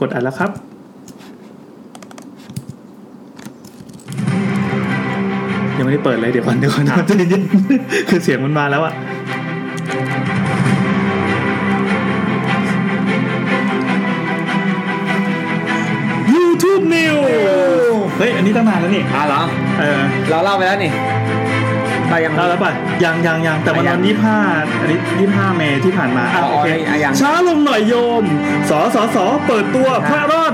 กดอัดแล้วครับ ยังไม่ได้เปิดเลยเดี๋ยวก่อนเดี๋ยวก่อน ครับ ใจเย็น ๆคือเสียงมันมาแล้วอะยูทูบนิวเฮ้ย อันนี้ตั้งนานแล้วนี่ อ่ะเหรอ เออ เราเล่าไปแล้วนี่ไปยัง เราแล้วป่ะยังยังยังแต่มัน อ่ะวัยัง นที่ห้าอันนี้ที่ห้าเมษที่ผ่านมาอ่ะ อ๋อ โอเค อ่ะยัง ช้าลงหน่อยโยม สสส เปิดตัวพระรอด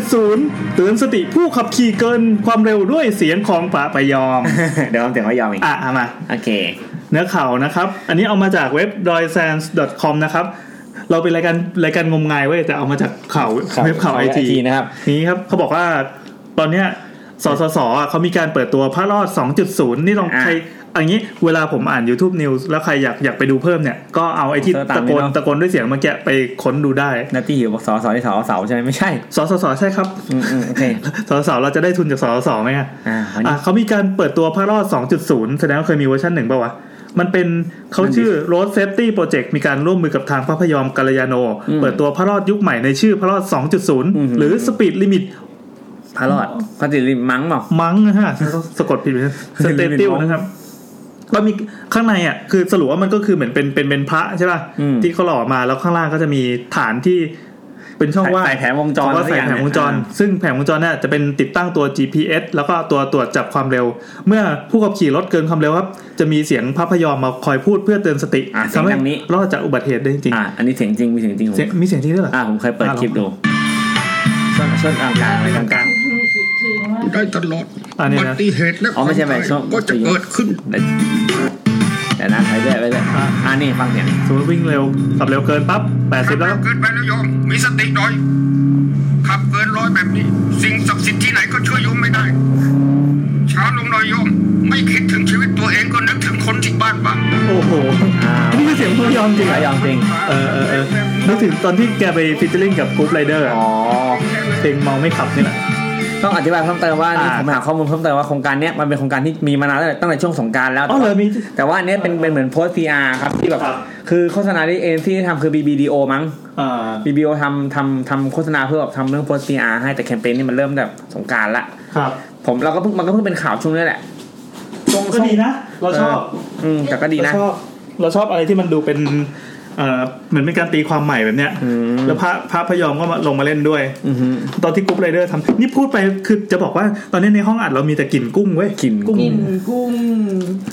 2.0 เตือนสติผู้ขับขี่เกินความเร็วด้วยเสียงของปะปะยอม เดี๋ยวผมเสียงว่ายอมอีก อ่ะเอามา โอเค เนื้อข่าวนะครับ อันนี้เอามาจากเว็บ d o y s a n s c o m นะครับ เราเป็นรายการรายการงมงายเว้ยแต่เอามาจากข่าวเว็บข่าวไอจี IT นะครับ นี้ครับเขาบอกว่าตอนเนี้ยสสสอ่ะเขามีการเปิดตัวพระรอด 2.0 นี่ลอง อ่ะ ใครเอันนี้เวลาผมอ่าน YouTube News แล้วใครอยากอยากไปดูเพิ่มเนี่ย ก็เอาไอ้ที่ เสิร์ชตาม ตะโกน นี้เนอะ ตะโกนด้วยเสียงเมื่อกี้ไปค้นดูได้ นาตี้หิวบอกสอสอที่สอเสาใช่ไหมไม่ใช่ สสสใช่ครับ อืมอืมโอเค สสสเราจะได้ทุนจากสสสไหมอ่ะ อ่าวันนี้ อ่ะเขามีการเปิดตัวพระรอด 2.0 แสดงว่าเคยมีเวอร์ชันหนึ่งป่าวะ มันเป็นเขาชื่อ Road Safety Project มีการร่วมมือกับทางพระพยอมกัลยาโน อืม เปิดตัวพระรอดยุคใหม่ในชื่อพระรอด อืม 2.0 หรือ Speed Limit พารอดพระติริมังเปล่า มั้งนะฮะ สะกดผิดไหมส Speed เต Limit ติว มั้ง นะครับ ก็มีข้างในอ่ะ คือสรุปว่ามันก็คือเหมือนเป็นเป็นเป็นพระใช่ป่ะ อืม ที่เขาหล่อมาแล้วข้างล่างก็จะมีฐานที่เป็นช่องว่าง ใส่แผงวงจร เขาก็ใส่แผงวงจร ซึ่งแผงวงจรเนี่ยจะเป็นติดตั้งตัว GPS แล้วก็ตัวตรวจจับความเร็ว เมื่อผู้ขับขี่รถเกินความเร็วครับ จะมีเสียงพระพยอมมาคอยพูดเพื่อเตือนสติ อ่ะเสียง ทำให้ ดังนี้ รอดจากอุบัติเหตุได้จริง อ่าอันนี้เสียงจริงมีเสียงจริงผ ๆ ม เสียงมีเสียงจริงด้วยเหรอ อ่าผมเคยเปิด อ่ะ คลิปดูช่วงช่วงกลางกลางกลางกลาง ได้ตลอด อันนี้ อุบั นะ ติเหตุและ อ๋อไม่ใช่แบบช่วง ก็จะเกิดขึ้น แต่นะไปเรื่อยไปเรื่อย อ่ะ อ่านี่ฟังเสียง สมมติวิ่งเร็วขับเร็วเกินปั๊บ ขับ 80 แล้ เร็ ว วเกินไปแล้วโยม มีสติหน่อย ขับเกินร้อยแบบนี้ สิ่งศักดิ์สิทธิ์ที่ไหนก็ช่วยโยมไม่ได้ ช้าลงหน่อยโยม ไม่คิดถึงชีวิตตัวเองก็นึกถึงคนที่บ้านบ้าง โอ้โห อ่า นี่คือเสียงพระพยอมจริงเหร ไม่ยอ อ มจริง เออเออเออนึกถึงตอนที่แกไปฟิชเชอร์ลิงกับกรุ๊ปไรเดอร์ อ๋อ เพลงเมาไม่ขับนี่แหละ ต้องอธิบายเพิ่มเติมว่านี่ อ่า ผมหาข้อมูลเพิ่มเติมว่าโครงการเนี้ยมันเป็นโครงการที่มีมานานแล้วตั้งแต่ช่วงสงกรารแล้ว อ๋อเลยมี แต่ว่าอันเนี้ยเป็นเป็นเหมือนโพสต์ PR ครับที่แบบ ครับ คือโฆษณาที่เอ็นที่ทำคือ BBDO มั้ง อ่า BBDO ทำทำทำโฆษณาเพื่อแบบทำเรื่องโพสต์ PR ให้แต่แคมเปญนี่มันเริ่มแบบสงกรารละ ครับ ผมเราก็เพิ่งมันก็เพิ่งเป็นข่าวช่วงนี้แหละช่วง ก็ดีนะ เราชอบ อืมแต่ก็ดีนะ เราชอบเราชอบอะไรที่มันดูเป็นเอ่อเหมือนเป็นการตีความใหม่แบบเนี้ย อืม แล้วพระพระพยอมก็มาลงมาเล่นด้วย อือหือ ตอนที่กรุ๊ปไรเดอร์ทำนี่พูดไปคือจะบอกว่าตอนนี้ในห้องอัดเรามีแต่กลิ่นกุ้งเว้ย กลิ่นกุ้ง กินกุ้ง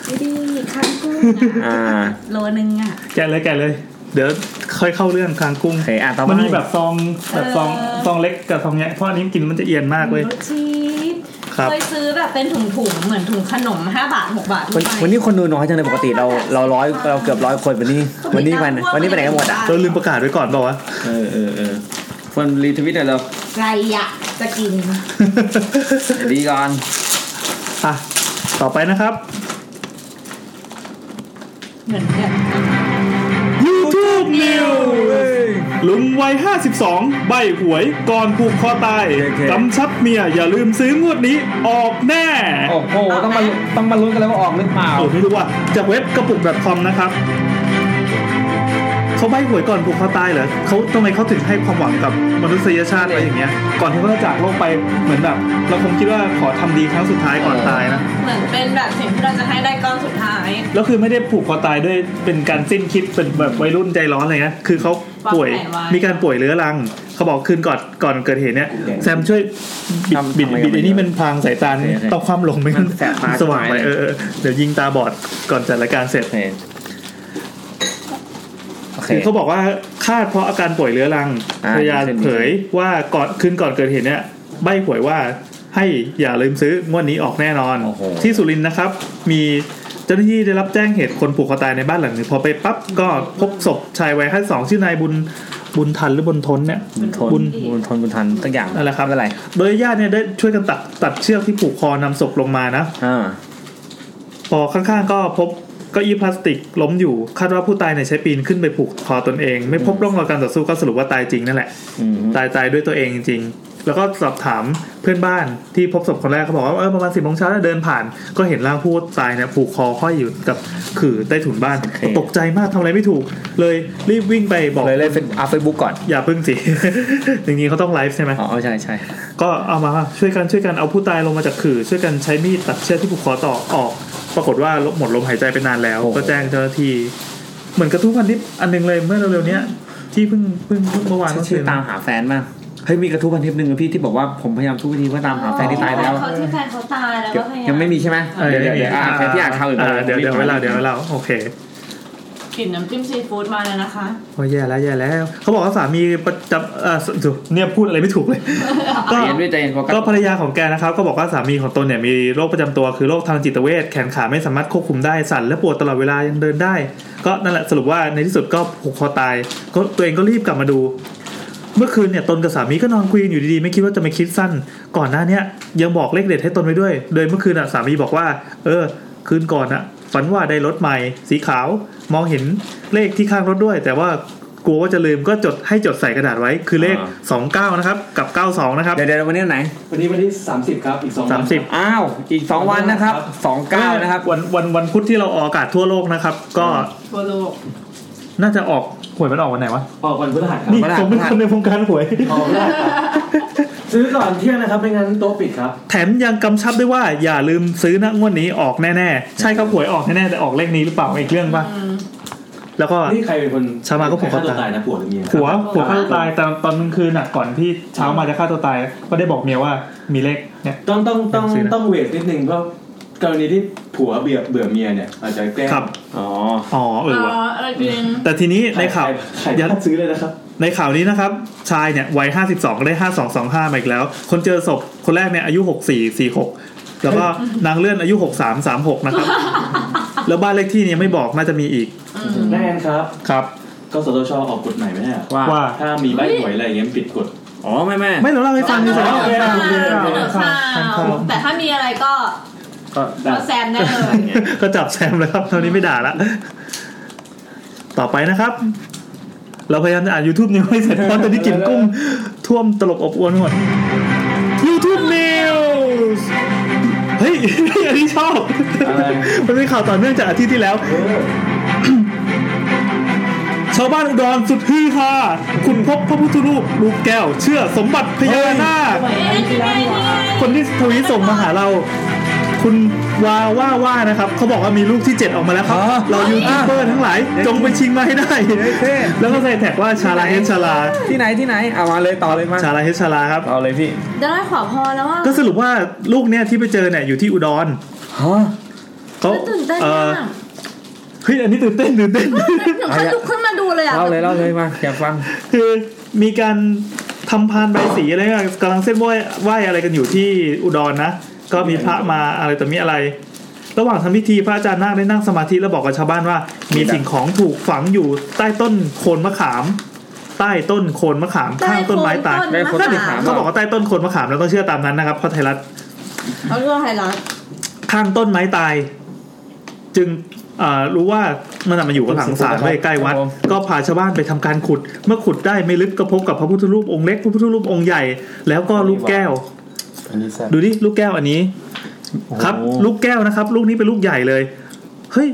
ไม่ดีคันกุ้ง อ่า อ่ะโลนึงอ่ะ แกะเลยแกะเลย เดี๋ยวค่อยเข้าเรื่องคางกุ้ง โอเคอ่ะต่อไป มันมีแบบซองแบบซอง เออ ซองเล็กกับซองใหญ่เพราะอันนี้กินมันจะเอียนมากเว้ย รสชีส ครับ เคยซื้อแบบเป็นถุงๆ เหมือนถุงขนม 5 บาท 6 บาท วัน ทั่ไป วันนี้คนดูน้อยจังเลยปกติเราเราร้อยเราเกือบร้อยคนวันนี้ วันนี้มันวันนี้ไปไหนกันหมดอ่ะ เราลืมประกาศไว้ก่อนบอก ว่าวะ เออเออเออคนรีทวิตหน่อยเรา ใครอยากจะกิน ดีก่อน อ่ะต่อไปนะครับ เหมือนแบบ YouTube News ลุงวัย 52 ใบหวยก่อนผูกคอตายกำชับเมียอย่าลืมซื้องวดนี้ออกแน่ โอ้โห ต้องมาต้องมาลุ้นกันแล้วว่าออกหรือเปล่า เอาไม่รู้ว่าจากเว็บกระปุก .com นะครับ เขาใบหวยก่อนผูกคอตายเหรอเขาทำไมเขาถึงให้ความหวังกับมนุษยชาติอะไรอย่างเงี้ย ก่อนที่เขาจะจากโลกไปเหมือนแบบ เราคงคิดว่าขอทำดีครั้งสุดท้ายก่อนตายนะ เหมือนเป็นแบบสิ่งที่เราจะให้ได้ก้อนสุดท้าย แล้วคือไม่ได้ผูกคอตายด้วยเป็นการสิ้นคิดเป็นแบบวัยรุ่นใจร้อนอะไรเงี้ย คือเขาป่วย วางแผนไว้ มีการป่วยเรื้อรัง เขาบอกคืนก่อนก่อนเกิดเหตุเนี้ยแซมช่วยบิด ทำ บิด ทำอะไร บิดไอ้นี่ ไม่ได้ มันพรางสายตา โอเคโอเค ต้องความลงไป มันแสบตา สว่างไป ใช่ไหม เออเออเดี๋ยวยิงตาบอดก่อนจัดรายการเสร็จ โอเคโอเค คือเขาบอกว่าคาดเพราะอาการป่วยเรื้อรัง อ่า ภรรยา เช่นนี้ เผยว่าก่อนคืนก่อนเกิดเหตุเนี่ยใบหวยว่าให้อย่าลืมซื้องวดนี้ออกแน่นอน โอ้โห ที่สุรินทร์นะครับ มีเจ้าหน้าที่ได้รับแจ้งเหตุคนผูกคอตายในบ้านหลังหนึ่งพอไปปั๊บก็พบศพชายวัยห้าสองชื่อนายบุญบุญทันหรือบุญทนเนี่ย บุญทน บุญ บุญทนบุญทันสักอย่าง นั่นแหละครับ ไม่เป็นไร โดยญาติเนี่ยได้ช่วยกันตัดตัดเชือกที่ผูกคอนำศพลงมานะ อ่า พอข้างๆก็พบเก้าอี้พลาสติกล้มอยู่คาดว่าผู้ตายเนี่ยใช้ปีนขึ้นไปผูกคอตนเอง ไม่พบร่องรอยการต่อสู้ก็สรุปว่าตายจริงนั่นแหละ อืม ตายตายด้วยตัวเองจริง แล้วก็สอบถามเพื่อนบ้านที่พบศพคนแรกเขาบอกว่าเออประมาณสิบโมงเช้าแล้วเดินผ่าน ก็เห็นร่างผู้ตายเนี่ยผูกคอห้อยอยู่กับขื่อใต้ถุนบ้าน โอเค ตกใจมากทำอะไรไม่ถูก เลยรีบวิ่งไปบอก เลยเลยเป็นอัพเฟซบุ๊กก่อน อย่าพึ่งสิ จริงๆเขาต้องไลฟ์ใช่ไหม อ๋อใช่ใช่ ก็เอามาช่วยกันช่วยกันเอาผู้ตายลงมาจากขื่อช่วยกันใช้มีดตัดเชือกที่ผูกคอต่อออก ปรากฏว่าหมดลมหายใจไปนานแล้ว ก็แจ้งเจ้าหน้าที่ เหมือนกระทุ้งพันทิปอันหนึงเลยเมื่อเร็วๆเนี้ยที่เพิ่งเพิ่งเพิ่งเมื่อวาน ฉัน ก็ ชื่อตามหาแฟนมากเฮ้ยมีกระทู้พันทิปหนึ่งอะพี่ที่บอกว่าผมพยายามทุกวิธีเพื่อตามหาแฟนที่ตายไปแล้ว เขาที่แฟนเขาตายแล้วก็พยายา ยั ม งไม่มีใช่ไหม เออ เดี๋ยว เดี๋ยเดี๋ยวว เดี๋ยเดี๋ยว วอ่ะแฟนที่อ่านข่าวอื่น อ่เดี๋ยวเดี๋ยวเวลาเดี๋ยวเวลาโอเค กลิ่นน้ำจิ้มซีฟู้ดมาแล้วนะคะ โอ้ยแย่แล้วแย่แล้วเขาบอกว่าสามีประจำเอ่อสุเนี่ยพูดอะไรไม่ถูกเลย ใจเย็นด้วยใจเย็นพอกัน ก็ภรรยาของแกนะครับ ก็บอกว่าสามีของตนเนี่ยมีโรคประจำตัวคือโรคทางจิตเวชแขนขาไม่สามารถควบคุมได้สั่นและปวดตลอดเวลายังเดินได้ ก็นั่นแหละสรุปว่าในที่สุดก็ผูกคอตายก็ตัวเองก็รีบกลับมาดู เมื่อคืนเนี่ยตนกับสามีก็นอนคุยกันอยู่ดีๆ ไม่คิดว่าจะมาคิดสั้น ก่อนหน้าเนี้ยยังบอกเลขเด็ดให้ตนไว้ด้วย โดยเมื่อคืนอ่ะสามีบอกว่า เออ คืนก่อนอ่ะ ฝันว่าได้รถใหม่ สีขาว มองเห็นเลขที่ข้างรถด้วย แต่ว่ากลัวว่าจะลืมก็จดให้จดใส่กระดาษไว้ คือเลข 29 นะครับกับ 92 นะครับ เดี๋ยวเดี๋ยววันนี้วันไหน วันนี้วันที่ 30 ครับ อีกสองวัน 30 อ้าวอีกสองวันนะครับสองเก้านะครับ วันวันวันพุธที่เราออกอากาศทั่วโลกนะครับ ก็ ทั่วโลก น่าจะออกหวยมันออกวันไหนวะ ออกวันพฤหัสครับ นี่ พฤหัส ผมเป็นคนในวงการหวย ออกพฤหัสครับซื้อก่อนเที่ยงนะครับ ไม่งั้นโต๊ะปิดครับ แถมยังกำชับด้วยว่าอย่าลืมซื้อนะงวดนี้ออกแน่ๆ ใช่ครับหวยออกแน่ๆแต่ออกเลขนี้หรือเปล่าอีกเรื่องป่ะ อืม แล้วก็ นี่ใครเป็นคน ชาวมาก็ผูกคอฆ่ตายตัวตายนะผัวหรือเมีย ผัวผัวฆ่าตัวตายตอนตอนกลางคืนน่ะก่อนที่เช้ามาจะฆ่าตัวตาย ก็ได้บอกเมียว่ามีเลขเนี่ย ต้องต้องต้อง ซื้อนะ ต้องเวทนิดนึงเพราะกรณีที่ผัวเบื่อเบื่อเมียเนี่ยอาจจะแกล้ง ครับ อ๋อ อ๋อเอออ๋ว่ะ ออะไรจริง แต่ทีนี้ใน ใน ข่า ข่าว วอย่าซื้อเลยนะครับ ในข่าวนี้นะครับ ชายเนี่ยวัย 52 ได้ 5225 มาอีกแล้ว คนเจอศพคนแรกเนี่ยอายุ 64 46 แล้วก็นางเลื่อนอายุ 63 36 นะครับ แล้วบ้านเลขที่เนี่ยไม่บอกน่าจะมีอีก แน่นครับ ครับ กสทชออกกฎใหม่ไหมเนี่ย ว่า ว่า ถ้ามีใบหวยอะไรอย่างเงี้ยปิดกฎ อ๋อไม่ไม่ ไม่เราเล่าให้ฟังนี่สิ เสน แล้ อ ว ข่าว โอเคครับ เสนอข่าวแต่ถ้ามีอะไรก็ ก็ ได้ ก็แซมได้เลย ก็จับแซม เลยครับเท่านี้ไม่ด่าละ ต่อไปนะครับ เราพยายามจะอ่าน YouTube นิวให้เสร็จเพราะตอนนี้กลิ่นกุ้งท่วมตลบอบอวนหมด YouTube News เฮ้ย อันนี้ชอบ อะไร มันเป็นข่าวต่อเนื่องจากอาทิตย์ที่แล้ว เออ ชาวบ้านอุดรสุดฮือฮาคุณพบพระพุทธรูปลูกแก้ว เชื่อสมบัติพญานาค เอ๊ะนี่ไงนี่ไง คนที่ทวีตส่งมาหาเรา คุณวาว่าว่านะครับ เขาบอกว่ามีลูกที่ 7 ออกมาแล้วครับ อ๋อ เรายูทูบเบอร์ทั้งหลาย จงไปชิงมาให้ได้ เท่ แล้วก็ใส่แท็กว่าชาลาเฮชชาลา ที่ไหนที่ไหนเอามาเลยต่อเลยมา ชาลาเฮชชาลาครับ ต่อเลยพี่ ได้ขอพรแล้วอ่ะ ก็สรุปว่าลูกเนี่ยที่ไปเจอเนี่ยอยู่ที่อุดร ฮะ เขา ตื่นเต้น เอ่ มา อก เฮ้ยอันนี้ตื่นเต้นตื่นเต้น หนูแค่ลุกขึ้นมาดูเลยอ่ะ เล่าเลยเล่าเลยมาอยากฟัง คือมีการทำพานใบายสีอะไรกันกำลังเส้นไหว้ไหว้อะไรกันอยู่ที่อุดรนะ ก็มีพระมาอะไรต่อมีอะไร ระหว่างทำพิธีพระอาจารย์นาคได้นั่งสมาธิแล้วบอกกับชาวบ้านว่า มีสิ่งของถูกฝังอยู่ใต้ต้นโคนมะขาม ใต้ต้นโคนมะขามข้างต้นไม้ตาย ได้คนที่ถาม เขาบอกว่าใต้ต้นโคนมะขามเราต้องเชื่อตามนั้นนะครับเพราะไทยรัฐ เขาเรื่องไฮไลท์ ข้างต้นไม้ตาย จึงเอ่อรู้ว่ามันนะมาอยู่ข้างหลังศาลไว้ใกล้วัด ครับผม ก็พาชาวบ้านไปทำการขุด เมื่อขุดได้ไม่ลึกก็พบกับพระพุทธรูปองค์เล็กพระพุทธรูปองค์ใหญ่ แล้วก็ลูกแก้ว อันนี้แซ่บ ดูดิลูกแก้วอันนี้ โอ้โห ครับ ลูกแก้วนะครับ ลูกนี้เป็นลูกใหญ่เลยเฮ้ย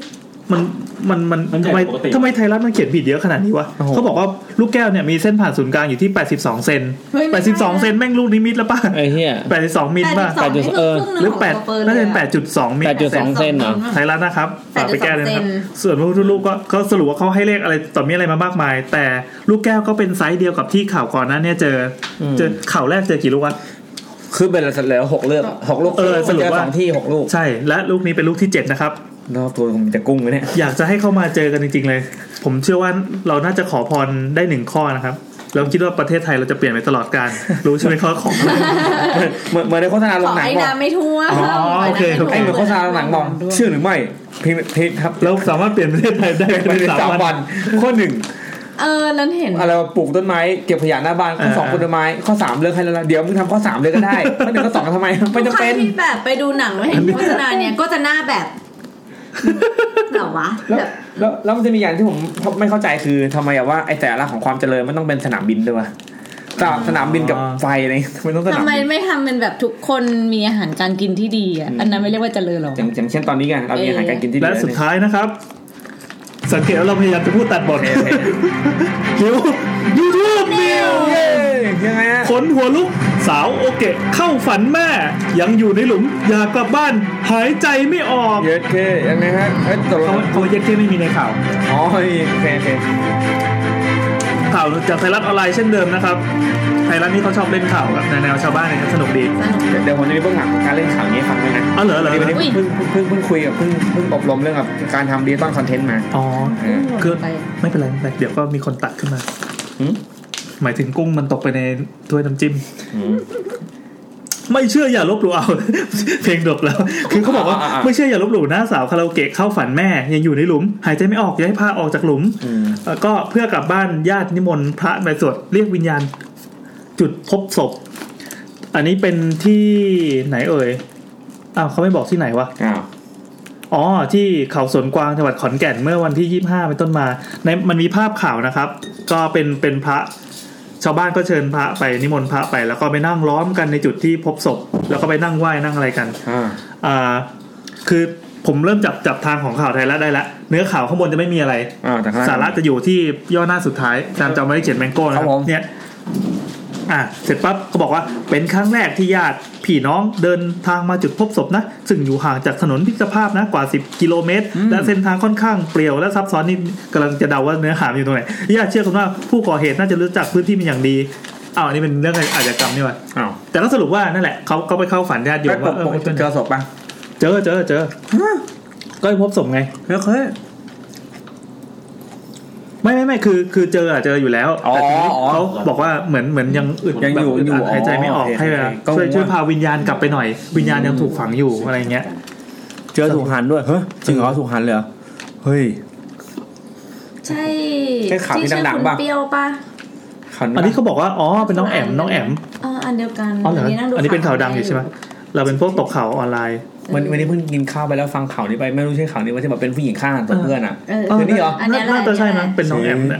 มันมันมัน มันใหญ่ ทำไม ปกติ ทำไมไทยรัฐมันเขียนผิดเยอะขนาดนี้วะ โอ้โห เขาบอกว่าลูกแก้วเนี่ยมีเส้นผ่านศูนย์กลางอยู่ที่ 82 เซน เฮ้ยไม่ใช่ 82 เซนแม่งลูกนิมิตแล้วป่ะ ไอ้เหี้ย 82มิลป่ะ แปดสิบสองนี่คือครึ่งนึ่ง หรือ ขง แปด ตัวปืน น่าจะเป็น ลยอะ 8.2มิล แปดจุดสอง เส้นเหรอ ไทยรัฐนะครับฝากไปแก้เลยนะครับ แปดจุดสองเซน ส่วนพระพุทธรูปก็ก็สรุปว่าเขาให้เลขอะไรต่อมีอะไรมามากมาย แต่ลูกแก้วก็เป็นไซส์เดียวกับที่ข่าวก่อนหน้าเนี่ยเจออเจอข่าวแรกเจอกี่ลูกวะ คือเป็นเสร็จแล้วหกเลือกหกลูก เออสรุปว่า สองที่หกลูก ใช่ และลูกนี้เป็นลูกที่ 7 นะครับ รอบตัวผมมีแต่กุ้งเลยเนี่ย อยากจะให้เข้ามาเจอกันจริง ๆ เลย ผมเชื่อว่าเราน่าจะขอพรได้หนึ่งข้อนะครับ เราคิดว่าประเทศไทยเราจะเปลี่ยนไปตลอดการ รู้ใช่ไหมข้อของ เหมือนเหมือนในโฆษณา ข โร อง หนัง ไอ้ บอก น้ำไม่ทั่ว อ๋อโอเคโอเค ไอ้เหมือนโฆษณาโรงหนังบอกเชื่อหรือไม่พิมพ์พิมพ์ครับ เราสามารถเปลี่ยนประเทศไทยได้ เป็นไป ภาย ใน ใน สา สามม วั วัน นข้อหนึ่ง เออนั้นเห็น อะไรวะปลูกต้นไม้เก็บขยะหน้าบ้านข้อสอง เออ ปลูกต้นไม้ข้อสามเลือกให้แล้วละเดี๋ยวมึงทำข้อสามเลยก็ได้ข้อหนึ่งข้อสองทำไมไม่ ทุก จำ ครั้ เป็ ง น ที่แบบไปดูหนังแล้วเห็นโฆษณาเนี่ยก็จะหน้าแบบเหรอวะ แล้ว แบบ แล้วแล้วมันจะมีอย่างที่ผมไม่เข้าใจคือทำไมอะว่าไอแต่ละของความเจริญมันต้องเป็นสนามบินด้วยวะส สนามสนามบินกับไฟอะไรทำไมต้องสนาม ทำไม บิน ไม่ทำเป็นแบบทุกคนมีอาหารการกินที่ดีอ่ะอันนั้นไม่เรียกว่าเจริญหรอก อย่างอย่างเช่นตอนนี้ไงเรามีอาหารการกินที่ดี และสุดท้ายนะครับ สังเกตว่าเราพยายามจะพูดตัดบท หิวยูทูบนิว เย้ยังไงฮะ ขนหัวลุกสาวโอเกะเข้าฝันแม่ ยังอยู่ในหลุม อยากกลับบ้าน หายใจไม่ออก เยอะเท่ยังไงฮะเอ้ยตกล เขา ง เขาเย็ดที่ไม่มีในข่าว อ๋อโอเคโอเค ข่าวจากไทยรัฐออนไลน์เช่นเดิมนะครับ ไทยรัฐนี่เขาชอบเล่นข่าวแบบแนวๆชาวบ้านเนี่ยสนุกดี เดี๋ยวเดี๋ยวผมจะมีเบื้องหลังของการเล่นข่าวนี้ให้ฟังด้วยนะ อ๋อเหรอเหรอเหร วันนี้ อ อุ๊ย เพิ่งเพิ่งเพิ่งเพิ่งคุยกับเพิ่งเพิ่งอบรมเรื่องกับการทำดิจิตอลคอนเทนต์มา อ๋อ เออ คือไม่เป็นไรไม่เป็นไรเดี๋ยวก็มีคนตักขึ้นมา หืม หมายถึงกุ้งมันตกไปในถ้วยน้ำจิ้ม ไม่เชื่ออย่าลบหลู่เอา เพลงดบแล้ว คือเขาบอกว่า อ่าอ่าอ่า ไม่เชื่ออย่าลบหลู่หน้าสาวคาราโอเกะเข้าฝันแม่ ยังอยู่ในหลุม หายใจไม่ออกอย่าให้พาออกจากหลุม อืม เอ่อก็เพื่อกลับบ้านญาตินิมนต์พระไปสวดเรียกวิญญาณ จุดพบศพ อันนี้เป็นที่ไหนเอ่ยอ้าวเขาไม่บอกที่ไหนวะ อ้าว อ๋อที่เขาสวนกวางจังหวัดขอนแก่นเมื่อวันที่ 25เป็นต้นมาในมันมีภาพข่าวนะครับ ก็เป็นเป็นพระชาวบ้านก็เชิญพระไปนิมนต์พระไป แล้วก็ไปนั่งล้อมกันในจุดที่พบศพ แล้วก็ไปนั่งไหว้นั่งอะไรกัน อ่า อ่าคือผมเริ่มจับจับทางของข่าวไทยรัฐได้ละเนื้อข่าวข้างบนจะไม่มีอะไร อ่าแต่ข้งล่ง สาระจะอยู่ที่ย่อหน้าสุดท้ายจำจำไว้เขียนแมงโก้นะครั ครับผ บ ม เนี่ยอ่ะเสร็จปั๊บก็บอกว่าเป็นครั้งแรกที่ญาติพี่น้องเดินทางมาจุดพบศพนะ ซึ่งอยู่ห่างจากถนนพิกภาพนะกว่า 10 กิโลเมตร และเส้นทางค่อนข้างเปลี่ยวและซับซ้อนนี่กำลังจะเดาว่าเนื้อหามันอยู่ตรงไหนญาติเชื่อกันว่าผู้ก่อเหตุน่าจะรู้จักพื้นที่เป็นอย่างดีอ้าวอันนี่เป็นเรื่องอาชญากรรมนี่หว่า อ้าว แต่ก็สรุปว่านั่นแหละเขาเขาไปเข้าฝันญาติโย แล้ ม ว ว่าเอ ป อก ติเจอศพปะ เจอเจอเจอก็ไปพบศพไง เฮ้ยเคย ไม่ไม่ไม่คือคือเจออะเจออยู่แล้ว อ๋อ แต่ทีนี้ อ๋อ เขาบอกว่าเหมือนเหมือนยังอึด ยังอยู่ แบบ อยู่ ดหายใจไม่ออก อ๋อโอเค ให้เวลา ก็งง ช่วยช่ว่าวยพาวิญญาณกลับไปหน่อย วิญญาณยังถูกฝังอยู่อะไรเงี้ย เจอถูกหันด้วยเฮ้ยจริงเหรอถูกหันเลยเหรอเฮ้ย ใช่ ใช่ข่าวที่ดังๆ ที่ชื่อคุณ ป่ะ เปรียวป่ะ ขัน อันนี้เขาบอกว่าอ๋อเป็นน้องแอมน้องแอม เอออันเดียวกัน อ๋อเหรอ วัง อันนี้เป็นข่าวดังอยู่ใช่ไหมเราเป็นพวกตกข่าวออนไลน์ วันวันนี้เพิ่งกินข้าวไปแล้วฟังข่าวนี้ไปไม่รู้ใช่ข่าวนี้ว่าที่แบบเป็นผู้หญิงฆ่าตัวเพื่อนอ่ะ เออ คืนนี้เหรอ อันเนี้ยแหละ น่าจะใช่มั้งเป็นน้องแอมเนี่ย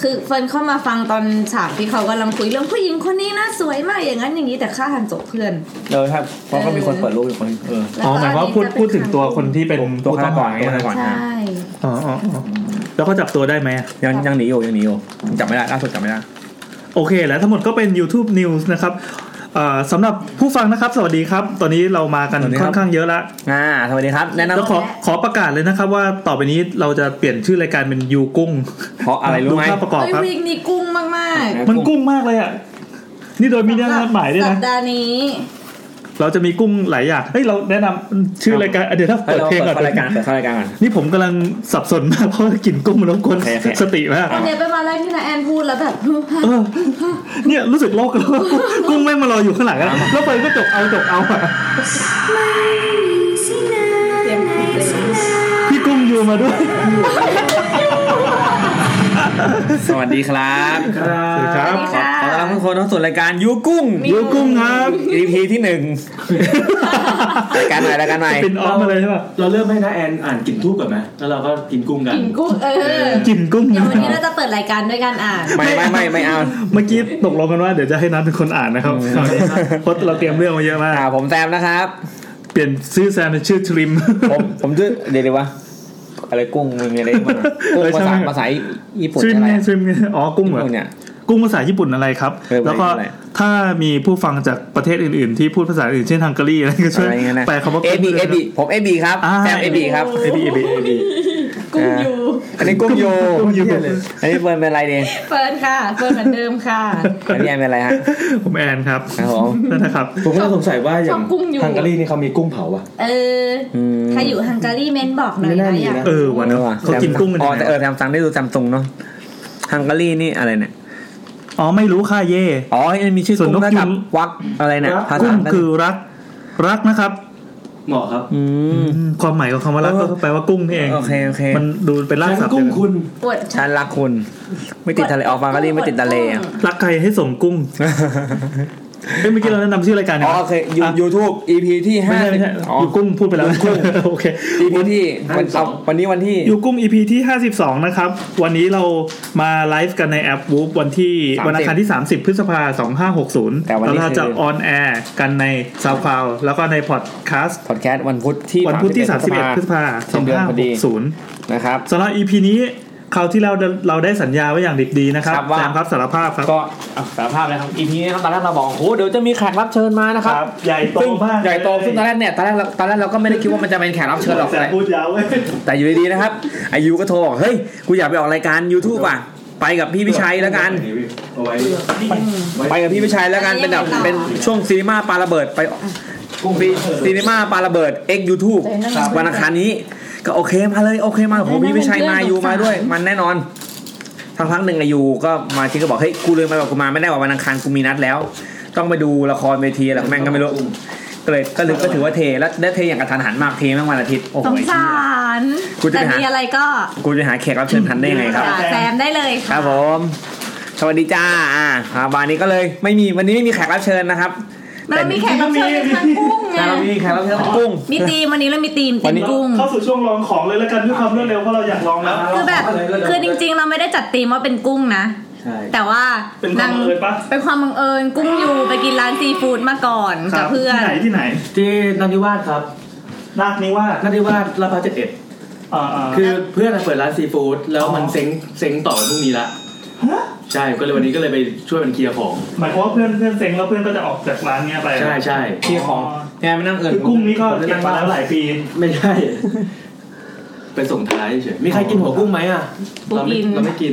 คือเฟิร์นเข้ามาฟังตอนฉากที่เขากำลังคุยเรื่องผู้หญิงคนนี้น่าสวยมากอย่างนั้นอย่างนี้แต่ฆ่าหันศพเพื่อน เออครับเพราะก็มีคนเปิดรูปอยู่คนเออ แล้ว อ๋อ ก็ หมายความว่าพูด อันนี้จะเป็น พูดถึงตัวคนที่เป็น ตัวฆาตกร ผู้ต้องหา ฆาตกร ใช่ อ๋ออ๋ออ๋อแล้วเขาจับตัวได้ไหมอะ ยังยังหนีอยู่ยังหนีอยู่จับไม่ได้ล่าสุดจับไม่ได้ โอเค และทั้งหมดก็เป็น YouTube News นะครับเอ่อสำหรับผู้ฟังนะครับ สวัสดีครับ ตอนนี้เรามากัน สวัสดีครับ ค่อนข้างเยอะละ อ่าสวัสดีครับ แนะนำ แล้วขอขอประกาศเลยนะครับ ว่าต่อไปนี้เราจะเปลี่ยนชื่อรายการเป็นยูกุ้ง เพราะอะไรรู้ไหม ดูภาพประกอบ เฮ้ย ครับ วีคนี้กุ้งมากๆ มันกุ้งมากเลยอ่ะ นี่โดยมีเนื้อหมายด้วย สั นะ ปดาห์นี้ เราจะมีกุ้งหลายอย่างเฮ้ยเราแนะนำชื่อรายการอ่ะเดี๋ยวถ้า เปิ เปิ ด ด เพ เพ ล ล ง ง ก่ ก่ อ อน น รายการเปิดเข้ารายการก่อน นี่ผมกำลังสับสนมาก เพราะว่ากลินกุ้งมันรบกวน โอเคโอเค สติมาก วันนี้เป็นวันแรกที่นาแอนพูดแล้วแบบ เออเนี่ยรู้สึกโลกแล้วกุ้งแม่งมารอ อยู่ข้างหลังอะแล้วไปก็จบเอาจบเอาอะ เตรียมผิดเลย พี่กุ้งอยู่มาด้วย สวัสดีครับ สวัสดีครับ ขอขอต้อนรับทุกคนเข้าสู่รายการยูกุ้ง ยูกุ้งครับ EP ที่หนึ่งรายการใหม่รายการใหม่ เป็นออฟมาเลยใช่ป่ะ เราเริ่มให้นะแอนอ่านกลิ่นทูบก่อนไหมแล้วเราก็กินกุ้งกัน กินกุ้งเออ กินกุ้ง เดี๋ยววันนี้เราจะเปิดรายการด้วยการอ่าน ไม่ไม่ไม่ไม่เอา เมื่อกี้ตกลงกันว่าเดี๋ยวจะให้นัดเป็นคนอ่านนะครับคราวนี้เพราะเราเตรียมเรื่องมาเยอะมาก อ่าผมแซมนะครับ เปลี่ยนชื่อแซมเป็นชื่อทริม ผมผมชื่อเดี๋ยวเดี๋ยววะอะไรกุ้งมึงอะไรมากุ้ง เออ ภา ใช่ ษา ไหม ภาษาญี่ปุ่น ทริม อะไร ไง อะ ทริมไงอ๋อกุ้งเหรอ กุ้งเนี่ย กุ้งภาษาญี่ปุ่นอะไรครับ เออ แล้วก็ อะไร ถ้ามีผู้ฟังจากประเทศอื่น ๆ ที่พูดภาษาอื่นเช่นฮังการีอะไรก็ช่วอะย ไรเงี้ยนะ แปลคำว่า เอ กุ้ง บี ด้ว เอย นะ บีผมเอบีครับ อ่า แซมเอบีครับ เอบีเอบีเอบี กุ้งอยู่ อันนี้กุ้งโย กุ้งอยู่ อันนี้เปิร์นเป็นอะไรดี เฟิร์นค่ะเฟิร์นเหมือนเดิมค่ะ อันนี้แอนเป็นอะไรฮะ ผมแอนครับ ครับผม นั่นนะครับ ผมก็เลยสงสัยว่าอ ช ย่า อบ ง กุ้งอยู่ ฮังการีนี่เขามีกุ้งเผาอ่ะ เออ อืม ใครอยู่ฮังการีเม้นบอกหน่อย ไม่น่า นะ มี อยาก นะ เออวันนั้นเขากินกุ้งกัน อ๋ ยั อง แต่ ไง เออแซมซังได้ดูแซมซุงเนาะฮังการีนี่อะไรเนี่ย อ๋อไม่รู้ค่าเย่ อ๋อมันมีชื่อ ส่วน กุ้ง นก เท่ากับ ยุง วักอะไรเนี่ยภากุ้ษาง นั่น คือรักรักนะครับ เหมาะครับ อืม อืมความหมายของคำว่ารัก เออ ก็แปลว่ากุ้งนี่เอง โอเคโอเค มันดูเป็นรากศั ฉันพท์ กุ้ง เลยนะ คุณ อวด ฉันรักคุณ ไม่ติดทะเลออกมาก็รีบไม่ติดทะเลอะ รักใครให้ส่งกุ้ง เฮ้ยเมื่อกี้เราแนะนำชื่อรายการ อ๋ นี่ อ หว่า โอเคยูยูทูบ EP ที่ ไม่ ห้า ใช่ไม่ใช่ อ๋อ ยูกุ้งพูดไปแล้ว ยูกุ้ง โอเค EP ที่วัน ห้าสิบสอ เอา ง วันนี้วันที่ ยูกุ้ง EP ที่ 52 นะครับ วันนี้เรามาไลฟ์กันในแอปวูฟวันที่วันอังคารที่ 30 พฤษภาคม2560 แต่วันนี้ เราจะ คือ ออนแอร์กันในซาวคลาวแล้วก็ในพอดแคสต์ พอดแคสต์วันพุธที่ วันพุธที่ 31 พฤษภาค สิ้น ม เดือนพอดี 2560 นะครับ สำหรับ EP นี้คราวที่เราเราได้สัญญาไว้อย่างดิบดีนะครับ ครับว่า แซมครับสารภาพครับ ก็อ่ะสารภาพเลยครับ EP นี้นะครับตอนแรกเราบอกโอ้โหเดี๋ยวจะมีแขกรับเชิญมานะครับ ใหญ่โต ซึ่ง มาก ใหญ่โตซึ่งตอนแรกเนี่ยตอนแรกเราตอนแรกเราก็ไม่ได้คิดว่ามันจะเป็นแขกรับเชิญหรอก แซม แต่ พูดยาวเว้ย แต่อยู่ดีๆนะครับไอายุก็โทรบอกเฮ้ยกูอยากไปออกรายการ YouTube อ่ะไปกับพี่วิชัยแล้วกัน เอาไว้ ไปกับพี่วิชัยแล้วกันเป็นแบบเป็นช่วงซีนีมาปาระเบิดไปซีซีนีมาปาระเบิดเอ็กยูทูบวันอังคารนี้ ก็โอเคมาเลยโอเคมาผมพี่วิชัยมาอยู่มาด้วย มันแน่นอนทักพักหนึ่งไอายูก็มาที่ก็บอกเฮ้ยกูลืมไปบอกกูมาไม่ได้ว่าวันอังคารกูมีนัดแล้ว ต้องไปดูละครเวทีอะไรของแม่งก็ไม่รู้ก็เลยก็เลยก็ถือว่าเทแล้วได้เทอย่างกระทันหันมากเทแม่งวันอาทิตย์โอ้โห สงสาร กูจะ แต่ ไปหา มีอะไรก็ กูจะหาแขกรับเชิญทันได้ยังไงครับ ด่าแซมได้เลย ค ค่ะ รับผม สวัสดีจ้า อ่าอ่าวันนี้ก็เลยไม่มีวันนี้ไม่มีแขกรับเชิญนะครับ เรามีแขกรับเชิญเป็นทางกุ้งไง แต่เรามีแขกรับเชิญเป็นกุ้ง มีตีมวันนี้เรามีตีม วั ตี น ม นี้ กุ้ง เข้าสู่ช่วงลองของเลยแล้วกันด้วยความรวดเร็วเพราะเราอยากลองแล้ว คือแบบคือจริง ๆ เราไม่ได้จัดธีมว่าเป็นกุ้งนะ ใช่ แต่ว่า เป็นความบังเอิญปะ เป็นความบังเอิญกุ้งอยู่ไปกินร้านซีฟู้ดมาก่อน ค กั รั บบ เพื่อน ที่ไหนที่ไหน ที่นันทิวาสครับ นาคนี้ว่าส นันทิวาสลาดพร้าวเจ็ดเอ็ด อ่าอ่า คือเพื่อนเปิดร้านซีฟู้ดแล้วมันเซ็งเซ็งต่อพรุ่งนี้ละ ฮะ ใช่ก็เลยวันนี้ก็เลยไปช่วยมันเคลียร์ของ หมายความว่าเพื่อนเพื่อนเซ็งแล้วเพื่อนก็จะออกจากร้านเนี้ยไป ใช่ใช่ ที่ของแกไม่นั่งเอิญ คือกุ้งนี้ก็เก็บมาแล้วหลายปี ไม่ใช่ เป็นส่งท้ายเฉยมีใครกินหัวกุ้งไหมอ่ะเราไม่เราไม่กิน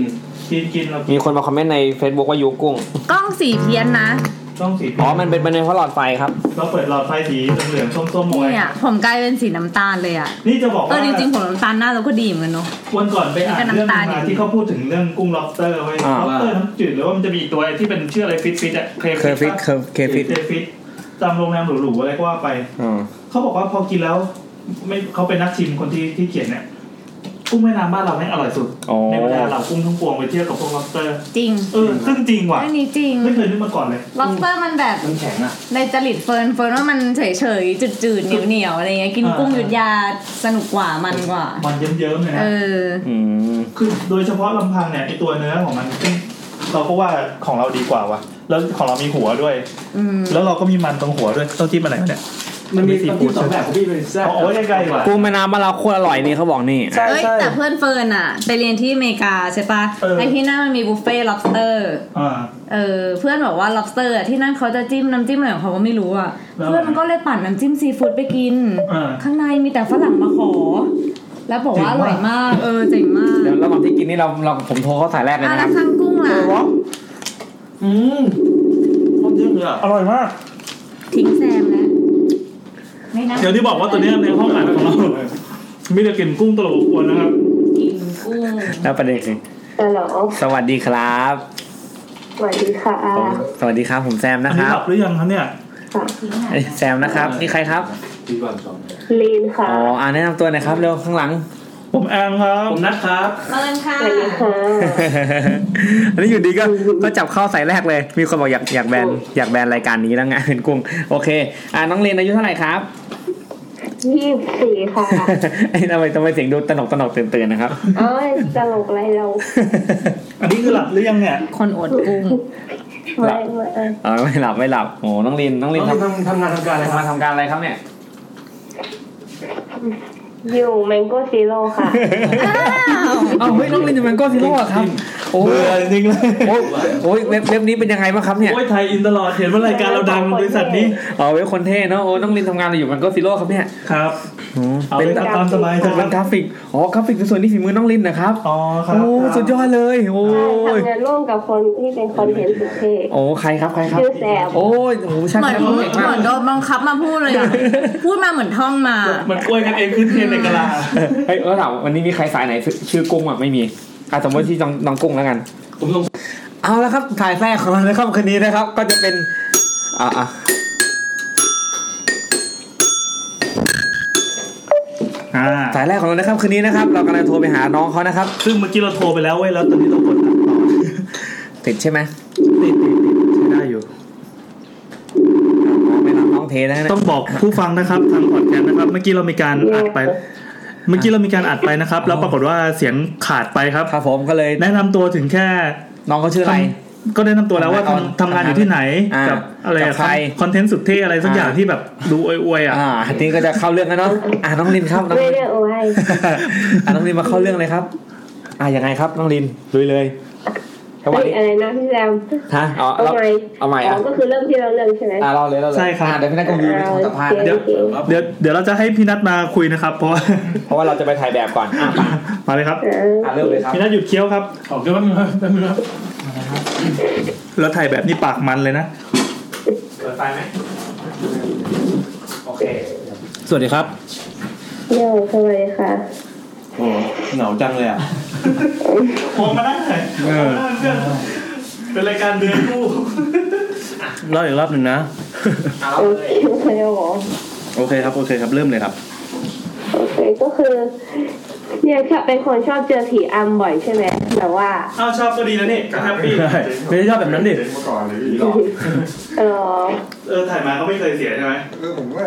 กินกินเรา มีคนมาคอมเมนต์ใน Facebook ว่ายูกุ้ง กล้องสีเพี้ยนนะ ต้องสี อ๋อ มันเป็นประเด็นเพราะหลอดไฟครับ เราเปิดหลอดไฟสีเหลืองๆส้มๆมวย เนี่ยผมกลายเป็นสีน้ำตาลเลยอ่ะ นี่จะบอก เอ ว่า อจริงๆผมน้ำตาลหน้าเราก็ดีเหมือนกันเนาะ วันก่อนไปอ่านเรื่อง นี่ก็น้ำตาลอยู่ มาที่เขาพูดถึงเรื่องกุ้ง lobster ไว้ อ่า lobster ว่า น้ำจืดหรือว่ามันจะมีอีกตัวที่เป็นชื่ออะไรฟิตฟิตอะเค เคยฟิตเคยเคยฟิต เคฟิตตามโรงแรมหรูๆอะไรก็ว่าไป อ๋อ เขาบอกว่าพอกินแล้ว ไม่เขาเป็นนักชิมคนที่ที่เขียนเนี่ยกุ้งแม่น้ำบ้านเราแม่งอร่อยสุด อ๋อ ในบรรดาเหล่ากุ้งทั้งปวงไปเทียบกับพวก lobster จริง เออซึ่งจริงว่ะ เรื่องนี้จริง ไม่เคยนึกมาก่อนเลย ล็อบสเตอร์มันแบบ น้ำแข็งอ่ะ ในจริตเฟิร์นเฟิร์นว่ามันเฉยๆจืดๆเหนียวๆอะไรเงี้ยกิน อ่า กุ้งหยุดยาสนุกกว่ามันกว่า มันเยิ้มๆเลย เอ นะ อ อืม คือโดยเฉพาะลำพังเนี่ยไอตัวเนื้อของมันซึ่งเราก็ว่าของเราดีกว่าว่ะแล้วของเรามีหัวด้วย อืม แล้วเราก็มีมันตรงหัวด้วยต้องจิ้มอะไรวะเนี่ย มันมีซีซีฟู้ ฟู้ ด ดสองแบบของพี่เป็นแซ่บ เอาเอาไว้ใกล้ๆดีกว่า กุ้งแม่น้ำบ้านเราโคตรอร่อยนี่เขาบอกนี่ เอ้ยแต่เพื่อนเฟิร์นอ่ะ ไปเรียนที่อเมริกาใช่ปะ เออ ไอที่นั่นมันมีบุฟเฟ่ล็อบสเตอร์ อ่า เออเพื่อนบอกว่า lobster อะที่นั่นเขาจะจิ้มน้ำจิ้มอะไรของเขาก็ไม่รู้อ่ะ แล้ว เพื่อนมันก็เลยปั่นน้ำจิ้มซีฟู้ดไปกิน อ่า ข้างในมีแต่ฝรั่งมาขอ แล้วบอกว่าอ เจ๋งมาก ร่อยมาก เออเจ๋งมาก เดี๋ยวระหว่างที่กินนี่เราเราผมโทรเขาสายแรกเลย อ่ะ นะค แล้ รับวข้างกุ้งล่ะ อืมโคตรเยี่ยมเลยอ่ะ อร่อยมาก ทิ้งแซมแล้วไม่นะ เดี๋ยวที่บอกว่าตัวเนี้ยในห้องอัดของเรามีแต่กลิ่นกุ้งตลบอบอวนนะครับ กินกุ้ง แล้วประเด็นคือ ฮัลโหล สวัสดีครับ สวัสดีค่ะ ผมสวัสดีครับผมแซม อันนะค นี้ รั ห บ ลับหรือยังครับเนี่ย ทิ้งหาย แซมนะครับนี่ใครครับ พี่วันสอง ลีนค่ะ อ๋ออ่าแนะนำตัวหน่อยครับเร็วข้างหลั ง ผมแองครับ ผมนัดครับ เมินค่ะ สวัสดีค่ะ อันนี้อยู่ดีก็ก็จับเข้าสายแรกเลย มีคนบอกอยากอยากแบนอยากแบนรายการนี้แล้วไง เป็นกุ้งโอเค อ่าน้องเลนอายุเท่าไหร่ครับ ยี่สิบสี่ค่ะ ไอ้ทำไมทำไมเสียงดูตนกตนกตื่นตื่นนะครับ เอ้ยตลกอะไรเรา อันนี้คือหลับหรือยังเนี่ย คนอดกุ้ง ไม่ไม่เออ อ๋อไม่หลับไม่หลับโอ้น้องลินน้องลินทำ ทำงานทำการอะไรครับ มาทำการอะไรครับเนี่ย อยู่แมงโก้ซีโร่ค่ะ เอ้าเฮ้ยน้องลินจะเป็นก้อนซีโร่เหรอครับโอ้ เบื่อจริงๆเลย โอ้โอ้ยเว็บเว็บนี้เป็นยังไงบ้างครับเนี่ย โอ้ยไทยอินตลอด เห็นว่ารายการเราดังบริษัทนี้ อ๋อเว็บคนเท่เนาะโอ้น้องลินทำงานอะไรอยู่มันก็ซีโร่ครับเนี่ย ครับ อืม เอา เป็ เลยนครับตามสบาย เป็ จ้ะ นกราฟิกอ๋อกราฟิกส่วนที่ฝีมือน้องลินนะครับ อ๋อครับ โอ้สุดยอดเลยโอ้ ทำ ย งานร่วมกับคนที่เป็นคอนเทนต์สุดเท่ โอ้ใครครับใครครับ ชื่อแซม โอ้ยโอ้ช่าง เหมือน แซม เห เก่งมากมือนโดนบังคับมาพูดเลยอะพูดมาเหมือนท่องมา เหมันกล้วยกันเองขึ้นเทรนในกะลา เฮ้ยเออถามวันนี้มีใครสายไหนชื่อกุ้งอ่ะไม่มีอ่ะสมมติที่น้องน้องกุ้งแล้วกัน ผมลง เอาละครับถ่ายแรกของเราในค่ำคืนนี้นะครับ ก็จะเป็นอ่าอ่ะ อ่า สายแรกของเราในค่ำคืนนี้นะครับ เรากำลังโทรไปหาน้องเขานะครับ ซึ่งเมื่อกี้เราโทรไปแล้วเว้ย แล้วตอนนี้เรากดอัดต่อ ติดใช่ไหม ติดติดติดใช้ได้อยู่ นะเนี่ย ต้องบอกผู้ฟังนะครับทางพอดแคสต์นะครับเมื่อกี้เรามีการอัดไป เมื่อกี้เรามีการอัดไปนะครับ แล้วปรากฏว่าเสียงขาดไปครับ ครับผมก็เลย แนะนำตัวถึงแค่ น้องเขาชื่ออะไร ทำก็แนะนำตัวแล้วว่าทำทำงานอยู่ที่ไหน อ่ากั กับอะไร กับใคร คอนเทนต์สุดเท่อะไรสักอย่างที่แบบดูอวยๆอ่ะ อ่าทีนี้ก็จะเข้าเรื่องกันเนาะอ่าน้องลินครับน้อง ไม่ ลิน ได้โอ้ย อ่ะน้องลินมาเข้าเรื่องเลยครับ อ่ะยังไงครับน้องลินลุยเลยสวัสดี อะไรนะพี่แซม ฮะเอา เอา เรา ใหม่ เอาใหม่ อ๋ อ่ะ อก็คือเริ่มที่เราเรื่องใช่ไหม อ่ะเราเลยเราเลย ใช่ครับ อ่ะเดี๋ยวพี่นัทก็มีวิธีสัมภาษณ์นะ เดี๋ เดี๋ย ยว ว เดี๋ยวเดี๋ยวเราจะให้พี่นัทมาคุยนะครับ เพราะ ว่า เพราะว่าเราจะไปถ่ายแบบก่อนอ่ะ มาเลยครับ อ่า อ่ะเริ่มเลยครับ พี่นัทหยุดเคี้ยวครับ ขอบคุณมากแป๊บนึงครับ แล้วถ่ายแบบนี้ปากมันเลยนะ เปิดไฟไหมโอเค สวัสดีครับ โยสวัสดีค่ะ โอ้เหงาจังเลยอ่ะ มองมาได้เป็นรายการเดือนคู่ รอบอีกรอบหนึ่งนะ โอเคคุณโยบอก โอเคครับ โอเคครับ เริ่มเลยครับ โอเคก็คือเนี่ยชอบเป็นคนชอบเจอผีอำบ่อยใช่ไหมแบบว่า อ้าวชอบก็ดีแล้วนี่ก็แฮปปี้ ไม่ได้ชอบแบบนั้นดิ เออ เออถ่ายมาก็ไม่เคยเสียใช่ไหม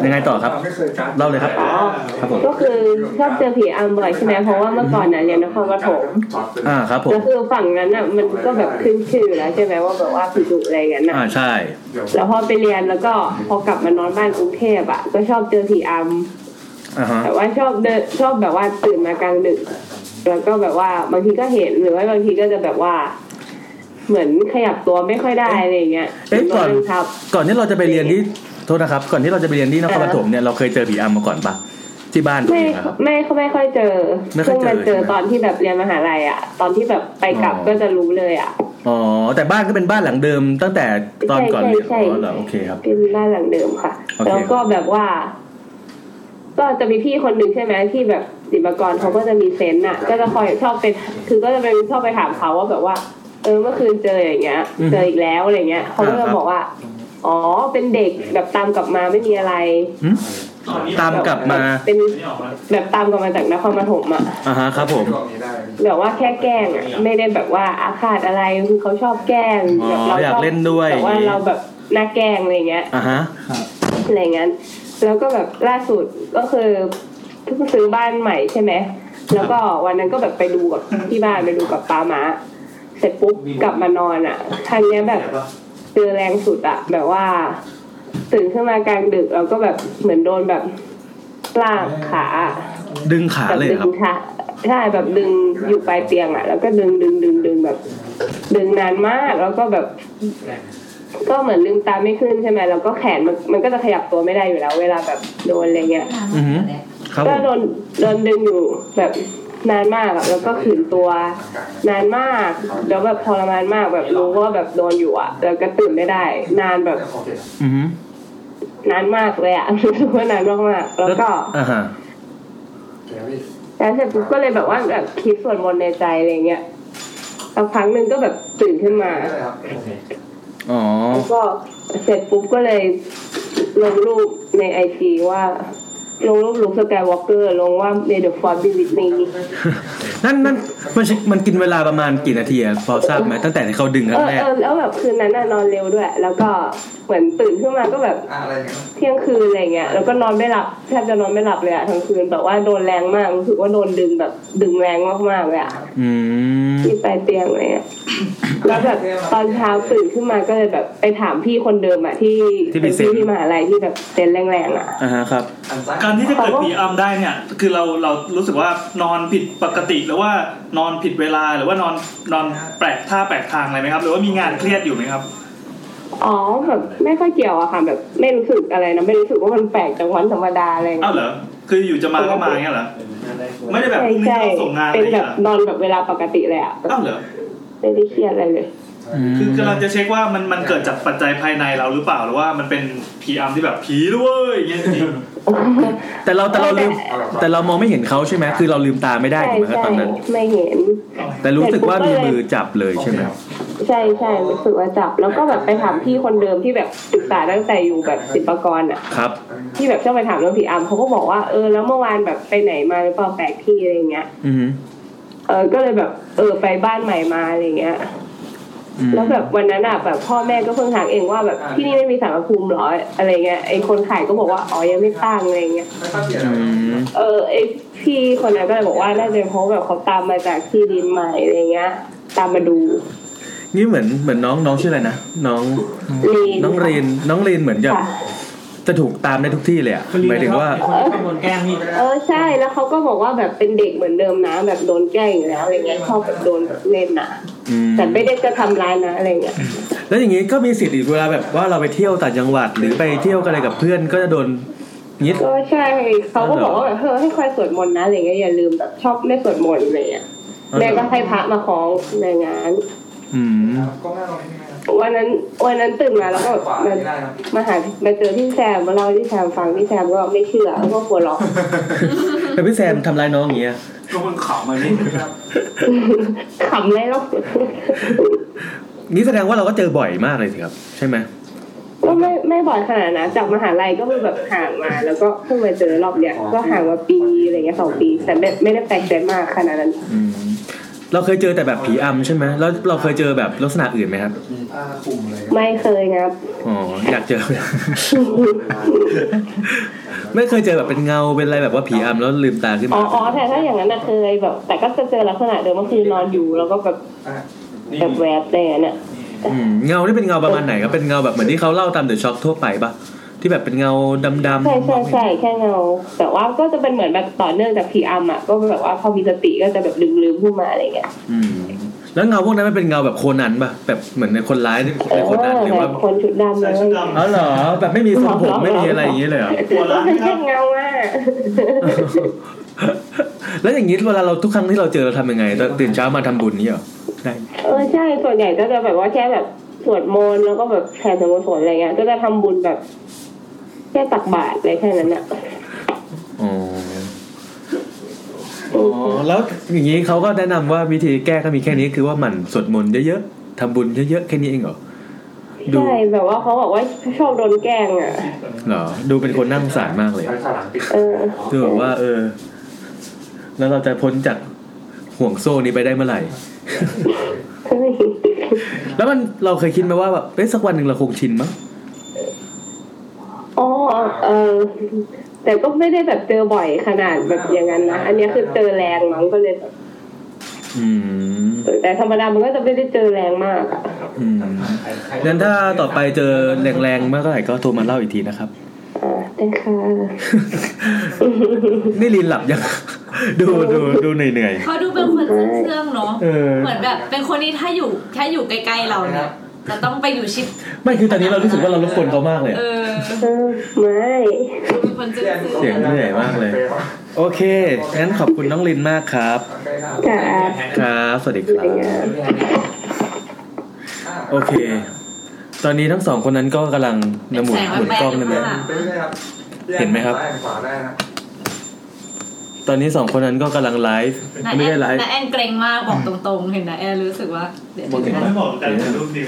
ยังไงต่อครับ ไม่เคยจัด เล่าเลยครับ อ๋อ ครับผม ก็คือชอบเจอผีอำบ่อยใช่ไหมเพราะว่าเมื่อก่อนน่ะเรียนนครปฐม จอดเป็น อ่า ครับผม แล้วคือฝั่งนั้นอ่ะมันก็แบบขึ้นชื่ออยู่แล้วใช่ไหมว่าแบบว่าผิดุอะไรกันอ่ะ อ่า ใช่ แล้วพอไปเรียนแล้วก็พอกลับมานอนบ้านกรุงเทพอ่ะก็ชอบเจอผีอ อ่าฮะ ำแต่ว่าชอบเดินชอบแบบว่าตื่นมากลางดึก แล้วก็แบบว่าบางทีก็เห็นหรือว่าบางทีก็จะแบบว่า เหมือนขยับตัวไม่ค่อยได้อะไรอย่างเงี้ย เอ๊ะก่อน ครับ ก่อนที่เราจะไปเรียนที่ โทษนะครับ ก่อนที่เราจะไปเรียนที่นครปฐมเนี่ย เราเคยเจอผีอำมาก่อนปะที่บ้านตัว ไม่ เองอะครับ ไม่ไม่ค่อยเจอ ไม่ค่อย เพิ่งมา เจ เจ อ อ ใช่ไหม ตอนที่แบบเรียนมหาลัยอ่ะ ตอนที่แบบไปกลับ อ๋อ ก็จะรู้เลยอ่ะ อ๋อ แต่บ้านก็เป็นบ้านหลังเดิม ตั้งแต่ตอนก่อนเรียน ใช่ อ๋ ใช่ อเหรอ โอเคครับ เป็นบ้านหลังเดิมค่ะ โอเค แล้วก็แบบว่า ก็จะมีพี่คนหนึ่งใช่ไหมที่แบบศิลปากรเขาก็จะมีเซนต์อ่ะ ก็จะคอยชอบไปคือก็จะไปชอบไปถามเขาว่าแบบว่า เออเมื่อคืนเจออย่างเงี้ย เจออีกแล้วอะไรเงี้ยเขาก็จะบอกว่า อ๋อเป็นเด็กแบบตามกลับมาไม่มีอะไร ตามกลับมา เป็นแบบตามกลับมาจากนครปฐมอ่ะ อ่าฮะ ครับผม กล่องนี้ได้ แบบว่าแค่แกล้งอะไม่ได้แบบว่าอาฆาตอะไรคือเขาชอบแกล้ง อ๋อ แบบเรา อยากเล่นด้วย แต่ว่าเราแบบน่าแกล้งอะไรเงี้ย อ่าฮะ อะไรเงี้ยแล้วก็แบบล่าสุดก็คือเพิ่งซื้อบ้านใหม่ใช่ไหมแล้วก็วันนั้นก็แบบไปดูกับที่บ้านไปดูกับป้ามาเสร็จปุ๊บกลับมานอนอ่ะครั้งเนี้ยแบบเจอแรงสุดอ่ะ แบบว่า ตื่นขึ้นมากลางดึกเราก็แบบเหมือนโดนแบบลากขา ดึงขา แบบ เลย ดึ ครับ งค่ะใช่แบบดึงอยู่ปลายเตียงอ่ะ แล้วก็ดึงดึงดึงดึงแบบ ดึงนานมากแล้วก็แบบ ก็เหมือนลืมตาไม่ขึ้นใช่ไหมแล้วก็แขนมันมันก็จะขยับตัวไม่ได้อยู่แล้ว เวลาแบบโดนอะไรเงี้ย อือหือ ครับผ ก็ ม โดนโดนดึงอยู่แบบนานมากอะแล้วก็ขืนตัวนานมาก แล้วแบบทรมานมากแบบรู้ว่าแบบโดนอยู่อ่ะแล้วก็ตื่นไม่ได้ นานแบบ อือฮึ นานมากเลยอ่ะ รู้สึกว่านานมากๆแล้วก็ อ่าฮะ แล้วเสร็จปุ๊บก็เลยแบบว่าแบบคิดส่วนมนต์ในใจอะไรเงี้ยสักพักหนึ่งก็แบบตื่นขึ้นมา อ๋อ แล้วก็เสร็จปุ๊บก็เลยลงรูปในไอจีว่าลงรูปลุคสกายวอล์กเกอร์ลงว่าเมดฟอร์ดบิวิตนี นั่นนั่นมันชิมันกินเวลาประมาณกี่นาทีอะพอทราบไหมตั้งแต่ที่เขาดึงค เอ รั้ง อ แรก เออแล้วแบบคืนนั้นน่ะนอนเร็วด้วย แล้วก็เหมือนตื่นขึ้นมาก็แบบ อะไรเงี้ย เที่ยงคืนอะไรเงี้ยแล้วก็นอนไม่หลับแทบจะนอนไม่หลับเลยอะทั้งคืนแบบว่าโดนแรงมากรู้สึกว่าโดนดึงแบบดึงแรงมากๆเลยอะ อืม ที่ปลายเตียงอะไรเงี้ย แล้วแบบตอนเช้าตื่นขึ้นมาก็เลยแบบไปถามพี่คนเดิมอะที่ ที่เป็นเซ็น พี่ที่มหาลัยที่แบบเซ็นแรงๆอะ อ่าฮะครับ อันซ้าย การที่จะเกิดผีอำได้เนี่ย คือเราเรารู้สึกว่านอนผิดปกติหรือว่านอนผิดเวลาหรือว่านอนนอนแปลกท่าแปลกทางอะไรไหมครับ หรือว่ามีงานเครียดอยู่ไหมครับ อ๋อแบบไม่ค่อยเกี่ยวอะค่ะแบบไม่รู้สึกอะไรนะไม่รู้สึกว่ามันแปลกจากวันธรรมดาอะไร อ้า เงี้ วย เหรอ คืออยู่จะมาก็มาเงี้ยเหรอ ไม่ได้แบบ ใช่ พรุ่งนี้ต้ใช่องส่งงานอะ เป็น ไร แบ เงี้ย บ เหรอน อนแบบเวลาปกติเลยอะ อ้าวเหรอ ไม่ได้เครียดอะไรเลย คือกำลังจะเช็คว่ามันมันเกิดจากปัจจัยภายในเราหรือเปล่าหรือว่ามันเป็นผีอำที่แบบผีด้วยอย่างเงี้ยจริง แต่เราแต่เราลืมแต่เรามองไม่เห็นเขาใช่ไหมคือเราลืมตาไม่ได้ ใช่ ถูกไหมครับ ใช่ ตอนนั้น ไม่เห็น แต่รู้สึกว่ามีมือจับเลยใช่ไหม ใช่ใช่รู้สึกว่าจับ แล้วก็แบบไปถามพี่คนเดิมที่แบบศึกษาตั้งแต่อยู่แบบศิลปากรอะ ครับ ที่แบบชอบไปถามเรื่องผีอำเขาก็บอกว่าเออแล้วเมื่อวานแบบไปไหนมาหรือเปล่าแปลกที่อะไรเงี้ย อือฮึ เออก็เลยแบบเออไปบ้านใหม่มาอะไรเงี้ย แล้วแบบวันนั้นอ่ะแบบพ่อแม่ก็เพิ่งถามเองว่าแบบที่นี่ไม่มีสารพระภูมิเหรออะไรเงี้ยไอ้คนขายก็บอกว่าอ๋อยังไม่ตั้งอะไรเงี้ย เออไอพี่คนนั้นก็เลยบอกว่าน่าจะเป็นเพราะแบบเขาตามมาจากที่ดินใหม่อะไรเงี้ย ตามมาดู นี่เหมือนเหมือนน้องน้องชื่ออะไรนะน้อง ลีน น้องเรนน้องเรนเหมือนจะ ค่ะ จะถูกตามได้ทุกที่เลยอ่ะหมายถึงว่า ข้างบนแก้มนี่ เออใช่แล้วเขาก็บอกว่าแบบเป็นเด็กเหมือนเดิมนะ แบบโดนแกล้งอยู่แล้วอะไรเงี้ยชอบแบบโดนแบบเล่นนะ อืม แต่ไม่ได้จะทำร้ายนะอะไรเงี้ย แล้วอย่างนี้ก็มีสิทธิ์อีกเวลาแบบว่าเราไปเที่ยวต่างจังหวัดหรือไปเที่ยวกันอะไรกับเพื่อนก็จะโดนยึด ก็ใช่เขาก็บอกว่าแบบเออให้คอยสวดมนต์นะอะไรเงี้ยอย่าลืมแบบชอบไม่สวดมนต์อะไรเงี้ยแม่ก็ให้พระมาคล้องในงาน อืม วันนั้นวันนั้นตื่นมาแล้วก็แบบมามาหามาเจอพี่แซมมาเล่าให้พี่แซมฟังพี่แซมก็ไม่เชื่อก็หัวเราะ แต่พี่แซมทำร้ายน้องอย่างเงี้ย ก็มันขำมันนี่ ขำเลยแล้ว นี่แสดงว่าเราก็เจอบ่อยมากเลยสิครับ ใช่ไหม ก็ไม่ไม่บ่อยขนาดนะจากมหาลัยก็คือแบบห่างมา แล้วก็เพิ่งมาเจอรอบเนี้ยก็ห่างมาปีอะไรเงี้ยสองปีแต่ไม่ไม่ได้แปลกใจมากขนาดนั้น อืมเราเคยเจอแต่แบบผีอำใช่ไหมแล้วเราเคยเจอแบบลักษณะอื่นไหมครับ ไม่เคยนะ อ๋ออยากเจอ ไม่เคยเจอแบบเป็นเงาเป็นอะไรแบบว่าผีอำแล้วลืมตาขึ้น อ๋ มา ออ๋อแต่ถ้าอย่างนั้นนะเคยแบบ แต่ก็จะเจอลักษณะเดิมก็คือนอนอยู่แล้วก็แบบแบบแวบแต่น่ะ อืมเงานี่เป็นเงาประมาณไหนครับเป็นเงาแบบเหมือนที่เขาเล่าตามเดอะช็อคทั่วไปปะที่แบบเป็นเงาดำๆ ใช่ใช่ใช่แค่เงาแต่ว่าก็จะเป็นเหมือนแบบต่อเนื่องจากผีอำอ่ะก็แบบว่าพอมีสติก็จะแบบลืมๆขึ้นมาอะไรเงี้ย อืมแล้วเงาพวกนั้นมันเป็นเงาแบบโคนันปะแบบเหมือนในคนร้ายใน เออ โคนันหรือว่า แบบคนชุดดำเลย อ๋อเหรอแบบไม่มีทรงผม หรอ ไม่มีอะไรอย่างนี้เลยเหรอ ก็เป็นแค่เงาอ่ะ แล้วอย่างนี้เวลาเราทุกครั้งที่เราเจอเราทำยังไงตอนตื่นเช้ามาทำบุญนี่เหรอได้ เออใช่ ส่วนใหญ่ก็จะแบบว่าแค่แบบสวดมนต์แล้วก็แบบแผ่ส่วนกุศลอะไรเงี้ย ก็จะทำบุญแบบแค่ตักบาตรอะไรแค่นั้นอะ อ๋ออ๋อแล้วอย่างนี้เขาก็แนะนำว่าวิธีแก้ก็มีแค่นี้คือว่าหมั่นสวดมนต์เยอะๆทำบุญเยอะๆแค่นี้เองเหรอดู ใช่แบบว่าเขาบอกว่าชอบโดนแกล้งอะ เหรอดูเป็นคนนั่าสงสารมากเลย เออ ดูแบบว่า เออ แล้วเราจะพ้นจากห่วงโซ่นี้ไปได้เมื่อไหร่ แล้วมันเราเคยคิดไหมว่าแบบเอ๊ะสักวันหนึ่งเราคงชินมั้ง อ๋อเออ แต่ก็ไม่ได้แบบเจอบ่อยขนาดแบบอย่างนั้นนะ อันเนี้ยคือเจอแรงมั้งก็เลยแบบ อืม แต่ธรรมดามันก็จะไม่ได้เจอแรงมากอะ อืมงั้นถ้าต่อไปเจอแรงๆมากเท่าไหร่ก็โทรมาเล่าอีกทีนะครับ อ่าได้ค่ะ นี่ลินหลับยัง ดูดูดูเหนื่อย เขาดูเป็นคนเชื่องๆเนาะ ๆเออ เหมือนแบบเป็นคนที่ถ้าอยู่ถ้าอยู่ใกล้ๆเราเนี่ยจะต้องไปอยู่ชิด ไม่คือตอนนี้เรารู้สึกว่าเรารบกวนเขามากเลย เออ เออไม่ ดูเป็นคนเชื่องๆ เสียงเหนื่อยมากเลย โอเค งั้นขอบคุณน้องลินมากครับ ค่ะ ครับ สวัสดีค อะ รั ไรเงี้ บ ย โอเค ตอนนี้ทั้งสองคนนั้นก็กำลังหมุนหมุนกล้องนั่นแหละ เห็นไหมครับ ตอนนี้สองคนนั้นก็กำลังไลฟ์ นาแอน ไม่ได้ไลฟ์ นาแอนเกรงมากบอกตรงๆ เห็นนาแอนรู้สึกว่าเดี๋ยวจะ ไม่บอกแต่รูปดี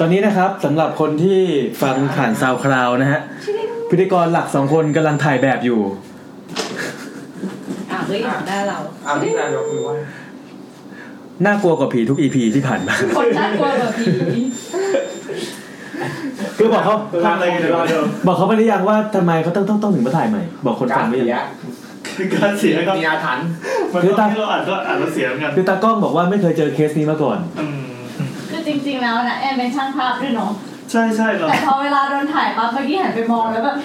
ตอนนี้นะครับสำหรับคนที่ฟังผ่านซาวคลาวนะฮะ พิธีกรหลักสองคนกำลังถ่ายแบบอยู่ อ่ะเฮ้ยหน้าเรา น่ากลัวกว่าผีทุกอีพีที่ผ่านมา คนน่ากลัวกว่าผี คือบอกเขา ทำอะไรกันเดี๋ยวรอดู บอกเขาไปหรือยังว่าทำไมเขาต้องต้องต้องถึงมาถ่ายใหม่ บอกคนฟังไม่ยัง คือการเสียก็ มีอาถรรพ์ มันก็ที่เราอ่านก็อ่านแล้วเสียเหมือนกัน คือตากล้องบอกว่าไม่เคยเจอเคสนี้มาก่อน อืม คือจริงๆแล้วนะแอนเป็นช่างภาพด้วยเนาะ ใช่ใช่เรา แต่พอเวลาโดนถ่ายปั๊บเมื่อกี้หันไปมองแล้วแบบ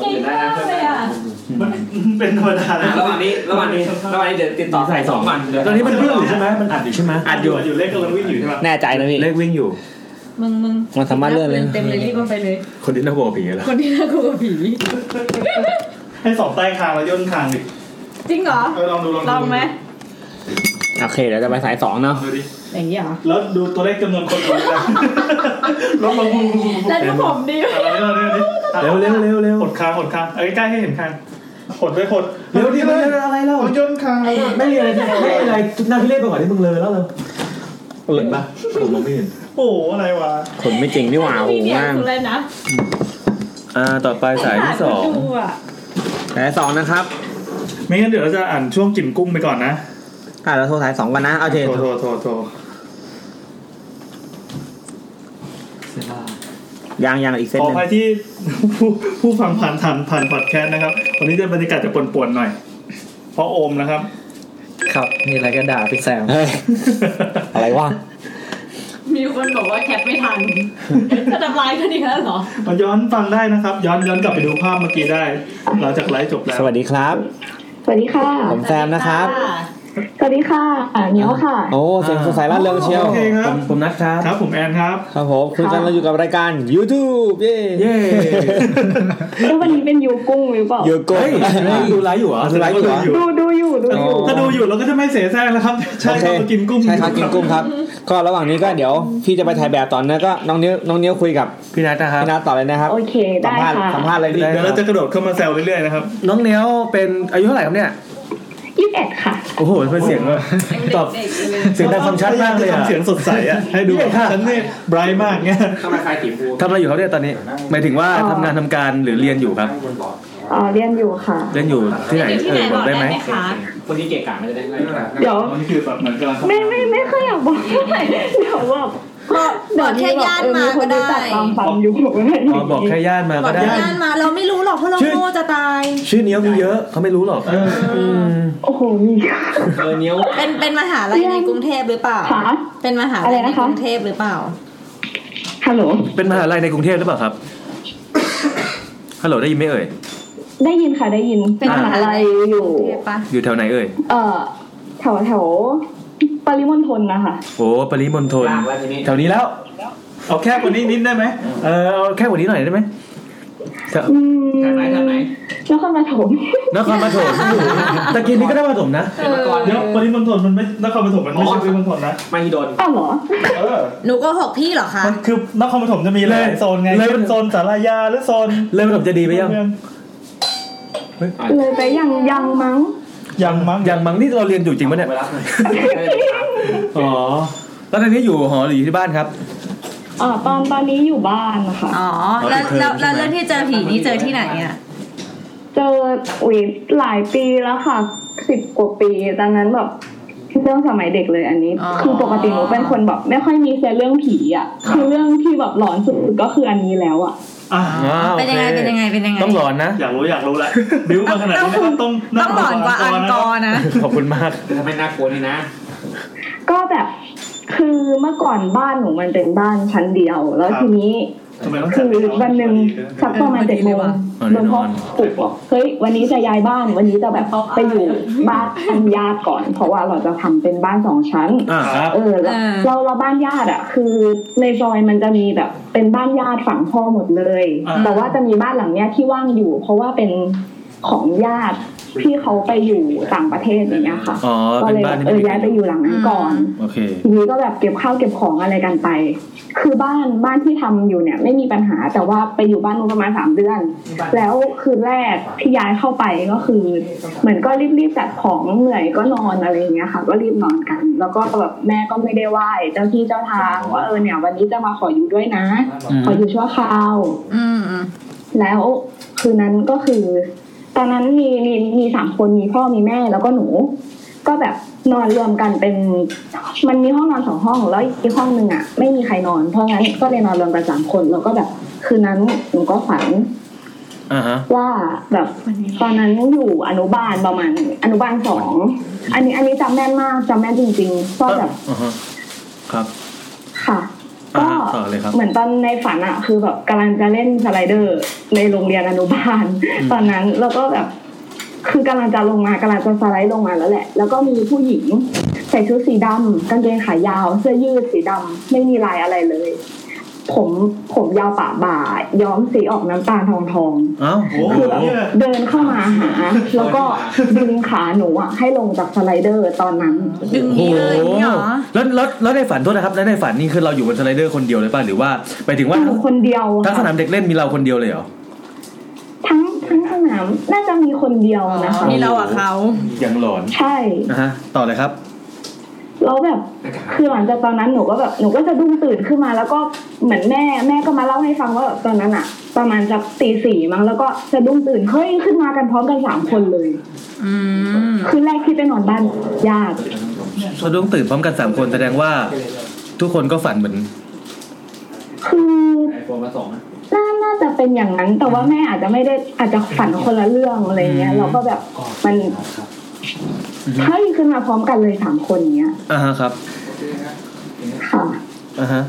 เก่งมากเลยอ่ะ มันเป็นธรรมดา อ่ะระหว่างนี้ระหว่างนี้ระหว่างนี้เดี๋ยวติดต่อ ใส่สอง วันเดี๋ยว ตอนนี้มันวิ่งอยู่ใช่ไหมมันอัดอยู่ใช่ไหม อัดอยู่อยู่เลขกำลังวิ่งอยู่ใช่ไหม แน่ใจนะพี่ เลขวิ่งอยู่ มึงมึง มันสามารถเลื่อนเลย เต็มเลยรีบเอาไปเลย คนที่น่ากลัวผีเหรอ คนที่น่ากลัวกว่าผี ให้สองใต้คางแล้วย่นคางดิ จริงเหรอ เออลองดูลองดู ลองไหม โอเคเดี๋ยวจะไปสายสองเนาะ ดูดิ อย่างนี้เหรอ แล้วดูตัวเลขจำนวนคนดูด้วยนะลดลงบูบูบูบู แล้วดูผมดิ เอาแล้วเร็วดิ เร็วเร็วเร็วเร็ว หดคางหดคางเอาใกล้ๆให้เห็นคางหดไว้หด เร็วดิมันเร็วอะไรแล้ว เอาย่นคางแล้ว ไม่มีอะไรที่ไม่มีอะไรน่าพิเรศไปกว่าที่มึงเลยแล้วเลยเห็นปะผมมองไม่เห็น โอ้โหอะไรวะ คนไม่จริงพี่หว่าโอ้ มี โห เดียว ว่าง เลยนะ อ่าต่อไปสายที่สอง ดูอ่ะ สายสองนะครับ ไม่งั้นเดี๋ยวเราจะอ่านช่วงกินกุ้งไปก่อนนะ อ่ะเราโทรสายสองกันนะโอเค โทรโทรโทรโทร เสียดาย ยางยางอีกเส้น ขอ ห อ นึ่ง ภัยที่ ผู้ผู้ฟังผ่านผ่านผ่านพอดแคสต์นะครับ วันนี้จะบรรยากาศจะป่วนๆหน่อย เพราะโอมนะครับ ครับ มีอะไรก็ด่าพี่แซม เฮ้ยอะไรวะ มีคนบอกว่าแคปไม่ ทัน จะทำลายกันอีกแล้วเหรอ มันย้อนฟังได้นะครับ ย้อนย้อนกลับไปดูภาพเมื่อกี้ได้หลังจากไลฟ์จบแล้ว สวัสดีครับ สวัสดีค่ะ ผมแซมนะครับ สวัสดีค่ะเหนียวค่ะ โอ้เสียงสดใสร่าเริงเชียว โอเคค ผ รับ มผมนัดครับ ครับผมแอนครับ ครับผมคุยกันเราอยู่กับรายการ YouTube เย่ เย้ แล้ววันนี้เป็นยูกุ้งหรือเปล่า โยโก้ เฮ้ยดูไลฟ์อยู่เหรอ ดูไลฟ์อยู่เหรอ อยู่ ดูดูอยู่ดูอยู่ ถ้าดูอยู่เราก็จะไม่เสแสร้งแล้วครับ ใช่ โอเค ครับกินกุ้ง ใช่ครับกินกุ้งครับ ก็ระหว่างนี้ก็เดี๋ยวพี่จะไปถ่ายแบบตอนนี้ก็น้องนิ้วน้องนิ้วคุยกับ พี่นัดนะครับ พี่นาต่อเลยนะครับ โอเค สัม ได้ ภาษณ์ ค่ะ สัมภาษณ์อะไรดี เดี๋ยวเราจะกระโดดเข้ามาแซวเรื่อยๆนะครับ น้องเนี้ยวเป็นอายุเท่าไหร่ครับเนี่ย ยี่สิบเอ็ดค่ะ โอ้โหเป็นเสียงแบบตอบเสียงดังฟังชัดมากเลย พยยอะจะทำเสียงสดใสอ่ะ ให้ดูแบบ เนี่ยค่ะ ฉันนี่ไบรท์มากเงี้ย ทำไมใครตีฟู ทำอะไรอยู่ครับเนี่ยตอนนี้หมายถึงว่า อ๋อ ทำงานทำการหรือเรียนอยู่ครับ อ๋อเรียนอยู่ค่ะ เรียนอยู่ที่ไหน เรียนอยู่ที่ เอ ไหน ออบบ อก ก ได้ ได้ ไห ไหมคะมคนที่เกะกะไม่จะได้ไล่ เดี๋ยว นี่คือแบบเหมือนกำลังเข้า ไม่ไม่ไม่ค่อยอยากบอกเท่าไหร่เดี๋ยวบอก ก็บอกแค่ย่านมาก็ได้ ตามฟังอยู่บอกว่า อ๋อบอกแค่ญาติมา บ ก็ อก ได้ ย่านมาเราไม่รู้หรอกเพราะเรา ชื่อ โง่จะตาย ชื่อเนี้ยวมีเยอะเขาไม่รู้หรอก เออ โอ้โหมีค่ะ เออเนี้ยว เป็นเป็นมหาลัยในกรุงเทพหรือเปล่า เป็นมหา อะ ลั ไร ยใน นะคะ กรุงเทพหรือเปล่า ฮัลโหล เป็นมหาลัยในกรุงเทพหรือเปล่าครับ ฮัลโหลได้ยินไหมเอ่ย ได้ยินค่ะได้ยิน เป็น มหาลัย อ อยู่ ยู่ กรุงเทพปะ อยู่แถวไหนเอ่ย เอ่อแถวแถวปริมณฑลนะคะ โอ้ปริมณฑล ลากแล้วทีนี้ แถวนี้แล้ว เอาแค่กว่านี้นิดได้ไหม เออเอาแค่กว่านี้หน่อยได้ไหมแถว อืม ทางไหนทางไหน นครปฐม นครปฐ มตะกี้นี้ก็ได้ปฐมนะ เกษตรกร เดี๋ยวปริมณฑลมันไม่นครปฐมมันไม่ใช่ปริมณฑลนะ ไม่ฮิดน อ้าวเหรอ เออ หนูโก็หกพี่เหรอคะ มันคือนครปฐมจะมีหลายโซนไง เลย เป็นโซนสารยาหรือโซน เลยปฐมจะดีไปยัง เมือ เลยไปยังยังมั้ง ยังมั้ง อย่างบางที่เราเรียนอยู่จริงปะเนี่ย ไปรับหน่อย อ๋อแล้วตอนนี้อยู่หอหรืออยู่ที่บ้านครับ อ่าตอนตอนนี้อยู่บ้านนะคะ อ๋อ แล้ว เอาไปเพิ่ม แล้วแล้ว ใช่ไหม เรื่องที่เจอผีนี่เจอที่ไหนอ่ะ เจออุ้ยหลายปีแล้วค่ะสิบกว่าปีดังนั้นแบบเรื่องสมัยเด็กเลยอันนี้ อ๋อ คือปกติหนูเป็นคนแบบไม่ค่อยมีเซนส์เรื่องผีอ่ะ คือเรื่องที่แบบหลอนสุดก็คืออันนี้แล้วอ่ะ อ่ะ อ๋อโอค เป็นยังไงเป็นยังไงเป็นยังไง ต้องหลอนนะ อยากรู้อยากรู้ละบิ้วมาขนาดนี้นะครับต้อง ต้องหลอนกว่าอันกอร์นะ ขอบคุณมาก ทำไมน่ากลัวนี่นะ ก็แบบคือเมื่อก่อนบ้านหนูมันเป็นบ้านชั้นเดียว แล้วทีนี้ ทำไมต้องจัคืด อ เวลา วันหนึ่งสักประมาณ เออพอดี เจ็ด เลยโมง ว่ะ อ๋อ หลวงพ่อ แน่นอน ปลุกบอกเฮ้ยวันนี้จะย้ายบ้านวันนี้จะแบบไปอยู่บ้านทางญาติก่อน เพราะว่าเราจะทำเป็นบ้านสองชั้น อ่าครับ เออเรา อ่า เราเราบ้านญาติอ่ะ คือในซอยมันจะมีแบบเป็นบ้านญาติฝั่งพ่อหมดเลย อ่า แต่ว่าจะมีบ้านหลังเนี้ยที่ว่างอยู่ เพราะว่าเป็นของญาติที่เขาไปอยู่ต่างประเทศอย่างเงี้ยค่ะ อ๋อ ก็ เป็น เลย บ้านที่ เอ ไม่ได้อย้ายไปอยู่หลังนั้นก่อน โอเค ทีนี้ก็แบบเก็บข้าวเก็บของอะไรกันไป คือบ้านบ้านที่ทำอยู่เนี่ย ไม่มีปัญหาแต่ว่าไปอยู่บ้านนู้นประมาณสามเดือน แล้วคืนแรกที่ย้ายเข้าไปก็คือ เหมือนก็รีบๆจัดของเหนื่อยก็นอนอะไรอย่างเงี้ยค่ะ ก็รีบนอนกัน แล้วก็แบบแม่ก็ไม่ได้ไหว้เจ้าที่เจ้าทางว่าเออเนี่ย วันนี้จะมาขออยู่ด้วยนะ อืม ขออยู่ชั่วคราว อืมอืม แล้วคืนนั้นก็คือ ตอนนั้นมีมีมีสามคนมีพ่อมีแม่แล้วก็หนู ก็แบบนอนรวมกันเป็น มันมีห้องนอนสองห้องแล้วอีกห้องหนึ่งอ่ะ ไม่มีใครนอนเพราะงั้นก็เลยนอนรวมกันสามคน แล้วก็แบบคืนนั้นหนูก็ฝัน อ่าฮะ ว่าแบบ ตอนนั้นอยู่อนุบาลประมาณอนุบาลสองอันนี้อันนี้จำแม่นมากจำแม่นจริงๆก็แบบ อ่าฮะ ครับ ค่ะ ก็ อ่าต่อเลยครับ เหมือนตอนในฝันอะคือแบบกำลังจะเล่นสไลเดอร์ในโรงเรียนอนุบาล ตอนนั้นแล้วก็แบบ คือกำลังจะลงมากำลังจะสไลด์ลงมาแล้วแหละ แล้วก็มีผู้หญิงใส่ชุดสีดำกางเกงขายาว เสื้อยืดสีดำไม่มีลายอะไรเลย ผมผมยาวปะบ่า ย้อมสีออกน้ำตาลทองทอง เอ้า โอ้โหเนี่ย ๆเดินเข้ามาหา แล้วก็ดึงขาหนูอะให้ลงจากสไลเดอร์ตอนนั้น ดึง โอ้โห นี้เลยอย่างนี้เหรอ แล้วแล้วแล้วในฝันโทษนะครับ แล้วในฝันนี่คือเราอยู่บนสไลเดอร์คนเดียวเลยป่ะ หรือว่าไปถึงว่า อยู่คนเดียว ทั้งทั้งส ค่ะ นามเด็กเล่นมีเราคนเดียวเลยเหรอ ทั้งทั้งสนามน่าจะมีคนเดียวนะคะ มีเราอ่ะเขา ยังหลอน ใช่ นะฮะ ต่อเลยครับ แล้วแบบ คือหลังจากตอนนั้นหนูก็แบบหนูก็จะดุ้งตื่นขึ้นมา แล้วก็เหมือนแม่แม่ก็มาเล่าให้ฟังว่าแบบตอนนั้นอะประมาณสักตีสี่มั้งแล้วก็จะดุ้งตื่นเฮ้ยขึ้นมากันพร้อมกันสามคนเลย อืม คืนแรกที่ไปนอนบ้านญาติ สะดุ้งตื่นพร้อมกันสามคนแสดงว่า ทุกคนก็ฝันเหมือน คือ ไอโฟนมาสองนะ น่าน่าจะเป็นอย่างนั้น แต่ว่าแม่อาจจะไม่ได้อาจจะฝันคนละเรื่องอะไรเงี้ย เราก็แบบมันถ้าขึ้นมาพร้อมกันเลยสามคนเงี้ย อ่าฮะครับ ค่ะ อ่าฮะ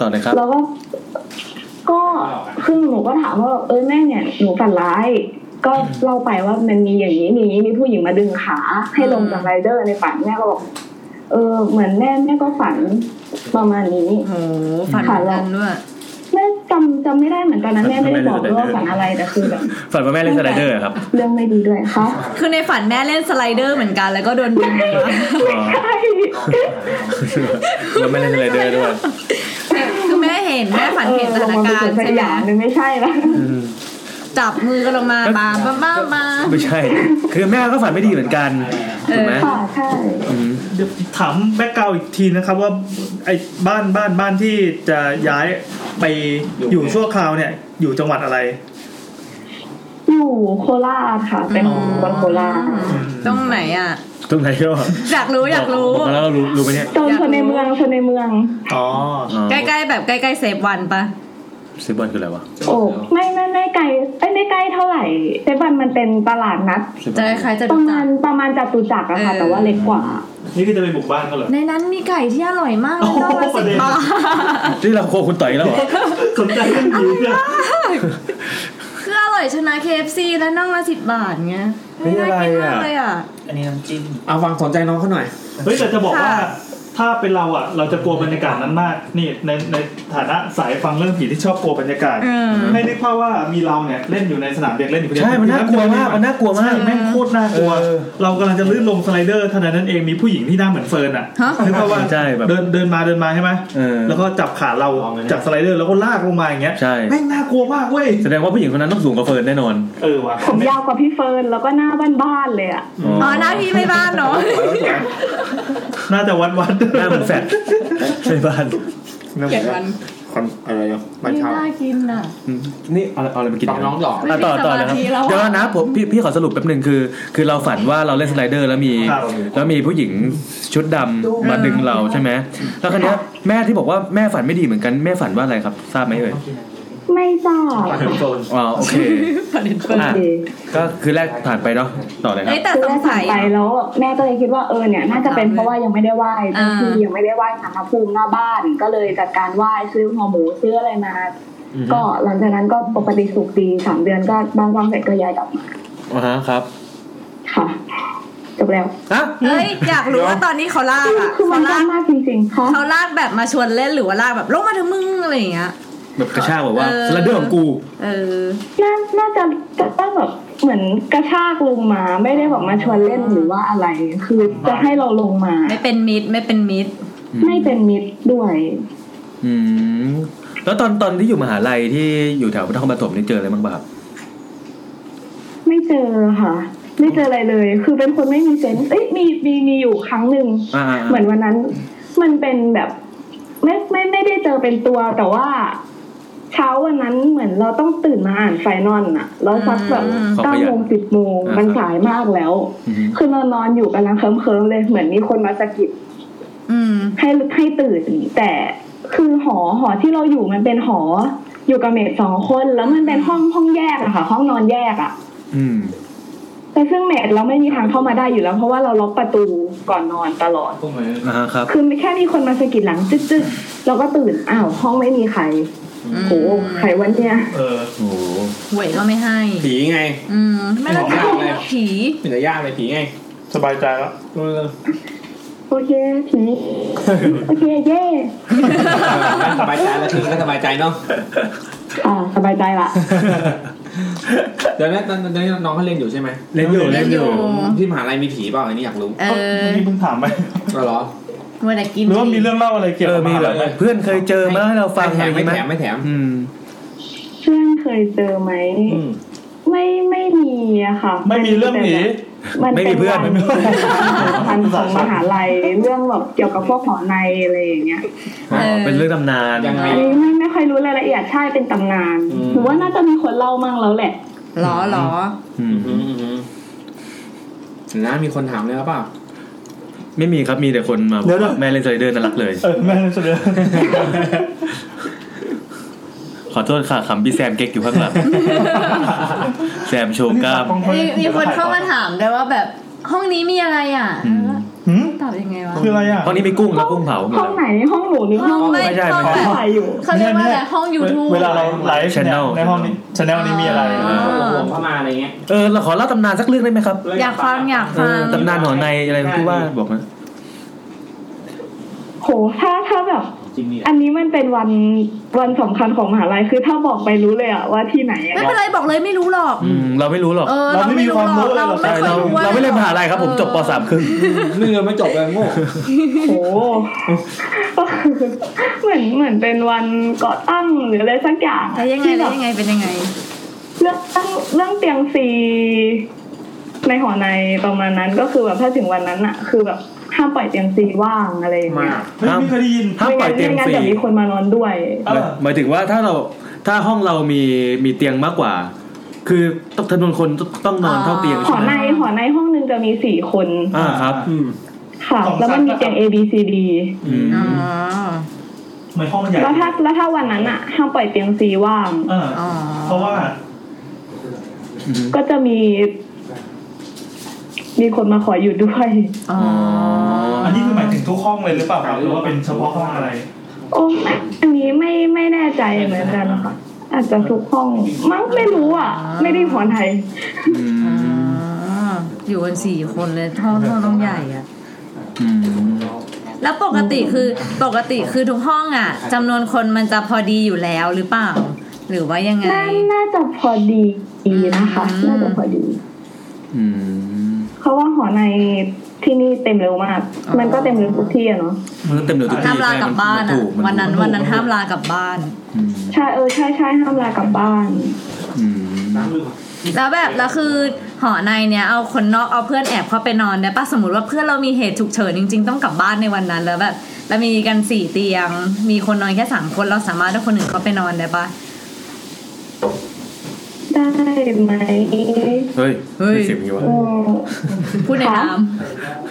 ต่อเลยครับ แล้วก็ก็คือหนูก็ถามว่าแบบเออแม่เนี่ยหนูฝันร้าย ก็เล่าไปว่ามันมีอย่างนี้มีอย่างนี้มีผู้หญิงมาดึงขา ให้ลงจากไรเดอร์ในฝันแม่ก็บอกเออ เหมือนแม่แม่ก็ฝันประมาณนี้ โอ้ฝันเหมือนกันด้วย แม่จำจำไม่ได้เหมือนกันนะแม่ไม่ได้บอกด้วยว่าฝันอะไรแต่คือแบบ ฝันว่าแม่เล่นสไลเดอร์ครับ เรื่องไม่ดีด้วยค่ะ คือในฝันแม่เล่นสไลเดอร์เหมือนกัน แล้วก็โดนดึงมา อ๋อฝันว่าแม่เล่นสไลเดอร์ด้วย คือแม่เห็นแม่ฝันเห็นสถานการณ์ ใช่ ใช่ไหม ไหมไม่ใช่ละ จับมือกันลงมาบ้าบ้าบ้าบ้า ไม่ใช่ คือแม่ก็ฝันไม่ดีเหมือนกันถูกไหม ค่ะใช่ อืม เดี๋ยวถามแบ็กกราวด์อีกทีนะครับว่าไอ้บ้านบ้านบ้านที่จะย้ายไปอยู่ชั่วคราวเนี่ย อยู่จังหวัดอะไร อยู่โคราชค่ะ เป็นคนโคราช ต้องไหนอ่ะ ตรงไหนก็ อยากรู้อยากรู้ บอกแล้วเรารู้รู้ไหมเนี่ย ชนชนในเมืองชนในเมือง อ๋อ ใกล้ๆแบบใกล้ๆเซฟวันปะ ซิบอลคืออะไรวะ โอ้ไม่ไม่ไม่ไกลเอ้ยไม่ใกล้เท่าไหร่เซบันมันเป็นตลาดนัด ซิบ จะ อล คล้ายๆจะ ป ดู ระ จั มากณ ร ประมาณจัตุจักรอะค่ะ เออ แต่ว่าเล็กกว่า นี่คือจะไปบุกบ้านเขาเหรอ ในนั้นมีไก่ที่อร่อยมากเลยรอบละ โอ้โห สิบบาท นี่เราโคคุณต่อยแล้วเหรอ สนใจเรื่องนี้เนี่ย คืออร่อยชนะ KFC แล้วน่องละสิบบาทเงี้ย เฮ้ย น่า อะไร กิมาก อ่ะ เลยอ่ะ อันนี้น้ำจิ้ม เอาฟังสนใจน้องเขาหน่อย เฮ้ยแต่จะบอกว่า ค่ะ ถ้าเป็นเราอ่ะ เราจะกลัวบรรยากาศนั้นมาก นี่ในในฐานะสายฟังเรื่องผีที่ชอบกลัวบรรยากาศ อืม ให้นึกภาพว่ามีเราเนี่ยเล่นอยู่ในสนามเด็กเล่นอยู่คเดียว ใช่มันน่ากลัวมากมันน่ากลัว ใช่ มาก แม่งโคตรน่ากลัว เออ เรากำลังจะลื่นลงสไลเดอร์เท่านั้นเองมีผู้หญิงที่หน้าเหมือนเฟิร์นอ่ะ ฮะ นึกภาพว่า ใช่แบบ เดินเดินมาเดินมาใช่ไหม เออ แล้วก็จับขาเราจากสไลเดอร์แล้วก็ลากลงมาอย่างเงี้ย ใช่ แม่งน่ากลัวมากเว้ย แสดงว่าผู้หญิงคนนั้นต้องสูงกว่าเฟิร์นแน่นอน เออว่ะ ผมยาวกว่าพี่เฟิร์นแล้วก็หน้าบ้านๆเลยอะ อ๋อ อ๋อหน้าพี่ไม่บ้านเนาะ น่าจะวัดวัด หน้าเหมือนแฟดใช่บ้าน เกลียดมัน คนอะไรอ่ะ ไม่น่ากินอ่ะ อืมนี่เอาเอาอะไรมากิน ฟัง เย น้องหลอก ไม่ อ่ะ มี ต่อต่อเลยครับ สมาธิแล้วอะ เดี๋ยวนะผมพี่พี่ขอสรุปแป๊บหนึ่งคือ คือเราฝันว่าเราเล่นสไลเดอร์แล้วมีแล้วมีผู้หญิงชุดดำมาดึงเราใช่ไหมแล้วครั้นี้ยแม่ที่บอกว่าแม่ฝันไม่ดีเหมือนกันแม่ฝันว่าอะไรครับ ทราบไหมเอ่ย ไม่ทราบ อ๋อโอเค ประเด็นเปิด อ่ะก็คือแรกผ่านไปเนาะต่อเลยครั เอ้ บ ยแต่ คือ สง แม่ สั สั่ง ย ไปแล้วแม่ก็เลยคิดว่าเออเนี่ยน่าจะเป็นเพราะว่ายังไม่ได้ไหว้ อ่า ที่ยังไม่ได้ไหว้สารพระภูมิหน้าบ้าน ก็เลยจัดการไหว้ซื้อห่อหมูซื้ออะไรมา ก็หลังจากนั้นก็ปกติสุขดีสามเดือนก็บ้านว่างเสร็จก็ย้ายกลับมา อ่าฮะครับ ค่ะจบแล้ว อ่ะ เอ้ยอยากรู้ว่าตอนนี้เขาลากอ่ะ คือมั เขา น ลาก มากจริงๆค่ะ เขาลากแบบมาชวนเล่นหรือว่าลากแบบลงมาถึงมึงอะไรอย่างเงี้ย แบบกระชากบอกว่า เออ สไลเดอร์ของกู เออ น่าน่าจะจะต้องแบบเหมือนกระชากลงมาไม่ได้แบบมาชวนเล่นหรือว่าอะไร คือจะให้เราลงมา ไม่เป็นมิตรไม่เป็นมิตร อืม ไม่เป็นมิตรด้วย อืมแล้วตอนตอนที่อยู่มหาลัยที่อยู่แถวนครปฐมนี่เจออะไรบ้างป่ะครับ ไม่เจอค่ะ ไม่เจออะไรเลย คือเป็นคนไม่มีเซนส์เอ้ยมีมีมีอยู่ครั้งหนึ่ง อ่าอ่า เหมือนวันนั้น มันเป็นแบบ ไม่ไม่ไม่ได้เจอเป็นตัวแต่ว่า เช้าวันนั้นเหมือนเราต้องตื่นมาอ่านไฟนอลน่ะแล้วสักแบบ อืม เก้าโมงสิบโมงมันสายมากแล้ว อืม คือเรานอนอยู่กำลังเคลิ้มๆเลยเหมือนมีคนมาสะกิด อืม ให้ให้ตื่นแต่คือหอหอที่เราอยู่มันเป็นหอ อยู่กับเมดสองคนแล้วมันเป็นห้องห้องแยกอะค่ะ ห้องนอนแยกอะ อืม แต่ซึ่งเมดเราไม่มีทางเข้ามาได้อยู่แล้ว เพราะว่าเราล็อกประตูก่อนนอนตลอด อ่าฮะครับ คือแค่มีคนมาสะกิดหลังจึ๊กๆเราก็ตื่นอ้าวห้องไม่มีใคร อืม โหใครวันเนี้ย เออ โอ้โห หวยก็ไม่ให้ ผีไง อืมไม่ละ ของยากเลย ผี เหนือยากเลยผีไง สบายใจแล้ว เออ โอเคผีโอเคเย่ สบายใจแล้วทีก็สบายใจเนาะ อ่าสบายใจละ เดี๋ยวนะตอนตอนนี้น้องเขาเรียนอยู่ใช่ไหม เล่นอยู่เล่นอยู่ ที่มหาลัยมีผีเปล่าอันนี้อยากรู้ เออ นี่เพิ่งถามไป ก็หรอ มัวแต่กิน หรือว่ามีเรื่องเล่าอะไรเกี่ยว เอ กั อบมี หา แบ ลั บ ย เพื่อนเคยเจอมาให้เราฟัง ไม่แถ อะไร ม อไม่ย่างงี้ไหม แถมไม่แถม อืม เพื่อนเคยเจอไหม อืม ไม่ไม่มีอะค่ะ ไม่มีเรื่องหนี มัน ไม่ เป็น มีเพื่อน วันพันของมหาลัยเรื่องแบบเกี่ยวกับพวกหอในอะไรอย่างเงี้ย อ๋อเป็นเรื่องตำนาน ยังไง อันนี้ไม่ไม่ค่อยรู้รายละเอียดใช่เป็นตำนาน อืม หนูว่าน่าจะมีคนเล่ามั่งแล้วแหละ หรอหรอ อืม อืมอืมอืมเห็นะมีคนถามเลยครับเปล่า ไม่มีครับมีแต่คนมาบอ เดี๋ ก ยว ว่า ๆ แม่เล่นสไลเดอร์น่ารักเลย เออแม่เสนอ ขอโทษค่ะขำพี่แซมเก๊กอยู่ข้างหลัง แซมโชว์กล้าม มีมีคนเข้ามาถามด้วยว่าแบบห้องนี้มีอะไรอ่ะ อืม แล้วตอบยังไงวะ คืออะไรอ่ะ ห้องนี้มีกุ้งแล้วกุ้งเผาหมด ห้องไหนห้องหนูหรือห้อง ไม่ ไม่ใช่ไม่ ห้องแบบใช่เขาเรียกว่าอะไรห้องยูทูบ เวลาเราไลฟ์เนี่ยในห้องนี้ชแนลนี้มีอะไร ผมเข้ามาอะไรเงี้ย เออเราขอเล่าตำนานสักเรื่องได้ไหมครับ อยากฟังอยาก เอ ฟัง อตำนานหอในอะไรที่ว่าบอกมา โหถ้าถ้าแบบ อันนี้มันเป็นวันวันสำคัญของมหาลัยคือถ้าบอกไปรู้เลยอะว่าที่ไหน อะไม่เป็นไรบอกเลยไม่รู้หรอก อืมเราไม่รู้หรอก เออเราไม่รู้หรอกเราไม่เคยใช่เรา รู้ว่า เราไม่เรียนมหาลัยครับผมจบปสามครึ่ง เรื่องไม่จบเลยโง่ โห เหมือนเหมือนเป็นวันก่อตั้งหรืออะไรสักอย่าง แต่ยังไง ที่แบ แล้ บ วยังไงเป็นยังไง เรื่องตั้งเรื่องเตียงซีในหอในประมาณนั้นก็คือแบบถ้าถึงวันนั้นอะคือแบบห้ามปล่อยเตียงซีว่างอะไรอย่างเงี้ย ห้ามห้าม ไม่ ปล่องั้ย น เตียง ไม่งั้ฟนรี จะมีคนมานอนด้วย หมายถึงว่าถ้าเราถ้าห้องเรามีมีเตียงมากกว่า คือต้องจำนวนคนต้องนอนเท่าเตียง ห ใช่ อ ไหม ในหอในห้องหนึ่งจะมีสี่คน อ่าครับ ค่ะแล้วมันมีเตียง A B C D อืม เหมือนห้องมันใหญ่ แล้วถ้าแล้วถ้าวันนั้นอ่ะห้ามปล่อยเตียงซีว่าง เออ เพราะว่า ก็จะมี มีคนมาขออยู่ด้วย อันนี้คือหมายถึงทุกห้องเลยหรือเปล่าครับหรือว่าเป็นเฉพาะห้องอะไร โอ้ไม่อันนี้ไม่ไม่แน่ใจเหมือนกันค่ะอาจจะทุกห้องมั้งไม่รู้อ่ะ ไม่ได้หอไทย อ่าอยู่กันสี่คนเลยห้องห้องต้องใหญ่อะแล้วปกติคือปกติคือทุกห้องอ่ะจำนวนคนมันจะพอดีอยู่แล้วหรือเปล่า หรือว่ายังไง น่าน่าจะพอดีนะคะน่าจะพอดี อืม เพราะว่าหอในที่นี่เต็มเร็วมาก มันก็เต็มเร็วทุกที่อะเนาะ มันต้องเต็มเหนือทุกที่ ห้ามลากลับบ้านอ่ะใช่มัถูกมั วันนั้น ถูก วันนั้นห้ามลากลับบ้าน ใช่เออใช่ใช่ห้ามลากลับบ้าน อืม แล้วแบบแล้วคือหอในเนี้ยเอาคนนอกเอาเพื่อนแอบเข้าไปนอนได้ปะสมมติว่าเพื่อนเรามีเหตุฉุกเฉินจริง ๆ ต้องกลับบ้านในวันนั้นแล้วแบบแล้วมีกันสี่เตียง มีคนนอนแค่สามคนเราสามารถให้คนอื่นเข้าไปนอนได้ปะ ได้ไหม เฮ้ยเสียงนี้วะ เออ พูดในน้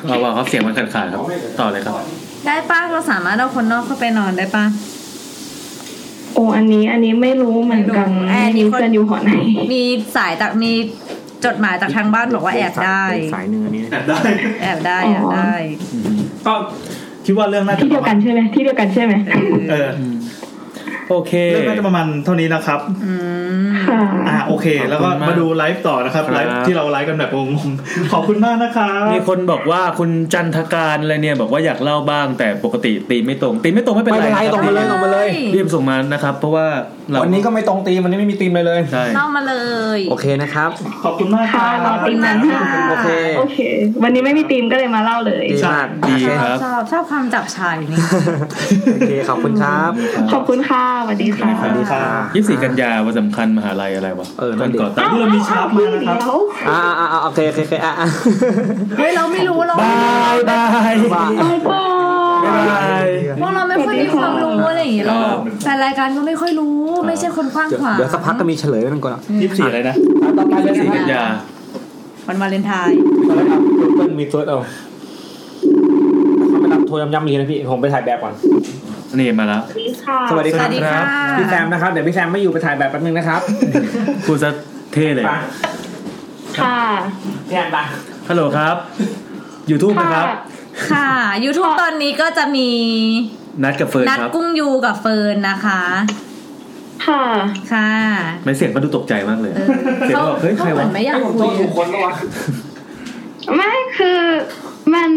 เอาว่าครับเสียงมันขาดๆครับ ต่อเลยครับ ำได้ปะเราสามารถเอาคนนอกเข้าไปนอนได้ปะ โอ้อันนี้อันนี้ไม่รู้เหมือนกัน ไม่รู้ มีเพื่อนอยู่หอไหน มีสายจากมีจดหมายจากทางบ้านบอกว่าแอบได้ สายเนื้อนี้ ได้ แอบได้แอบได้ ก็คิดว่าเรื่องน่าจะ ที่เดียวกันใช่ไหมที่เดียวกันใช่ไหม เออ โอเค เรื่องน่าจะประมาณเท่านี้นะครับ ค่ะ อ่าโอเค แล้วก็ ขอบคุณมาก มาดูไลฟ์ต่อนะครับ ครับ ไลฟ์ที่เราไลฟ์กันแบบงง ๆขอบคุณมากนะครับ มีคนบอกว่าคุณจันทการอะไรเนี่ยบอกว่าอยากเล่าบ้างแต่ปกติตีไม่ตรง ตีไม่ตรงไม่เป็น ไม่ ไร เป็นไร นะค ตรบงมาเลยตรงมาเลย รีบส่งมานะครับ เพราะว่าเรา วันนี้ก็ไม่ตรงตีมวันนี้ไม่มีตีมเลยเลย ใช่ นอกมาเลย โอเคนะครับ ขอบคุณมากค ค่ะ รับ รอตีมนั้นค่ะ โอเค โอเค วันนี้ไม่มีตีมก็เลยมาเล่าเลย ดีมาก ดี โอเค ครับ ชอบชอบความจับชายนี่ โอเคขอบคุณครับ ขอบคุณค่ะสวัสดีค่ะ สวัสดีครับ ยี่สิบสี่กันยาวันสำคัญมหาลัยอะไรวะ เออนั่ วัน น ดิ ก่อตั้ง นี่เรามีชาร์ปมานะครับ อ่าอ่าอ่าโอเคโอเคโอเคอ่าอ่า เฮ้ยเราไม่รู้เรา บายบายบา ว่า บ๊ายบาย ย พวกเราไม่ค่อยมีความรู้อะไรอย่างเงี้ยหรอกแต่รายการก็ไม่ค่อยรู้ไม่ใช่คนกว้าง เดี๋ยว ขวาง เดี๋ยวสักพักก็มีเฉลยมันก่อนอะ ยี่สิบสี่อะไรนะ ต่อไปเลย ยี่สิบสี่กันยา วันวาเลนไทน์ ครับเปิ้ลมีเฟิร์สเอาเขาไปทำโทรย้ำๆอีกทีนะพี่ผมไปถ่ายแบบก่อน นี่มาแล้ว สวัสดีสค่ะวัสดี ส ครั วั บ สดีค่ะ พี่แซมนะครับเดี๋ยวพี่แซมไม่อยู่ไปถ่ายแบบแป๊บนึงนะครับ พูดซะเท่เลย ไป ค่ะ พี่แซมไป ฮัลโหลครับ YouTube นะค ค่ะ รับ ค่ะ YouTube ตอนนี้ก็จะมี นัดกับเฟิร์น นัด ครับ กุ้งยูกับเฟิร์นนะคะ ค่ะ ค่ะ ไม่เสียงก็ดูตกใจมากเลย เออ เสียง เขา บอกเขาเหมือนเฮ้ยใครวะไม่อยากคุย คนปะวะ ไม่คือมัน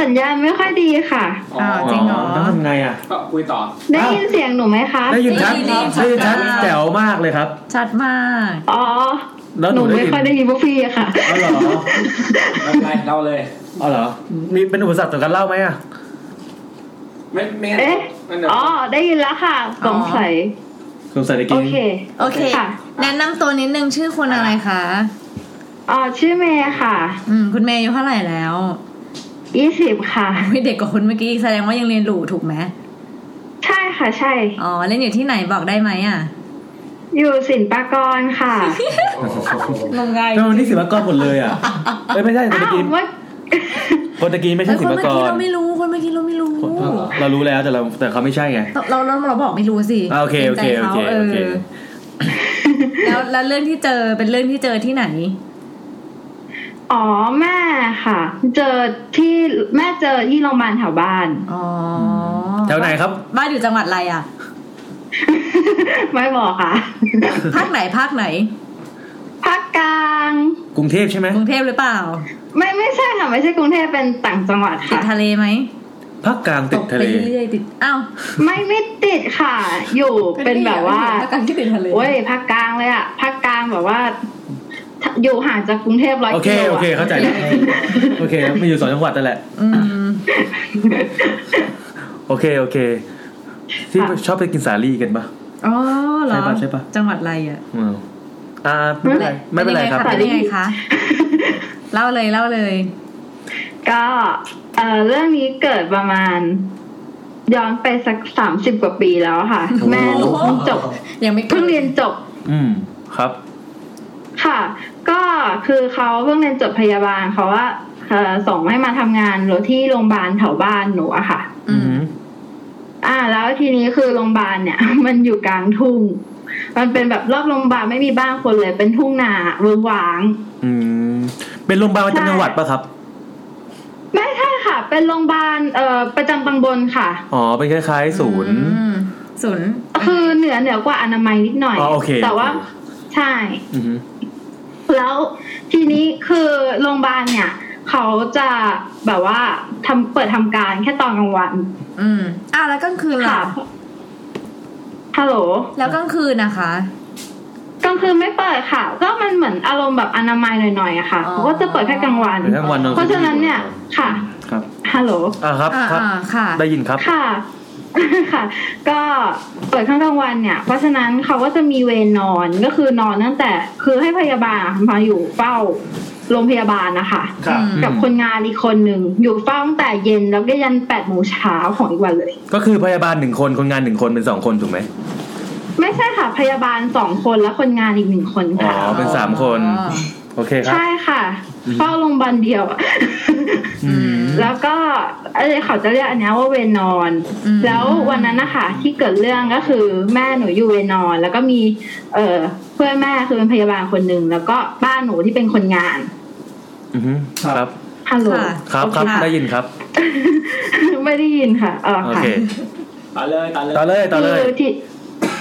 สัญญาณไม่ค่อยดีค่ะ อ้าวจริงเหรอ ต้องทำไงอ่ะ ก็คุยต่อ ได้ยินเสียงหนูไหมคะ ได้ยินชัด ได้ยินชัด ได้ยินชัดแจ๋วมากเลยครับ ชัดมาก อ๋อ แล้วห ห นู นู ได้ ไม่ ยิน ค่อยได้ยินพวกพี่อะค่ะ เอาเหรอ ไม่เป็นไรเราเลย เอาเหรอ มีเป็นอุปสรรคต่อการเล่าไหมอ่ะ ไม่ไม่งั้น เอ๊ะ งั้นเดี๋ยว อ๋อ ได้ยินแล้วค่ะสงสัย สงสัยในเก โอ ม เค โอเค ค่ะ แนะนำตัวนิดนึงชื่อคุณอะไรคะ อ๋อ ชื่อเมย์ค่ะ อืมคุณเมย์อายุเท่าไหร่แล้ว ยี่สิบค่ะ ไม่เด็กกว่าคุณเมื่อกี้อีกแสดงว่ายังเรียนหรูถูกไหม ใช่ค่ะ ใช่ อ๋อเล่นอยู่ที่ไหนบอกได้ไหมอ่ะ อยู่สินปากรค่ะ งมงาย แล้ววันนี้ศิลปากรหมดเลยอ่ะเอ้ยไม่ใช่แต่ อ้า เมื่อกี้วเมื่อ คนตะกี้ไม่ แต่คใช่ศิ น ล เมื่อก กี้ ร เราไม่รู้คนเมื่อกี้เราไม่รู้ เรารู้แล้วแต่เราแต่เขาไม่ใช่ไง เราเราเราบอกไม่รู้สิ อ่าโอเคโอเค กรงใจขา โอเคโอเค แล้วแล้วเรื่องที่เจอเป็นเรื่องที่เจอที่ไหน อ๋อแม่ค่ะ เจอที่แม่เจอที่โรงพยาบาลแถวบ้าน อ๋อ แถวไหนครับ บ้านอยู่จังหวัดอะไรอ่ะ ไม่บอกค่ะ ภาคไหนภาคไหน ภาคกลาง กรุงเทพใช่ไหม กรุงเทพหรือเปล่า ไม่ไม่ใช่ค่ะ ไม่ใช่กรุงเทพเป็นต่างจังหวัด ติ ค่ะ ดทะเลไหม ภาคกลางติดทะ ไป เล เรื่อยๆติดอ้าว ไม่ไม่ติดค่ะ อยู่เป็นแบบว่า การที่ติดทะเล โอ้ยภาคกลางเลยอะภาคกลางแบบว่า อยู่ห่างจากกรุงเทพร้อย โอเค กิโลอะ โอเคเข้าใจ แล้วโอเคไม่อยู่สองจังหวัดนั่นแหละ อืม โอเคโอเคที่ชอบไปกินสาลี่กันปะ อ๋อเหรอ ใช่ปะใช่ปะ จังหวัดอะไรอ่ะ อืมอ่าไม่เป็นไรไม่เป็นไรครับ เป็นยังไงคะเล่าเลยเล่าเลย ก็เอ่อเรื่องนี้เกิดประมาณ ย้อนไปสักสามสิบกว่าปีแล้วค่ะ โอ้โห แม่หนูเพิ่งจบ ยังไม่ เพิ่งเรียนจบ อืมครับ ค่ะ ก็คือเขาเพิ่งเรียนจบพยาบาลเขาว่าเอ่อส่งให้มาทำงานหรือที่โรงพยาบาลแถวบ้านหนูอะค่ะ อืม อ่า แล้วทีนี้คือโรงพยาบาลเนี่ย มันอยู่กลางทุ่ง มันเป็นแบบรอบโรงพยาบาลไม่มีบ้านคนเลย เป็นทุ่งนาเวิงว้าง อืมเป็นโรงพยาบาลประจำจังหวัดปะครับ ไม่ใช่ค่ะ เป็นโรงพยาบาลเอ่อประจำตำบลค่ะ อ๋อเป็นคล้ายๆศูนย์ ศูนย์ คือเหนือเหนือกว่าอนามัยนิดหน่อย อ๋อโอเค แต่ว่าใช่ อืม แล้วทีนี้คือโรงพยาบาลเนี่ย เขาจะแบบว่าทำเปิดทำการแค่ตอนกลางวัน อืมอ่ะแล้วกลางคืนล่ะ ฮัลโหล แล้วกลางคืนนะคะ กลางคืนไม่เปิดค่ะ ก็มันเหมือนอารมณ์แบบอนามัยหน่อยๆอะค่ะเขาก็จะเปิดแค่กลางวัน เดี๋ยวทั้งวันนอน เพราะฉะนั้นเนี่ยค่ะ ครับ ฮัลโหล อ่าครับครับ ได้ยินครับ ค่ะ ค่ะ ก็เปิดข้างกลางวันเนี่ย เพราะฉะนั้นเขาก็จะมีเวรนอนก็คือนอนตั้งแต่ คือให้พยาบาลมาอยู่เฝ้าโรงพยาบาลนะคะ ครับ กับคนงานอีกคนหนึ่งอยู่เฝ้าตั้งแต่เย็นแล้วก็ยันแปดโมงเช้าของอีกวันเลย ก็คือพยาบาลหนึ่งคนคนงานหนึ่งคนเป็นสองคนถูกไหม ไม่ใช่ค่ะ พยาบาลสองคนและคนงานอีกหนึ่งคน อ๋อ ค่ะ เป็นสามคน โอเคครับ ใช่ค่ะ อืม เฝ้าโรงพยาบาลเดียวอะแล้วก็เอยเขาจะเรียกอันเนี้ยว่าเวนนอน แล้ววันนั้นนะคะที่เกิดเรื่องก็คือแม่หนูอยู่เวนนอน แล้วก็มี เออเพื่อนแม่คือเป็นพยาบาลคนหนึ่งแล้วก็ป้าหนูที่เป็นคนงาน อือฮึครับ ฮัลโหล ครับ โอเ ครับได้ยินครับ ไม่ได้ยินค่ะอ๋อ โอ ค่ะ เค ต่อเลยต่อเลย ต่อเลยต่อเลย คือที่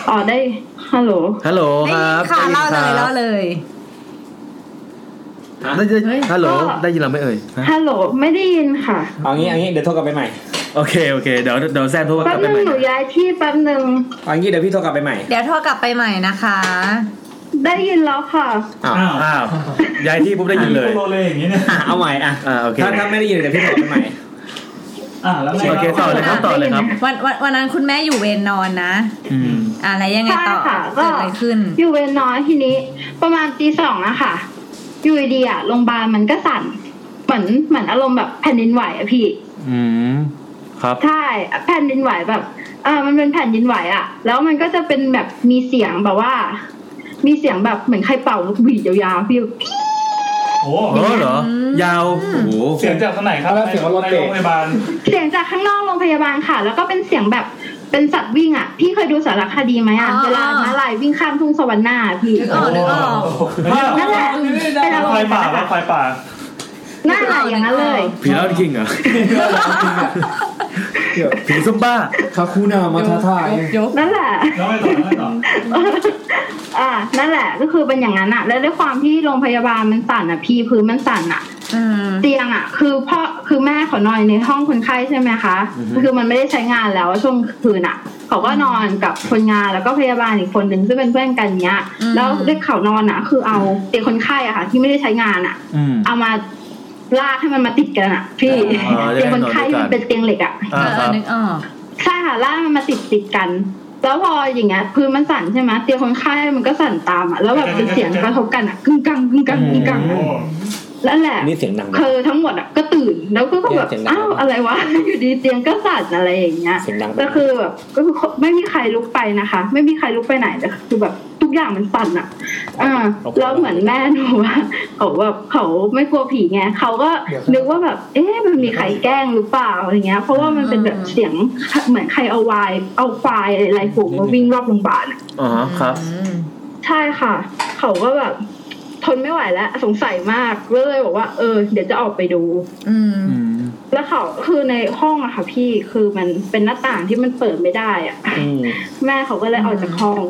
อ๋อได้ฮัลโหล ฮัลโหลครับ ได้ยินค่ะ ได้นคเล่าเลยเล่า รับ เลย เลย ได้ยินฮัลโหลได้ยินเราไหม่เอ่ยฮะ ฮัลโหลไม่ได้ยินค่ะ เอางี้เอางี้เดี๋ยวโทรกลับไปใหม่โอเคโอเคเดี๋ยวเดี๋ยวแซมโทรก แป๊ ลั บบ ไป นึง ใหม่ หนูย้ายที่แป๊บนึง เอางี้เดี๋ยวพี่โทรกลับไปใหม่ เดี๋ยวโทรกลับไปใหม่นะคะ ได้ยินแล้วค่ะ อ้าวอ้าวย้ายที่ปุ๊บได้ยินเลย โลเลยอย่างนี้เนี่ยเอาใหม่อ่ะ อ่าโอเค ถ้าถ้าไม่ได้ยินเดี๋ยวพี่โทรกลับไปใหม่ อ่าแล้ว โอเคต่อเลยครับต่อเลยครับ วันวันวันนั้นคุณแม่อยู่เวรนอนนะ อืม อ่ะแล้วยังไงต่อ ใช่ค่ะก็ เกิดอะไรขึ้น อยู่เวรน้อยทีนี้ประมาณตีสองอะค่ะ อยู่ดีๆอะโรงพยาบาลมันก็สั่นเหมือนเหมือนอารมณ์แบบแผ่นดินไหวอะพี่ อืมครับ ใช่แผ่นดินไหวแบบเออมันเป็นแผ่นดินไหวอะแล้วมันก็จะเป็นแบบมีเสียงแบบว่า มีเสียงแบบเหมือนใครเป่าลูกหวีดยาวๆพี่ โอ้ โหเหรอ ยาวโอ้โห เสียงจากทางไหนครับแล้วเสียงรถในโรงพยาบาล เสียงจากข้างนอกโรงพยาบาลค่ะ แล้วก็เป็นเสียงแบบเป็นสัตว์วิ่งอะพี่เคยดูสารคดีไหมอะ อ๋อ เวลาม้าลายวิ่งข้ามทุ่งสวรรค์หน้าพี่ อ๋อนึกออก นั่นแหละเป็นอารม ไฟ ณ์ ป่าแล้วไฟป่า นั่นแหละอย่างนั้นเลย ผีแล้วคิงเหรอผีซุมบ้า คาคูนามาท่าท่า นั่นแหละ แล้วไม่ต่อไม่ต่อ อ่า นั่นแหละ ก็คือเป็นอย่างนั้นอะแล้วด้วยความที่โรงพยาบาลมันสั่นอะพี่พื้นมันสั่นอะเตียงอะคือพ่อคือแม่เขานอนในห้องคนไข้ใช่ไหมคะ คือมันไม่ได้ใช้งานแล้วช่วงคืนอะเขาก็นอนกับคนงานแล้วก็พยาบาลอีกคนหนึ่งซึ่งเป็นเพื่อนกันเนี้ย อืม แล้วเรียกเขานอนอะคือเอาเตียงคนไข้อะค่ะ ที่ไม่ได้ใช้งานอะ อืม เอามาลากให้มันมาติดกันอะพี่ อ๋อจะ เตีย ได้ งคน นอนด้วยกัน ไข้มันเป็นเตียงเหล็กอะ อ่าครับ นึกออก ใช่ค่ะล่างมันมาติดติดๆกัน แล้วพออย่างเงี้ยพื้นมันสั่นใช่ไหมเตียงคนไข้มันก็สั่นตามอ่ะแล้วแบบเป็นเสียงกระทบกันอ่ะกึ่งกังกึ่งกังกึ่งกังนั่นแหละ นี่เสียงดัง คือทั้งหมดอ่ะก็ตื่นแล้วก็แบบ เสียงดัง อ้าวอะไรวะ อยู่ดีเตียงก็สั่นอะไรอย่างเงี้ย เสียงดัง ก็คือแบบก็คือไม่มีใครลุกไปนะคะ ไม่มีใครลุกไปไหนแต่คือแบบ ทุกอย่างมันสั่นอ่ะอ่าแล้วเหมือนแม่หนูว่า เขาแบบเขาไม่กลัวผีไงเขาก็นึกว่าแบบ เอ๊ะมันมีใครแกล้งหรือเปล่าอะไรเงี้ย เพราะว่ามันเป็นแบบเสียงเหมือนใครเอาวายเอาควายอะไรฝูงมาวิ่งรอบโรงพยาบาลอะ อ๋อครับ ใช่ค่ะ เขาก็แบบ ทนไม่ไหวแล้ว สงสัยมากก็เลยบอกว่า เออ เดี๋ยวจะออกไปดู อืม แล้วเขาคือในห้องอะค่ะ พี่คือมันเป็นหน้าต่างที่มันเปิดไม่ได้อะแม่เขาก็เลยออกจากห้อง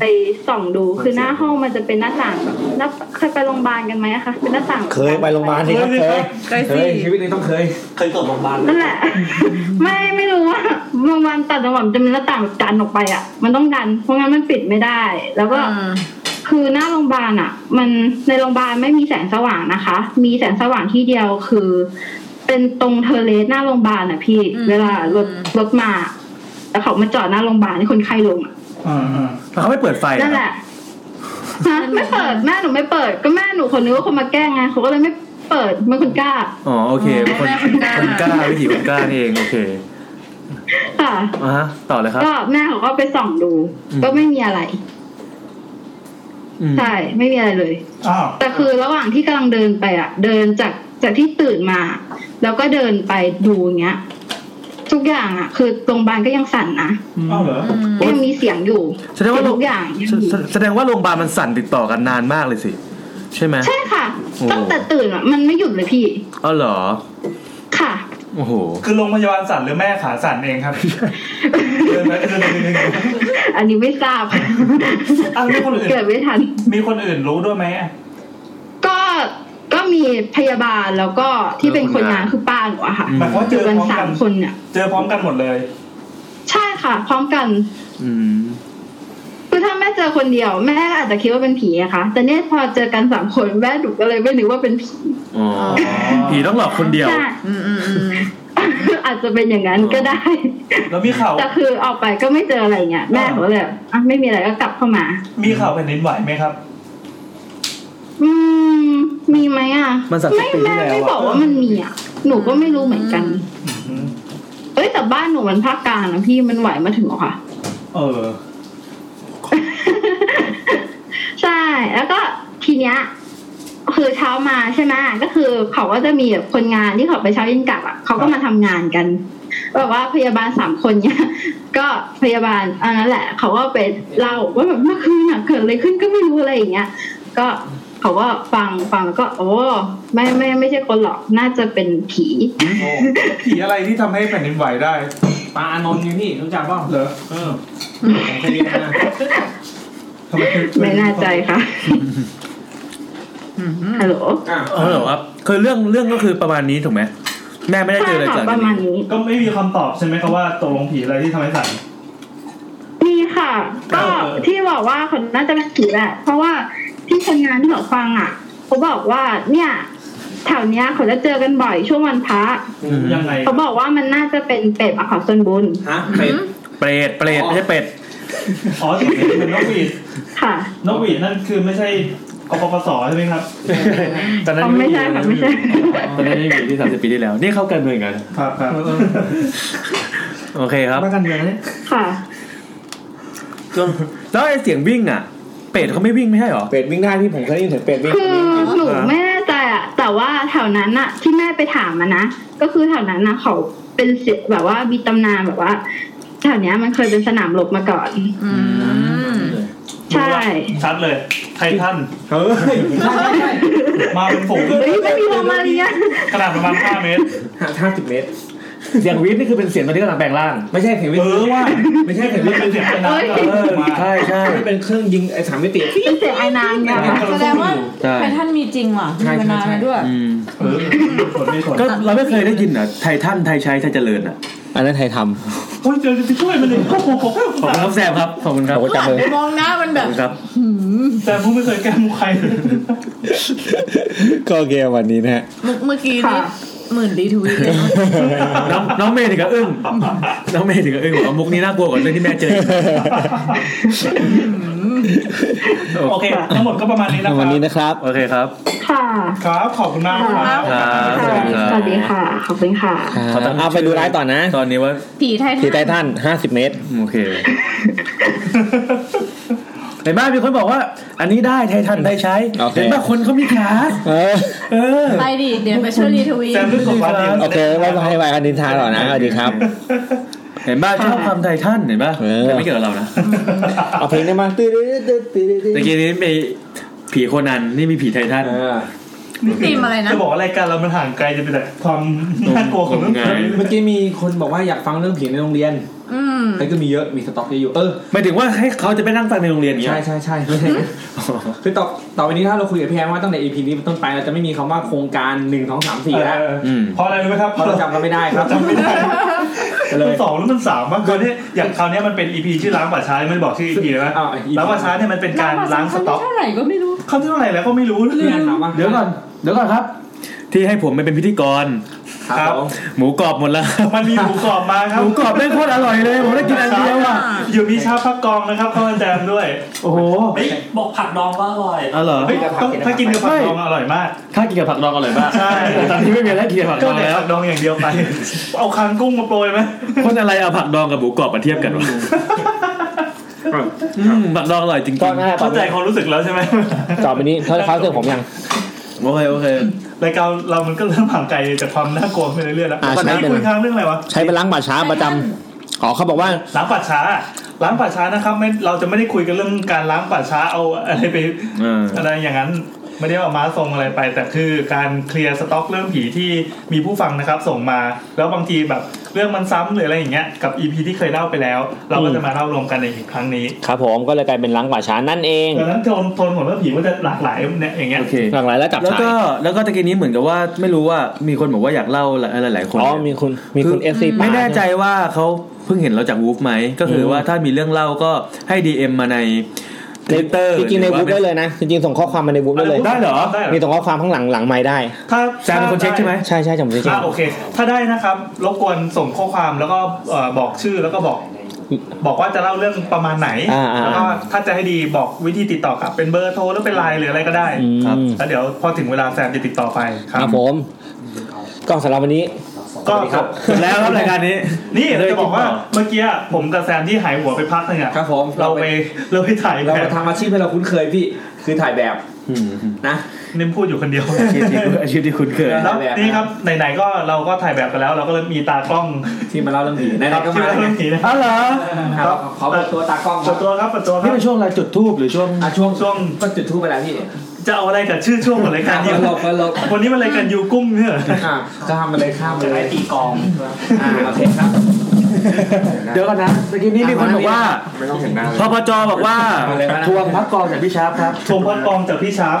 ไปส่องดูคือหน้าห้องมันจะเป็นหน้าต่างแบบหน้าเคยไปโรงพยาบาลกันไหมอะคะเป็นหน้าต่าง เคยไปโรงพยาบาลสิครับเคย เคยสิ ชีวิตนี้ต้องเคย เคยตกโรงพยาบาล นั่นแหละ ไม่ไม่รู้ว่าโรงพยาบาลแต่จังหวัดมันจะมีหน้าต่างแบบดันออกไปอ่ะ มันต้องดัน เพราะงั้นมันปิดไม่ได้ แล้วก็คือหน้าโรงพยาบาลอ่ะ มันในโรงพยาบาลไม่มีแสงสว่างนะคะ มีแสงสว่างที่เดียวคือ เป็นตรงเทอร์เลสหน้าโรงพยาบาลอ่ะพี่ เวลารถรถมาแล้วเขามาจอดหน้าโรงพยาบาลให้คนไข้ลงอะ แล้วเขาไม่เปิดไฟเหร นั่น อ แหละฮะไม่เปิดแม่หนูไม่เปิด ก็แม่หนูคนนึงว่าคนมาแกล้งไงเขาก็เลยไม่เปิดมันคนกล้า อ๋อโอเคเป็นคนคนกล้าวิถีคนกล้านี่เองโอเค ค่ะ อ่ะฮะต่อเลยครับ ก็แม่เขาก็ไปส่องดู อืม ก็ไม่มีอะไร อืม ใช่ ไม่มีอะไรเลย อ้าว แต่คือระหว่างที่กำลังเดินไปอะเดินจากจากที่ตื่นมา แล้วก็เดินไปดูอย่างเงี้ย ทุกอย่างอะคือโรงพยาบาลก็ยังสั่นนะ อ้าวเหรอ ยังมีเสียงอยู่ แสดงว่าโร ทุ ง กอย่างยัง แส อยู่ แสแสดงว่าโรงพยาบาลมันสั่นติดต่อกันนานมากเลยสิ ใช่ไหม ใช่ค่ะ โอ้ ตั้งแต่ตื่นอะมันไม่หยุดเลยพี่ อ๋อเหรอ ค่ะ โอ้โห คือโรงพยาบาลสั่นหรือแม่ขาสั่นเองครับเดินไปเดินไปเดินไป อันนี้ไม่ทราบ อ้าวมีคนอื่น เกิดไม่ทัน มีคนอื่นรู้ด้วยไหมอะ ก็ก็มีพยาบาลแล้วก็ที่เป็นคนงานคือป้าหนูอะค่ะ หมายความว่าเจอ กั พ น ร้อม สา กั ม น คนเนี่ย เจอพร้อมกันหมดเลย ใช่ค่ะ พร้อมกัน อืม คือถ้าแม่เจอคนเดียวแม่อาจจะคิดว่าเป็นผีนะคะแต่เนี่ยพอเจอกันสามคนแม่หนูก็เลยไม่นึกว่าเป็นผี อ๋อ ผีต้องหลอกคนเดียว ใช่ อาจจะเป็นอย่างนั้นก็ได้ แล้วมีข่าว แต่คือออกไปก็ไม่เจออะไรเงี้ยแม่เขาก็เลยแบบอ่ะไม่มีอะไรก็กลับเข้ามา มีข่าวแผ่นดินไหวไหมครับ อืม มีไหมอ่ะ มันสามสิบ ไม่ ปีที่ แม่ แล้วอะ ไม่บอกว่ามันมีอ่ะหนูก็ไม่รู้เหมือนกันเอ้ยแต่บ้านหนูมันภาคกลางนะพี่มันไหวมาถึงเหรอค่ะ เออ ใช่ แล้วก็ทีเนี้ยคือเช้ามาใช่ไหมก็คือเขาก็จะมีแบบคนงานที่เขาไปเช้าเย็นกลับอ่ะเขาก็มาทำงานกันแบบว่าพยาบาลสามคนเนี้ย ก็พยาบาลอันนั้นแหละ เขาก็ไปเล่าว่าแบบเมื่อคืนอ่ะเกิดอะไรขึ้นก็ไม่รู้อะไรอย่างเงี้ย ก็เขาก็ฟังฟังแล้วก็ โอ้ไม่ไม่ไม่ใช่คนหรอกน่าจะเป็นผี ผีอะไรที่ทำให้แผ่นดินไหวได้ ปลาอานนท์ไงพี่รู้จักเปล่า เหรอ เออผมเคยเรียนมา ไม่น่าใจค่ะฮัลโหล อ๋อเหรอครับคือเรื่องเรื่องก็คือประมาณนี้ถูกไหมแม่ไม่ได้เจออะไรจากนี้ ก็ไม่มีคำตอบใช่ไหมครับว่าตกลงผีอะไรที่ทำให้สั่น มีค่ะ ก็ที่บอกว่าคนน่าจะเป็นผีแหละเพราะว่าที่คนงานที่เขาฟังอ่ะเขาบอกว่าเนี่ยแถวเนี้ยเขาจะเจอกันบ่อยช่วงวันพระ ยังไง เขาบอกว่ามันน่าจะเป็นเป็ดอขอส่วนบุญ ฮะเป็ด เปรตเปรตไม่ใช่เป็ด อ๋อที่เป็นนกหวีด ค่ะ นกหวีดนั่นคือไม่ใช่กปปสใช่ไหมครับ ตอนนั้น อ๋อไม่ใช่ค่ะไม่ใช่ ตอนนั้นไม่มีที่สามสิบปีที่แล้ว นี่เข้ากันเมืองกัน ครับครับ โอเคครับ มากันเมืองเนี่ย ค่ะ แล้วไอ้เสียงวิ่งอ่ะ เป็ดเขาไม่วิ่งไม่ใช่หรอ เป็ดวิ่งได้พี่ผมเคยได้ยินเสียงเป็ดวิ่ง คือหนูไม่แน่ใจอ่ะ แต่ว่าแถวนั้นอ่ะ ที่แม่ไปถามมานะก็คือแถวนั้นนะเขาเป็นเสียแบบว่ามีตำนานแบบว่าแถวเนี้ยมันเคยเป็นสนามรบมาก่อนใช่ ชัดเลย ไททันเฮ้ยมาเป็นฝูง เฮ้ยไม่มีโรมาเลีย ขนาดประมาณห้าเมตร ห้าสิบเมตร เสียงวิ่งนี่คือเป็นเสียงตอนที่กำลังแปลงร่าง ไม่ใช่เสียงวิ่ง เออว่า ไม่ใช่เสียงวิ่ง เป็นเสียงเป็นน้ำ เออใช่ใช่ ที่เป็นเครื่องยิงไอ้สามมิติ เป็นเสียงไอ้น้ำเนี่ย แสดงว่า ใช่ ไททันมีจริงว่ะ ใช่ใช่มีมานานแล้วด้วย อืม เออผลไม่ผล ก็เราไม่เคยได้ยินอ่ะ ไททันไทยชัยไทยเจริญอ่ะ อันนั้นไทยท โอ้ยเจอจะช่วยมันเลยโอ้โห ขอบคุณครับแซมครับ ขอบคุณครับ ำเขาจับมือ มองหน้ามัน ข แบ อบบ คุณครับ แต่พวกไม่เคยแก้มุกใครเลย ก็โอเควันนี้นะฮะ เมื่อเมื่อกี้นี่ ค่ะ หมื่นรีทวีตเลยเนอะ น้องน้องเมย์ถึงกับอึ้ง น้องเมย์ถึงกับอึ้งบอกว่ามุกนี้น่ากลัวกว่าเรื่องที่แม่เจอ โอเค ทั้งหมดก็ประมาณนี้นะครั วันนี้ บ นะครับ โอเคครับ ค่ะ ครับ ขอบคุณมากครับ ครับสวัสดีครับสวัสดีค่ะ ขอบคุณค่ะ ขอตั้ง เอาไปดูไลฟ์ต่อนะ ตอนนี้ว่า ผีไททัน ผีไททันห้าสิบเมตร โอเค เห็นไหมมีคนบอกว่า อันนี้ได้ไททันได้ใช้ โอเค เห็นไหมคนเขามีขา เออ เออ ไปดิ เดี๋ยวไปช่วยรีทวีต โอเคไว้ให้ไว้กันนินทาต่อนะสวัสดีครับ เห็นบ้าชอบความไททันเห็นป่ะแต่ไม่เกี่ยวกับเรานะ เอาเพลงนี้มาตื้อตื้อตื้อตื้อ ตะกี้นี้มีผีโคนันนี่มีผีไททัน ทีมอะไรนะ จะบอกว่ารายการเรามันห่างไกลจะเป็นแต่ความน่ากลัวของเรื่องผี เมื่อกี้มีคนบอกว่าอยากฟังเรื่องผีในโรงเรียน อืม แต่ก็มีเยอะมีสต็อกเยอะอยู่เออ หมายถึงว่าให้เขาจะไปนั่งฟังในโรงเรียนอย่างเงี้ ใช่ ย ใช่ ใช่ไม่ใช่คือต่อต่อไปนี้ถ้าเราคุยกับพี่แอมว่าตั้งแต่ EP นี้เป็นต้นไปเราจะไม่มีคำว่าโครงการหนึ่งสองสามสี่แล้ว อืม เพราะอะไรรู้ไหมครับ เพราะเราจำกันไม่ได้ครับ จำไม่ ได้ เลย มันสองหรือมันสามบ้างคราวนี้อย่างคราวนี้มันเป็น EP ชื่อล้างป่าช้าไม่ได้บอกชื่อ EP เลยนะ อ้าวอีก ล้างป่าช้าเนี่ยมันเป็นการล้างสต็อก เท่าไหร่ก็ไม่รู้ เขาที่เท่าไหร่แล้วก็ไม่รู้ เรื่องถามว่า เดี๋ยวก่อนเดี๋ยวก่อนครับ ที่ให้ผมมาเป็นพิธีกร ครับ หมูกรอบหมดแล้ว มันมีหมูกรอบมาค ห รับ มูกรอบแม่งโคตรอร่อยเลยผมได้กินอันเดียวอ่ะ อยู่มีชาพักกองนะครับเข้ามาแจมด้วย โอ้โห เฮ้ย บอกผักดองก็อร่อย อร่อย เฮ้ยต้องถ้ากินกับผักดองอร่อยมาก ถ้ากินกับผักดองอร่อยมาก ใช่ ตอนนี้ไม่มีอะไรกินกับผักด ก็ อง แต่ แล้ว ผักดองอย่างเดียวไป เอาคางกุ้งมาโปรยไหม คนอะไรเอาผักดองกับหมูกรอบมาเทียบกันวะอืมผักดองอร่อยจริง ตอนหน้าต่อ เข้าใจความรู้สึกแล้วใช่ไหม ต่อไปนี้เขาเขาเจอผมยัง ๆโอเคโอเค รายการเรามันก็เริ่มห่างไกลจากความน่ากลัวไปเรื่อยๆแล้ว อ่า ตอนนี้ ใช่เป็น คุยค้างเรื่องอะไรวะ ใช้เป็นล้างป่าช้าประจำอ๋อเขาบอกว่า ล้างป่าช้าล้างป่าช้านะครับไม่เราจะไม่ได้คุยกันเรื่องการล้างป่าช้าเอาอะไรไป เออ อะไรอย่างนั้นไม่ได้เอามาส่งอะไรไป แต่คือการเคลียร์สต็อกเรื่องผีที่มีผู้ฟังนะครับ ส่งมา แล้วบางทีแบบเรื่องมันซ้ำหรืออะไรอย่างเงี้ยกับ EP ที่เคยเล่าไปแล้ว เราก็จะมาเล่ารวมกันในอีกครั้งนี้ ครับผมก็เลยกลายเป็นล้างป่าช้านั่นเอง ดังนั้นโทนโทนของเรื่องผีมันจะหลากหลายเนี่ยอย่างเงี้ย โอเค หลากหลายและจับ แล้ว ฉาย ก็แล้วก็ตะกี้นี้เหมือนกับว่าไม่รู้ว่ามีคนบอกว่าอยากเล่าหลายหลายๆคน อ๋อ เนี่ย มีคุณมีคุณเอฟซี ไม่แน่ใจว่าเขาเพิ่งเห็นเราจากวูฟไหม ก็คือว่าถ้ามีเรื่องเล่าก็ให้ DM มาใน ใน Twitter จริงๆใน หอ วู ว่า บได้เลยนะ จริงๆส่งข้อความมาในวูบได้เลย ได้เหรอได้เหรอ มีส่งข้อความข้างหลังหลังไม้ได้ ถ้า แซมเป็นคนเช็คใช่ไหม ใช่ใช่จำได้จริง อ่าโอเค ถ้าได้นะครับ รบกวนส่งข้อความแล้วก็เอ่อบอกชื่อแล้วก็บอก บอกว่าจะเล่าเรื่องประมาณไหน อ่าอ่า แล้วก็ถ้าจะให้ดีบอกวิธีติดต่อกลับเป็นเบอร์โทรหรือเป็นไลน์หรืออะไรก็ได้ อืม ครับแล้วเดี๋ยวพอถึงเวลาแซมจะติดต่อไปค ค รั รั บบ ผมก็สำหรับวันนี้ ก็จบ จบแล้วครับรายการนี้ นี่จะบอกว่าเมื่อกี้ผมกับแซมที่หายหัวไปพักหนึงอะ ครับผม เราไปเราไปถ่ายแบ เรา บ มาทำอาชีพให้เราคุ้นเคยพี่คือถ่ายแบบนะ นิ่มพูดอยู่คนเดียว ชีพที่อาชีพที่คุณเคย แล้ว ถ่ายแบบ นี่ครับไหนๆก็เราก็ถ่ายแบบกันแล้ว เราก็เลยมีตากล้อง ที่มาเล่าเรื่องผีไหนๆก็ ที่ มา เรา แล้ว เล่ นะ นผีนะ อ๋อเหรอ ครับขอเปิดตัวตากล้องค เปิดตัวครับรับเปิดตัวครันี่บ เป็นช่วงอะไรจุดทูบหรือช่วง อ่ะช่วง ช่วง ก็จุดทูบไปแล้วพี่ จะเอาอะไรกับชื่อช่วงของรายการนี้ ลบลบ วันนี้มันรายการยูกุ้งเนี่ย อ่ะข้ามมาเลยข้ามมา จะ เล ได้ ย ตีกอง อ่าโอเคครับ เดี๋ยวก่อนนะตะกี้นี้มีคนบอกว่า ไม่ต้องเห็นหน้าเล พ ย ปจบอกว่า เอาเลยนะ ทวงพักกองจากพี่ชาร์ปครับ ชมพัดกองจากพี่ชาร์ป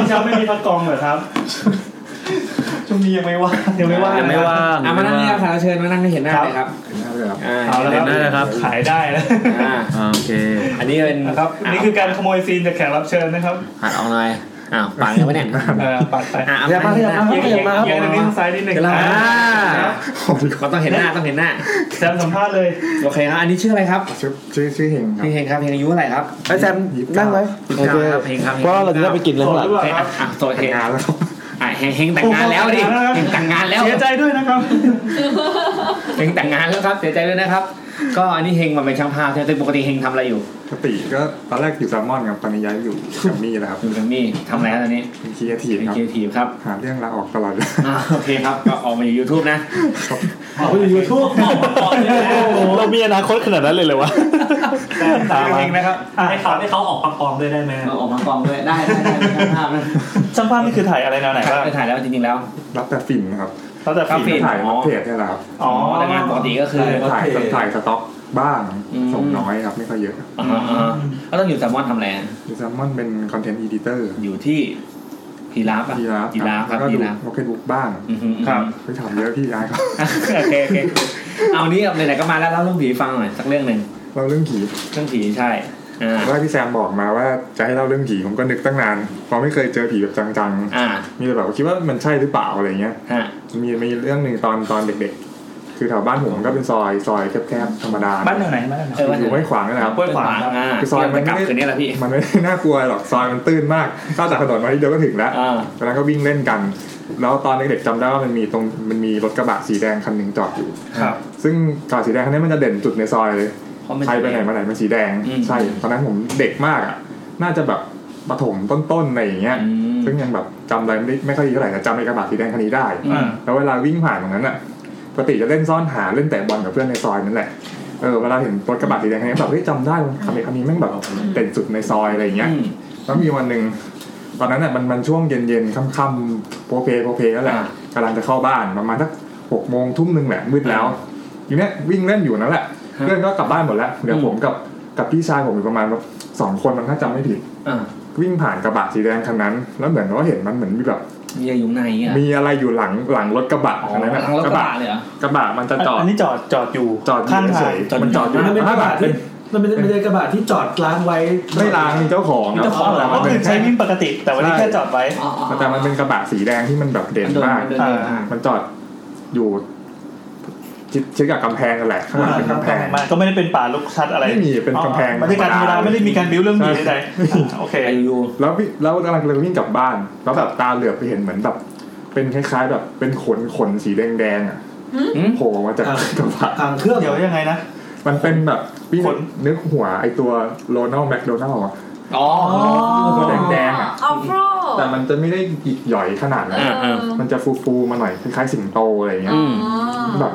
พี่ชาร์ปไม่มีพัดกองเหรอครับช่วงนี้ยังไม่ว่างยังไม่ว่าง ยังไม่ว่าง อ่ะมานั่งนี่ครับแขกรับเชิญมานั่งให้เห็นหน้าเลยครับอ่า เอาแล้วครับ เห็นได้นะครับ ขายได้แล้ว อ่า อ่าโอเค อันนี้เป็น นะครับนี่คือการขโมยซีนจากแขกรับเชิญนะครับ หัดเอาหน่อยอ้าวปังยังไงวะเนี่ย เออปัดไป อ่ะเอา อย่ามาอย่ามา เอียง อย่ามา เอียงนิดนึงซ้ายนิดนึงอ่า มันต้องเห็นหน้าต้องเห็นหน้า แซมสัมภาษณ์เลย โอเคครับอันนี้ชื่ออะไรครับ ชื่อชื่อชื่อเฮงครับ พี่เฮงครับเฮงอายุเท่าไหร่ครับ ไอ้แซมนั่งไหม โอเคครับเฮงครับ เพราะว่าเราจะได้ไปกิน โส เรื่อง ด หลังหรือเปล่าครับ อ่ะโสดเฮง งานแล้วครับ อ่ะเฮงเฮงแต่งงานแล้วดิเฮงแต่งงานแล้ว เสียใจด้วยนะครับ เฮงแต่งงานแล้วครับเสียใจด้วยนะครับ ก็อันนี้เฮงมาเป็นช่างภาพใช่ไหมแต่ปกติเฮงทำอะไรอยู่ ปกติก็ตอนแรกอยู่แซลมอนครับตอนนี้ย้ายอยู่แกรมมี่แล้วครับ อยู่ตรงนี้ทำอะไรครับตอนนี้ เป็นครีเอทีฟ เป็น ครับ ครีเอทีฟครับ หาเรื่องลาออกตลอดเลย อ่าโอเคครับก็ออกมาอยู่ YouTube นะ เอาอยู่ทั่ว เรามีอนาคตขนาดนั้นเลยเลยวะ ตามเองนะครับอ่ะ ให้เขาให้เขาออกปักกองด้วยได้ไหม เราออกมากองด้วยได้ได้ได้เป็นช่างภาพนะ ช่างภาพนี่คือถ่ายอะไรแนวไหนบ้าง ไปถ่ายแล้วจริงๆแล้ว รับแต่ฟิล์มครับ แล้วแต่ฝี ฟิล์ม ถ่ายรับเพจนี่แหละครับ อ๋อ แต่งานปกติก็คือ ถ่ายถ่ายสต็อกบ้าง อืม ส่งน้อยครับไม่ค่อยเยอะครับ อ่าอ่าก็ต้องอยู่แซมมอนทำอะไรอ่ะ อยู่แซลมอนเป็นคอนเทนต์อีดิเตอร์ อยู่ที่พีราฟอ่ะ ยีราฟ พีราฟค แล้ รับ วก็ พี ดู ราฟ โอเคบุ๊กบ้าง อือฮึ ครับ ไปถามเยอะพี่ยาย ครับ โอเคโอเคเอานี้ไหนๆก็มาแล้วเล่าเรื่องผีฟังหน่อยสักเรื่องหนึ่ง เราเรื่องผี เรื่องผีใช่อ่า แรกพี่แซมบอกมาว่าจะให้เล่าเรื่องผีผมก็นึกตั้งนานเพราะไม่เคยเจอผีแบบจัง อ่า ๆมีแต่แบบคิดว่ามันใช่หรือเปล่าอะไรเงี้ย ฮะ มีมีเรื่องหนึ่งตอนตอนเด็กๆ คือแถวบ้านผมก็เป็นซอยซอยแคบๆธรรมดา บ้านแถวไหนบ้านแถวไหน เออว่า อ ถึง ยู่ไม่ขวางนะครับ ห้วยขวางครับ อ่า คือซอยมันไม่ กลับ ได้ คืนนี้แหละพี่ มันไม่ได้ น่ากลัวหรอกซอยมันตื้นมากข้ามจากถนนมาทีเดียวก็ถึงแล้ว อ่า ตอนนั้นก็วิ่งเล่นกัน แล้วตอนเด็กๆจำได้ว่ามันมีตรงมันมีรถกระบะสีแดงคันหนึ่งจอดอยู่ ครับ ซึ่งกระบะสีแดงคันนี้มันจะเด่นจุดในซอยเลย เพราะมัน ใครไปไหนมาไหนมันสีแดง ใช่ตอนนั้นผมเด็กมากอ่ะ น่าจะแบบประถมต้นๆอะไรอย่างเงี้ย ซึ่งยังแบบจำอะไรไม่ได้ไม่ค่อยดีเท่าไหร่แต่จำไอ้กระบะสีแดงคันนี้ได้ อืม แล้วเวลาวิ่งผ่านตรงนั้นอ่ะปกติจะเล่นซ่อนหาเล่นแต่บอลกับเพื่อนในซอยนั่นแหละ เออเวลาเห็นรถกระบะสีแดงคันนี้แบบเฮ้ยจำได้ว่าคันนี้คันนี้แม่งแบบเด่นสุดในซอยอะไรอย่างเงี้ย แล้วมีวันหนึ่งตอนนั้นอ่ะมันมันช่วงเย็นๆค่ำๆโพเพโพเพแล้วแหละกำลังจะเข้าบ้านประมาณสักหกโมงทุ่มหนึ่งแหละมืดแล้ว อยู่เนี้ยวิ่งเล่นอยู่นั่นแหละเพื่อนก็กลับบ้านหมดแล้วเหลือผมกับกับพี่ชายผมอยู่ประมาณแบบสองคนมันถ้าจำไม่ผิดวิ่งผ่านกระบะสีแดงคันนั้น แล้วเหมือนว่าเห็นมันเหมือนมีแบบ มีอะไรอยู่ในอ่ะ มีอะไรอยู่หลังหลังรถกระบะอันนั้นน่ หลังรถกระบะเลยเหรอ กระบะมันจะจอด อันนี้จอดจอดอยู่ จอดอยู่ ข้างทาง เฉยๆมันจอดอยู่ มันเป็นก ข้า ระ งหลั บะ งเป็ ที่ น มันเป็นมันเป็นกระบะที่จอดล้างไว้ ไม่ล้างมีเจ้าของ มีเจ้าของเหรอ ก็คือใช้วิ่งปกติ แต่วันนี้แค่จอดไว้ แต่มันเป็นกระบะสีแดงที่มันแบบเด่นมาก มันเดินเดิน อ่ามันจอดอยู่ชิดชิดกับกำแพงกันแหละข้างหลังเป็นกำแพง มันก็ไม่ได้เป็นป่าลุกชัดอะไร ไม่มีเป็นกำแพง อ๋อไม่ได้การธรรมดาไม่ได้มีการบิ้วเรื่องนี้ใดๆโอเค แล้วพี่แล้วกำลังจะวิ่งกลับบ้าน แล้วแบบตาเหลือบไปเห็นเหมือนแบบ เป็นคล้าย ๆ แบบเป็นขนขนสีแดงๆอ่ะโผล่มาจากกระบะ ทางเครื่องเดี๋ยวยังไงนะ มันเป็นแบบพี่นึกหัวไอตัวโรนัลแมคโดนัลอ่ะ อ๋อ ตัวแดงๆอ่ะ ออฟโรด แต่มันจะไม่ได้หยิกหย่อยขนาดนั้น อ่าอ่ามั มันจะฟูๆมาหน่อยคล้ายๆสิงโตอะไรอย่างเงี้ย อืม แบบ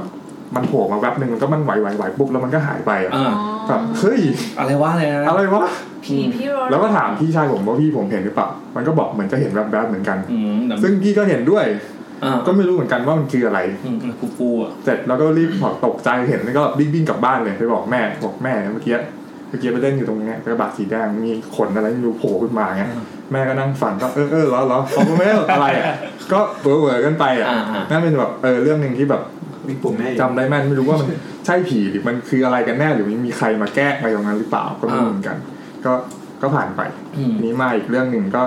มันโผล่มาแวบหนึ่งแล้วก็มันไหวๆๆปุ๊บแล้วมันก็หายไปอะ อ่า แบบเฮ้ย อะไรวะอะไรนะ อะไรวะ พี่พี่โรด แล้วก็ถามพี่ชายผมว่าพี่ผมเห็นหรือเปล่า มันก็บอกเหมือนจะเห็นแวบๆเหมือนกัน อืมแต่ ซึ่งพี่ก็เห็นด้วย อ่า ก็ไม่รู้เหมือนกันว่ามันคืออะไร กูกูอ่ะ เสร็จแล้วก็รีบตกใจเห็นแล้วก็รีบวิ่งกลับบ้านเลยไปบอกแม่บอกแม่เมื่อกี้เมื่อกี้ไปเล่นอยู่ตรงเนี้ยกระบะสีแดงมีขนอะไรไม่รู้โผล่ขึ้นมาเงี้ยแม่ก็นั่งฟังก็เออเออแล้วแล้วเขาก็ไม่ได้อะไรอ่ะก็เวอร์เวอร์กันไปอ่ะนั่นเป็นแบบเออเรื่องหนึ่งที่แบบจำได้แม่นไม่รู้ ว่ามันใช่ผีหรือมันคืออะไรกันแน่หรือมีใครมาแก้อะไรตรงนั้นหรือเปล่าก็ไม่รู้เหมือนกัน ก็ก็ผ่านไปทีนี้มาอีกเรื่องหนึ่งก็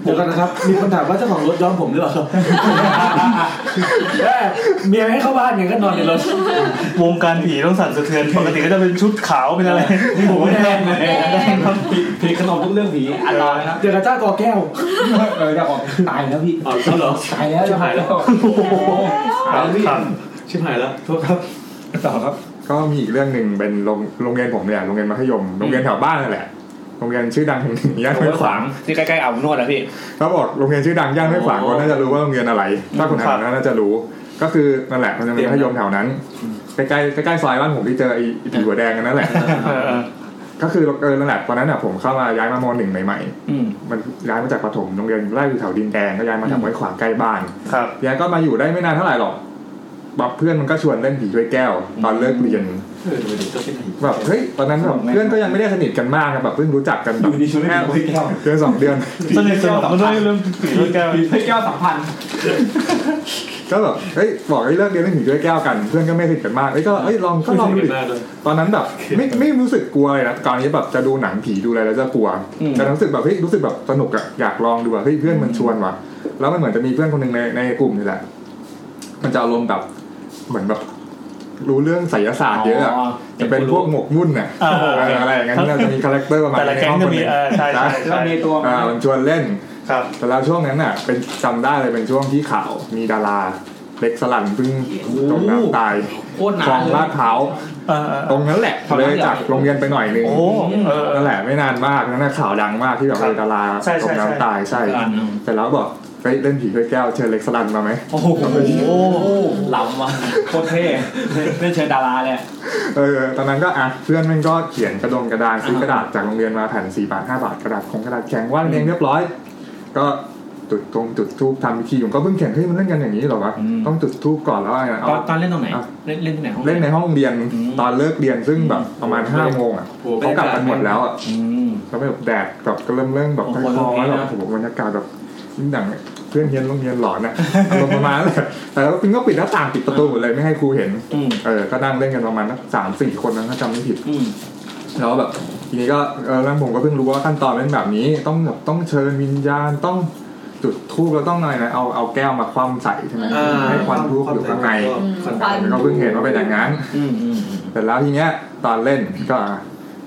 เดี๋ยวกันนะครับ มีคนถามว่าเจ้าของรถย้อมผมหรือเปล่าครับแม่เมียให้เข้าบ้านไงก็นอนในรถ วงการผีต้องสั่นสะเทือนปกติก็จะเป็นชุดขาวเป็นอะไร นี่ผมแดงเลย ครับ ผีขนมทุกเรื่องผีอันตรายนะเดี๋ยวกับเจ้ากอแก้วเออจะออกตายแล้วพี่อ๋อเหรอตายแล้วจะหายแล้วตายแล้วพี่ชิบหายแล้วโทษครับต่อครับ ก็มีอีกเรื่องหนึ่งเป็นโรงโรงเรียนผมเนี่ยโรงเรียนมัธยมโรงเรียนแถวบ้านนั่นแหละโรงเรียนชื่อดังแห่งหนึ่งย่านห้วยขวาง ที่ใกล้ๆอ่าวนวดอะพี่ เขาบอกโรงเรียนชื่อดังย่านห้วยขวางคนน่าจะรู้ว่าโรงเรียนอะไร ถ้าคนแถวนั้นน่าจะรู้ ก็คือนั่นแหละมันจะมีมัธยมแถวนั้นใกล้ๆใกล้ๆซอยบ้านผมที่เจอไอ้ไอ้ผีหัวแดงกันนั่นแห ละก็คือเออนั่นแหละตอนนั้นน่ะผมเข้ามาย้ายมามหนึ่งใหม่ๆ อืม มันย้ายมาจากปฐมโรงเรียนแรกอยู่แถวดินแดงก็ย้ายมาแถวห้วยขวางใกล้บ้านย้ายก็มาอยู่ได้ไม่นานเท่าไหร่หรอกแบบเพื่อนมันก็ชวนเล่นผีถ้วยแก้ว ตอนเลิกเรียนแบบเฮ้ยตอนนั้นแบบเพื่อนก็ยังไม่ได้สนิทกันมากนะแบบเพิ่งรู้จักกันแบบแค่เดือนสองเดือน สนิทสนมมันด้วยเรื่องผีด้วยแก้ว ผีถ้วยแก้วสัมพันธ์ ก็แบบเฮ้ยบอกไอ้เลิกเรียนเล่นผีถ้วยแก้วกัน เพื่อนก็ไม่สนิทกันมากเอ้ยก็เอ้ยลองก็ลองดูดิตอนนั้นแบบไม่ไม่รู้สึกกลัวเลยนะตอนนี้แบบจะดูหนังผีดูอะไรแล้วจะกลัว อืม แต่รู้สึกแบบเฮ้ยรู้สึกแบบสนุกอะอยากลองดูอะเฮ้ยเพื่อนมันชวนว่ะแล้วมันเหมือนจะมีเพื่อนคนหนึ่งในในกลุ่มนี่แหละ มันจะอารมณ์แบบเหมือนแบบรู้เรื่องไสยศาสตร์เยอะอะ อ๋อ จะเป็นพวกหมกมุ่นน่ะ อ่า เอออะไรอย่างนั้นเราจะมีคาแรคเตอร์ประมาณ แต่ละแก๊งจะมีเออใช่ใช่ใช่ แล้วมีตัวอ่ามันชวนเล่น ครับ แต่แล้วช่วงนั้นน่ะ เป็นจำได้เลยเป็นช่วงที่ข่าวมีดาราเล็กสลันเพึ่งจมน้ำตาย โคตรหนา คลอง เลย ลาดพร้าวตรงนั้นแหละ ตรง เล นั้น ย เหรอ จากโรงเรียนไปหน่อยนึง โอ้เออเออ นั่นแหละไม่นานมากนั่นน่ะข่าวดังมากที่แบบเออดารา ใช่ใช่ จม ใช่ น้ำตายใช่แต่แล้วบอกเฮ้ยเล่นผีถ้วยแก้วเชิญเล็กสลันมาไหม โอ้โหหล่ำว่ะโคตรเท่เล่นเชิญดาราเลย เออตอนนั้นก็อ่ะเพื่อนมันก็เขียนกระดงกระดานซื้อกระดาษจากโรงเรียนมาแผ่นสี่บาทห้าบาทกระดาษของกระดาษแข็งวาดเองเรียบร้อย ก็จุดตรงจุดทูบทำพิธีผมก็เพิ่งเขียนเฮ้ยมันเล่นกันอย่างนี้เหรอวะต้องจุดทูบก่อนแล้วอะไระ ต เอา อนตอนเล่นตรงไหน เล่นเล่นที่ไหนห้อง เล่นในห้องเรียนตอนเลิกเรียนซึ่งแบบประมาณห้าโมงอ่ะ โอ้โ เขากลับกันหมดแล้วอ่ะ อืม แล้วแบบแดดแบบก็เริ่มเริ่มแบบ โอ้ ค โห ลอๆแล้โอวเคนะ แบบโอ้โหบรรยากาศแบบยิ่งดังเพื่อนเฮียนโรงเรียนหลอนอ่ะอารมณ์ประมาณนั้นแหละแต่แล้วปิงก็ปิดหน้าต่างปิดประตูหมดเลยไม่ให้ครูเห็น อืม เออ ก็นั่งเล่นกันประมาณสักสามสี่คนนะถ้าจำไม่ผิดแล้วแบบ ทีนี้ก็เออแล้วผมก็เพิ่งรู้ว่าขั้นตอนเป็นแบบนี้ ต้องแบบต้องเชิญวิญญาณต้องจุดธูปแล้วต้องอะไรนะ เอาเอาแก้วมาคว่ำใส่ใช่ไหม อ่า ให้ควันธูปอยู่ข้างใน ควัน ก็เพิ่งเห็นว่าเป็นอย่างนั้น อืมอืม แต่แล้วทีเนี้ยตอนเล่นก็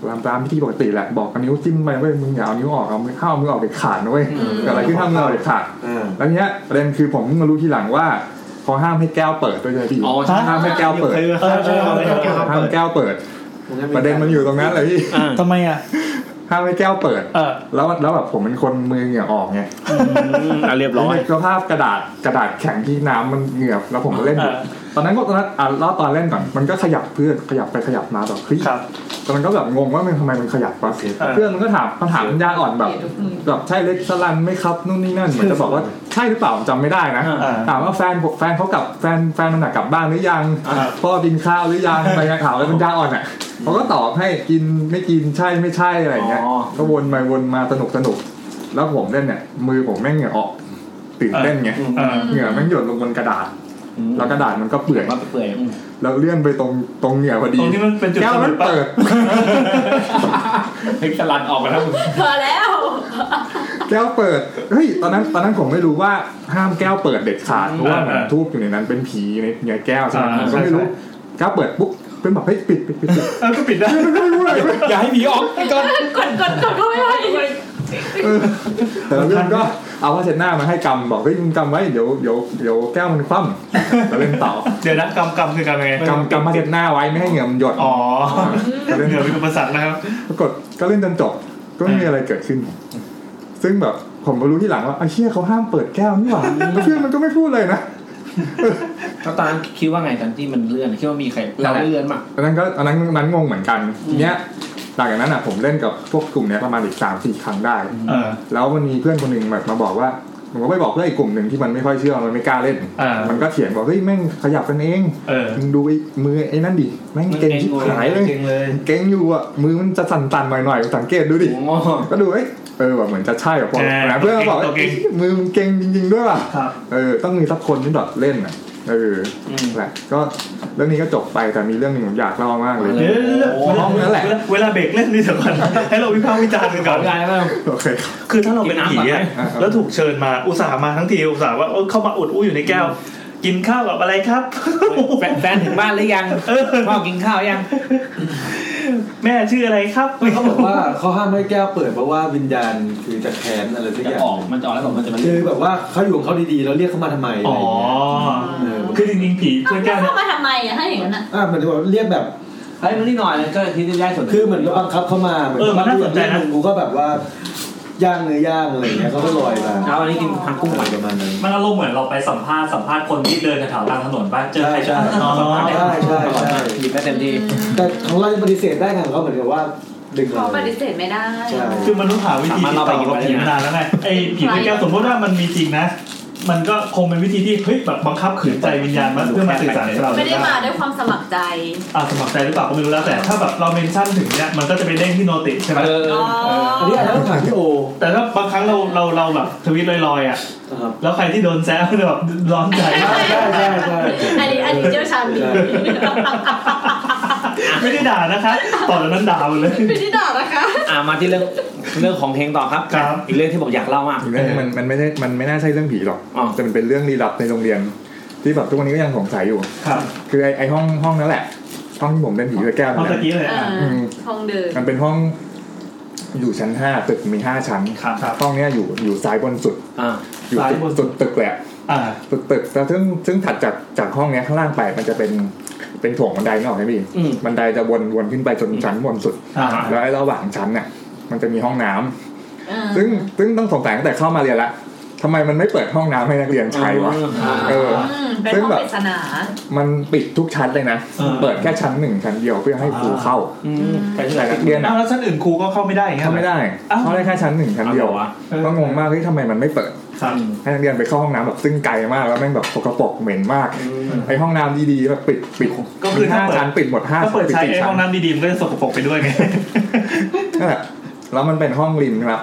ตามตามพิธีปกติแหละบอกเอานิ้วจิ้มไปเว้ยมึงอย่าเอานิ้วออกเอามือเข้าเอามือออกเด็ดขาดนะเว้ย อืม เกิดอะไรขึ้นห้ามมือออกเด็ดขาดแล้วทีเนี้ยประเด็นคือผมเพิ่งมารู้ทีหลังว่าเขาห้ามให้แก้วเปิดด้วยใช่ไหมพี่ อ๋อใช่ ห้ามให้แก้วเปิด เออใช่ใช่ใช่ ห้ามแก้วเปิด ประเด็นมันอยู่ตรงนั้นเลยพี่ ทำไมอ่ะ ห้ามให้แก้วเปิดแล้วแล้วแบบผมเป็นคนมือเหงื่อออกไง อ่ะเรียบร้อย สภาพกระดาษกระดาษแข็งที่น้ำมันเหงื่อแล้วผมก็เล่นอยู่ตอนนั้นก็ตอนนั้นอ่ะรอบตอนเล่นก่อนมันก็ขยับเพื่อนขยับไปขยับมาแบบเฮ้ยตอนนั้นก็แบบงงว่ามันทำไมมันขยับวะเพื่อนมันก็ถามคำถามยาอ่อนแบบแบบใช่เล็กสลันไหมครับนู่นนี่นั่นเหมือนจะบอกว่าใช่หรือเปล่าจำไม่ได้นะถามว่าแฟนผมแฟนเขากลับแฟนแฟนมันน่ะกลับบ้านหรือยังพ่อกินข้าวหรือยังไปยังข่าวแล้วมันยาอ่อนอ่ะเขาก็ตอบให้กินไม่กินใช่ไม่ใช่อะไรอย่างเงี้ยก็วนไปวนมาสนุกสนุก แล้วผมเล่นเนี่ย มือผมแม่งเหงื่อออกตื่นเต้นไงเหงื่อแม่งหยดลงบนกระดาษ แล้วกระดาษมันก็เปื่อย มันเปื่อย แล้วเลื่อนไปตรงตรงเหงื่อพอดี ตรงที่มันเป็นจุด แก้วมันเปิด เฮ้ยสลัดออกมาแล้วมึง พอแล้ว แก้วเปิดเฮ้ยตอนนั้นตอนนั้นผมไม่รู้ว่าห้ามแก้วเปิดเด็ดขาดเพราะว่าเหมือนทูบอยู่ในนั้นเป็นผีในเหงื่อแก้วใช่ไหมผมก็ไม่รู้แก้วเปิดปุ๊บเป็นแบบเฮ้ยปิดปิดปิดปิด เออก็ปิดได้ ไม่รู้อะไรเลย อย่าให้ผีออกก่อน กดกดกดก็ไม่ไหว เออแต่เรื่องก็เอาผ้าเช็ดหน้ามาให้กำบอกเฮ้ยมึงกำไว้เดี๋ยวเดี๋ยวเดี๋ยวแก้วมันคว่ำแล้วเล่นต่อ เดี๋ยวนะกำกำคือกำยังไง กำกำผ้าเช็ดหน้าไว้ไม่ให้เหงื่อมันหยด อ๋อ ก็เล่น เหงื่อเป็นอุปสรรคนะครับ ปรากฏก็เล่นจนจบก็ไม่มีอะไรเกิดขึ้น ซึ่งแบบผมมารู้ที่หลังว่าไอ้เชี่ยเขาห้ามเปิดแก้วนี่หว่าแล้วเพื่อนมันก็ไม่พูดเลยนะ แล้วตอนนั้นคิดว่าไงตอนที่มันเลื่อนคิดว่ามีใครเราไม่เลื่อนมั้ง อันนั้นก็อันนั้นนั้นงงเหมือนกันเนี้ยหลังจากนั้นอ่ะผมเล่นกับพวกกลุ่มเนี้ยประมาณอีกสามสี่ครั้งได้แล้วมันมีเพื่อนคนหนึ่งแบบมาบอกว่าผมก็ไปบอกเพื่อนอีกกลุ่มหนึ่งที่มันไม่ค่อยเชื่อมันไม่กล้าเล่น มันก็เถียงบอกเฮ้ยแม่งขยับกันเองมึงดูไอ้มือไอ้นั่นดิแม่งเก่งชิบหายเลยเก่งอยู่อ่ะมือมันจะสั่นๆหน่อยๆสังเกตดูดิก็ดูเอ้ยเออแบบเหมือนจะใช่อ่ะพอเพื่อนก็บอกมือมึงเก่งจริงๆด้วยว่ะเออต้องมีสักคนที่แบบเล่นอ่ะเออแหละก็เรื่องนี้ก็จบไปแต่มีเรื่องหนึ่งผมอยากเล่ามากเลย ห้องนั้นแหละ เวลาเบรกเรื่องนี้ สำคัญให้เราวิพากษ์วิจารณ์กันก่อน งานแล้ว โอเค คือถ้าเราเป็นผีอะแล้วถูกเชิญมาอุตส่าห์มาทั้งทีอุตส่าห์ว่าเออเข้ามาอุดอู้อยู่ในแก้ว กินข้าวกับอะไรครับ แฟนถึงบ้านหรือยังพ่อกินข้าวยัง แม่ชื่ออะไรครับ เขาบอกว่าเขาห้ามให้แก้วเปิดเพราะว่าวิญญาณคือจะแค้นอะไรสักอย่าง ออกมันจะออกแล้วบอกมันจะ คือแบบว่าเขาอยู่ของเขาดีๆแล้วเรียกเขามาทำไม อ๋อคือจริงๆผีช่วยแก้ว เข้ามาทำไมอะถ้าอย่างนั้นอะ อ่าเหมือนแบบเรียกแบบ เฮ้ยมันนี่หน่อยก็คิดได้ส่วน คือเหมือนก็บังคับเข้ามาเหมือน มันน่าสนใจนะ กูก็แบบว่าย่างเนื้อย่างอะไรเงี้ยเขาก็ลอยมา เอาอันนี้กินทางกุ้งหอย ประมาณนั้น มันอารมณ์เหมือนเราไปสัมภาษณ์สัมภาษณ์คนที่เดินแถวกลางถนนบ้างเจอใคร ใช่ ใช่ ใช่ใช่ใช่ หยิบได้เต็มที่ แต่ของเราจะปฏิเสธได้ไงเขาเหมือนกับว่าดึง เขาปฏิเสธไม่ได้ คือมันต้องหาวิธีติดต่อกับผีมานานแล้วไงไอ้ผีแก้วสมมติว่ามันมีจริงนะมันก็คงเป็นวิธีที่เฮ้ยแบบบังคับขืนใจวิญญาณมาเพื่อมาสื่อสารกับเรา ไม่ได้มาด้วยความสมัครใจ อ่าสมัครใจหรือเปล่าก็ไม่รู้แล้วแต่ถ้าแบบเราเมนชั่นถึงเนี่ยมันก็จะไปเด้งที่โนติใช่ไหม อันนี้อาจจะต้องถามพี่โอ แต่ถ้าบางครั้งเราเราเราแบบทวิตลอยๆอ่ะแล้วใครที่โดนแซวแบบร้อนใจ ใช่ใช่ใช่ อันนี้อันนี้เจ้าชามดี ไม่ได้ด่านะคะตอนนั้นด่าหมดเลย ไม่ได้ด่านะคะ อ่ามาที่เรื่องเรื่องของเพลงต่อครับ ครับ อีกเรื่องที่บอกอยากเล่ามาก อีกเรื่องมันมันไม่ใช่มันไม่น่าใช่เรื่องผีหรอกแต่มันเป็นเรื่องลี้ลับในโรงเรียน ที่แบบทุกวันนี้ก็ยังสงสัยอยู่ ครับ คือไอไอห้องห้องนั่นแหละ ห้องที่ผมเล่นผีด้วยแก้ว ห้องตะกี้เลย ห้องเดิน มันเป็นห้องอยู่ชั้นห้าตึกมีห้าชั้นห้องเนี้ยอยู่อยู่ซ้ายบนสุดอยู่สุดตึกแหละสุดตึกแล้วซึ่งซึ่งถัดจากจากห้องเนี้ยข้างล่างไปมันจะเป็นเป็นถ่วงบันไดนี่ออกไหมพี่บันไดจะวนวนขึ้นไปจนชั้นบนสุดแล้วไอ้ระหว่างชั้นเนี่ยมันจะมีห้องน้ำ ซึ่งซึ่งต้องสงสัยตั้งแต่เข้ามาเรียนละทำไมมันไม่เปิดห้องน้ำให้นักเรียนใช้วะ เออ ซึ่งแบบ มันปิดทุกชั้นเลยนะ เปิดแค่ชั้นหนึ่งชั้นเดียวเพื่อให้ครูเข้า แต่ แต่นักเรียน แล้วชั้นอื่นครูก็เข้าไม่ได้ เข้าไม่ได้ เข้าได้แค่ชั้นหนึ่งชั้นเดียวก็งงมากเฮ้ยทำไมมันไม่เปิด ให้นักเรียนไปเข้าห้องน้ำแบบซึ่งไกลมากแล้วแม่งแบบสกปรกเหม็นมาก ไอห้องน้ำดีๆแบบปิดปิด ก็คือ ห้าชั้นปิดหมดห้า ชั้นปิดสี่ชั้นห้องน้ำดีๆมันก็จะสกปรกไปด้วยไง แล้วมันเป็นห้องริมนะครับ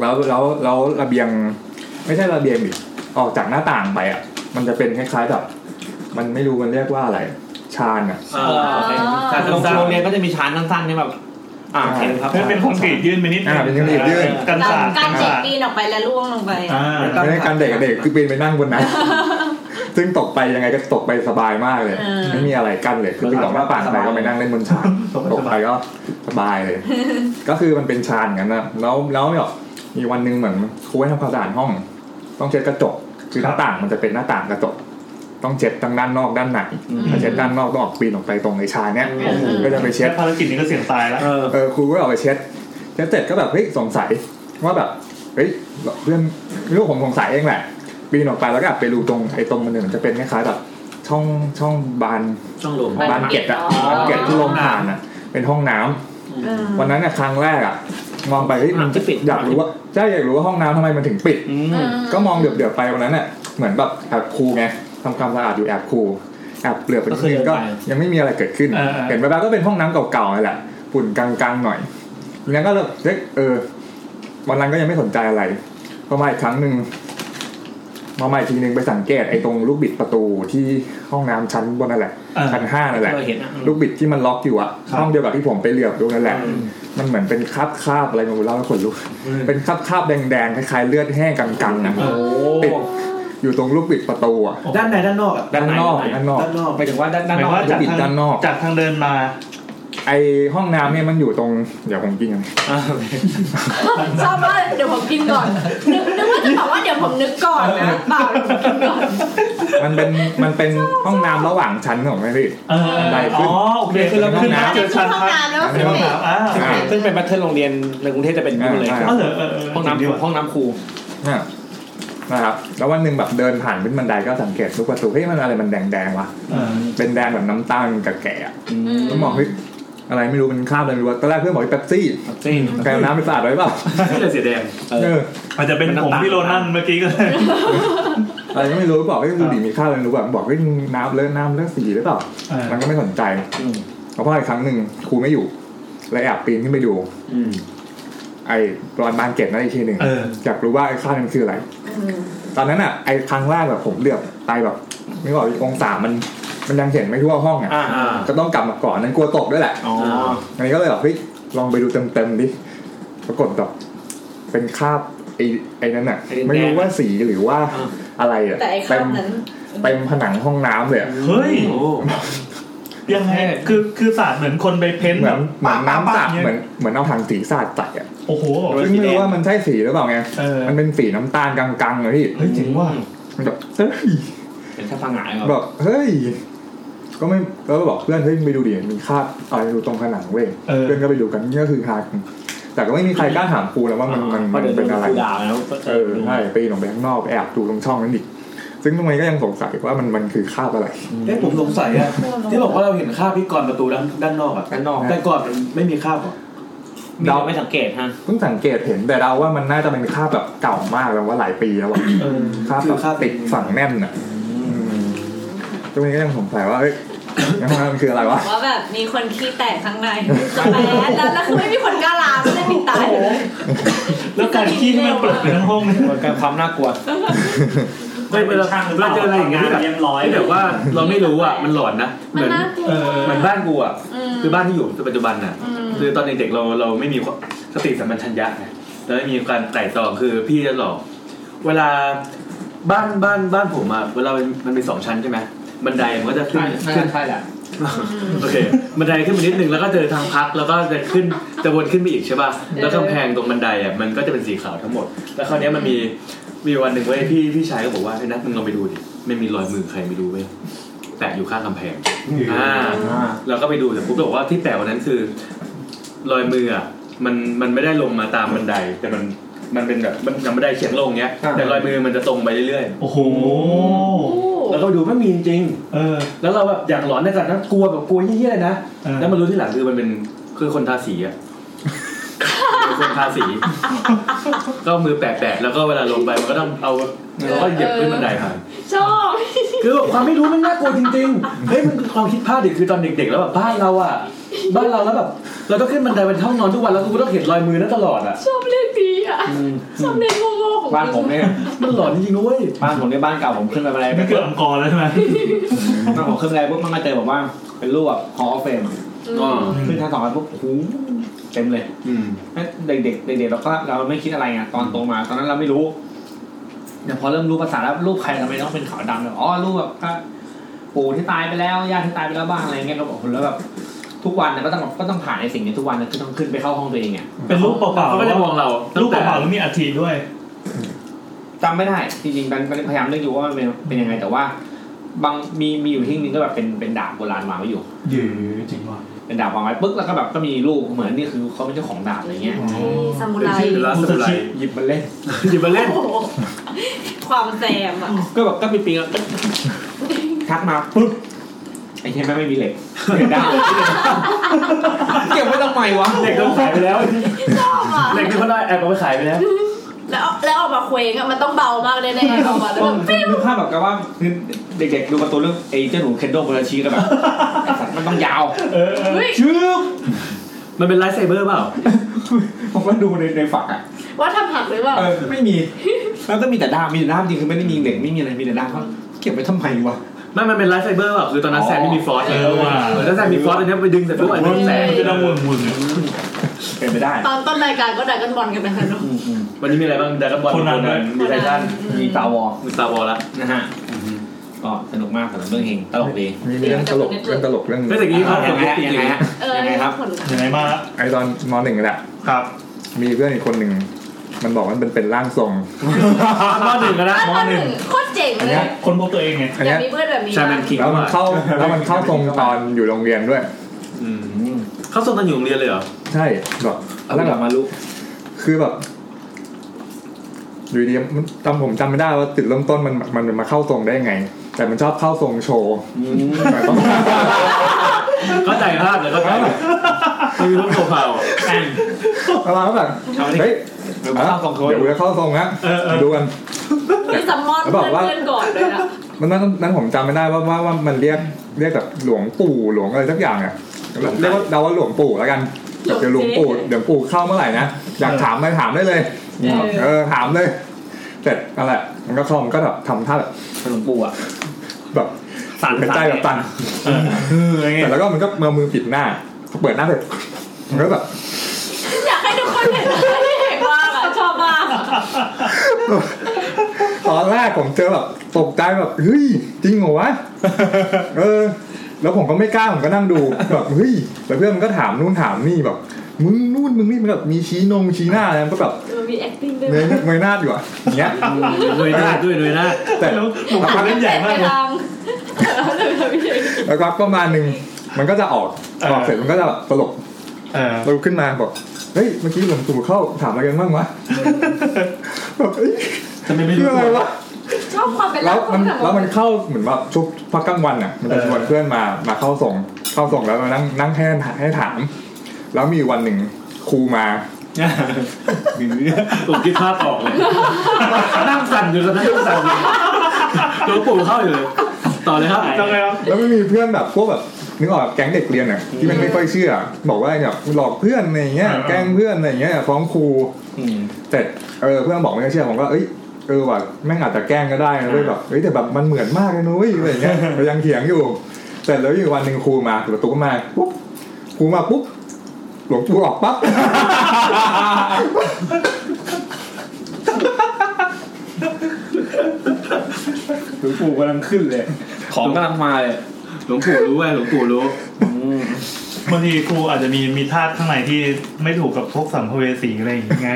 แล้วแล้วแล้วระเบียง ไม่ใช่ระเบียงดิออกจากหน้าต่างไปอ่ะ มันจะเป็นคล้ายๆแบบ มันไม่รู้มันเรียกว่าอะไร ชานอ่ะ โรงเรียนก็จะมีชานสั้นๆนี่แบบ อ่าเห็นครับ เป็นคอนกรีตยื่นไปนิด อ่าเป็นคอนกรีตยื่น กันสาด การเด็กปีนออกไปแล้วล่วงลงไป ไม่ใช่การเด็กเด็กคือปีนไปนั่งบนนั้นซึ่งตกไปยังไงก็ตกไปสบายมากเลย ไม่มีอะไรกั้นเลยคือไปออกหน้าต่างไปก็ไปนั่งเล่นบนชานตกไปก็สบาย เลย ก็คือมันเป็นชานอย่างนั้นนะแล้วแล้วแบบมีวันหนึ่งเหมือนครูให้ทำความสะอาดห้อง ต้องเช็ดกระจกคือหน้าต่างมันจะเป็นหน้าต่างกระจก ต้องเช็ดทั้งด้านนอกด้านในถ้าเช็ดด้านนอกต้องออกปีนออกไปตรงไอ้ชายเนี่ย อืม ก็จะไปเช็ด ภารกิจนี้ก็เสี่ยงตายแล้ว เออครูก็ออกไปเช็ดเช็ดเสร็จก็แบบเฮ้ยสงสัยว่าแบบเฮ้ยเพื่อนลูกผมสงสัยเองแหละปีนออกไปแล้วก็ไปดูตรงไอ้ตรงมันหนึ่งจะเป็นคล้ายๆแบบช่องช่องบาน ช่องลม บานเกล็ดอะบานเกล็ดที่ลงผ่านอะเป็นห้องน้ำวันนั้นเนี่ยครั้งแรกอะมองไปเฮ้ยมันจะปิดอยากรู้ว่าใช่อยากรู้ว่าห้องน้ำทำไมมันถึงปิดก็มองเดือบเดือบๆไปวันนั้นเนี่ยเหมือนแบบแอบครูไงทำความสะอาดอยู่แอบครูแอบเหลือบไปนิดนึงก็ยังไม่มีอะไรเกิดขึ้น เห็นไปๆก็เป็นห้องน้ำเก่าๆนั่นแหละฝุ่นกลางๆหน่อยแล้วก็เริ่มเอ๊ะเออ วันนั้นก็ยังไม่สนใจอะไรพอมาอีกครั้งหนึ่งมาใหม่อีกทีหนึ่งไปสังเกตไอ้ตรงลูกบิดประตูที่ห้องน้ำชั้นบนนั่นแหละชั้นห้านั่นแหละ ที่เราเห็นอะ ลูกบิดที่มันล็อกอยู่อะห้องเดียวกับที่ผมไปเหลือบดูนั่นแหละ มันเหมือนเป็นคราบคาบๆอะไรไมาเล่าให้คนรู้ เป็นคราบคาบๆแดงๆคล้ายๆเลือดแห้งกังๆนะติดอยู่ตรงลูกบิดประตูอะ ด้านในด้านนอกอะ ด้านนอกด้านนอก ด้านนอกหมายถึงว่าด้าน หมายความว่าจากทางด้านนอก จากทางเดินมา ไอห้องน้ำเนี่ยมันอยู่ตรงเดี๋ยวผมกินกัน ชอบว่าเดี๋ยวผมกินก่อน นึกนึกว่าจะบอกว่าเดี๋ยวผมนึกก่อนนะเปล่า มันเป็นมันเป็นห้องน้ำระหว่างชั้นของไม่พี่บันไดขึ้น อ๋อโอเคคือเราขึ้นมาเจอชั้นพัก เป็นห้องน้ำอ่า ซึ่งเป็นแพทเทิร์นโรงเรียนในกรุงเทพจะเป็นอย่างนี้หมดเลย อ่าอ๋อเหรอเออเออ ห้องน้ำห้องน้ำครู อ่ะนะครับแล้ววันหนึ่งแบบเดินผ่านขึ้นบันไดก็สังเกตลูกประตูเฮ้ยมันอะไรมันแดงๆวะเป็นแดงแบบน้ำตาลกับแก่ๆอะก็มองเฮ้ยอะไรไม่รู้มันคราบอะไรไม่รู้อะตอนแรกเพื่อนบอกเป๊ปซี่แกเอาน้ำไปสาดไว้เปล่า ไม่เลยเสียแดง เออ อาจจะเป็นผมที่โรนั่นเมื่อกี้ก็ได้ อะไรก็ไม่รู้บอกเฮ้ยบุหรี่มีค่าอะไรไม่รู้แบบบอกเฮ้ยน้ำเลอะน้ำเลอะสีหรือเปล่ามันก็ไม่สนใจเพราะว่าอีกครั้งหนึ่งครูไม่อยู่เลยแอบปีนขึ้นไปดูไอ้รอนบานเก็บนั่นอีกทีหนึ่งอยากรู้ว่าไอ้ค่านั้นคืออะไร ตอนนั้นอ่ะไอ้ครั้งแรกแบบผมเหลือบไปแบบไม่บอกองศามันมันยังเห็นไม่ทั่วห้องอ่ะ อ่าอ่า ก็ต้องกลับมาก่อนนั้นกลัวตกด้วยแหละ อ๋อ อันนี้ก็เลยแบบเฮ้ยลองไปดูเต็มๆดิปรากฏแบบเป็นคราบไอ้ไอ้นั้นอ่ะ ไม่รู้ว่าสีหรือว่าอะไรอ่ะ แต่ไอ้ เต็ ข้าม วนั้น เต็มผนังห้องน้ำเลยอะ เฮ้ยยังไงคือคือสาดเหมือนคนไปเพ้นท์ เหมื แบ อน บ เหมือนน้ำสาด ปะปะปะ เหมือนเหมือนเอาถังสีสาดใส่อะ โอ้โห ซึ่งไม่รู้ว่ามันใช่สีหรือเปล่าไงมันเป็นสีน้ำตาลกลางๆเลยพี่ เฮ้ยจริงว่า แบบเฮ้ย เป็นท่าพังหงายเหรอ แบบเฮ้ย ก็ไม่แล้วก็บอกเพื่อนเฮ้ยไปดูดิมีคราบอะไรอยู่ตรงผนังเว้ย เออ เพื่อนก็ไปดูกันก็คือฮากันแต่ก็ไม่มีใครกล้าถามครูแล้วว่ามันมัน เพราะเดี๋ยวมันเป็น โด อะ น ไร ครูด่าแล้วก็จะ เออใช่ปีนออกไปข้างนอกแอบดูตรงช่องนั้นอีกซึ่งตรงนี้ก็ยังสงสัยว่ามันมันคือคราบอะไร เอ้ยผมสงสัยอะที่บอกว่าเราเห็นคราบที่ก่อนประตูด้านด้านนอกอะด้านนอก แต่ก่อนมันไม่มีคราบหรอ เราไม่สังเกตฮะ เพิ่งสังเกตเห็นแต่เราว่ามันน่าจะเป็นคราบแบบเก่ามากแล้วว่าหลายปีแล้วอะคราบแบบติดฝังแน่นอะตรงนี้ก็ยังสงสัยว่าเอ้ยยังไงมันคืออะไรวะ ว่าแบบมีคนขี้แตกข้างในสแปรดแล้วแล้วคือไม่มีคนกล้าล้างไม่ได้ปิดตาเลย แล้วการขี้ที่มันเปิดเป็นห้องเนี่ย มันการความน่ากลัว ไม่เวลาเราเจออะไรอย่างเงี้ยที่แบบ เรียบร้อย ที่แบบว่าเราไม่รู้อ่ะมันหลอนนะเหมือน มันน่ากลัว เออเหมือนบ้านกูอ่ะคือบ้านที่อยู่ปัจจุบันน่ะ อืม คือตอนเด็กๆเราเราไม่มีสติสัมปชัญญะไงเราไม่มีการไต่ตองคือพี่จะหลอก เวลาบ้านบ้านบ้านผมอะเวลามันมันมีสองชั้นใช่ไหมบันไดมันก็จะขึ้นขึ้น ใช่แหละ โอเคบันไดขึ้นไปนิดนึงแล้วก็เจอทางพักแล้วก็จะขึ้นจะวนขึ้นไปอีกใช่ป่ะแล้วกำแพงตรงบันไดอ่ะมันก็จะเป็นสีขาวทั้งหมด แล้วคราวเนี้ยมันมีมีวันหนึ่งเว้ยพี่พี่ชายก็บอกว่าเฮ้ยนัทมึงลองไปดูดิไม่มีรอยมือใครไม่รู้เว้ยแตะอยู่ข้างกำแพงอ่าเราก็ไปดูแต่ปุ๊บบอกว่าที่แตะวันนั้นคือ รอยมืออ่ะมันมันไม่ได้ลงมาตามบันได แต่มันมันเป็นแบบมันมันบันไดเฉียงลงเงี้ย แต่รอยมือมันจะตรงไปเรื่อยๆ โอ้โห แล้วก็ไปดูไม่มีจริง เออ แล้วเราแบบอยากหลอนในกันนั้นกลัวแบบกลัวเยี่ยๆเลยนะ เออ แล้วมารู้ที่หลังคือมันเป็นคือคนทาสีอ่ะ เป็นคนทาสี ก็เอามือแปะๆแล้วก็เวลาลงไปมันก็ต้องเอาเราก็เหยียบขึ้นบันไดมา ชอบ คือแบบความไม่รู้มันน่ากลัวจริงๆ เฮ้ยมันความคิดพลาดเด็กคือตอนเด็กๆแล้วแบบบ้านเราอ่ะ บ้านเราแล้วแบบเราต้องขึ้นบันไดเป็นห้องนอนทุกวันแล้วกูก็ต้องเห็นรอยมือนั่นตลอดอ่ะ ชอบเรื่องดีอ่ะชอบเรื่องโง่ๆของ บ้านผมเนี่ย มันหลอนจริงๆนะเว้ย บ้านผมเนี่ยบ้านเก่าผมขึ้นไปอะไรไป นี่คืออังกอร์แล้วใช่ไหม บ้านผมขึ้นไปอะไรปุ๊บมันก็เจอบอกว่าเป็นรูปแบบฮอลเฟม อ๋อ ขึ้นทางสองอันปุ๊บโอ้โหเต็มเลย อืม เด็กๆเด็กๆเราก็เราไม่คิดอะไรไงตอนโตมา ตอนนั้นเราไม่รู้เนี่ยพอเริ่มรู้ภาษาแล้วรูปใครทำไมต้องเป็นขาวดำเนี่ยอ๋อรูปแบบก็ปู่ที่ตายไปแล้วย่าที่ตายไปแล้วบ้างอะไรเงี้ยเราบอกคนแล้วแบบทุกวันเนี่ยก็ต้องก็ต้องผ่านในสิ่งนี้ทุกวันนะคือต้องขึ้นไปเข้าห้องตัวเองเนี่ย เป็นรูปเปล่า เขาก็จะมองเรา ๆรูปเปล่าๆแล้วมีอัฐิด้วย จำไม่ได้จริงๆมันมันพยายามเลือกอยู่ว่ามันเป็นเป็นยังไงแต่ว่า บางมีมีอยู่ที่นึงก็แบบเป็นเป็นดาบโบราณวางไว้อยู่ เยอะจริงว่ะ เป็นดาบวางไว้ปึ๊กแล้วก็แบบก็มีรูปเหมือนนี่คือเขาเป็นเจ้าของดาบอะไรเงี้ย ซามูไร เป็นร้านสมุไรหยิบมาเล่น หยิบมาเล่น โอ้โหความแซมอ่ะ ก็แบบก็ปีปีก็ทักมาปุ๊บไอ้เช่นไม่มีเหล็กเหล็กด้ามเก็บไว้ทำไมวะ เหล็กต้องขายไปแล้ว ชอบอ่ะ เหล็กที่เขาได้แอบเอาไปขายไปแล้ว แล้วแล้วออกมาเคว้งอ่ะมันต้องเบามากแน่ ๆออกมาแล้ว ก็ แบบปิ้ว นึกภาพแบบกับว่าเด็กๆดูการ์ตูนเรื่องไอ้เจ้าหนูเคนโดโบราชีกันแบบไอ้สัตว์มันต้องยาวชื่อ มันเป็นไลท์ไซเบอร์เปล่า ผมก็ดูในในฝักอ่ะ ว่าทำหักหรือเปล่า เออไม่มีแล้วก็มีแต่ด้ามมีแต่ด้ามจริงคือไม่ได้มีเหล็กไม่มีอะไรมีแต่ด้ามก็เก็บไว้ทำไมวะ ไม่มันเป็นไลท์ไฟเบอร์เปล่าคือตอนนั้นแซมไม่มีฟอส เอ แล้ อ วว่า ว่ะ ถ้าแซมมีฟอสอันเนี้ยไปดึงแต่ปุ๊บอันนี้แสงจะต้องวุ่นวุ่น เป็นไปได้ ตอนต้นรายการก็ดักกันบอลกันไปแล้วเนอะ วันนี้มีอะไรบ้างดากอนบอล โคนันด้วย มีไททัน มีตาวอ มีสตาร์วอลละ นะฮะก็สนุกมากสำหรับเรื่องเฮงตลกดี มีเรื่องตลกเรื่องตลกเรื่อง เฮ้ยแต่กี้เขา อ่ะ ผม ยังไงฮะ จริง ยังไงฮะ เออ ครับ ผลลัพธ์ ยังไงมาไอตอนมหนึ่งแหละครับ มีเพื่อนอีกคนหนึ่งมันบอกว่ามันเป็นร่างทรง มหนึ่งก็ได้ อันหนึ่งโคตรเจ๋ง อัน เล เนี้ ย ยคนพบตัวเองไงอัน อยากมีเนี้ยเพื่อนแบบนี้ แล้วมันเข้าแล้วมันเข้าทรงตอนอยู่โรงเรียนด้วย เข้าส่งตอนอยู่โรงเรียนเลยเหรอ ใช่แบบ เอากลับมาลุก คือแบบอยู่ดีมันจำผมจำไม่ได้ว่าจุดเริ่มต้นมันมันมาเข้าทรงได้ยังไง แต่มันชอบเข้าทรงโชว์หมายความว่า เข้าใจภาพเลยเข้าใจมันมีรูปเผา ประมาณว่าแบบเฮ้ย เข้าทรงโชว์ เดี๋ยวกูจะเข้าทรงนะดูกัน มีซัมมอน แล้วเพื่บอ อก น ว่า เพื่อนก่อนเลยนะ มันนั้นนั้นผมจำไม่ได้ว่าว่าว่ามันเรียกเรียกแบบหลวงปู่หลวงอะไรสักอย่างอ่ะเรียกว่าเดาว่าหลวงปู่แล้วกันแบบเดี๋ยวหลวงปู่เดี๋ยวปู่เข้าเมื่อไหร่นะอยากถามอะไรถามได้เลยเออถามเลยเสร็จอะไรมันก็เข้ามันก็แบบทำท่าแบบ หลวงปู่อ่ะ แบบสั่นใจแบบสั่นแต่แล้วก็มันก็มือมือปิดหน้าพอเปิดหน้าเสร็จมันก็แบบ อยากให้ทุกคนเห็นที่เห็นมากอ่ะชอบมากอะ ตอนแรกผมเจอแบบตกใจแบบเฮ้ยจริงเหรอวะเออ แล้วผมก็ไม่กล้าผมก็นั่งดูแบบเฮ้ยแล้วเพื่อนมันก็ถามนู่นถามนี่แบบมึงนู่นมึงนี่มันแบบมีชี้นงชี้หน้าอะไรมันก็แบบ มันมี acting ด้วย เงยเงยหน้าอยู่อะอย่างเงี้ย เงยหน้าด้วยเงยหน้า แต่สักพัก เป็ แ นาง ล้วก็ประมาณหนึ่งมันก็จะออกออกเสร็จมันก็จะแบบตลกตลกขึ้นมาบอกเฮ้ยเมื่อกี้หลวงตู่เข้าถามอะไรกันบ้างวะแบบเอ้ยเรื่องอะไรวะ ชอบความเป็นเราแล้วมัน ของเรา แล้วมันเข้าเหมือนแบบชุบพักกลางวันอ่ะ มันจะชวนเพื่อนมามาเข้าส่งเข้าส่งแล้วมานั่งนั่งให้ให้ถาม แล้วมีวันหนึ่งครูมา ผมคิดภาพออกเลยนั่งสั่นอยู่ตอนนั้นนั่งสั่นอยู่ตัวปู่เข้าอยู่เลยต่อเลยครับต่อเลยครับ แล้วไม่มีเพื่อนแบบพวกแบบนึกออกแบบแก๊งเด็กเรียนอ่ะที่มันไม่ค่อยเชื่อ บอกว่าแบบหลอกเพื่อนอะไรเงี้ย อ่า แกล้งเพื่อนอะไรเงี้ยฟ้องครูแต่เออเพื่อนบอกไม่ค่อยเชื่อผมก็เอ้ยเออว่ะแม่งอาจจะแกล้งก็ได้นะเลยแบบเอ้ยแต่แบบมันเหมือนมากเลยนุ้ยอะไรเงี้ยเรายังเถียงอยู่ แต่แล้วอยู่วันหนึ่งครูมาเปิดประตูเข้ามาปุ๊บครูมาปุ๊บหลวงปู่ออกปั๊บ หลวงปู่กำลังขึ้นเลย ของกำลังมาเลย หลวงปู่รู้ไงหลวงปู่รู้ บางทีครูอาจจะมีมีธาตุข้างในที่ไม่ถูกกับพวกสัมภเวสีอะไรอย่างเงี้ยไง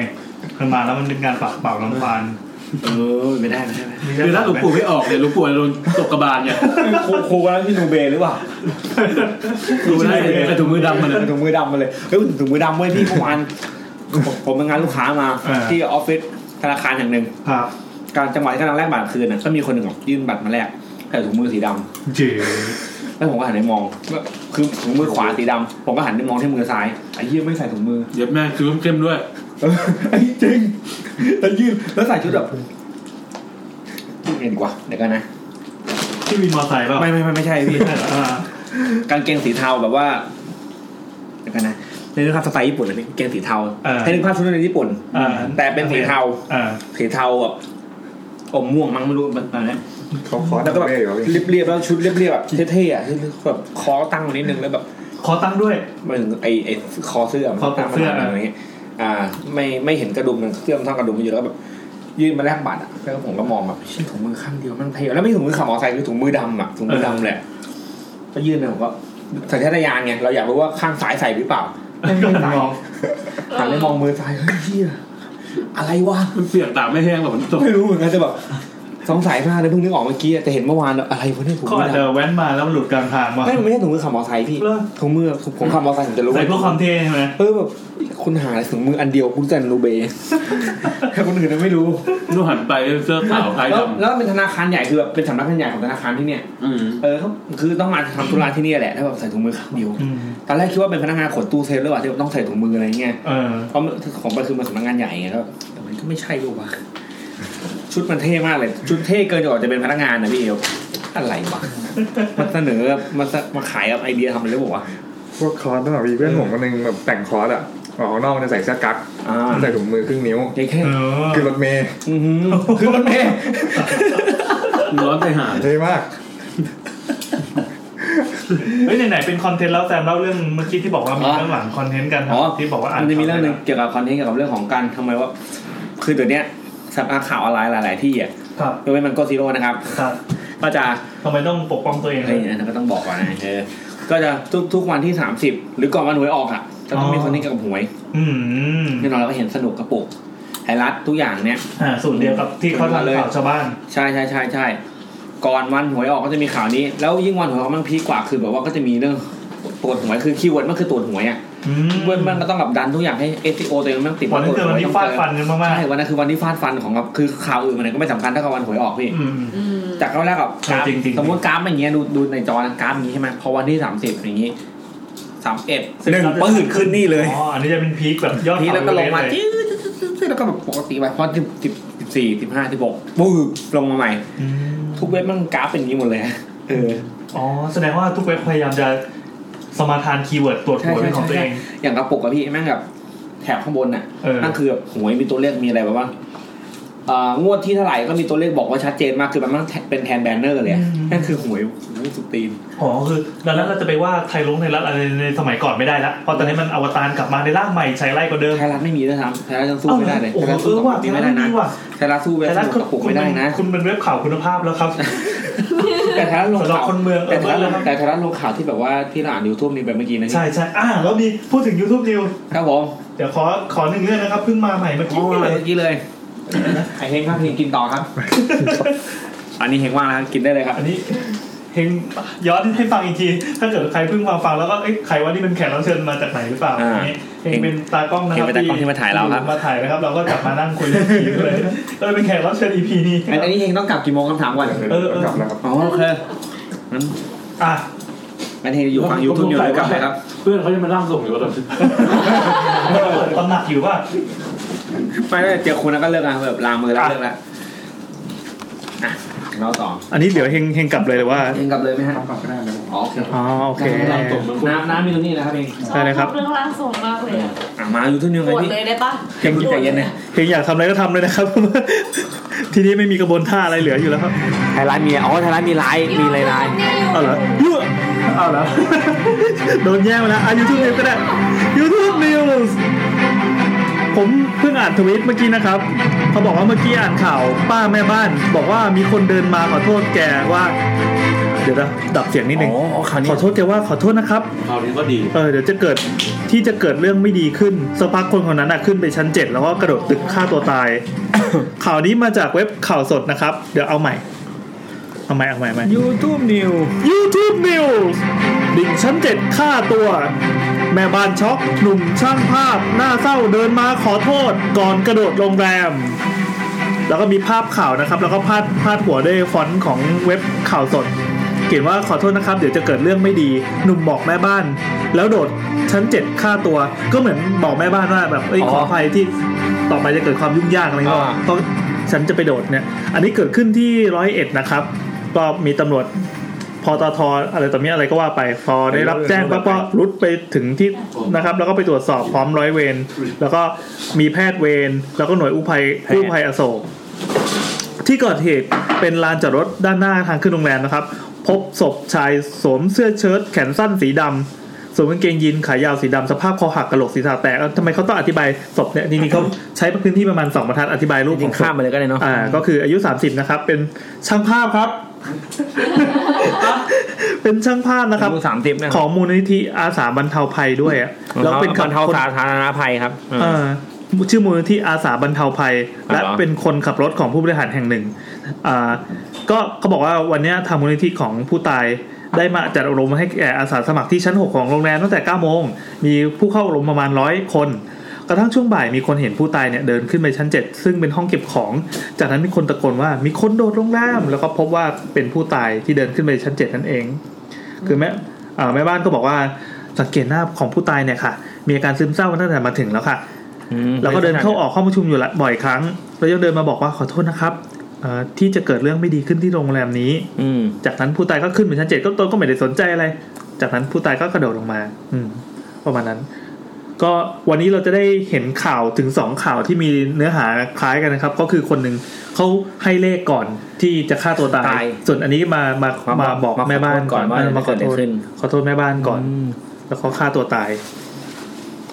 มันมาแล้วมันเป็นการปักเป่าลำพาน เออไม่ได้ไม่ได้ไม่ได้ คือถ้าหลวงปู่ไม่ออกเนี่ยหลวงปู่จะโดนตกกระบาลเนี่ย ครูครูกำลังที่นูเบหรือเปล่า ดูได้ใส่ถุงมือดำมาเลย ใส่ถุงมือดำมาเลยเฮ้ยถุงมือดำเว้ยพี่เมื่อวานผมผมไปงานลูกค้ามา อ่า ที่ออฟฟิศธนาคารแห่งหนึ่ง ครับ การจังหวะที่กำลังแลกบัตรคืนน่ะก็มีคนหนึ่งอะยื่นบัตรมาแลกใส่ถุงมือสีดำ เจ๋ แล้วผมก็หันไปมองก็คือถุงมือขวาสีดำผมก็หันไปมองที่มือซ้ายไอ้เหี้ยไม่ใส่ถุงมือ เย็บแม่งคือเข้มๆด้วย เออไอ้จริงแล้วยื่นแล้วใส่ชุดแบบยังไงดีวะเดี๋ยวกันนะ ที่มีมอไซค์เปล่า ไม่ไม่ไม่ไม่ใช่พี่ อ่าก างเกงสีเทาแบบว่าเดี๋ยวกันนะในเรื่องภาพสไตล์ญี่ปุ่นอะพี่กางเกงสีเทาให้นึกภาพชุดในญี่ปุ่น อ่า แต่เป็นสีเทา อ่า สีเทาแบบอมม่วงมั้งไม่รู้แบบนั้น เขาคอร์ส แล้วก็แบบ เท่อยู่พี่ เรียบเรียบๆแล้วชุดเรียบเรียบๆแบบเท่ๆอ่ะที่แบบคอตั้งนิดนึงแล้วแบบ ขอตั้งด้วย หมันไอไอคอเสื้อมัน คอตั้งเสื้อ ตั้งมาอะไรอย่างเงี้ยอ่า ไม่ไม่เห็นกระดุมมันเสื้อมันเท่ากระดุมมันอยู่แล้วก็แบบยื่นมาแลกบัตรอ่ะแล้วก็ผมก็มองแบบชิ้นถุงมือข้างเดียวมันเพลแล้วไม่ใช่ถุงมือขับมอเตอร์ไซค์คือถุงมือดำอ่ะถุงมือดำแหละก็ยื่นไปผมก็สัญชาตญาณไงเราอยากรู้ว่าข้างซ้ายใส่หรือเปล่า ก็มอง หันไปมองมือซ้ายเฮ้ยเหี้ยอะไรวะ มันเปียกตากไม่แห้งแบบมันตก ไม่รู้เหมือนกันจะแบบ สงสัยมากเลยเพิ่งนึกออกเมื่อกี้อะแต่เห็นเมื่อวานแล้วอะไรวะเนี่ยถุง เขา มื อาจจะ อ แว้นมาแล้วมันหลุดกลางทางมา ไม่ไม่ใช่ถุงมือขับมอเตอร์ไซค์พี่ถุงมือผมขับมอเตอร์ไซค์ผมจะรู้ ใส่เพื่อความเท่ใช่ไหม เออแบบคุณหาอะไรถุงมืออันเดียวคุณแต่รูเบ ย์ ถ้าคนอื่นน่ะไม่รู้ นู่หันไปเสื้อขาวใคร แล้ว ดำ แล้วเป็นธนาคารใหญ่คือแบบเป็นสำนักงานใหญ่ของธนาคารที่เนี่ย อืม เออเขาคือต้องมาทำธุระที่นี่แหละถ้าแบบใส่ถุงมือข้างเดียวตอนแรกคิดว่าเป็นพนักงานขนตู้เซฟหรือเปล่าที่แบบต้องใส่ถุงมืออะไรเงี้ย เออ เพราะของมันคือมันสำนักงานใหญ่ไงแล้วแต่มันก็ไม่ใช่ด้วยว่ะชุดมันเท่มากเลย ชุดเท่เกินกว่าจะเป็นพนักงานนะพี่เอวอะไรวะมันเสนอมันมาขายกับไอเดียทำอะไรหรือเปล่าวะ พวกคอร์สนั่นแหละมีเพื่อนผมคนหนึงแบบแต่งคอร์สอ่ะออกข้างนอกมันจะใส่เสื้อกั๊กใส่ถุงมือครึ่งนิ้วคือรถเมย์ คือรถเม ย์ ร้อนไปหา เท่มาก เฮ้ยไหนๆเป็นคอนเทนต์แล้วแซมเล่าเรื่องเมื่อกี้ที่บอกว่ามีเรื่องหลังคอนเทนต์กันครับที่บอกว่าอ่าน มันจะมีเรื่องหนึ่งเกี่ยวกับคอนเทนต์เกี่ยวกับเรื่องของการทำไมว่า คือตัวเนี้ยสำนักข่าวออนไลน์หลาย ๆ ที่อ่ะยกเว้นมันโกซีโร่นะครับก็จะ ทำไมต้องปกป้องตัวเอง อะไรอย่างเงี้ยนะก็ต้องบอกก่อนนะเออก็จะทุกทุกวันที่ 30 หรือก่อนวันหวยออกอ่ะจะต้องมีคอนเทนต์เกี่ยวกับหวย อืม แน่นอนเราก็เห็นสนุกกระปุกไทยรัฐทุกอย่างเนี้ย อ่าสูตรเดียวกับที่เขาทำข่าวชาวบ้าน ใช่ใช่ใช่ใช่ก่อนวันหวยออกก็จะมีข่าวนี้ แล้วยิ่งวันหวยออกมันพีคกว่าคือแบบว่าก็จะมีเรื่องตรวจหวยคือคีย์เวิร์ดมันคือตรวจหวยอ่ะ เว้นมันก็ต้องแบบดันทุกอย่างให้ SEO ตัวเองแมันติด วันนั้นคือวันที่ฟาดฟันกันมาก ใช่วันนั้นคือวันที่ฟาดฟันของแบบคือข่าวอื่นมันก็ไม่สำคัญเท่ากับวันหวยออกพี่ อืม จากครั้งแรกกับกราฟ จริงๆ สมมติกราฟมันอย่างเงี้ยดูดูในจอนะกราฟอย่างงี้ใช่ไหมพอวันที่สามสิบอย่างงี้สามเอ็ดหนึ่งปืนขึ้นนี่เลย อ๋ออันนี้จะเป็นพีคแบบยอด ทีแล้วก็ลงมา เย จี๊ดๆๆๆแล้วก็แบบปกติไปพอสิบสิบสิบสี่สิบห้าสิบหกปุ๊บลงมาใหม่ ทุกเว็บมันกราฟเป็นอย่างงี้หมดเลย อะเออ อ๋อแสดงว่าทุกเว็บพยายามจะสมาทานคีย์เวิร์ดตรวจห ใช่ วย ใช่ เป็นของตัว ใช่ เอง อย่างกระปุกอะพี่แม่งแบบแถบข้างบนน่ะ เออ นั่นคือแบบหวยมีตัวเลขมีอะไรแบบว่าเอ่องวดที่เท่าไหร่ก็มีตัวเลขบอกว่าชัดเจนมากคือมันมันเป็นแทนแบนเนอร์เลยอะนั่นคือหวยหวยสุดตีน อ๋อคือดังนั้นเราจะไปว่าไทยลงไทยรัฐอะไรในสมัยก่อนไม่ได้ละเพราะตอนนี้มันอวตารกลับมาในร่างใหม่ใช้ไล่กว่าเดิม ไทยรัฐไม่มีแล้วครับไทยรัฐยังสู้ไม่ได้เลย โอ้ ไทย โห รัฐ เอ สู้ อ กับ ว่ะ ปุก ไทยรั ไม่ ฐไม่ได้นะ มีว่ะ ไทยรัฐสู้แบบ ไทยรัฐ สู้กับปุกไม่ได้นะ คุณเป็นเว็บข่าวคุณภาพแล้วครับ แต่ไทยรัฐลง สำหรับ ข่าว คนเมือง แต่ไทยรัฐลง เออ แต่ไทยรัฐลงข่าวที่แบบว่าที่เราอ่านยูทูบนี่แบบเมื่อกี้นะพี่ ใช่ใช่อ่าแล้วมีพูดถึง YouTube New ครับผม เดี๋ยวขอขอหนึ่งเรื่องนะครับเพิ่งมาใหม่เมื่อกี้ อ๋อ เลย เมื่อกี้เลยไอเฮงครับเฮงกินต่อครับ อันนี้เฮงว่างแล้วครับกินได้เลยครับ อันนี้ เพลงย้อนให้ฟังอีกที ถ้าเกิดใครเพิ่งมาฟังแล้วก็เอ๊ะใครว่านี่เป็นแขกรับเชิญมาจากไหนหรือเปล่า อ่า อย่างเงี้ยเพลงเป็นตากล้องนะครับ เพลงเป็นตากล้องที่มาถ่ายเราครับ มาถ่ายนะครับ เราก็กลับมานั่งคุยเรื่องผีเลยเราเป็นแขกรับเชิญ EP นี้ อันอันนี้เฮงต้องกลับกี่โมงคำถามก่อน เออเออ อ๋อโอเคงั้น อ่ะ งั้นเฮงอยู่ฟังยูทูบอยู่แล้วกลับนะครับ เพื่อนเขาจะมานั่งส่งอยู่ตอนนี้ ตอนหนักอยู่ป่ะ ไม่ไม่เจอคุณแล้วก็เลิกอ่ะแบบลามือแล้วเลิกแล้วอ่ะเราต่อ อันนี้เดี๋ยวเฮงเฮงกลับเลยหรือว่า เองกลับเลยไหมฮะกลับก็ได้นะอ๋อโอเค อ๋อโอเค น้ำน้ำมีตรงนี้นะครับเอง ได้เลยครับ เรื่องร่างทรงมากเลยอะ อ่ะมาอยู่ที่นิว ป ไง วด พี่ เลยได้ปะ เฮงใจเย็นนะเฮงอยากทำอะไรก็ทำเลยนะครับ ทีนี้ไม่มีกระบวนท่าอะไรเหลืออยู่แล้วครับ ไทยร้านมีอ๋อไทยร้านมีไลน์มีไลน์ไลน์ เอาเหรอยั่วเอาเหรอ โดนแย่งไปแล้วอ่ะยูทูบนิวก็ได้ยูทูบนิวส์ผมเพิ่งอ่านทวิตเมื่อกี้นะครับ เขาบอกว่าเมื่อกี้อ่านข่าวป้าแม่บ้าน บอกว่ามีคนเดินมาขอโทษแกว่า เดี๋ยวนะดับเสียงนิดนึงขอโทษแกว่าขอโทษนะครับ ข่าวนี้ก็ดี เออเดี๋ยวจะเกิดที่จะเกิดเรื่องไม่ดีขึ้นสักพักคนคนนั้นอะขึ้นไปชั้นเจ็ดแล้วก็กระโดดตึกฆ่าตัวตาย ข่าวนี้มาจากเว็บข่าวสดนะครับ เดี๋ยวเอาใหม่ เอาใหม่เอาใหม่เอาใหม่ YouTube New YouTube News ดิ่งชั้นเจ็ดฆ่าตัว แม่บ้านช็อกหนุ่มช่างภาพ หน้าเศร้าเดินมาขอโทษก่อนกระโดดโรงแรม แล้วก็มีภาพข่าวนะครับ แล้วก็พาดพาดหัวด้วยฟอนต์ของเว็บข่าวสด เขียนว่าขอโทษนะครับ เดี๋ยวจะเกิดเรื่องไม่ดี หนุ่มบอกแม่บ้าน แล้วโดดชั้นเจ็ดฆ่าตัว ก็เหมือนบอกแม่บ้านว่าแบบเอ้ย อ๋อ ขออภัยที่ต่อไปจะเกิดความยุ่งยากอะไรก็ อ่า เพราะฉันจะไปโดดเนี่ย อันนี้เกิดขึ้นที่ร้อยเอ็ดนะครับ ก็มีตำรวจพอตทอะไรต่อมีอะไรก็ว่าไป พอได้รับแจ้งปั๊บก็รุดไปถึงที่นะครับ แล้วก็ไปตรวจสอบพร้อมร้อยเวรแล้วก็มีแพทย์เวรแล้วก็หน่วยอุภัยกู้ภัยอโศก ที่เกิดเหตุเป็นลานจอดรถด้านหน้าทางขึ้นโรงแรมนะครับ พบศพชายสวมเสื้อเชิ้ตแขนสั้นสีดำสวมกางเกงยีนขายาวสีดำสภาพคอหักกระโหลกศีรษะแตกเอ้าทำไมเขาต้องอธิบายศพเนี่ยจริงๆเขาใช้พื้นที่ประมาณสองบรรทัดอธิบายรูปของข้าม ไปเลยก็ได้เนาะ อ่าก็คืออายุ 30 นะครับ เป็นช่างภาพครับ เป็นช่างภาพนะครับ สามสิบนะ ของมูลนิธิอาสาบรรเทาภัยด้วยอะ แล้ แล้ว ว เป็ เป็น น บรรเทา คน สาธารณภัยครับ เออชื่อมูลนิธิอาสาบรรเทาภัย และ อ๋อเหรอ เป็นคนขับรถของผู้บริหารแห่งหนึ่ง อ่าก็เขาบอกว่าวันเนี้ยทางมูลนิธิของผู้ตายได้มาจัดอบรมให้แก่อาสาสมัครที่ชั้น 6 ของโรงแรมตั้งแต่ 9 โมง มีผู้เข้าอบรมประมาณ 100 คน กระทั่งช่วงบ่ายมีคนเห็นผู้ตายเนี่ยเดินขึ้นไปชั้น 7 ซึ่งเป็นห้องเก็บของ จากนั้นมีคนตะโกนว่ามีคนโดดโรงแรมแล้วก็พบว่าเป็นผู้ตายที่เดินขึ้นไปชั้น 7 นั่นเอง คือแม่เอ่อแม่บ้านก็บอกว่าสังเกตหน้าของผู้ตายเนี่ยค่ะ มีอาการซึมเศร้ามาตั้งแต่มาถึงแล้วค่ะ แล้วก็เดินเข้าออกห้องประชุมอยู่ละบ่อยครั้ง แล้วยังเดินมาบอกว่าขอโทษนะครับเอ่อที่จะเกิดเรื่องไม่ดีขึ้นที่โรงแรมนี้ จากนั้นผู้ตายก็ขึ้นไปชั้นเจ็ดก็ตนก็ไม่ได้สนใจอะไร จากนั้นผู้ตายก็กระโดดลงมา อืม ประมาณนั้น ก็วันนี้เราจะได้เห็นข่าวถึงสองข่าวที่มีเนื้อหาคล้ายกันนะครับ ก็คือคนหนึ่งเขาให้เลขก่อนที่จะฆ่าตัวตาย ตาย ส่วนอันนี้มามามาบอกแม่บ้าน ก่อนว่า เ จะเกิดอะไรขึ้น ขอโทษแม่บ้านก่อน แล้วเขาฆ่าตัวตาย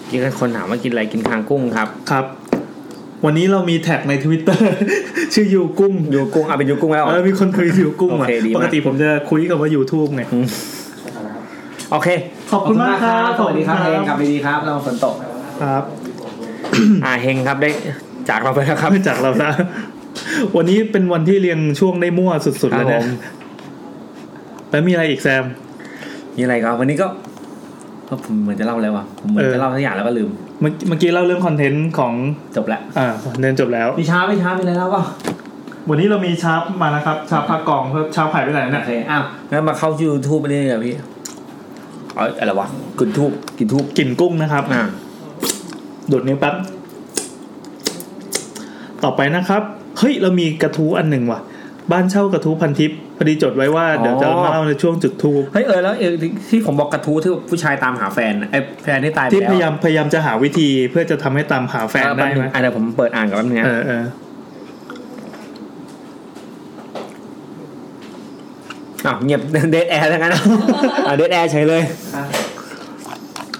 กินคนถามว่ากินอะไรกินคางกุ้งครับ ครับ วันนี้เรามีแท็กในทวิตเตอร์ ชื่อยูกุ้ง ยูกุ้งเอาเป็นยูกุ้งแล้วเหรอ เออมีคนเคยยูกุ้งอ่ะ โอเคดีมาก ปกติผมจะคุยกับว่า YouTube ไง โอเค ขอบคุณมากครับ สวัสดีครับ ขอบ เฮ คุณ ง คกรับลับไปดีครับเราฝนตก ครับ อ่าเฮงครับได้จากเราไปแล้วครับ จากเราซะ วันนี้เป็นวันที่เรียงช่วงได้มั่วสุดๆแล้ว ครั นะ บผม แล้วมีอะไรอีกแซม มีอะไรครับวันนี้ก็ก็ผมเหมือนจะเล่าอะไรวะผมเหมือนจะเล่าสักอย่างแล้วก็ลืม เมื่อเมื่อกี้เล่าเรื่องคอนเทนต์ของ จบแล้ว อ่าเดินจบแล้ว มีช้าไม่ช้ามีอะไรแล้วเปล่า วันนี้เรามีชาร์ปมานะครับ ชาร์ปพากองเพิ่มชาร์ปหายไปไหนเนี่ย อ้าว งั้นมาเข้า YouTube ไปเรื่อยๆพี่เอ๋ออะไรวะกินทูบกินทูบ กลิ่นกุ้งนะครับ อ่า ดูดนิ้วแป๊บ ต่อไปนะครับ เฮ้ย เรามีกระทู้อันหนึ่งว่ะ บ้านเช่ากระทู้พันทิปพอดีจดไว้ว่าเดี๋ยวจะมาเล่าในช่วงจุดทูบ เฮ้ยเออแล้วเออที่ผมบอกกระทู้ที่ผู้ชายตามหาแฟนไอ้แฟนที่ตายไป ที่ แล้ว พยายามพยายามจะหาวิธีเพื่อจะทำให้ตามหาแฟน เออ ได้ ป๊บ ไหม งอ่ะเดี๋ยวผมเปิดอ่านก่อนแป๊บนึงนะ เออเออ อ้าวเงียบ เดทแอร์ทั้งนั้น อ่าเดทแอร์เฉยเลย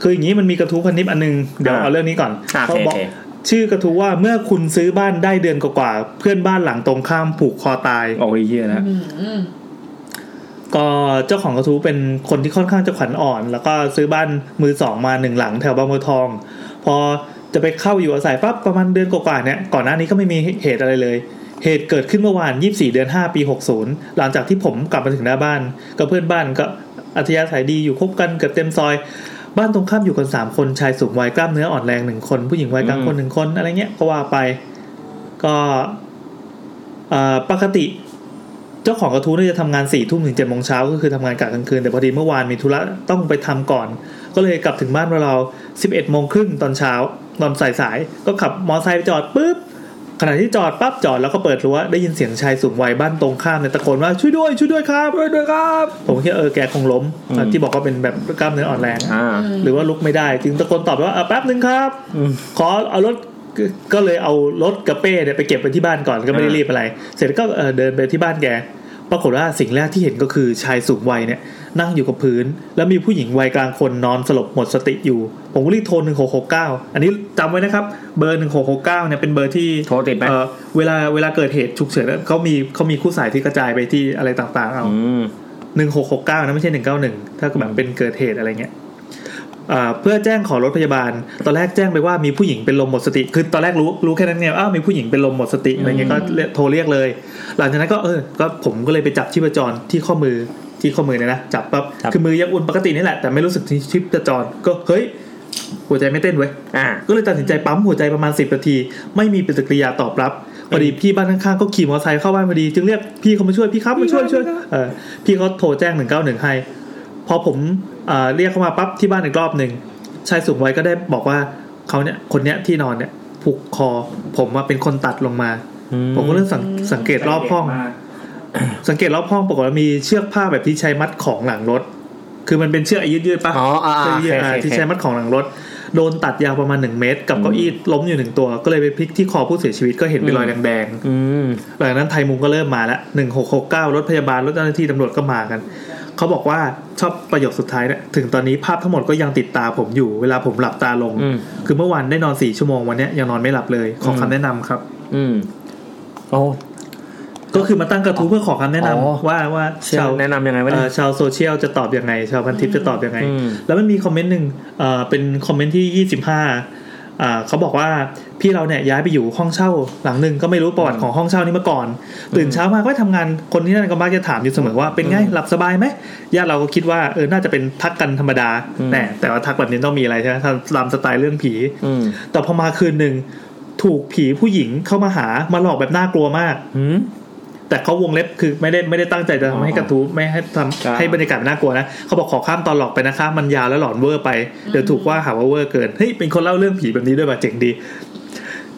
คืออย่างนี้มันมีกระทู้พันทิปอันหนึง เดี๋ยวเอาเรื่องนี้ก่อน อ่ะ เขา โอเค บอก โอเค ชื่อกระทู้ว่าเมื่อคุณซื้อบ้านได้เดือนกว่าๆเพื่อนบ้านหลังตรงข้ามผูกคอตาย โอ้ยเฮียนะ ก็เจ้าของกระทู้เป็นคนที่ค่อนข้างจะขวัญอ่อน แล้วก็ซื้อบ้านมือสองมาหนึ่งหลังแถวบางบัวทอง พอจะไปเข้าอยู่อาศัยปั๊บประมาณเดือนกว่าๆเนี่ยก่อนหน้านี้ก็ไม่มีเหตุอะไรเลย เหตุเกิดขึ้นเมื่อวาน 24 เดือน 5 ปี 60 หลังจากที่ผมกลับมาถึงหน้าบ้านกับเพื่อนบ้านก็อัธยาศัยดีอยู่คบกันเกือบเต็มซอย บ้านตรงข้ามอยู่กัน 3 คนชายสูงวัยกล้ามเนื้ออ่อนแรงหนึ่งคน ผู้หญิงวัยกลางคนหนึ่งคนอะไรเงี้ยก็ว่าไปก็เอ่อปกติ เจ้าของกระทู้เนี่ยจะทำงานสี่ทุ่มถึงเจ็ดโมงเช้าก็คือทำงานกะกลางคืน แต่พอดีเมื่อวานมีธุระต้องไปทำก่อน ก็เลยกลับถึงบ้านเราสิบเอ็ดโมงครึ่งตอนเช้าตอนสายสายๆก็ขับมอเตอร์ไซค์ไปจอดปุ๊บขณะที่จอดปั๊บจอดแล้วก็เปิดรั้วได้ยินเสียงชายสูงวัยบ้านตรงข้ามเนี่ยตะโกนว่าช่วยด้วยช่วยด้วยครับช่วยด้วยครับ ผมคิดว่าเออแกคงล้มที่บอกว่าเป็นแบบกล้ามเนื้ออ่อนแรง อ่า หรือว่าลุกไม่ได้ จึงตะโกนตอบว่าอ่ะแป๊บนึงครับ ขอเอารถก็ก็เลยเอารถกระเป้เนี่ยไปเก็บไว้ที่บ้านก่อนก็ไม่ได้รีบอะไร เสร็จแล้วก็เอ่อเดินไปที่บ้านแกปรากฏว่าสิ่งแรกที่เห็นก็คือชายสูงวัยเนี่ย นั่งอยู่กับพื้น แล้วมีผู้หญิงวัยกลางคนนอนสลบหมดสติอยู่ ผมก็รีบโทร 1669 อันนี้จำไว้นะครับ เบอร์ 1669เนี่ยเป็นเบอร์ที่ โทรติดไหม เอ่อเวลาเวลาเกิดเหตุฉุกเฉินเขามีเขามีคู่สายที่กระจายไปที่อะไรต่างๆเอา อืม หนึ่งหกหกเก้านะไม่ใช่หนึ่งเก้าหนึ่งถ้าแบบเป็นเกิดเหตุอะไรเงี้ยอ่าเพื่อแจ้งขอรถพยาบาล ตอนแรกแจ้งไปว่ามีผู้หญิงเป็นลมหมดสติ คือตอนแรกรู้รู้แค่นั้นไงอ้าวมีผู้หญิงเป็นลมหมดสติอะไรเงี้ยก็เรียกโทรเรียกเลย หลังจากนั้นก็เออก็ผมก็เลยไปจับชีพจรที่ข้อมือที่ข้อมือเนี่ยนะจับปั๊บ ครับ คือมือยังอุ่นปกตินี่แหละแต่ไม่รู้สึกที่ชีพจรก็เฮ้ย หัวใจไม่เต้นเว้ย อ่า ก็เลยตัดสินใจปั๊มหัวใจประมาณ 10นาที ไม่มีปฏิกิริยาตอบรับพอดีพี่บ้านข้างๆก็ขี่มอเตอร์ไซค์เข้าบ้านพอดี จึงเรียกพี่เขามาช่วยพี่ครับมาช่วยช่วยเออพี่เขาโทรแจ้ง 191 ให้ พอผมเอ่อเรียกเข้ามาปั๊บที่บ้านอีกรอบหนึ่งชายสูงวัยก็ได้บอกว่าเขาเนี่ยคนเนี้ยที่นอนเนี่ยผูกคอผมมาเป็นคนตัดลงมา ผมก็เริ่มสังสังเกตรอบห้อง สังเกตรอบห้องปรากฏว่ามีเชือกผ้าแบบที่ใช้มัดของหลังรถ คือมันเป็นเชือกไอ้ยืดๆปะ อ๋ออ่า เชืกยืดๆอ่า โอเคโอเค ที่ใช้มัดของหลังรถ โดนตัดยาวประมาณหนึ่งเมตร กับเก้าอี้ล้มอยู่หนึ่งตัว ก็เลยไปพลิกที่คอผู้เสียชีวิตก็เห็นเป็นรอยแดง อืม ๆหลังจากนั้นไทยมุงก็เริ่มมาละหนึ่งหกหกเก้ารถพยาบาลรถเจ้าหน้าที่ตำรวจก็มากัน เขาบอกว่าชอบประโยคสุดท้ายเนี่ยถึงตอนนี้ภาพทั้งหมดก็ยังติดตาผมอยู่ เวลาผมหลับตาลง อืม คือเมื่อวานได้นอนสี่ชั่วโมงวันเนี้ยยังนอนไม่หลับเลยขอคำแนะนำครับ อืมโอ้ ก็คือมาตั้งกระทู้เพื่อขอคำแนะนำ อ๋อ ว่าว่าชาว แนะนำยังไงวะ เอ่อเนี่ย ชาวโซเชียลจะตอบยังไง ชาวพันทิปจะตอบยังไง อืม แล้วมันมีคอมเมนต์หนึ่งเอ่อเป็นคอมเมนต์ที่ยี่สิบห้า อ่าเขาบอกว่าพี่เราเนี่ยย้ายไปอยู่ห้องเช่าหลังหนึ่งก็ไม่รู้ประวัติของห้องเช่านี้มาก่อน ตื่นเช้ามาก็ไปทำงานคนที่นั่นก็มักจะถามอยู่เสมอว่าเป็นไงหลับสบายไหมญาติเราก็คิดว่าเออน่าจะเป็นทักกันธรรมดาแน่แต่ว่าทักแบบนี้ต้องมีอะไรใช่ไหมถ้าตามสไตล์เรื่องผี แต่พอมาคืนหนึ่งถูกผีผู้หญิงเข้ามาหามาหลอกแบบน่ากลัวมาก แต่เขาวงเล็บคือไม่ได้ไม่ได้ตั้งใจจะทำให้กระทู้ไม่ให้ทำให้บรรยากาศมันน่ากลัวนะเขาบอกขอข้ามตอนหลอกไปนะคะ มันยาวและหลอนเวอร์ไปเดี๋ยวถูกว่าหาว่าเวอร์เกินเฮ้ยเป็นคนเล่าเรื่องผีแบบนี้ด้วยป่ะเจ๋งดี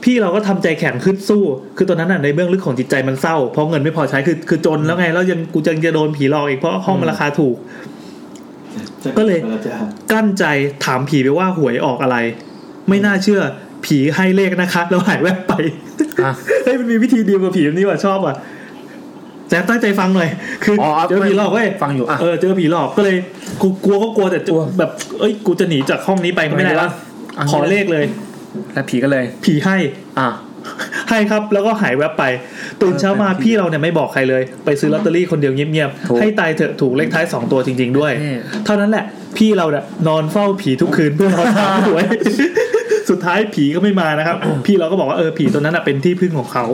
พี่เราก็ทำใจแข็งขึ้นสู้ คือตอนนั้นน่ะในเบื้องลึกของจิตใจมันเศร้า เพราะเงินไม่พอใช้คือคือจนแล้วไงแล้วยังกูยังจะโดนผีหลอกอีกเพราะห้องมันราคาถูก ก็เลย กลั้นใจถามผีไปว่าหวยออกอะไร ไม่น่าเชื่อผีให้เลขนะคะ แล้วหายแวบไป เฮ้ยมันมีวิธีดีกว่าผีแบบนี้ว่ะชอบอ่ะแจ๊คตั้งใจฟังหน่อยคืออเจอผีหลอกเว้ยฟังอยู่เออเจอผีหลอกก็เลยกูกลัวก็กลัวแต่จะแบบ เอ้ยกูจะหนีจากห้องนี้ไปก็ไม่ได้ละขอเลขเลย แล้วผีก็เลย ผีให้ อ่ะ ให้ครับ แล้วก็หายแวบไป ตื่นเช้ามาพี่เราเนี่ยไม่บอกใครเลย ไปซื้อลอตเตอรี่คนเดียวเงียบๆ ให้ตายเถอะถูกเลขท้ายสองตัวจริง ๆ ด้วย เท่านั้นแหละ พี่เราเนี่ยนอนเฝ้าผีทุกคืนเพื่อรอตามหวย สุดท้ายผีก็ไม่มานะครับ พี่เราก็บอกว่าเออผีตัวนั้นน่ะเป็นที่พึ่งของเขา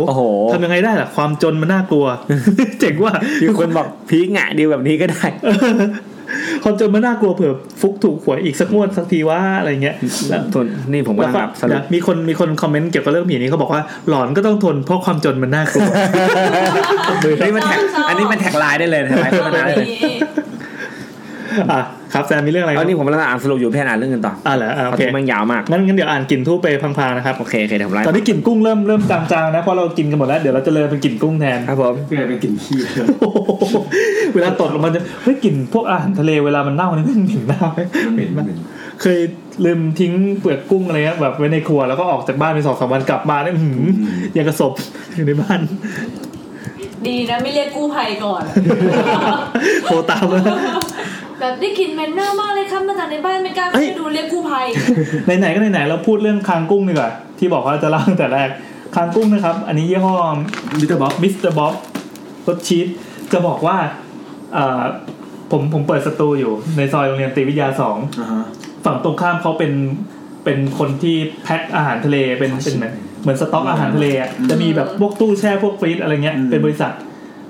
ทำยังไงได้ล่ะ ความจนมันน่ากลัว เจ๋งว่า มีคนบอกผีหงะดีแบบนี้ก็ได้ ความจนมันน่ากลัวเผื่อฟุกถูกหวยอีกสักงวดสักทีว่าอะไรเงี้ยแล้ว ส่วนนี่ผมกำลังหลับส แล้ รุ ว ป ก็มีคนมีคนคอมเมนต์เกี่ยวกับเรื่องผีนี้เขาบอกว่าหลอนก็ต้องทนเพราะความจนมันน่ากลัว นี่มันแท็กอันนี้มันแท็กไลน์ได้เลยแท็กไลน์โฆษณาได้เลย อ่ะครับแซมมีเรื่องอะไร เอานี่ผมกำลังอ่านสรุปอยู่เพื่อนอ่านเรื่องอื่นต่อ อ่าเหรออ่ะโอเค มันยาวมาก งั้นงั้นเดี๋ยวอ่านกลิ่นทูบไปพังๆนะครับ โอเคโอเคเดี๋ยวผมไล่ ตอนนี้กลิ่นกุ้งเริ่มเริ่มจางๆนะเพราะเรากินกันหมดแล้วเดี๋ยวเราจะเลยเป็นกลิ่นกุ้งแทน ครับผม กลายเป็นกลิ่นขี้เวลาตดลงมันจะเฮ้ยกลิ่นพวกอาหารทะเลเวลามันเน่าเนี่ยมันเหม็นมาก มันเหม็นมันเหม็น เคยลืมทิ้งเปลือกกุ้งอะไรเงี้ยแบบไว้ในครัวแล้วก็ออกจากบ้านไปสองสามวันกลับมาเนี่ยอื้อหือยังกระสบอยู่ในบ้าน ดีนะไม่เรียกกู้ภัยก่อน โทรตามแล้ว แบบได้กลิ่นเหม็นเน่ามากเลยครับมาจากในบ้านไม่กล้าเข้าไปดูเรียกกู้ภัย ไหนๆก็ไหนๆเราพูดเรื่องคางกุ้งดีกว่าที่บอกว่าจะเล่าตั้งแต่แรกคางกุ้งนะครับ อันนี้ยี่ห้อมิสเตอร์บ๊อบมิสเตอร์บ๊อบรสชีสจะบอกว่าเอ่อผมผมเปิดสตูอยู่ในซอยโรงเรียนตรีวิทยาสองฝั่งตรงข้ามเขาเป็นเป็นคนที่แพ็คอาหารทะเลเป็นเป็นเหมือนเหมือนสต็อกอาหารทะเลอะจะมีแบบพวกตู้แช่พวกฟรีซอะไรเงี้ยเป็นบริษัท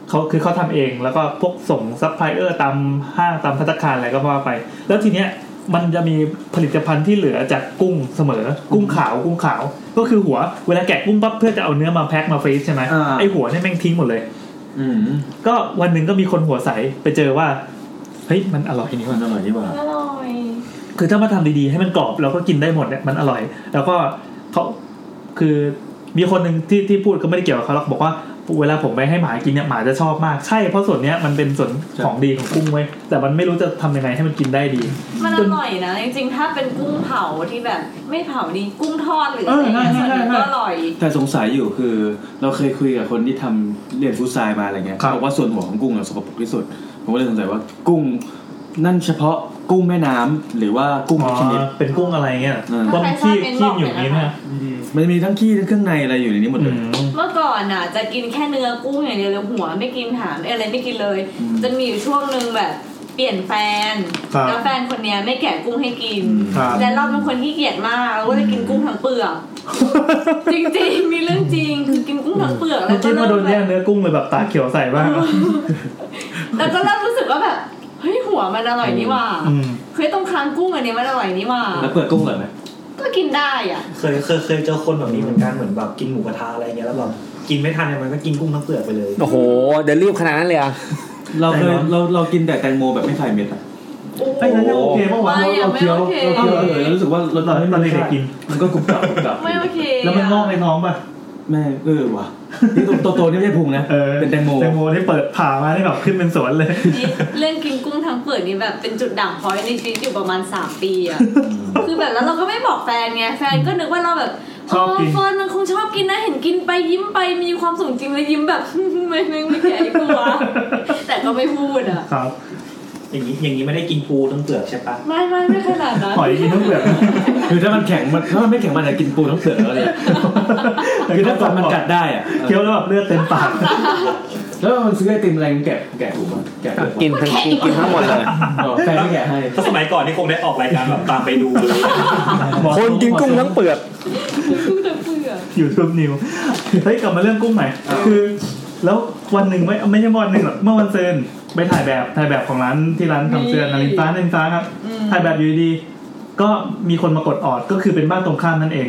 เขาคือเขาทำเองแล้วก็พวกส่งซัพพลายเออร์ตามห้างตามพัตตาคารอะไรก็ว่าไป แล้วทีเนี้ยมันจะมีผลิตภัณฑ์ที่เหลือจากกุ้งเสมอ กุ้งขาวกุ้งขาว ก็คือหัวเวลาแกะกุ้งปั๊บเพื่อจะเอาเนื้อมาแพ็คมาฟรีซใช่ไหมไอหัวเนี่ยแม่งทิ้งหมดเลย ก็วันหนึ่งก็มีคนหัวใสไปเจอว่าเฮ้ยมันอร่อยนี่หว่าอร่อยนี่ว่า อร่อย คือถ้ามาทำดีๆให้มันกรอบเราก็กินได้หมดเนี่ยมันอร่อย แล้วก็เขาคือมีคนหนึ่งที่ที่พูดก็ไม่ได้เกี่ยวกับเขาหรอกบอกว่าเวลาผมไปให้หมากินเนี่ยหมาจะชอบมากใช่เพราะส่วนเนี้ยมันเป็นส่วนของดีของกุ้งเว้ยแต่มันไม่รู้จะทำยังไงให้มันกินได้ดี มัน จ อน ร่อยนะ จริงๆ ถ้าเป็นกุ้งเผาที่แบบไม่เผาดีกุ้งทอดหรือ เอ อะไร อ เงี้ย ใช่ ส่วน ใช่ ใหญ่ ใช่ ก็อร่อย แต่สงสัยอยู่คือเราเคยคุยกับคนที่ทำเรียนฟูดไซด์มาอะไรเงี้ยเขาบอกว่าส่วนหัวของกุ้งอะสกปรกที่สุด ผมก็เลยสงสัยว่ากุ้งนั่นเฉพาะกุ้งแม่น้ำหรือว่ากุ้งทุกชนิด เป็นกุ้งอะไรเงี้ย ว่ามันขี้ขี้อยู่อย่างนี้ไหม มันจะมีทั้งขี้ทั้งเครื่องในอะไรอยู่ในนี้หมดเลย เมื่อก่อนน่ะ จะกินแค่เนื้อกุ้งอย่างเดียวเลยหัวไม่กินหางอะไรไม่กินเลยจนมีอยู่ช่วงหนึ่งแบบเปลี่ยนแฟน ครับ แล้วแฟนคนเนี้ยไม่แกะกุ้งให้กิน ครับ แต่เราเป็นคนที่เกียจมากเราก็เลยกินกุ้งทั้งเปลื อกจริงๆมีเรื่องจริงคือกินกุ้งทั้งเปลือกแล้ เมื่ ว อ ก็ กี้มา เริ่ โด ม น แบ แย่ บ งเนื้อกุ้งเลยแบบตาเขียวใส่บ้าง แล้วก็เริ่มรู้สึกว่าแบบเฮ้ยหัวมันอร่อยนี่หว่า อืม เฮ้ยตรงคางกุ้งอันเนี้ยมันอร่อยนี่หว่า แล้วเปิดกุ้งเลยไหม ก็กินได้อ่ะ เคยเคยเคยเจอคนแบบนี้เหมือนกันเหมือนแบบกินหมูกระทะอะไรเงี้ยแล้วแบบกินไม่ทันเนี่ยมันก็กินกุ้งทั้งเปลือกไปเลย โอ้โหเดี๋ยวรีบขนาดนั้นเลยอ่ะ เราเคยเราเรากินแต่แตงโมแบบไม่ใส่เม็ดอะ ไอ้ยงั้นยังโอเคปะวะ ไม่อะ เราเคี้ยว ไม่โอเค เราเคี้ยวเลย แล้วรู้สึกว่าเรา ตอนที่เราเด็กๆกิน มันก็กรุบกรับกรุบกรับ ไม่โอเค แล้วมันงอกในท้องป่ะ แม่เออว่ะนี่ตัวตัวโตนี่ไม่ใช่พุงนะ เป็นแตงโม แตงโมนี่เปิดผ่ามาได้แบบขึ้นเป็นสวนเลย เรื่องกินกุ้งทั้งเปลือกนี่แบบเป็นจุดด่างพร้อยในชีวิตอยู่ประมาณ 3 ปีอะ คือแบบแล้วเราก็ไม่บอกแฟนไงแฟนก็นึกว่าเราแบบ ชอบกิน เเฟิร์นมันคงชอบกินนะเห็นกินไปยิ้มไปมีความสุขจริงเลยยิ้มแบบ ไม่ไม่ไม่แก่ดีกว่าแต่ก็ไม่พูดอ่ะ ครับ อย่างนี้อย่างนี้ไม่ได้กินปูทั้งเปลือกใช่ปะ ไม่ไม่ไม่ขนาดนั้น หอยกินทั้งเปลือก คือถ้ามันแข็งมันถ้ามันไม่แข็งมันจะกินปูทั้งเปลือกแล้วเลยคือถ้าฟันมันกัดได้อะเคี้ยวแล้วแบบเลือดเต็มปาก แล้วมันซื้อไอติมอะไรมันแกะแกะถุงมันแกะถุง กินทั้งกินทั้งหมดเลย แฟนไม่แกะให้ ถ้าสมัยก่อนนี่คงได้ออกรายการแบบตามไปดูเลย คนกินกุ้งทั้งเปลือก กุ้งทั้งเปลือก อยู่ทูบนิวเฮ้ยกลับมาเรื่องกุ้งใหม่คือ แล้ววันหนึ่งไม่ไม่ใช่วันหนึ่งหรอกเมื่อวันเซืนไปถ่ายแบบถ่ายแบบของร้านที่ร้านทำเสื้อนารินฟ้านารินฟ้าครับถ่ายแบบอยู่ดีๆก็มีคนมากดออดก็คือเป็นบ้านตรงข้ามนั่นเอง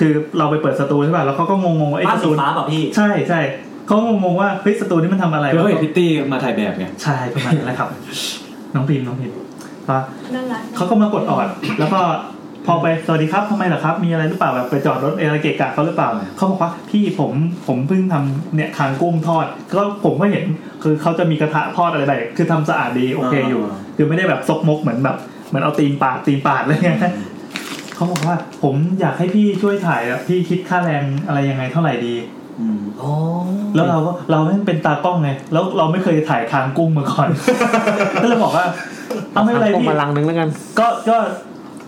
คือเราไปเปิดสตูใช่ป่ะแล้วเขาก็งงๆว่าไอ้ บ้าน ส สี ตู ฟ้าเปล่ะพี่ ใช่ใช่เขางงๆว่าเฮ้ยสตูนี่มันทำอะไร แล้วก็วะเห็นพิตตี้มาถ่ายแบบไง ใช่ประมาณนั้นแหละครับ น้องพิมน้องพิมปะ น่ารัก เขาก็มากดออด แล้วก็พอไปสวัสดีครับทำไมเหรอครับ มีอะไรหรือเปล่าแบบไปจอดรถอะไรเกะกะเขาหรือเปล่าเขาบอกว่าพี่ผมผมเพิ่งทำเนี่ยคางกุ้งทอด ก็ผมก็เห็นคือเขาจะมีกระทะทอดอะไรแบบคือทำสะอาดดีโอเคอยู่ คือไม่ได้แบบซกมกเหมือนแบบเหมือนเอาตีนปาดตีนปาดอะไร เงี้ยเขาบอกว่าผมอยากให้พี่ช่วยถ่ายอะพี่คิดค่าแรงอะไรยังไงเท่าไหร่ดี อ๋อ แล้วเราก็เราไม่งเป็นตากล้องไง แล้วเราไม่เคยถ่ายคางกุ้งมา ก่อน ก็เลยบอกว่า เอาไม่เป็นไร เอาคางกุ้ พี่ งมาลังนึงแล้วกัน ก็ก็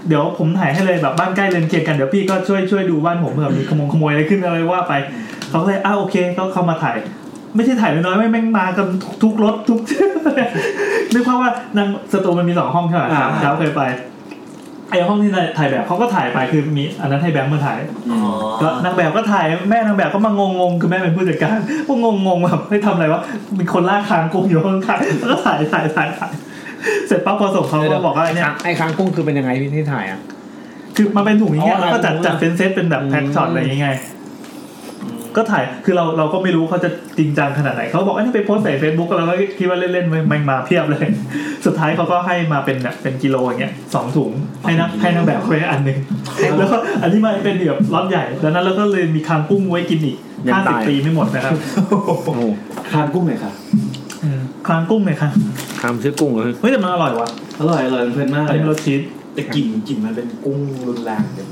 เดี๋ยวผมถ่ายให้เลยแบบบ้านใกล้เรือนเคียงกันเดี๋ยวพี่ก็ช่วยช่วยดูบ้านผมเผื่อมีขโมงขโมยอะไรขึ้นอะไรว่าไปเขาก็เลยอ้าวโอเคก็เข้ามาถ่าย ไม่ใช่ถ่ายน้อยๆไม่แม่งมากันทุกรถทุก นึกภาพว่านางสตูมันมีสองห้องใช่ไหมครับเช้าเคยไปไอห้องที่ถ่ายแบบเขาก็ถ่ายไปคือมีอันนั้นให้แบงค์มาถ่าย ก็นางแบบก็ถ่ายแม่นางแบบก็มางงงๆคือแม่เป็นผู้จัดการ ก็งงงๆแบบไม่ทำอะไรวะมีคนลากคางกุ้งอยู่ข้างๆแล้วก็ถ่ายถ่ายถ่ายถ่ายเสร็จปั๊บพอส่งเขาก็บอกว่าเนี่ย ไอ้คางกุ้งคือเป็นยังไงพี่ที่ถ่ายอ่ะ คือมันเป็นถุงอย่างเงี้ย อ๋อ แล้วก็จัดจัดเป็นเซตเป็นแบบแพ็คช็อตอะไรอย่างเงี้ยก็ถ่ายคือเราเราก็ไม่รู้เขาจะจริงจังขนาดไหนเขาบอกไอ้นี่ไปโพสต์ใส่เฟซบุ๊กแล้วก็คิดว่าเล่นๆไม่ไม่มาเพียบเลย สุดท้ายเขาก็ให้มาเป็นแบบเป็นกิโลอย่างเงี้ยสองถุงให้นักให้นางแบบคนละอันหนึ่งแล้วก็อันที่มาเป็นแบบล็อตใหญ่แล้วนั้นเราก็เลยมีคางกุ้งไว้กินอีก ยัง ห้าสิบ ตาย ปีไม่หมด นะครับ คางกุ้งเลยค่ะ คางกุ้งเลยค่ะ คางชื่อกุ้งเลย เฮ้ยแต่มันอร่อยว่ะ อร่อยอร่อยเพลินมาก อัน เลย นี้รสชีส แต่กลิ่นกลิ่นมันเป็นกุ้งรุนแรงเลย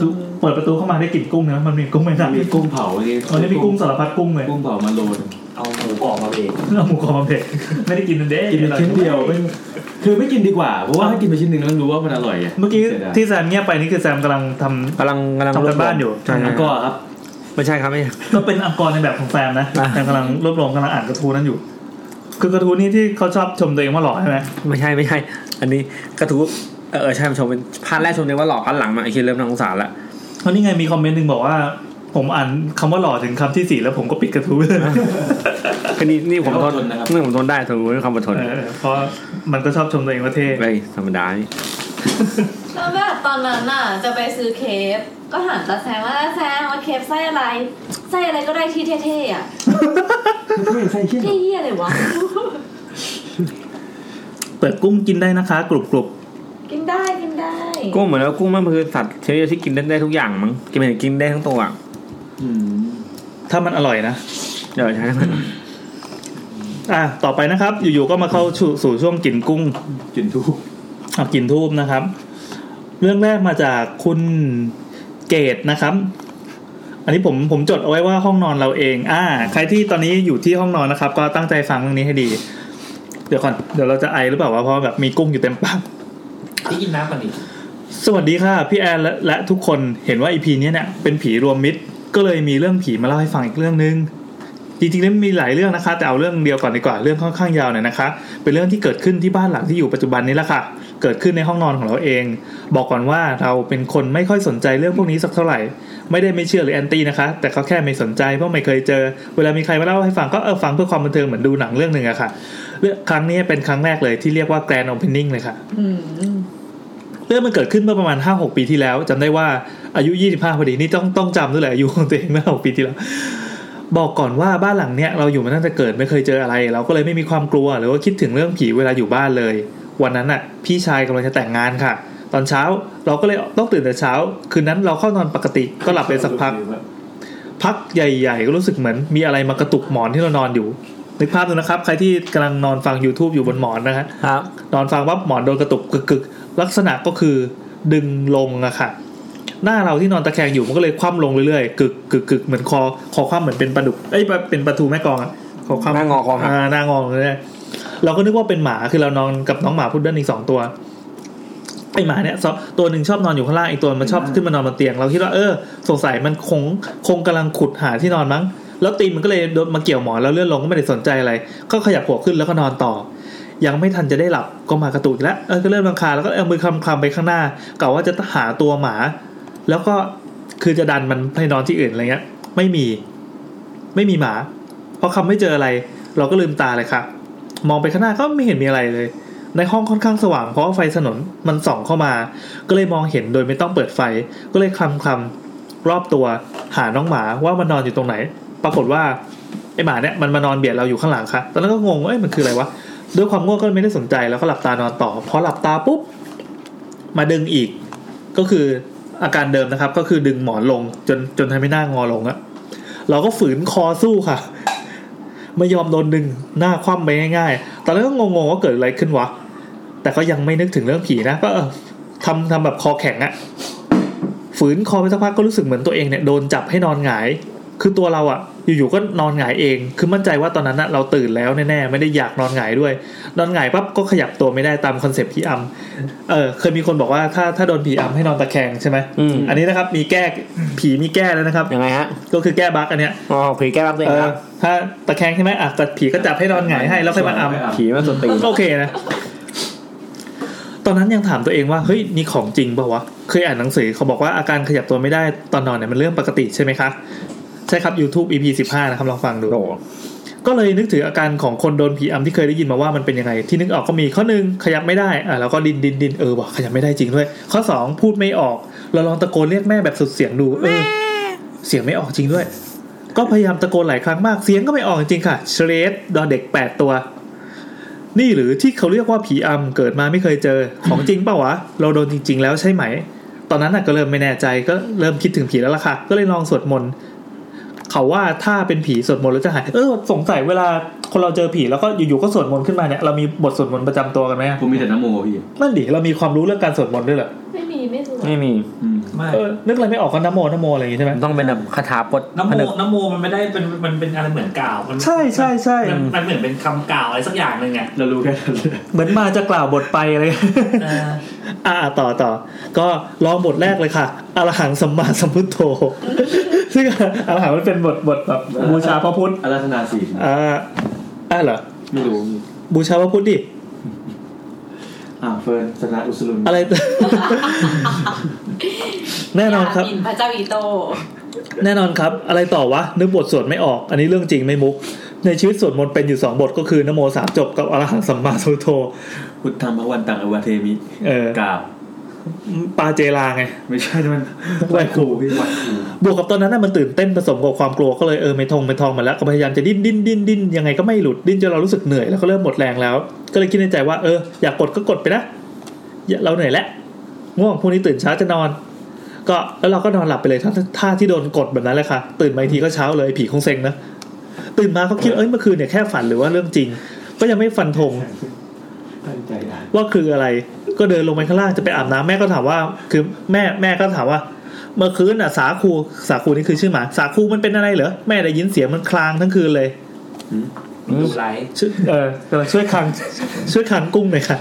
คือเปิดประตูเข้ามาได้กลิ่นกุ้งนะมันมีกุ้งไหมนะ มีกุ้งเผาอันนี้ ตอนนี้มีกุ้งสารพัดกุ้งเลย กุ้งเผามาโรย เอาหมูกรอบมาเอง เอาหมูกรอบมาเผ็ดไม่ได้กินนันเด้ กินเป็นชิ้นเดียวไม่คือไม่กินดีกว่า เพราะว่าถ้ากินไปชิ้นหนึ่งแล้วรู้ว่ามันอร่อยไง เมื่อกี้ สียดาย ที่แซมเงียบไปนี่คือแซมกำลังทำ กำลังกำลัง ทำกันบ้านอยู่ ใช่ แล้วก็ครับ ไม่ใช่ครับไม่ใช่ ก็เป็นอังกอร์ในแบบของแซมนะ อ่ะ แซมกำลังรวบรวมกำลังอ่านกระทู้นั้นอยู่ คือกระทู้นี้ที่เขาชอบชมตัวเองว่าหล่อใช่ไหม ไม่ใช่ไม่ใช่ อันนี้กระทู้เออเออใช่ชมเป็นพาร์ทแรกชมเลยว่าหลอกพาร์ทหลังมาไอ้คิดเริ่มน่าสงสารละ เพราะนี่ไงมีคอมเมนต์หนึ่งบอกว่า ผมอ่านคำว่าหล่อถึงคำที่สี่แล้วผมก็ปิดกระทู้เลย คือนี่นี่ผมทน อดทนนะครับ นี่ผมทนได้ทนด้วยความอดทน เออเพราะมันก็ชอบชมตัวเองว่าเท่ ไปธรรมดานี่ แล้วแบบตอนนั้นน่ะ จะไปซื้อเคฟก็หันตาแซงว่าแซงว่าเคฟไส้อะไรไส้อะไรก็ได้ที่เท่ๆอ่ะ ใส่เขี้ยว เท่ๆอะไรวะ เปิดกุ้งกินได้นะคะ กรุบกรุบ กินได้กินได้ กุ้งเหมือนว่ากุ้งมันคือสัตว์ชนิดเดียวที่กินได้ได้ทุกอย่างมั้งกินมันกินได้ทั้งตัวอะ ถ้ามันอร่อยนะ เดี๋ยวใช้มัน อ่ะต่อไปนะครับ อยู่ๆก็มาเข้าสู่สู่ช่วงกินกุ้ง กินทุก อ่ะกินทูบนะครับ เรื่องแรกมาจากคุณเกตนะครับ อันนี้ผมผมจดเอาไว้ว่าห้องนอนเราเอง อ่า ใครที่ตอนนี้อยู่ที่ห้องนอนนะครับ ก็ตั้งใจฟังเรื่องนี้ให้ดี เดี๋ยวก่อนเดี๋ยวเราจะไอหรือเปล่าวะเพราะแบบมีกุ้งอยู่เต็มปาก ที่กินน้ำก่อนดิ สวัสดีค่ะ พี่แอนและและทุกคนเห็นว่าอีพีนี้ยเนี่ยเป็นผีรวมมิตร ก็เลยมีเรื่องผีมาเล่าให้ฟังอีกเรื่องนึง จริงๆแล้วมีหลายเรื่องนะคะ แต่เอาเรื่องเดียวก่อนดีกว่าเรื่องค่อนข้างยาวหน่อยนะคะ เป็นเรื่องที่เกิดขึ้นที่บ้านหลังที่อยู่ปัจจุบันนี้แหละค่ะ เกิดขึ้นในห้องนอนของเราเอง บอกก่อนว่าเราเป็นคนไม่ค่อยสนใจเรื่องพวกนี้สักเท่าไหร่ ไม่ได้ไม่เชื่อหรือแอนตี้นะคะ แต่เขาแค่ไม่สนใจเพราะไม่เคยเจอ เวลามีใครมาเล่าให้ฟังก็เออฟังเพื่อความบันเทิงเหมือนดูหนังเรื่องหนึ่งอะค่ะเรื่องครั้งนี้เป็นครั้งแรกเลยที่เรียกว่า grand opening เลยค่ะ อืม เรื่องมันเกิดขึ้นเมื่อประมาณ 5 6 ปีที่แล้วจำได้ว่าอายุ 25พอดีนี่ต้องต้องจำด้วยแหละอายุของตัวเองเมื่อ6ปีที่แล้ว บอกก่อนว่าบ้านหลังเนี้ยเราอยู่มาตั้งแต่เกิดไม่เคยเจออะไร เราก็เลยไม่มีความกลัวหรือว่าคิดถึงเรื่องผีเวลาอยู่บ้านเลย วันนั้นอ่ะ พี่ชายกำลังจะแต่งงานค่ะ ตอนเช้าเราก็เลยต้องตื่นแต่เช้า คืนนั้นเราเข้านอนปกติก็หลับไปสักพัก พักใหญ่ๆ ก็รู้สึกเหมือนมีอะไรมากระตุกหมอนที่เรานอนอยู่นึกภาพดูนะครับ ใครที่กำลังนอนฟัง YouTube อยู่บนหมอนนะฮะ ครับ นอนฟังปั๊บหมอนโดนกระตุกกึกๆลักษณะก็คือดึงลงอะค่ะ หน้าเราที่นอนตะแคงอยู่มันก็เลยคว่ำลงเรื่อยๆกึกกึกกึกเหมือนคอคอคว่ำเหมือนเป็นปลาดุกเอ้ยเป็นปลาทูแม่กลองอะคอคว่ำ หน้างอคอหัก าหน้างอเลย เราก็นึกว่าเป็นหมาคือเรานอนกับน้องหมาพุดเดิ้ลอีกสองตัวไอหมาเนี่ยสองตัวหนึ่งชอบนอนอยู่ข้างล่างอีกตัวมันชอบขึ้นมานอนบนเตียง เราคิดว่าเออสงสัยมันคงคงกำลังขุดหาที่นอนมั้ง แล้วตีนมันก็เลยโดนมาเกี่ยวหมอนแล้วเลื่อนลงก็ไม่ได้สนใจอะไร ก็ขยับหัวขึ้นแล้วก็นอนต่อ ยังไม่ทันจะได้หลับก็มากระตุกอีกแล้วเออก็เริ่มรังคาญแล้วก็เอามือคลำคลำไปข้างหน้ากะว่าจะหาตัวหมา แล้วก็คือจะดันมันให้นอนที่อื่นอะไรเงี้ย ไม่มี ไม่มีหมาพอคำไม่เจออะไร เราก็ลืมตาเลยค่ะ มองไปข้างหน้าก็ไม่เห็นมีอะไรเลย ในห้องค่อนข้างสว่างเพราะว่าไฟถนนมันส่องเข้ามา ก็เลยมองเห็นโดยไม่ต้องเปิดไฟ ก็เลยคลำคลำรอบตัวหาน้องหมาว่ามันนอนอยู่ตรงไหน ปรากฏว่าไอหมาเนี่ยมันมานอนเบียดเราอยู่ข้างหลังค่ะตอนนั้นก็งงว่าเอ้ยมันคืออะไรวะด้วยความง่วงก็ไม่ได้สนใจแล้วก็หลับตานอนต่อพอหลับตาปุ๊บมาดึงอีก ก็คืออาการเดิมนะครับ ก็คือดึงหมอนลงจนจนทำให้หน้างอลงอะเราก็ฝืนคอสู้ค่ะ ไม่ยอมโดนดึงหน้าคว่ำไปง่ายๆ ตอนแรกก็งงๆว่าเกิดอะไรขึ้นวะ แต่ก็ยังไม่นึกถึงเรื่องผีนะ ก็เออทำทำแบบคอแข็งอะฝืนคอไปสักพักก็รู้สึกเหมือนตัวเองเนี่ยโดนจับให้นอนหงาย คือตัวเราอะอยู่ๆก็นอนหงายเอง คือมั่นใจว่าตอนนั้นอะเราตื่นแล้วแน่ๆ ไม่ได้อยากนอนหงายด้วย นอนหงายปั๊บก็ขยับตัวไม่ได้ตามคอนเซปต์ผีอำเออเคยมีคนบอกว่าถ้าถ้าโดนผีอำให้นอนตะแคงใช่ไหมอันนี้นะครับมีแก้ผีมีแก้แล้วนะครับยังไงฮะก็คือแก้บั๊กอันเนี้ย อ๋อผีแก้รับตัวเองครับ ถ้าตะแคงใช่ไหมอ่ะแต่ผีก็จับให้นอนหงายให้แล้วค่อยมาอำ ผีมาสวนตีน โอเคนะ ตอนนั้นยังถามตัวเองว่าเฮ้ยนี่ของจริงเปล่าวะเคยอ่านหนังสือเขาบอกว่าอาการขยับตัวไม่ได้ตอนนอนเนี่ยมันเรื่องปกติใช่ไหมคะ ใช่ครับ YouTube EP 15 นะครับ ลองฟังดู ก็เลยนึกถึงอาการของคนโดนผีอำที่เคยได้ยินมาว่ามันเป็นยังไง ที่นึกออกก็มีข้อหนึ่งขยับไม่ได้อ่ะแล้วก็ดินดินดินเออว่ะขยับไม่ได้จริงด้วย ข้อ 2 พูดไม่ออก เราลองตะโกนเรียกแม่แบบสุดเสียงดู เออ เสียงไม่ออกจริงด้วย ก็พยายามตะโกนหลายครั้งมากเสียงก็ไม่ออกจริงๆค่ะเชเลสดอเด็กแปดตัว นี่หรือที่เขาเรียกว่าผีอำเกิดมาไม่เคยเจอของจริงเปล่าวะ เราโดนจริง ๆ แล้วใช่ไหม ตอนนั้นน่ะก็เริ่มไม่แน่ใจก็เริ่มคิดถึงผีแล้วล่ะค่ะ ก็เลยลองสวดมนต์เขาว่าถ้าเป็นผีสวดมนต์แล้วจะหายเออสงสัยเวลาคนเราเจอผีแล้วก็อยู่ๆก็สวดมนต์ขึ้นมาเนี่ยเรามีบทสวดมนต์ประจำตัวกันไหมผมมีแต่นโมพี่นั่นดิเรามีความรู้เรื่องการสวดมนต์ด้วยเหรอ ไม่มีไม่รู้ ไม่มี เออนึกอะไรไม่ออกก็นโมนโมอะไรอย่างงี้ใช่ไหม ต้องเป็นแบบคาถาปดผน้ำโม นึก น้ำโมมันไม่ได้เป็นมันเป็นอะไรเหมือนกล่าวมัน ใช่ใช่ใช่ มันมันเหมือนเป็นคำกล่าวอะไรสักอย่างหนึ่งไง เรารู้แค่นั้นเหมือนมาจะกล่าวบทไปอะไร อ่าต่อต่อ ก็ลองบทแรกเลยค่ะ อรหังสัมมาสัมพุทโธ ซึ่งอรหังมันเป็นบทบทแบบบูชาพระพุทธ อารัธนาศีล อ่าอ่าเหรอ ไม่รู้ บูชาพระพุทธดิ อ่าเฟิร์นสนาอุสลุน อะไร แน่นอนครับ อินพระเจ้าอีโต แน่นอนครับ อะไรต่อวะ นึกบทสวดไม่ออก อันนี้เรื่องจริงไม่มุก ในชีวิตสวดมนต์เป็นอยู่สองบทก็คือนโมสามจบกับอรหังสัมมาสัมพุทโธ พุทธังพระวันตังอวาเทมิ เออ กราบ ปาเจลาไง ไม่ใช่มัน ไหวครูพี่ไหวครูบวกกับตอนนั้นน่ะมันตื่นเต้นผสมกับความกลัวก็เลยเออไม่ทงไม่ทองมาแล้วก็พยายามจะดิ้นดิ้นดิ้นดิ้นยังไงก็ไม่หลุดดิ้นจนเรารู้สึกเหนื่อยแล้วก็เริ่มหมดแรงแล้ว ก็เลยคิดในใจว่าเอออยากกดก็กดไปนะอย่าเราเหนื่อยแล้วง่วงพรุ่งนี้ตื่นเช้าจะนอน ก็แล้วเราก็นอนหลับไปเลยท่าท่าที่โดนกดแบบนั้นเลยค่ะ ตื่นมาอีกทีก็เช้าเลยผีคงเซ็งนะตื่นมาก็คิดเอ้ยเมื่อคืนเนี่ยแค่ฝันหรือว่าเรื่องจริง ก็ยังไม่ฟันธง ตั้งใจอ่าน ว่าคืออะไรก็เดินลงไปข้างล่างจะไปอาบน้ำแม่ก็ถามว่า คือแม่แม่ก็ถามว่า เมื่อคืนอ่ะสาคูสาคูนี่คือชื่อหมาสาคูมันเป็นอะไรเหรอแม่ได้ยินเสียงมันคลางทั้งคืนเลย ดูไลฟ์ ช่วยเออกำลังช่วยคลางช่วยคลางกุ้งหน่อยค่ะ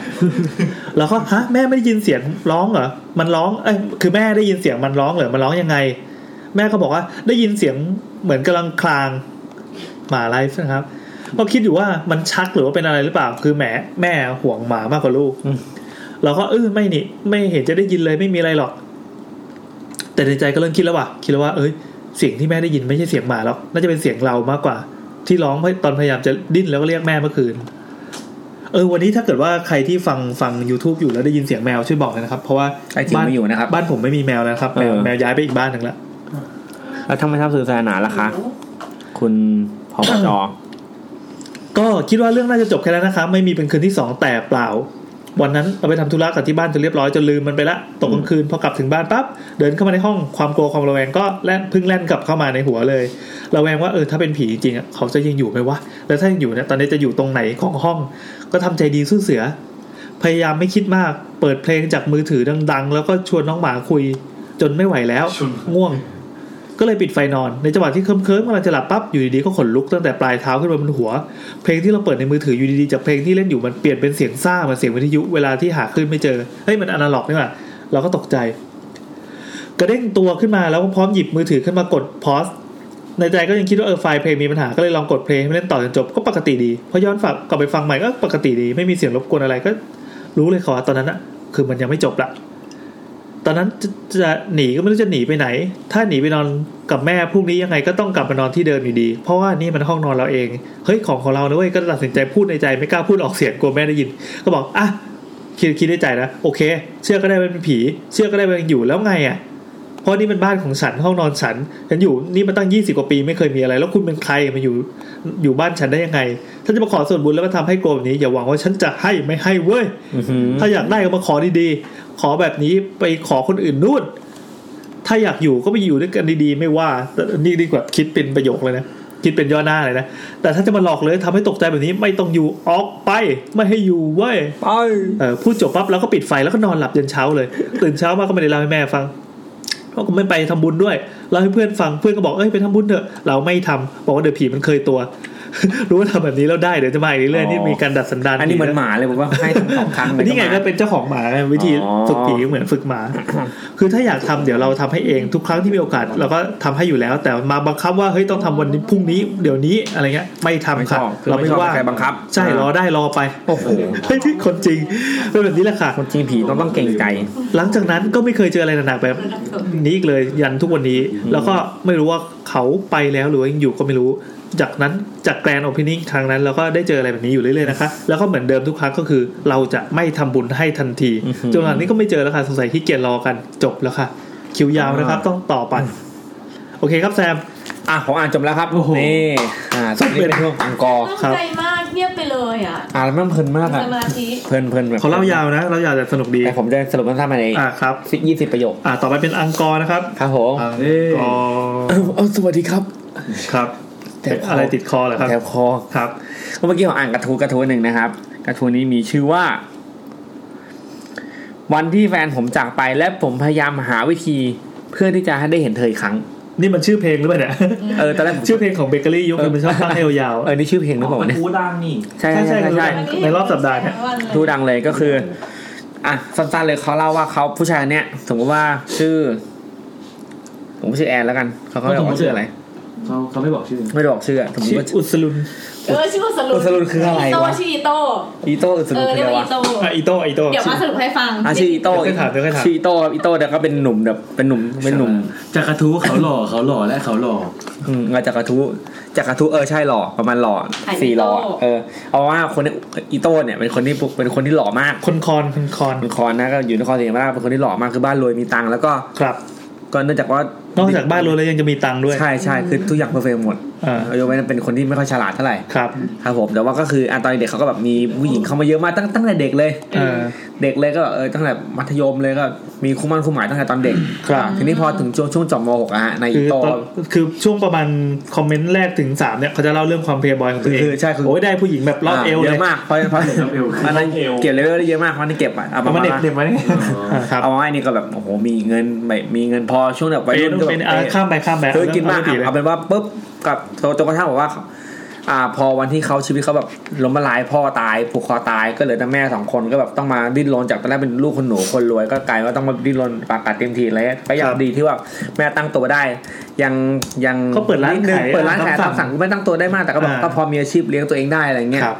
แล้วก็ฮะแม่ไม่ได้ยินเสียงร้องเหรอมันร้องเอ้ยคือแม่ได้ยินเสียงมันร้องเหรอมันร้องยังไง แม่ก็บอกว่าได้ยินเสียงเหมือนกำลังคลาง หมาไลฟ์นะครับก็คิดอยู่ว่ามันชักหรือว่าเป็นอะไรหรือเปล่า คือแหมแม่ห่วงหมามากกว่าลูกเราก็เออไม่นี่ ไม่เห็นจะได้ยินเลยไม่มีอะไรหรอก แต่ในใจก็เริ่มคิดแล้วว่ะคิดแล้วว่าเอ้ยเสียงที่แม่ได้ยินไม่ใช่เสียงหมาหรอกน่าจะเป็นเสียงเรามากกว่า ที่ร้องตอนพยายามจะดิ้นแล้วก็เรียกแม่เมื่อคืน เออวันนี้ถ้าเกิดว่าใครที่ฟังฟัง YouTube อยู่แล้วได้ยินเสียงแมวช่วยบอกเลยนะครับ เพราะว่า ไอ้จริงไม่อยู่นะครับ บ้านผมไม่มีแมวแล้วนะครับแมวแมวย้ายไปอีกบ้านหนึ่งแล้ว แล้วทำไมทำสื่อสารหนาล่ะคะ คุณพบจ ก็คิดว่าเรื่องน่าจะจบแค่นั้นนะคะไม่มีเป็นคืนที่สองแต่เปล่า วันนั้นเราไปทำธุระกับที่บ้านจนเรียบร้อยจนลืมมันไปละตกกลางคืนพอกลับถึงบ้านปั๊บเดินเข้ามาในห้องความกลัวความระแวงก็แล่นเพึ่งแล่นกลับเข้ามาในหัวเลยระแวงว่าเออถ้าเป็นผีจริงๆอ่ะเขาจะยังอยู่ไหมวะแล้วถ้ายังอยู่เนี่ยตอนนี้จะอยู่ตรงไหนของห้อง ก็ทำใจดีสู้เสือ พยายามไม่คิดมากเปิดเพลงจากมือถือดัง ๆ แล้วก็ชวนน้องหมาคุย จนไม่ไหวแล้วง่วง ก็เลยปิดไฟนอน ในจังหวะที่เคลิ้มๆกำลังจะหลับปั๊บอยู่ดีๆก็ขนลุกตั้งแต่ปลายเท้าขึ้นมาบนหัว เพลงที่เราเปิดในมือถืออยู่ดีๆจากเพลงที่เล่นอยู่มันเปลี่ยนเป็นเสียงซ่าเหมือนเสียงวิทยุเวลาที่หาคลื่นไม่เจอเฮ้ยมันอนาล็อกนี่หว่าเราก็ตกใจ กระเด้งตัวขึ้นมาแล้วก็พร้อมหยิบมือถือขึ้นมากดพอส ในใจก็ยังคิดว่าเออไฟล์เพลงมีปัญหาก็เลยลองกดเพลงให้มันเล่นต่อจนจบก็ปกติดีพอย้อนฝักกลับไปฟังใหม่ก็ปกติดีไม่มีเสียงรบกวนอะไรก็ รู้เลยเขาว่าตอนนั้นอะคือมันยังไม่จบละตอนนั้นจะจะหนีก็ไม่รู้จะหนีไปไหน ถ้าหนีไปนอนกับแม่พรุ่งนี้ยังไงก็ต้องกลับมานอนที่เดิมอยู่ดี เพราะว่านี่มันห้องนอนเราเองเฮ้ยของของเรานะเว้ยก็ตัดสินใจพูดในใจไม่กล้าพูดออกเสียงกลัวแม่ได้ยิน ก็บอกอ่ะคิดคิดในใจนะโอเค เชื่อก็ได้มันเป็นผี เชื่อก็ได้มันยังอยู่แล้วไงอะ เพราะนี่เป็นบ้านของฉันห้องนอนฉันฉันอยู่นี่มาตั้งยี่สิบกว่าปีไม่เคยมีอะไร แล้วคุณเป็นใครมาอยู่อยู่บ้านฉันได้ยังไง ถ้าจะมาขอส่วนบุญแล้วมาทำให้กลัวแบบนี้ อย่าหวังว่าฉันจะให้ไม่ให้เว้ย ถ้าอยากได้ก็มาขอดีๆ ขอแบบนี้ไปขอคนอื่นนู่น ถ้าอยากอยู่ก็ไปอยู่ด้วยกันดีๆ ไม่ว่าแต่นี่ดีกว่าคิดเป็นประโยคเลยนะ คิดเป็นย่อหน้าเลยนะ แต่ถ้าจะมาหลอกเลยทำให้ตกใจแบบนี้ไม่ต้องอยู่ออกไป ไม่ให้อยู่เว้ย ไปเออพูดจบปั๊บแล้วก็ปิดไฟแล้วก็นอนหลับยันเช้าเลย ตื่นเช้ามาก็ไม่ได้เล่าให้แม่ฟัง เพราะกูไม่ไปทำบุญด้วย เราให้เพื่อนฟังเพื่อนก็บอกเอ้ยไปทำบุญเถอะ เราไม่ทำบอกว่าเดี๋ยวผีมันเคยตัว รู้ว่าทำแบบนี้แล้วได้เดี๋ยวจะมาอีกเรื่อยๆนี่มีการดัดสันดาน อันนี้เหมือนหมาเลยผมว่าให้ทั้งสองครั้งเลย นี่ไง ก็ ก็ มา เป็นเจ้าของหมาไงวิธี อ๋อ ฝึกผีเหมือนฝึกหมา คือถ้าอยากทำเดี๋ยวเราทำให้เองทุกครั้งที่มีโอกาสเราก็ทำให้อยู่แล้ว แต่มาบังคับว่าเฮ้ยต้องทำวันนี้พรุ่งนี้เดี๋ยวนี้อะไรเงี้ยไม่ทำค่ะ คือ เรา ไม่ ไม่ ชอบ ว่า ให้ใครบังคับ ใช่รอได้รอไปโอ้โหคนจริงเป็นแบบนี้แหละค่ะ คนจริงผีต้องต้องเก่งใจ หลังจากนั้นก็ไม่เคยเจออะไรหนักๆแบบนี้อีกเลยยันทุกวันนี้ แล้วก็ไม่รู้ว่าเขาไปแล้วหรือว่ายังอยู่ก็ไม่รู้ จากนั้นจากแกรนโอเพนนิ่งครั้งนั้นเราก็ได้เจออะไรแบบนี้อยู่เรื่อยๆนะคะแล้วก็เหมือนเดิมทุกครั้งก็คือเราจะไม่ทำบุญให้ทันทีจนหลังนี้ก็ไม่เจอแล้วค่ะสงสัยขี้เกียจรอกันจบแล้วค่ะ คิวยาวนะครับต้องต่อไปโอเคครับแซม อ่ะผมอ่านจบแล้วครับนี่อ่าส่วนนี้เป็นช่วงอังกอร์ ใจมากเงียบไปเลยอ่ะ อ่านแล้วมันเพลินมากอะ สมาธิ เพลินเพลินแบบ เขาเล่ายาวนะเล่ายาวแต่สนุกดี แต่ผมจะสรุปสั้นๆมาใน อ่าครับ สิบยี่สิบประโยค อ่าต่อไปเป็นอังกอร์นะครับ ครับผม อังกอร์ เอาสวัสดีครับ ครับ แถวคออ อะไรติดคอเหรอครับ แถวคอ ครับ เมื่อกี้ผมอ่านกระทู้กระทู้หนึ่งนะครับ กระทู้นี้มีชื่อว่า วันที่แฟนผมจากไปและผมพยายามหาวิธี เพื่อที่จะให้ได้เห็นเธออีกครั้ง นี่มันชื่อเพลงหรือเปล่าเนี่ย เออตอนแรกผม ชื่อเพลงของเบเกอรี่ยุคนึงมันชอบตั้งให้ยาวๆ เออนี่ชื่อเพลงหรือเปล่า มัน เนี่ย ทูดังนี่ ใช่ใช่ใช่ใช่ ในรอบสัปดาห์เนี่ย ทูดังเลยก็คืออ่ะสั้นๆเลยเขาเล่าว่าเขาผู้ชายคนเนี้ยสมมติว่าชื่อ ผมชื่อแอนแล้วกันเขาเขา เขา บอกสมมุว่าติ ชื่ออะไร เขาเขาไม่บอกชื่อ ไม่ได้บอกชื่ออะสมมติว่า อุสลุน เออชื่อสรุ อุสลุนคืออะไร โต วะ ชื่ออีโต อีโต้อุส เอ ลุอนคือ เรียก อะไร ว่าอี วะ โต อีโต้อีโต้ เดี๋ยวมาสรุปให้ฟัง อ่ะชื่ออีโต้ เดี๋ยวค่อยถามเดี๋ยวค่อยถาม ชื่ออีโต้ครับอีโต้เนี่ยก็เป็นหนุ่มแบบเป็นหนุ่มเป็นหนุ่ม จากกระทู้เขาหล่อเขาหล่อและเขาหล่อ อืมมาจากกระทู้จากกระทู้เออใช่หล่อประมาณหล่อ ขายอีโต้ สี่หล่อเออเอาว่าคนเนี่ยอีโต้เนี่ยเป็นคนที่เป็นคนที่หล่อมาก คนคอนคนคอน นครนะก็อยู่นครศรีธรรมราชเป็นคนที่หล่อมากคือบ้านรวยมีตังค์แล้วก็ ครับ ก็เนื่องจากว่าน น อกจากบ้านรู้แล้วยังจะมีตังค์ด้วย ใช่ใช่คือทุกอย่างเพอร์เฟกต์หมด อ่า โยกเว้นเป็นคนที่ไม่ค่อยฉลาดเท่าไหร่ ครับ ครับผมแต่ว่าก็คืออ่ะตอนเด็กเขาก็แบบมีผู้หญิงเข้ามาเยอะมากตั้งตั้งแต่เด็กเลย เออ เด็กเลยก็แบบเออตั้งแต่มัธยมเลยก็มีคู่มั่นคู่หมายตั้งแต่ตอนเด็ก ครับ อ่ะทีนี้พอถึงช่วงช่วงจบม .6 อะฮะใน คือ โต ตอนคือช่วงประมาณคอมเมนต์แรกถึงสามเนี่ยเขาจะเล่าเรื่องความเพย์บอยของตัวเอง คือใช่คือ โอ้ยได้ผู้หญิงแบบรอบเอว เย เลย อะมากเพราะเพราะ รอบเอว อันนั้นเก็บเลเวลได้เยอะมากเพราะนี่เก็บอ่ะเอา เอามา มา เด็บเด็บไว้ครับ เอามาไว้นี่ก็แบบโอ้โหมีเงินไม่มีเงินพอช่วงแบบวัย เป็ รุ่ น นก็แบบ เป็นอ่าข้ามไปข้ามไป เออกินมาก เอเรื่อง เอาเป็นว่าปุ๊บกับจนกระทั่งบอกว่าอ่า พอวันที่เขาชีวิตเขาแบบล้มละลายพ่อตายผูกคอตายก็เหลือแต่แม่สองคนก็แบบต้องมาดิ้นรนจากตอนแรกเป็นลูกคนหนูคนรวยก็กลายว่าต้องมาดิ้นรนปากกัดเต็มทีอะไรเงี้ยก็ยังดีที่ว่าแม่ตั้งตัวได้ ยังยัง เขาเปิดร้าน ดง ขาย เปิดร้านขาย ตามสั่ ตางมสั่งไม่ตั้งตัวได้มากแต่ก็แบบ อ่า ก็พอมีอาชีพเลี้ยงตัวเองได้อะไรเงี้ย ครับ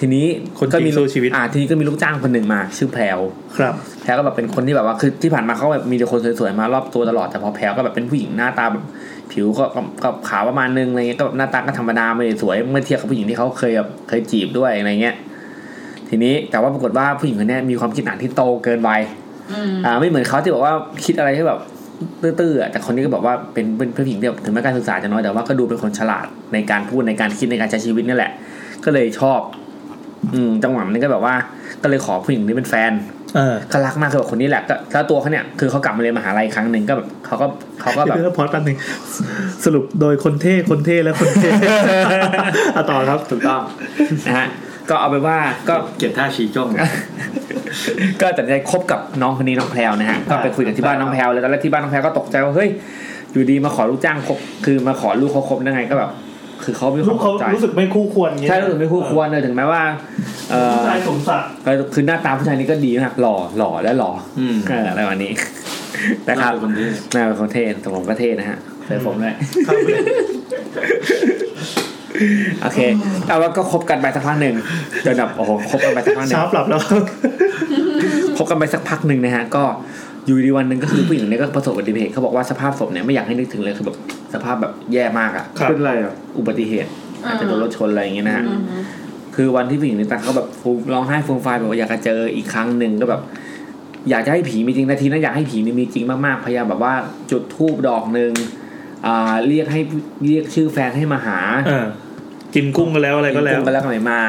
ทีนี้ คน ก็ จริง มี สู้ ลูก ชีวิต อ่าทีนี้ก็มีลูกจ้างคนหนึ่งมาชื่อแพรว ครับ แพรก็แบบเป็นคนที่แบบว่าคือที่ผ่านมาเขาแบบมีแต่คนสวยๆมารอบตัวตลอดแต่พอแพรก็แบบเป็นผู้หญิงหน้าตาแบบผิวก็ก็ก็ขาวประมาณนึงอะไรเงี้ยก็แบบหน้าตาก็ธรรมดาไม่ได้สวยเมื่อเทียบกับผู้หญิงที่เขาเคยแบบเคยจีบด้วยอะไรเงี้ยทีนี้แต่ว่าปรากฏว่าผู้หญิงคนเนี้ยมีความคิดอ่านที่โตเกินวัยอ่าไม่เหมือนเขาที่บอกว่าคิดอะไรที่แบบตื้อๆอ่ะแต่คนนี้ก็บอกว่าเป็นเป็นผู้หญิงที่แบบถึงแม้การศึกษาจะน้อยแต่ว่าก็ดูเป็นคนฉลาดในการพูดในการคิดในการใช้ชีวิตนี่แหละ ก็เลยชอบ อืมจังหวะนั้นก็แบบว่า ก็เลยขอผู้หญิงคนนี้เป็นแฟน เออ เขารักมากคือแบบคนนี้แหละก็แล้วตัวเขาเนี่ยคือเขากลับมาเรียนมหาลัยอีกครั้งหนึ่งก็แบบเขาก็เขาก็แบบ เดี๋ยวพอดแป๊บหนึงสรุปโดยคนเท่คนเท่และคนเท่ อ่ะต่อครับ ถูกต้อง นะฮะก็เอาไปนว่าก็ เกลียดท่าชี้จ้อง ก็ตัดสินใจคบกับน้องคนนี้น้องแพรวนะฮะก็ไปคุยกับที่บ้านน้องแพรวเลยตอนแรกที่บ้านน้องแพรวก็ตกใจว่าเฮ้ย อยู่ดีมาขอลูกจ้างคบคือมาขอลูกเขาคบได้ไงก็แบบ คือเขาไม่ ลูกเขารู้สึกไม่คู่ควรอย่างเงี้ย ใช่รู้สึกไม่คู่ควรเลยถึงแม้ว่าเอ่อ ชายสมศักดิ์ ก็คือหน้าตาผู้ชายนี้ก็ดีมากหล่อหล่อและหล่ออเอออะไรวันนี้ นะครับหน้าเป็นคนเท่แต่ผมก็เท่นะฮะใส่ผมด้วยโอเคแต่ว่าก็คบกันไปสักพักหนึ่งจนแบบโอ้โหคบกันไปสักพักหนึ่ง เช้าปรับแล้ว คบกันไปสักพักหนึ่งนะฮะ ก็อยู่ดีวันหนึ่งก็คือผู้หญิงคนนี้ก็ประสบอุบัติเหตุเขาบอกว่าสภาพศพเนี่ยไม่อยากให้นึกถึงเลยคือแบบสภาพแบบแย่มากอ่ะ เป็นไรอ่ะ อุบัติเหตุอาจจะโดนรถชนอะไรอย่างเงี้ยนะฮะคือวันที่ผู้หญิงคนนี้ตังเขาแบบฟูมร้องไห้ฟูมฟายแบบว่าอยากจะเจออีกครั้งหนึ่งก็แบบ อยากจะให้ผีมีจริงนาทีนั้นอยากให้ผีมีจริงมากๆพยายามแบบว่าจุดทูบดอกหนึ่งอ่าเรียกให้เรียกชื่อแฟนให้มาหา กินกุ้งกันแล้วอะไรก็แล้ว กินกุ้งไปแล้วก็ไม่มา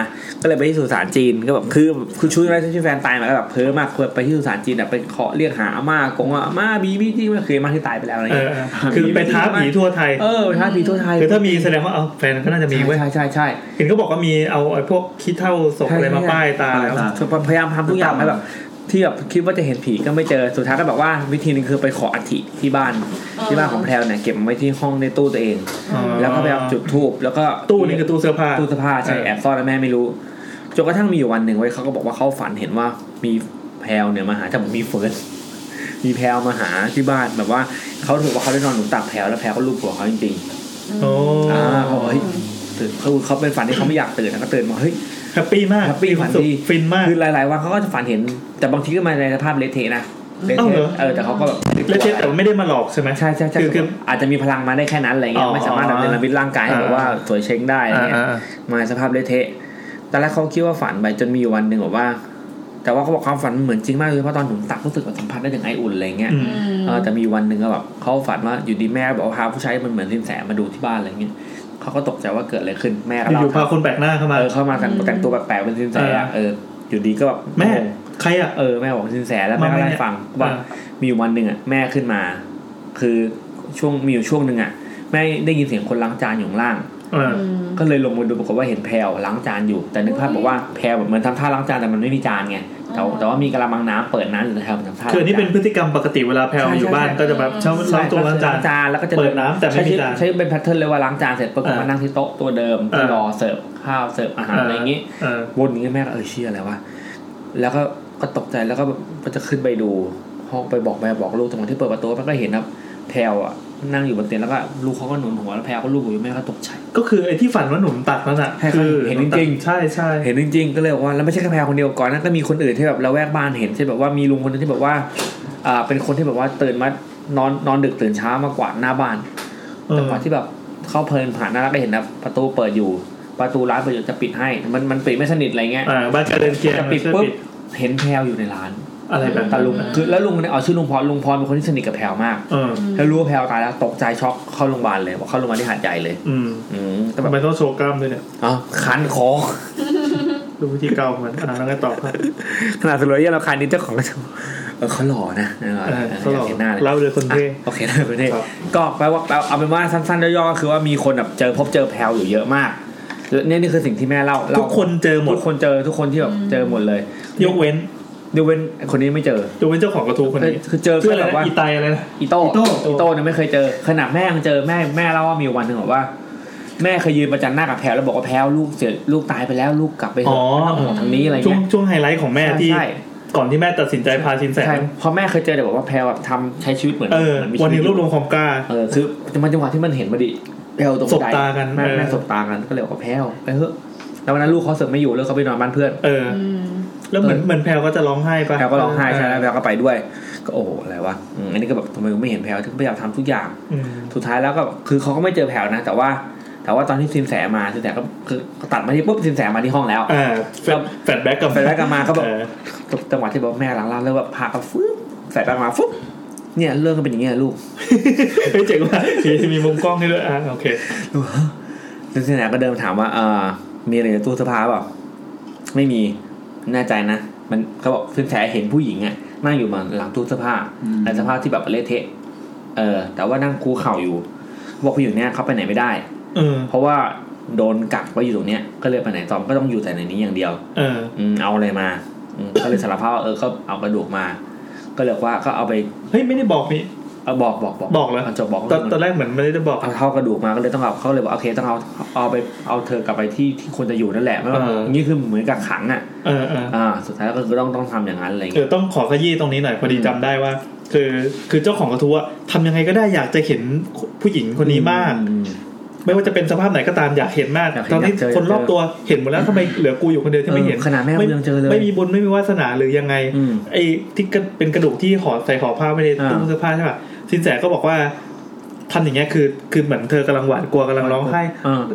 ก็เลยไปที่สุสานจีนก็แบบคือคือชุดแรกที่แฟนตายมาก็แบบเพ้อมากคือไปที่สุสานจีนอ่ะไปเคาะเรียกหาอาม่ากงว่าอาม่าบีบีที่ไม่เคยมาที่ตายไปแล้วอะไร เอ เงี้ อย เออคือไปท้าผีทั่วไทย เออไปท้าผีทั่วไทย คือถ้ามีแสดงว่าเอาแฟนก็น่าจะมีเว้ย ใช่ใช่ใช่ เห็นก็บอกว่ามีเอาไอ้พวกขี้เท่าศพอะไรมาป้ายตาแล้ว คือพยายามทำทุกอย่างให้แบบที่แบบคิดว่าจะเห็นผีก็ไม่เจอสุดท้ายก็บอกว่าวิธีหนึงคือไปขออัฐิที่บ้านที่บ้านของแพรวเนี่ยเก็บไว้ที่ห้องในตู้ตัวเอง อ๋อ แล้วก็ไปเอาจุดทูบแล้วก็ ตู้นี่คือตู้เสื้อผ้า ตู้เสื้อผ้าใช่ เออ แอบซ่อนแล้วแม่ไม่รู้จนกระทั่งมีอยู่วันหนึ่งไว้ยเขาก็บอกว่าเขาฝันเห็นว่ามีแพรวเนี่ยมาหาแต่ผมมีเฟิร์นมีแพรวมาหาที่บ้านแบบว่าเขาถือว่าเขาได้นอนหนุนตักแพรวแล้วแพรวก็ลูบหัวเขาจริง โอ้ ๆอ่าเขาบอกเฮ้ยตื่นเขาเขาเป็นฝันที่เขาไม่อยากตื่นนะก็ตื่นมาเฮ้ย แฮปปี้มาก แฮปปี้ มีควา ฝั ม น สุข ดีฟินมากคือหลายๆวันเขาก็จะฝันเห็น แต่บางทีก็มาในสภาพเละเทะนะเละ อ้าว เทะ เหรอ เออแต่เขาก็แบบ และเจ๊แต่ว่าไม่ได้มาหลอกใช่ไหม ใช่ใช่ใช่ คือคือ อาจจะมีพลังมาได้แค่นั้นอะไรเงี้ อ๋ ย อ ไม่สามารถแบบเนรมิตร่างกายให้แบบว่าสวยเช้งได้อะไรเงี้ย อ่าอ่า มาในสภาพเละเทะตอนแรกเขาคิดว่าฝันไปจนมีอยู่วันหนึ่งบอกว่า แต่ว่าเขาบอกความฝันเหมือนจริงมากเลยเพราะตอนหนุนตักรู้สึกว่าสัมผัสได้ถึงไออุ่นอะไรเงี้ย อืม เออแต่มีวันหนึ่งก็แบบเขาฝันว่าอยู่ดีแม่บอกว่าพาผู้ชายมันเหมือนสินแสมาดูที่บ้านอะไรเงี้ยเขาก็ตกใจว่าเกิดอะไรขึ้นแม่ก็ อยู่ๆเล่าพาคนแปลกหน้าเข้ามา เออเข้ามากันแต่งตัวแปลกๆเป็นสินแสอะเอออยู่ดีก็แบบ แม่ใครอะ เออแม่บอกเป็นสินแสแล้วแม่มาก็ไหม เล่าให้ฟัง เนี่ย ว่า อ่า มีอยู่วันหนึ่งอะแม่ขึ้นมา คือช่วงมีอยู่ช่วงหนึ่งอะแม่ได้ยินเสียงคนล้างจานอยู่ข้างล่าง เออ ก็เลยลงมาดูปรากฏว่าเห็นแพรวล้างจานอยู่ แต่นึกภาพบอกว่าแพรวแบบเหมือนทำท่าล้างจานแต่มันไม่มีจานไงแต่ว่าแต่ว่ามีกระมังน้ำเปิดน้ำอยู่แต่แพรวทำท่า คืออันนี้เป็นพฤติกรรมปกติเวลาแพลว ใช่ อยู่บ้าน ใช่ ก็จะแบบเช้า ใช่ เช้าตัวล้างจาน แล้วก็จะ เปิดน้ำแต่ไม่มีจาน ใช้ใช้เป็นแพทเทิร์นเลยว่าล้างจานเสร็จปรากฏมานั่งที่โต๊ะตัวเดิมที่ เออ รอเสิร์ฟข้าวเสิร์ฟอาหารอะไรอย่างงี้ เออ วนอย่างเงี้ยแม่ก็เออเชี่ยอะไรวะ แล้วก็ก็ตกใจแล้วก็แบบก็จะขึ้นไปดูห้องไปบอกแม่บอกลูกตรงที่เปิดประตูมันก็เห็นครับแพลวอ่ะนั่งอยู่บนเตียงแล้วก็ลูกเขาก็หนุนหัวแล้วแพลวก็ลูกอยู่แม่ก็ตกใจ ก็คือไอ้ที่ฝันว่าหนุ่มตักนั่นอ่ะ ใช่ครับ คือ เห็นจริง ๆใช่ใช่ เห็นจริงๆก็เลยบอกว่าแล้วไม่ใช่แค่แพลวคนเดียวก่อนหนั้นก็มีคนอื่นที่แบบเราแวกบ้านเห็นใช่นแบบว่ามีลุงคนหนึงที่แบบว่าอ่าเป็นคนที่แบบว่าตื่นมานอนนอนดึกตื่นเช้ามากวาดหน้าบ้าน เอ จั อง หวะที่แบบเข้าเพลินผ่านหน้าร้านก็เห็นนะประตูเปิดอยู่ ประตูร้านเปิดอยู่จะปิดให้ มันมันปิดไม่สนิทอะไรเงี้ย อ่าบ้านการเดินเกียร์ จะปิด ช่วย ปุ๊บเห็นแพรวอยู่ในร้าน อะไรแบบ แต่ลุงคือแล้วลุงเนี่ยเอาชื่อลุงพรลุงพรเป็นคนที่สนิทกับแพรวมาก เออ แล้วรู้ว่าแพรวตายแล้วตกใจช็อกเข้าโรงพยาบาลเลยบอกเข้าโรงพยาบาลที่หาดใหญ่เลย อืม อืมแต่แบ ทำ บ ไมต้องโชว์กล้ามด้วยเนี่ย อ๋อคันคอ ดูวิธีเก่าของมันอ่าแล้วไงต่อครับ ขนาดสุรเยเราคันนี้เจ้าของก็จะเออเขาหล่อนะเออ เออเขาหลอก ยกนหน้าเลย เล่าเลยคนเท่ โอเคเลยคนเท่ก็แปลว่าเอาเอาเป็นว่าสั้นๆย่อๆก็คือว่ามีคนแบบเจอพบเจอแพรวอยู่เยอะมากแล้วเนี่ยนี่คือสิ่งที่แม่เล่าเล่า ทุกคนเจอหมด ทุกคนเจอทุกคนที่แบบเจอหมดเลย ยกเว้น ยกเว้นคนนี้ไม่เจอ ยกเว้นเจ้าของกระทู้คนนี้ คือเจอ ชื่ออะไร แบบ นะ ว่า อีไตอะไรนะ อีโต้ อีโต้ อีโต้เนี่ยไม่เคยเจอขนาดแม่ยังเจอแม่แม่เล่าว่ามีวันหนึ่งบอกว่า แม่เคยยืนประจันหน้ากับแพรวแล้วบอกว่าแพรวลูกเสียลูกตายไปแล้วลูกกลับไปเถ อ๋อ อะไม่ต้องห่วงทางนี้อะไร ช่วง เงี้ย ช่วงไฮไลท์ของแม่ที่ ใช่ ก่อนที่แม่ตัดสินใจพาชินแส ใช่เพราะแม่เคยเจอแต่บอกว่าแพรวแบบทำใช้ชีวิตเหมือน เออ เหมืมี วันนี้ ชี ร ต วบรวมความกล้า เออคือมันจังหวะที่มันเห็นพอดีแพรวตรง ส บั บ นได ตากัน แม่ เออ แม่สบตากันก็เลยบอกว่าแพรวไปเถอะแล้ววันนั้นลูกเขาเสร์ฟไม่อยู่แล้วเขาไปนอนบ้านเพื่อน เอออแล้วเหมือนเหมือนแพลวก็จะร้องไห้ปะ แพลก็ร้องไห้ใช่ไหม เออ แพลก็ไปด้วย ก็โอ้โหอะไรวะอืมอันนี้ก็แบบทำไมกูไม่เห็นแพลถึงพยายามทำทุกอย่าง อืม สุดท้ายแล้วก็คือเขาก็ไม่เจอแผวนะ แต่ว่าแต่ว่าตอนที่ซินแสมาซินแสก็คือตัดมาที่ปุ๊บซินแสมาที่ห้องแล้ว อ่าแฟลแบ็กกลับ แฟนแรกกลับมาก็แบบ เออ จังหวะที่บอกแม่หลังร้านแล้วแบบพาเขาฟึ๊บแฟนแรกมาฟึ๊บเนี่ยเรื่องก็เป็นอย่างเงี้ยลูก เฮ้ยเจ๋งว่ะมีมุมกล้องให้ด้วยอ่ะโอเค ลูกฮะแล้วซินแสก็เดินมาถามว่าเออมีอะไรในตู้เสื้อผ้าเปล่าไม่มีแน่ใจนะ มันเขาบอกซินแสเห็นผู้หญิงอะนั่งอยู่หลังตู้เสื้อผ้าในสภาพที่แบบเละเทะเออ แต่ว่านั่งคูเข่าอยู่บอกผู้หญิงเนี่ยเขาไปไหนไม่ได้ เออ เพราะว่าโดนกักไว้อยู่ตรงเนี้ยก็เลยไปไหนต่อมก็ต้องอยู่แต่ในนี้อย่างเดียว เออ อืมเอาอะไรมาอืมก็เลยสารภาพว่าเออเขาเอากระดูกมา ก็เลยว่าก็เอาไป เฮ้ยไม่ได้บอกนี่ เอาบอกบอกบอก บอกเลย จะบอก ตอนตอนแรกเหมือนไม่ได้บอก เอาเท่ากระดูกมาก็เลยต้องเอาเขาเลยบอกโอเคต้องเอาเอาไปเอาเธอกลับไปที่ที่ควรจะอยู่นั่นแหละไม่ว่า เออ นี่คือเหมือนกับขังอ่ะ เออเออ อ่าสุดท้ายก็คือต้องต้องทำอย่างนั้นอะไรอย่าง เอ เงี้ย อต้องขอขยี้ตรงนี้หน่อยพอดีจำได้ว่า คือคือเจ้าของกระทู้อะทำยังไงก็ได้อยากจะเห็นผู้หญิงคนนี้มาก ไม่ว่าจะเป็นสภาพไหนก็ตามอยากเห็นมาก อยากเห็น ตอนนี้ อยากเจอ คนรอบตัวเห็นหมดแล้วทำไมเหลือกูอยู่คนเดียวที่ไม่เห็น เออขนาดแม่กู ไม่ ยังเจอเลย ไม่มีบุญไม่มีวาสนาหรือยังไงไอ้ที่กระเป็นกระดูกที่ห่อใส่ห่อผ้าไม่ได้ในตู้ อ่า เสื้อผ้าใช่ป่ะสินแสก็บอกว่าทำอย่างเงี้ยคือ คือเหมือนเธอกำลังหวาดกลัวกำลังร้องไห้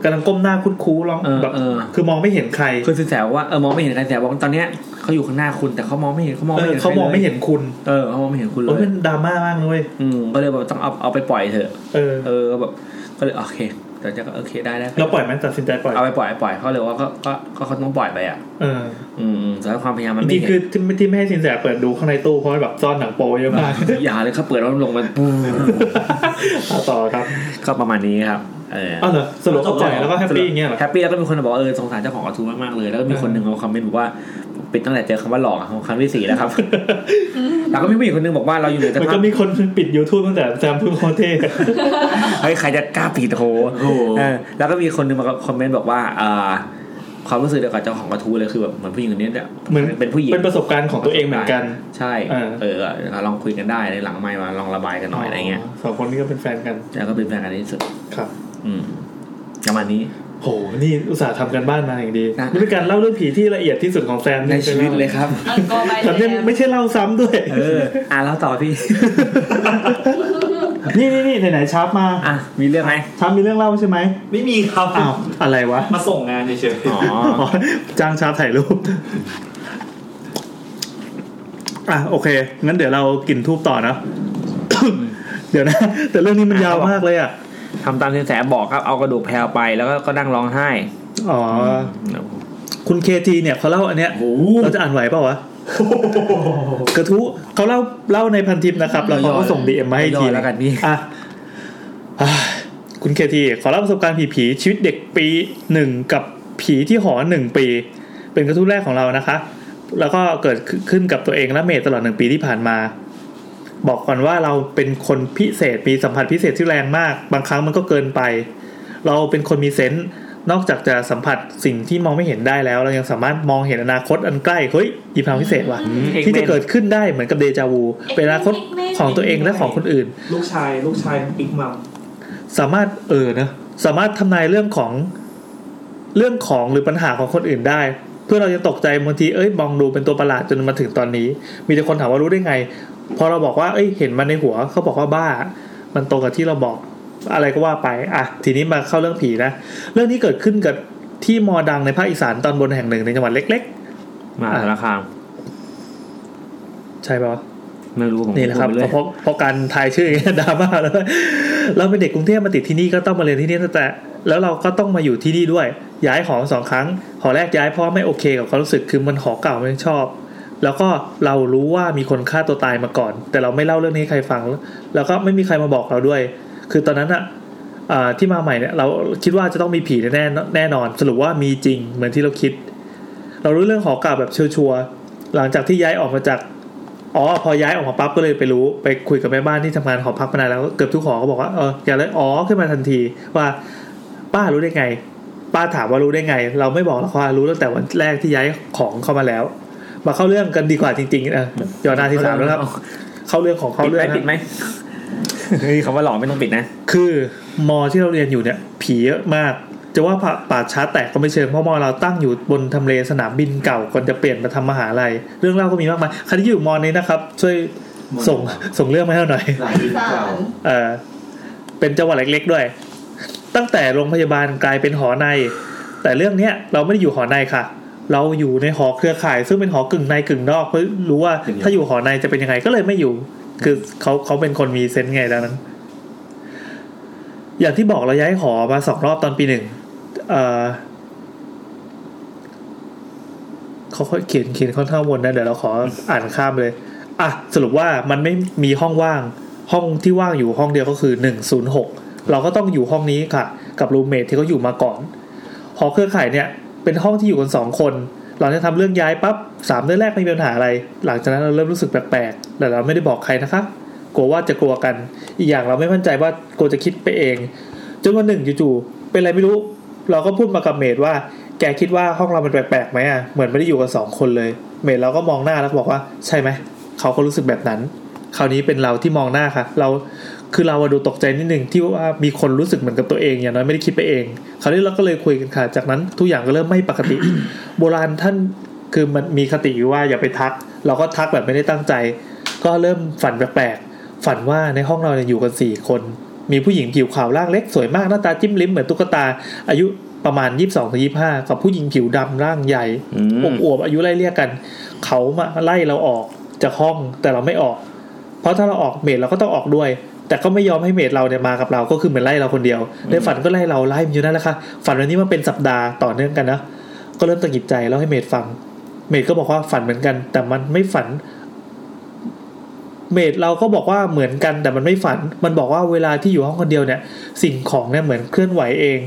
กำลังก้มหน้าคุ้นคูร้องแบบ คือมองไม่เห็นใคร คือสินแสบอกว่าเออมองไม่เห็นใครแต่บอกตอนเนี้ยเขาอยู่ข้างหน้าคุณแต่เขามองไม่เห็นเขามองไม่เห็น เออเขามองไม่เห็นคุณ เออเขามองไม่เห็นคุณเล โอ้ ย ยมันดราม่ามากเลย อืมก็เลยแบบต้องเอาเอาไปปล่อยเถอะ เออ เออแบบก็เลยโอเคแต่จะก็โอเคได้ได้ เราปล่อยไหมตัดสินใจปล่อย เอาไปปล่อยปล่อยเขาเลยว่าก็ก็ก็เขาต้องปล่อยไปอ่ะ เออ อืมอืมแต่ว่าความพยายามมัน จ ไม่ ริงๆ เห็ คือน ที่ที่ไม่ให้สินแสเปิดดูข้างในตู้เพราะว่าแบบซ่อนหนังโปเยอะมาก อย่าเลยเขาเปิดแล้วลงมันปุ๊บ ต่อครับ ก็ประมาณนี้ครับเออ อ้าวเหรอสรุปเขาปล่อยแล้วก็แฮปปี้อย่างเงี้ยเหรอ แฮปปี้แล้วก็มีคนบอกว่าเออสงสารเจ้าของกระทู้มากๆเลยแล้วก็มีคนหนึ่งเอาคอมเมนต์บอกว่าปิดตั้งแต่เจอคำว่าหลอกอะคำที่สี่แล้วครับ แล้วก็มีผู้หญิงคนหนึงบอกว่าเราอยู่ในส มัน ภา ก็ พ มีคนปิด YouTube ตั้งแต่แซมพึ่งโคเท่ เฮ้ยใครจะกล้าปิดโหเออแล้วก็มีคนหนึงมาคอมเมนต์บอกว่าอ่าความรู้สึกเดียวกับเจ้าของกระทู้เลยคือแบบเหมือนผู้หญิงคนนี้เนี่ย เหมือน เป็นผู้หญิง เป็นประสบการณ์ของตัวเองเหมือนกัน ใช่ เออ เออลองคุยกันได้ในหลังไมค์มาลองระบายกันหน่อยอะไรเงี้ย สองคนนี้ก็เป็นแฟนกัน แล้วก็เป็นแฟนกันในที่สุด ครับ อืมประมาณนี้ โหนี่อุตส่าห์ทำกันบ้านมาอย่างดีนี่เป็นการเล่าเรื่องผีที่ละเอียดที่สุดของแซม ในชีวิตเลยครับ แต่เนี่ยไม่ใช่เล่าซ้ำด้วย เอออ่ะแล้วต่อ พี่ นี่นี่นี่ไหนๆชาร์ปมา อ่ะมีเรื่องไหม ชาร์ปมีเรื่องเล่าใช่ไหม ไม่มีครับ อ้าวอะไรวะ มาส่งงานเฉยๆ อจ้างชาร์ปถ่ายรูป อ่ะโอเค งั้นเดี๋ยวเรากินทูบต่อนะ เดี๋ยวนะ แต่เรื่องนี้มันยาวมากเลยอ่ะ ทำตามสินแสบอกครับเอากระดูกแพลวไปแล้วก็ก็นั่งร้องไห้ อ๋ออคุณเคทีเนี่ยเขาเล่าอันเนี้ยเราจะอ่านไหวเปล่าวะ กระทู้เขาเล่าเล่าในพันทิปนะครับ แล้วเขาก็ส่งดีเอ็มมาให้ที ย่อแล้วกันพี่ อ่ะอ่ะคุณเคทีขอเล่าประสบการณ์ผีๆชีวิตเด็กปีหนึ่งกับผีที่หอหนึ่งปี เป็นกระทู้แรกของเรานะคะ แล้วก็เกิดขึ้นกับตัวเองและเมย์ตลอดหนึ่งปีที่ผ่านมา บอกก่อนว่าเราเป็นคนพิเศษมีสัมผัสพิเศษที่แรงมาก บางครั้งมันก็เกินไป เราเป็นคนมีเซนส์นอกจากจะสัมผัสสิ่งที่มองไม่เห็นได้แล้ว เรายังสามารถมองเห็นอนาคตอันใกล้เฮ้ยยีพลังพิเศษว่ะที่จะเกิดขึ้นได้เหมือนกับเดจาวูเป็นอนาคตของตัวเองและของคนอื่น ลูกชายลูกชายของปิ๊กมัม สามารถเออนะสามารถทำนายเรื่องของเรื่องของหรือปัญหาของคนอื่นได้ เพื่อเราจะตกใจบางทีเอ้ยมองดูเป็นตัวประหลาดจนมาถึงตอนนี้ มีแต่คนถามว่ารู้ได้ไง พอเราบอกว่าเอ้ยเห็นมันในหัวเขาบอกว่าบ้า มันตรงกับที่เราบอกอะไรก็ว่าไปอ่ะทีนี้มาเข้าเรื่องผีนะ เรื่องนี้เกิดขึ้นกับที่มอดังในภาคอีสานตอนบนแห่งหนึ่งในจังหวัดเล็ก ๆ มาสารคาม ใช่ปะวะ ไม่รู้ผม นี่แหละครับ พูดไปเอย เพราะเพราะการทายชื่ออย่างเงี้ ยดราม่าแล้วเราเป็นเด็กกรุงเทพมาติดที่นี่ก็ต้องมาเรียนที่นี่ตั้งแต่ แล้วเราก็ต้องมาอยู่ที่นี่ด้วย ย้ายหอสองครั้ง หอแรกย้ายเพราะไม่โอเคกับความรู้สึกคือมันหอเก่าไม่ชอบ แล้วก็เรารู้ว่ามีคนฆ่าตัวตายมาก่อน แต่เราไม่เล่าเรื่องนี้ให้ใครฟัง แล้วก็ไม่มีใครมาบอกเราด้วย คือตอนนั้นอะอ่าที่มาใหม่เนี่ยเราคิดว่าจะต้องมีผีแน่ๆแน่นอน สรุปว่ามีจริงเหมือนที่เราคิด เรารู้เรื่องหอเก่าแบบชัวร์ๆหลังจากที่ย้ายออกมาจาก อ๋อพอย้ายออกมาปั๊บก็เลยไปรู้ไปคุยกับแม่บ้านที่ทำงานหอพักมานานแล้วเกือบทุกหอก็บอกว่าเอออย่าเลยอ๋อขึ้นมาทันทีว่า ป้ารู้ได้ไง ป้าถามว่ารู้ได้ไง เราไม่บอกหรอกว่ารู้ตั้งแต่วันแรกที่ย้ายของเข้ามาแล้ว มาเข้าเรื่องกันดีกว่าจริงๆนะย้อนหน้าที่สามแล้วครับ เข้าเรื่องของเขาเรื่อง ปิดไหม เฮ้ยคำว่าหลอกไม่ต้องปิดนะ คือมอที่เราเรียนอยู่เนี่ย ผีเยอะมาก จะว่าป่าป่าช้าแตกก็ไม่เชิงเพราะมอเราตั้งอยู่บนทำเลสนามบินเก่าก่อนจะเปลี่ยนมาทำมหาลัยเรื่องเล่าก็มีมากมายใครที่อยู่มอนี้นะครับ ช่วยส่งส่งเรื่องมาให้เราหน่อย เออเป็นจังหวัดเล็กๆด้วย ตั้งแต่โรงพยาบาลกลายเป็นหอใน แต่เรื่องเนี้ยเราไม่ได้อยู่หอในค่ะ เราอยู่ในหอเครือข่าย ซึ่งเป็นหอกึ่งในกึ่งนอกเพราะรู้ว่าถ้าอยู่หอในจะเป็นยังไงก็เลยไม่อยู่ คือเขาเขาเป็นคนมีเซนส์ไงดังนั้น อย่างที่บอกเราย้ายหอมาสองรอบตอนปีหนึ่งเอ่อเขาค่อยเขียนเขียนค่อนข้างวนนะเดี๋ยวเราขอ อ่านข้ามเลย อ่ะสรุปว่ามันไม่มีห้องว่าง ห้องที่ว่างอยู่ห้องเดียวก็คือหนึ่งศูนย์หกเราก็ต้องอยู่ห้องนี้ค่ะ กับรูมเมทที่เขาอยู่มาก่อน หอเครือข่ายเนี่ย เป็นห้องที่อยู่กันสองคน เราได้ทำเรื่องย้ายปั๊บสามเดือนแรกไม่มีปัญหาอะไร หลังจากนั้นเราเริ่มรู้สึกแปลกๆแต่เราไม่ได้บอกใครนะคะ กลัวว่าจะกลัวกัน อีกอย่างเราไม่มั่นใจว่ากลัวจะคิดไปเอง จนวันหนึ่งจู่ๆเป็นอะไรไม่รู้ เราก็พูดมากับเมดว่า แกคิดว่าห้องเรามันแปลกๆไหมอ่ะเหมือนไม่ได้อยู่กันสองคนเลย เมดเราก็มองหน้าแล้วก็บอกว่าใช่ไหมเขาก็รู้สึกแบบนั้น คราวนี้เป็นเราที่มองหน้าค่ะ เราคือเราอะดูตกใจนิดหนึ่งที่ว่ามีคนรู้สึกเหมือนกับตัวเองอย่างน้อยไม่ได้คิดไปเอง คราวนี้เราก็เลยคุยกันค่ะ จากนั้นทุกอย่างก็เริ่มไม่ปกติ โบราณท่านคือมันมีคติอยู่ว่าอย่าไปทัก เราก็ทักแบบไม่ได้ตั้งใจ ก็เริ่มฝันแปลกๆฝันว่าในห้องเราเนี่ยอยู่กันสี่คน มีผู้หญิงผิวขาวร่างเล็กสวยมากหน้าตาจิ้มลิ้มเหมือนตุ๊กตา อายุประมาณ 22ถึง25 กับผู้หญิงผิวดำร่างใหญ่ อืม อวบๆอายุไล่เรียกกัน เขามาไล่เราออกจากห้องแต่เราไม่ออก เพราะถ้าเราออกเมดเราก็ต้องออกด้วย แต่ก็ไม่ยอมให้เมดเราเนี่ยมากับเราก็คือเหมือนไล่เราคนเดียว ในฝันก็ไล่เราไล่มันอยู่นั่นแหละค่ะฝันวันนี้มันเป็นสัปดาห์ต่อเนื่องกันนะก็เริ่มตะกิดใจแล้วให้เมดฟัง เมดก็บอกว่าฝันเหมือนกัน แต่มันไม่ฝัน เมดเราก็บอกว่าเหมือนกันแต่มันไม่ฝัน มันบอกว่าเวลาที่อยู่ห้องคนเดียวเนี่ย สิ่งของเนี่ยเหมือนเคลื่อนไหวเอง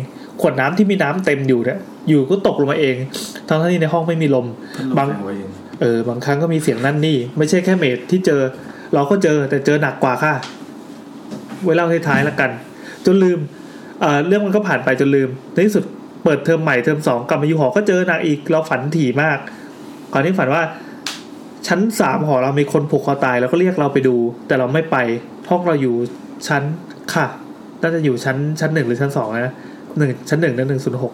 ขวดน้ำที่มีน้ำเต็มอยู่เนี่ยอยู่ก็ตกลงมาเอง ทั้งที่ในห้องไม่มีลมบาง เออบางครั้งก็มีเสียงนั่นนี่ ไม่ใช่แค่เมดที่เจอ เราก็เจอแต่เจอหนักกว่าค่ะ ไว้เล่าท้ายๆละกัน จนลืมเอ่อเรื่องมันก็ผ่านไปจนลืมในที่สุดเปิดเทอมใหม่เทอมสองกลับมาอยู่หอก็เจอหนักอีกเราฝันถี่มากคราวนี้ฝันว่า ชั้นสามหอเรามีคนผูกคอตายแล้วก็เรียกเราไปดู แต่เราไม่ไปห้องเราอยู่ชั้นค่ะน่าจะอยู่ชั้นชั้นหนึ่งหรือชั้นสองนะหนึ่งชั้นหนึ่งนะหนึ่งศูนย์หก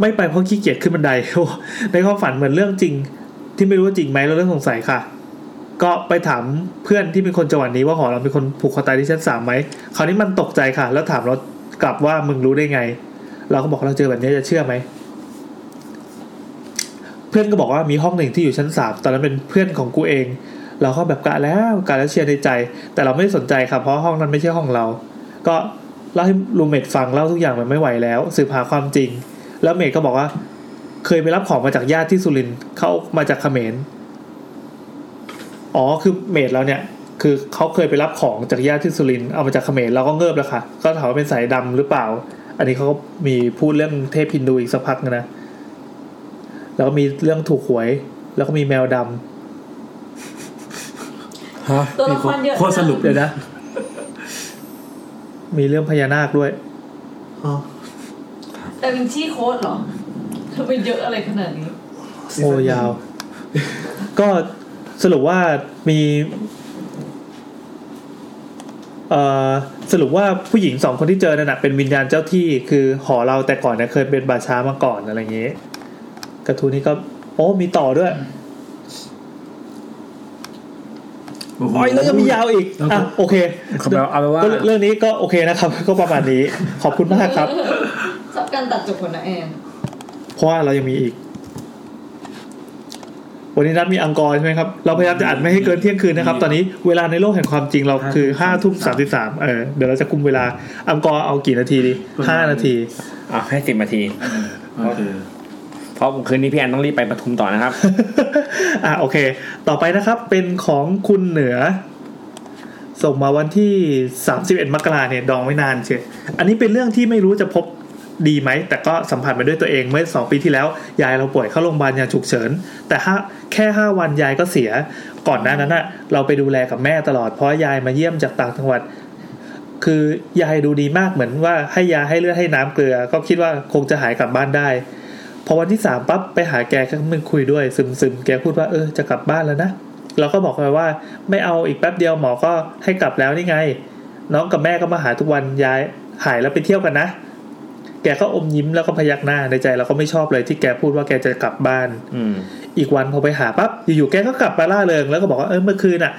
ไม่ไปเพราะขี้เกียจขึ้นบันได โอ้ในความฝันเหมือนเรื่องจริง ที่ไม่รู้ว่าจริงไหมเราเรื่องสงสัยค่ะ ก็ไปถามเพื่อนที่เป็นคนจังหวัดนี้ว่าหอเราเป็นคนผูกคอตายที่ชั้นสามไหมคราวนี้มันตกใจค่ะ แล้วถามเรากลับว่ามึงรู้ได้ไง เราก็บอกเราเจอแบบนี้จะเชื่อไหม เพื่อนก็บอกว่ามีห้องหนึ่งที่อยู่ชั้นสามตอนนั้นเป็นเพื่อนของกูเอง เราก็แบบกะแล้วกะแล้วเชียร์ในใจ แต่เราไม่ได้สนใจค่ะเพราะห้องนั้นไม่ใช่ห้องเรา ก็เล่าให้รูมเมทฟังเล่าทุกอย่างมันไม่ไหวแล้ว สืบหาความจริง แล้วเมทก็บอกว่า เคยไปรับของมาจากญาติที่สุรินทร์เขามาจากเขมร อ๋อคือเมดเราเนี่ย คือเขาเคยไปรับของจากญาติที่สุรินทร์เอามาจากเขมรเราก็เงิบแล้วค่ะ ก็ถามว่าเป็นสายดำหรือเปล่า อันนี้เขาก็มีพูดเรื่องเทพฮินดูอีกสักพักนะ แล้วก็มีเรื่องถูกหวย แล้วก็มีแมวดำ ฮะ ตัวละครเยอะ โคตรสรุป เดี๋ยวนะ มีเรื่องพญานาคด้วย แต่วินชี่โค้ดเหรอทำไมเยอะอะไรขนาดนี้ โอ้ยาว ก็สรุปว่ามีเอ่อสรุปว่าผู้หญิงสองคนที่เจอนั่นนะเป็นวิญญาณเจ้าที่คือหอเราแต่ก่อนเนี่ยเคยเป็นบาช้ามาก่อนอะไรอย่างนี้ กระทูนี้ก็ โอ้มีต่อด้วยอ๋อยแล้วก็มียาวอีกอ่ะโอเค ครับเอาเอาไปว่า ก็เรื่องนี้ก็โอเคนะครับ ก็ประมาณนี้ ขอบคุณมากครับ ชอบการตัดจบคนนะแอน เพราะว่าเรายังมีอีก วันนี้นัดมีอังกอร์ใช่ไหมครับ เราพยายามจะอัดไม่ให้เกินเที่ยงคืนนะครับ ตอนนี้เวลาในโลกแห่งความจริงเราคือห้าทุ่มสามสิบสามเออเดี๋ยวเราจะคุมเวลาอังกอร์เอากี่นาทีดีห้านาที อ่ะให้สิบนาทีเพราะคืนนี้พี่แอนต้องรีบไปปทุมต่อนะครับ อ่ะโอเค ต่อไปนะครับเป็นของคุณเหนือ ส่งมาวันที่ 31 มกราเนี่ยดองไว้นานเชียวอันนี้เป็นเรื่องที่ไม่รู้จะพบดีไหม แต่ก็สัมผัสมาด้วยตัวเองเมื่อ 2 ปีที่แล้ว ยายเราป่วยเข้าโรงพยาบาลอย่างฉุกเฉิน แต่ห้าแค่ 5 วันยายก็เสีย ก่อนหน้านั้นอะเราไปดูแลกับแม่ตลอดเพราะยายมาเยี่ยมจากต่างจังหวัด คือยายดูดีมากเหมือนว่าให้ยาให้เลือดให้น้ำเกลือ ก็คิดว่าคงจะหายกลับบ้านได้ พอวันที่สามปั๊บไปหาแกก็มึงคุยด้วย ซึมๆ แกพูดว่าเออจะกลับบ้านแล้วนะ เราก็บอกไปว่าไม่เอาอีกแป๊บเดียวหมอก็ให้กลับแล้วนี่ไง น้องกับแม่ก็มาหาทุกวันยายหายแล้วไปเที่ยวกันนะ แกก็อมยิ้มแล้วก็พยักหน้าในใจเราก็ไม่ชอบเลยที่แกพูดว่าแกจะกลับบ้าน อีกวันพอไปหาปั๊บอยู่ๆแกก็กลับมาล่าเริงแล้วก็บอกว่าเออเมื่อคืนอ่ะ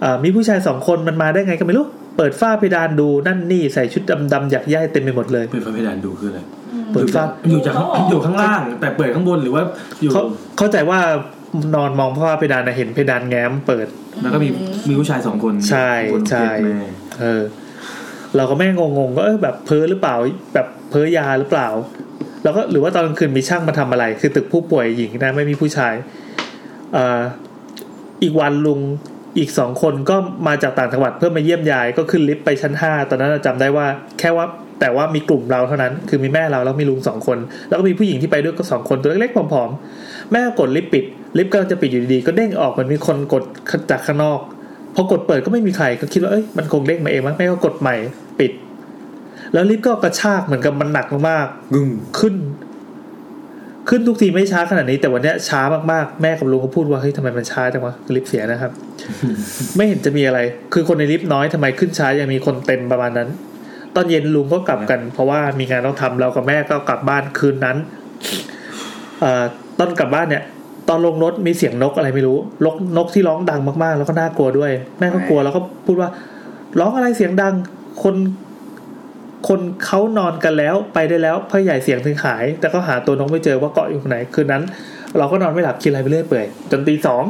เอ่อมีผู้ชายสองคนมันมาได้ไงก็ไม่รู้เปิดฝ้าเพดานดูนั่นนี่ใส่ชุดดำๆอยากย่ายเต็มไปหมดเลย เปิดฝ้าเพดานดูคืออะไร เปิดฝ้า อยู่จากอยู่ข้างล่าง แต่เปิดข้างบนหรือว่าอยู่ เขาเข้าใจว่านอนมองผ้าเพดานนะเห็นเพดานแง้มเปิด แล้วก็มีมีผู้ชายสองคน ใช่ใช่ คนเทศแม่ เออ เราก็แม่งงงๆก็เออแบบเพ้อหรือเปล่า แบบเพ้อยาหรือเปล่า แล้วก็หรือว่าตอนกลางคืนมีช่างมาทำอะไร คือตึกผู้ป่วยหญิงนะไม่มีผู้ชายเอ่ออีกวันลุงอีกสองคนก็มาจากต่างจังหวัดเพื่อมาเยี่ยมยายก็ขึ้นลิฟต์ไปชั้นห้าตอนนั้นจำได้ว่า แค่ว่าแต่ว่ามีกลุ่มเราเท่านั้น คือมีแม่เราแล้วมีลุงสองคน แล้วก็มีผู้หญิงที่ไปด้วยก็สองคนตัวเล็กๆผอมๆแม่กดลิฟต์ปิด ลิฟต์กำลังจะปิดอยู่ดีๆก็เด้งออกเหมือนมีคนกดจากข้างนอก พอกดเปิดก็ไม่มีใครก็คิดว่าเอ้ยมันคงเด้งมาเองมั้งไม่ก็กดใหม่ปิด แล้วลิฟต์ก็กระชากเหมือนกับมันหนักมาก ๆกึ่ง ขึ้น ขึ้นทุกทีไม่ช้าขนาดนี้ แต่วันเนี้ยช้ามากๆแม่กับลุงก็พูดว่าเฮ้ยทำไมมันช้าจังวะลิฟต์เสีย นะครับ ไม่เห็นจะมีอะไร คือคนในลิฟต์น้อยทำไมขึ้นช้ายังมีคนเต็มประมาณนั้น ตอนเย็นลุงก็กลับกัน เพราะว่ามีงานต้องทำเรากับแม่ก็กลับบ้านคืนนั้น เอ่อตอนกลับบ้านเนี่ย ตอนลงรถมีเสียงนกอะไรไม่รู้นกนกที่ร้องดังมากๆ แล้วก็น่ากลัวด้วย แม่ก็กลัวแล้วก็พูดว่า ร้องอะไรเสียงดัง คนคนเขานอนกันแล้วไปได้แล้วพ่อใหญ่เสียงถึงหาย แต่ก็หาตัวนกไม่เจอว่าเกาะอยู่ไหนคืนนั้น เราก็นอนไม่หลับคิดอะไรไปเรื่อยเปื่อยจนตีสอง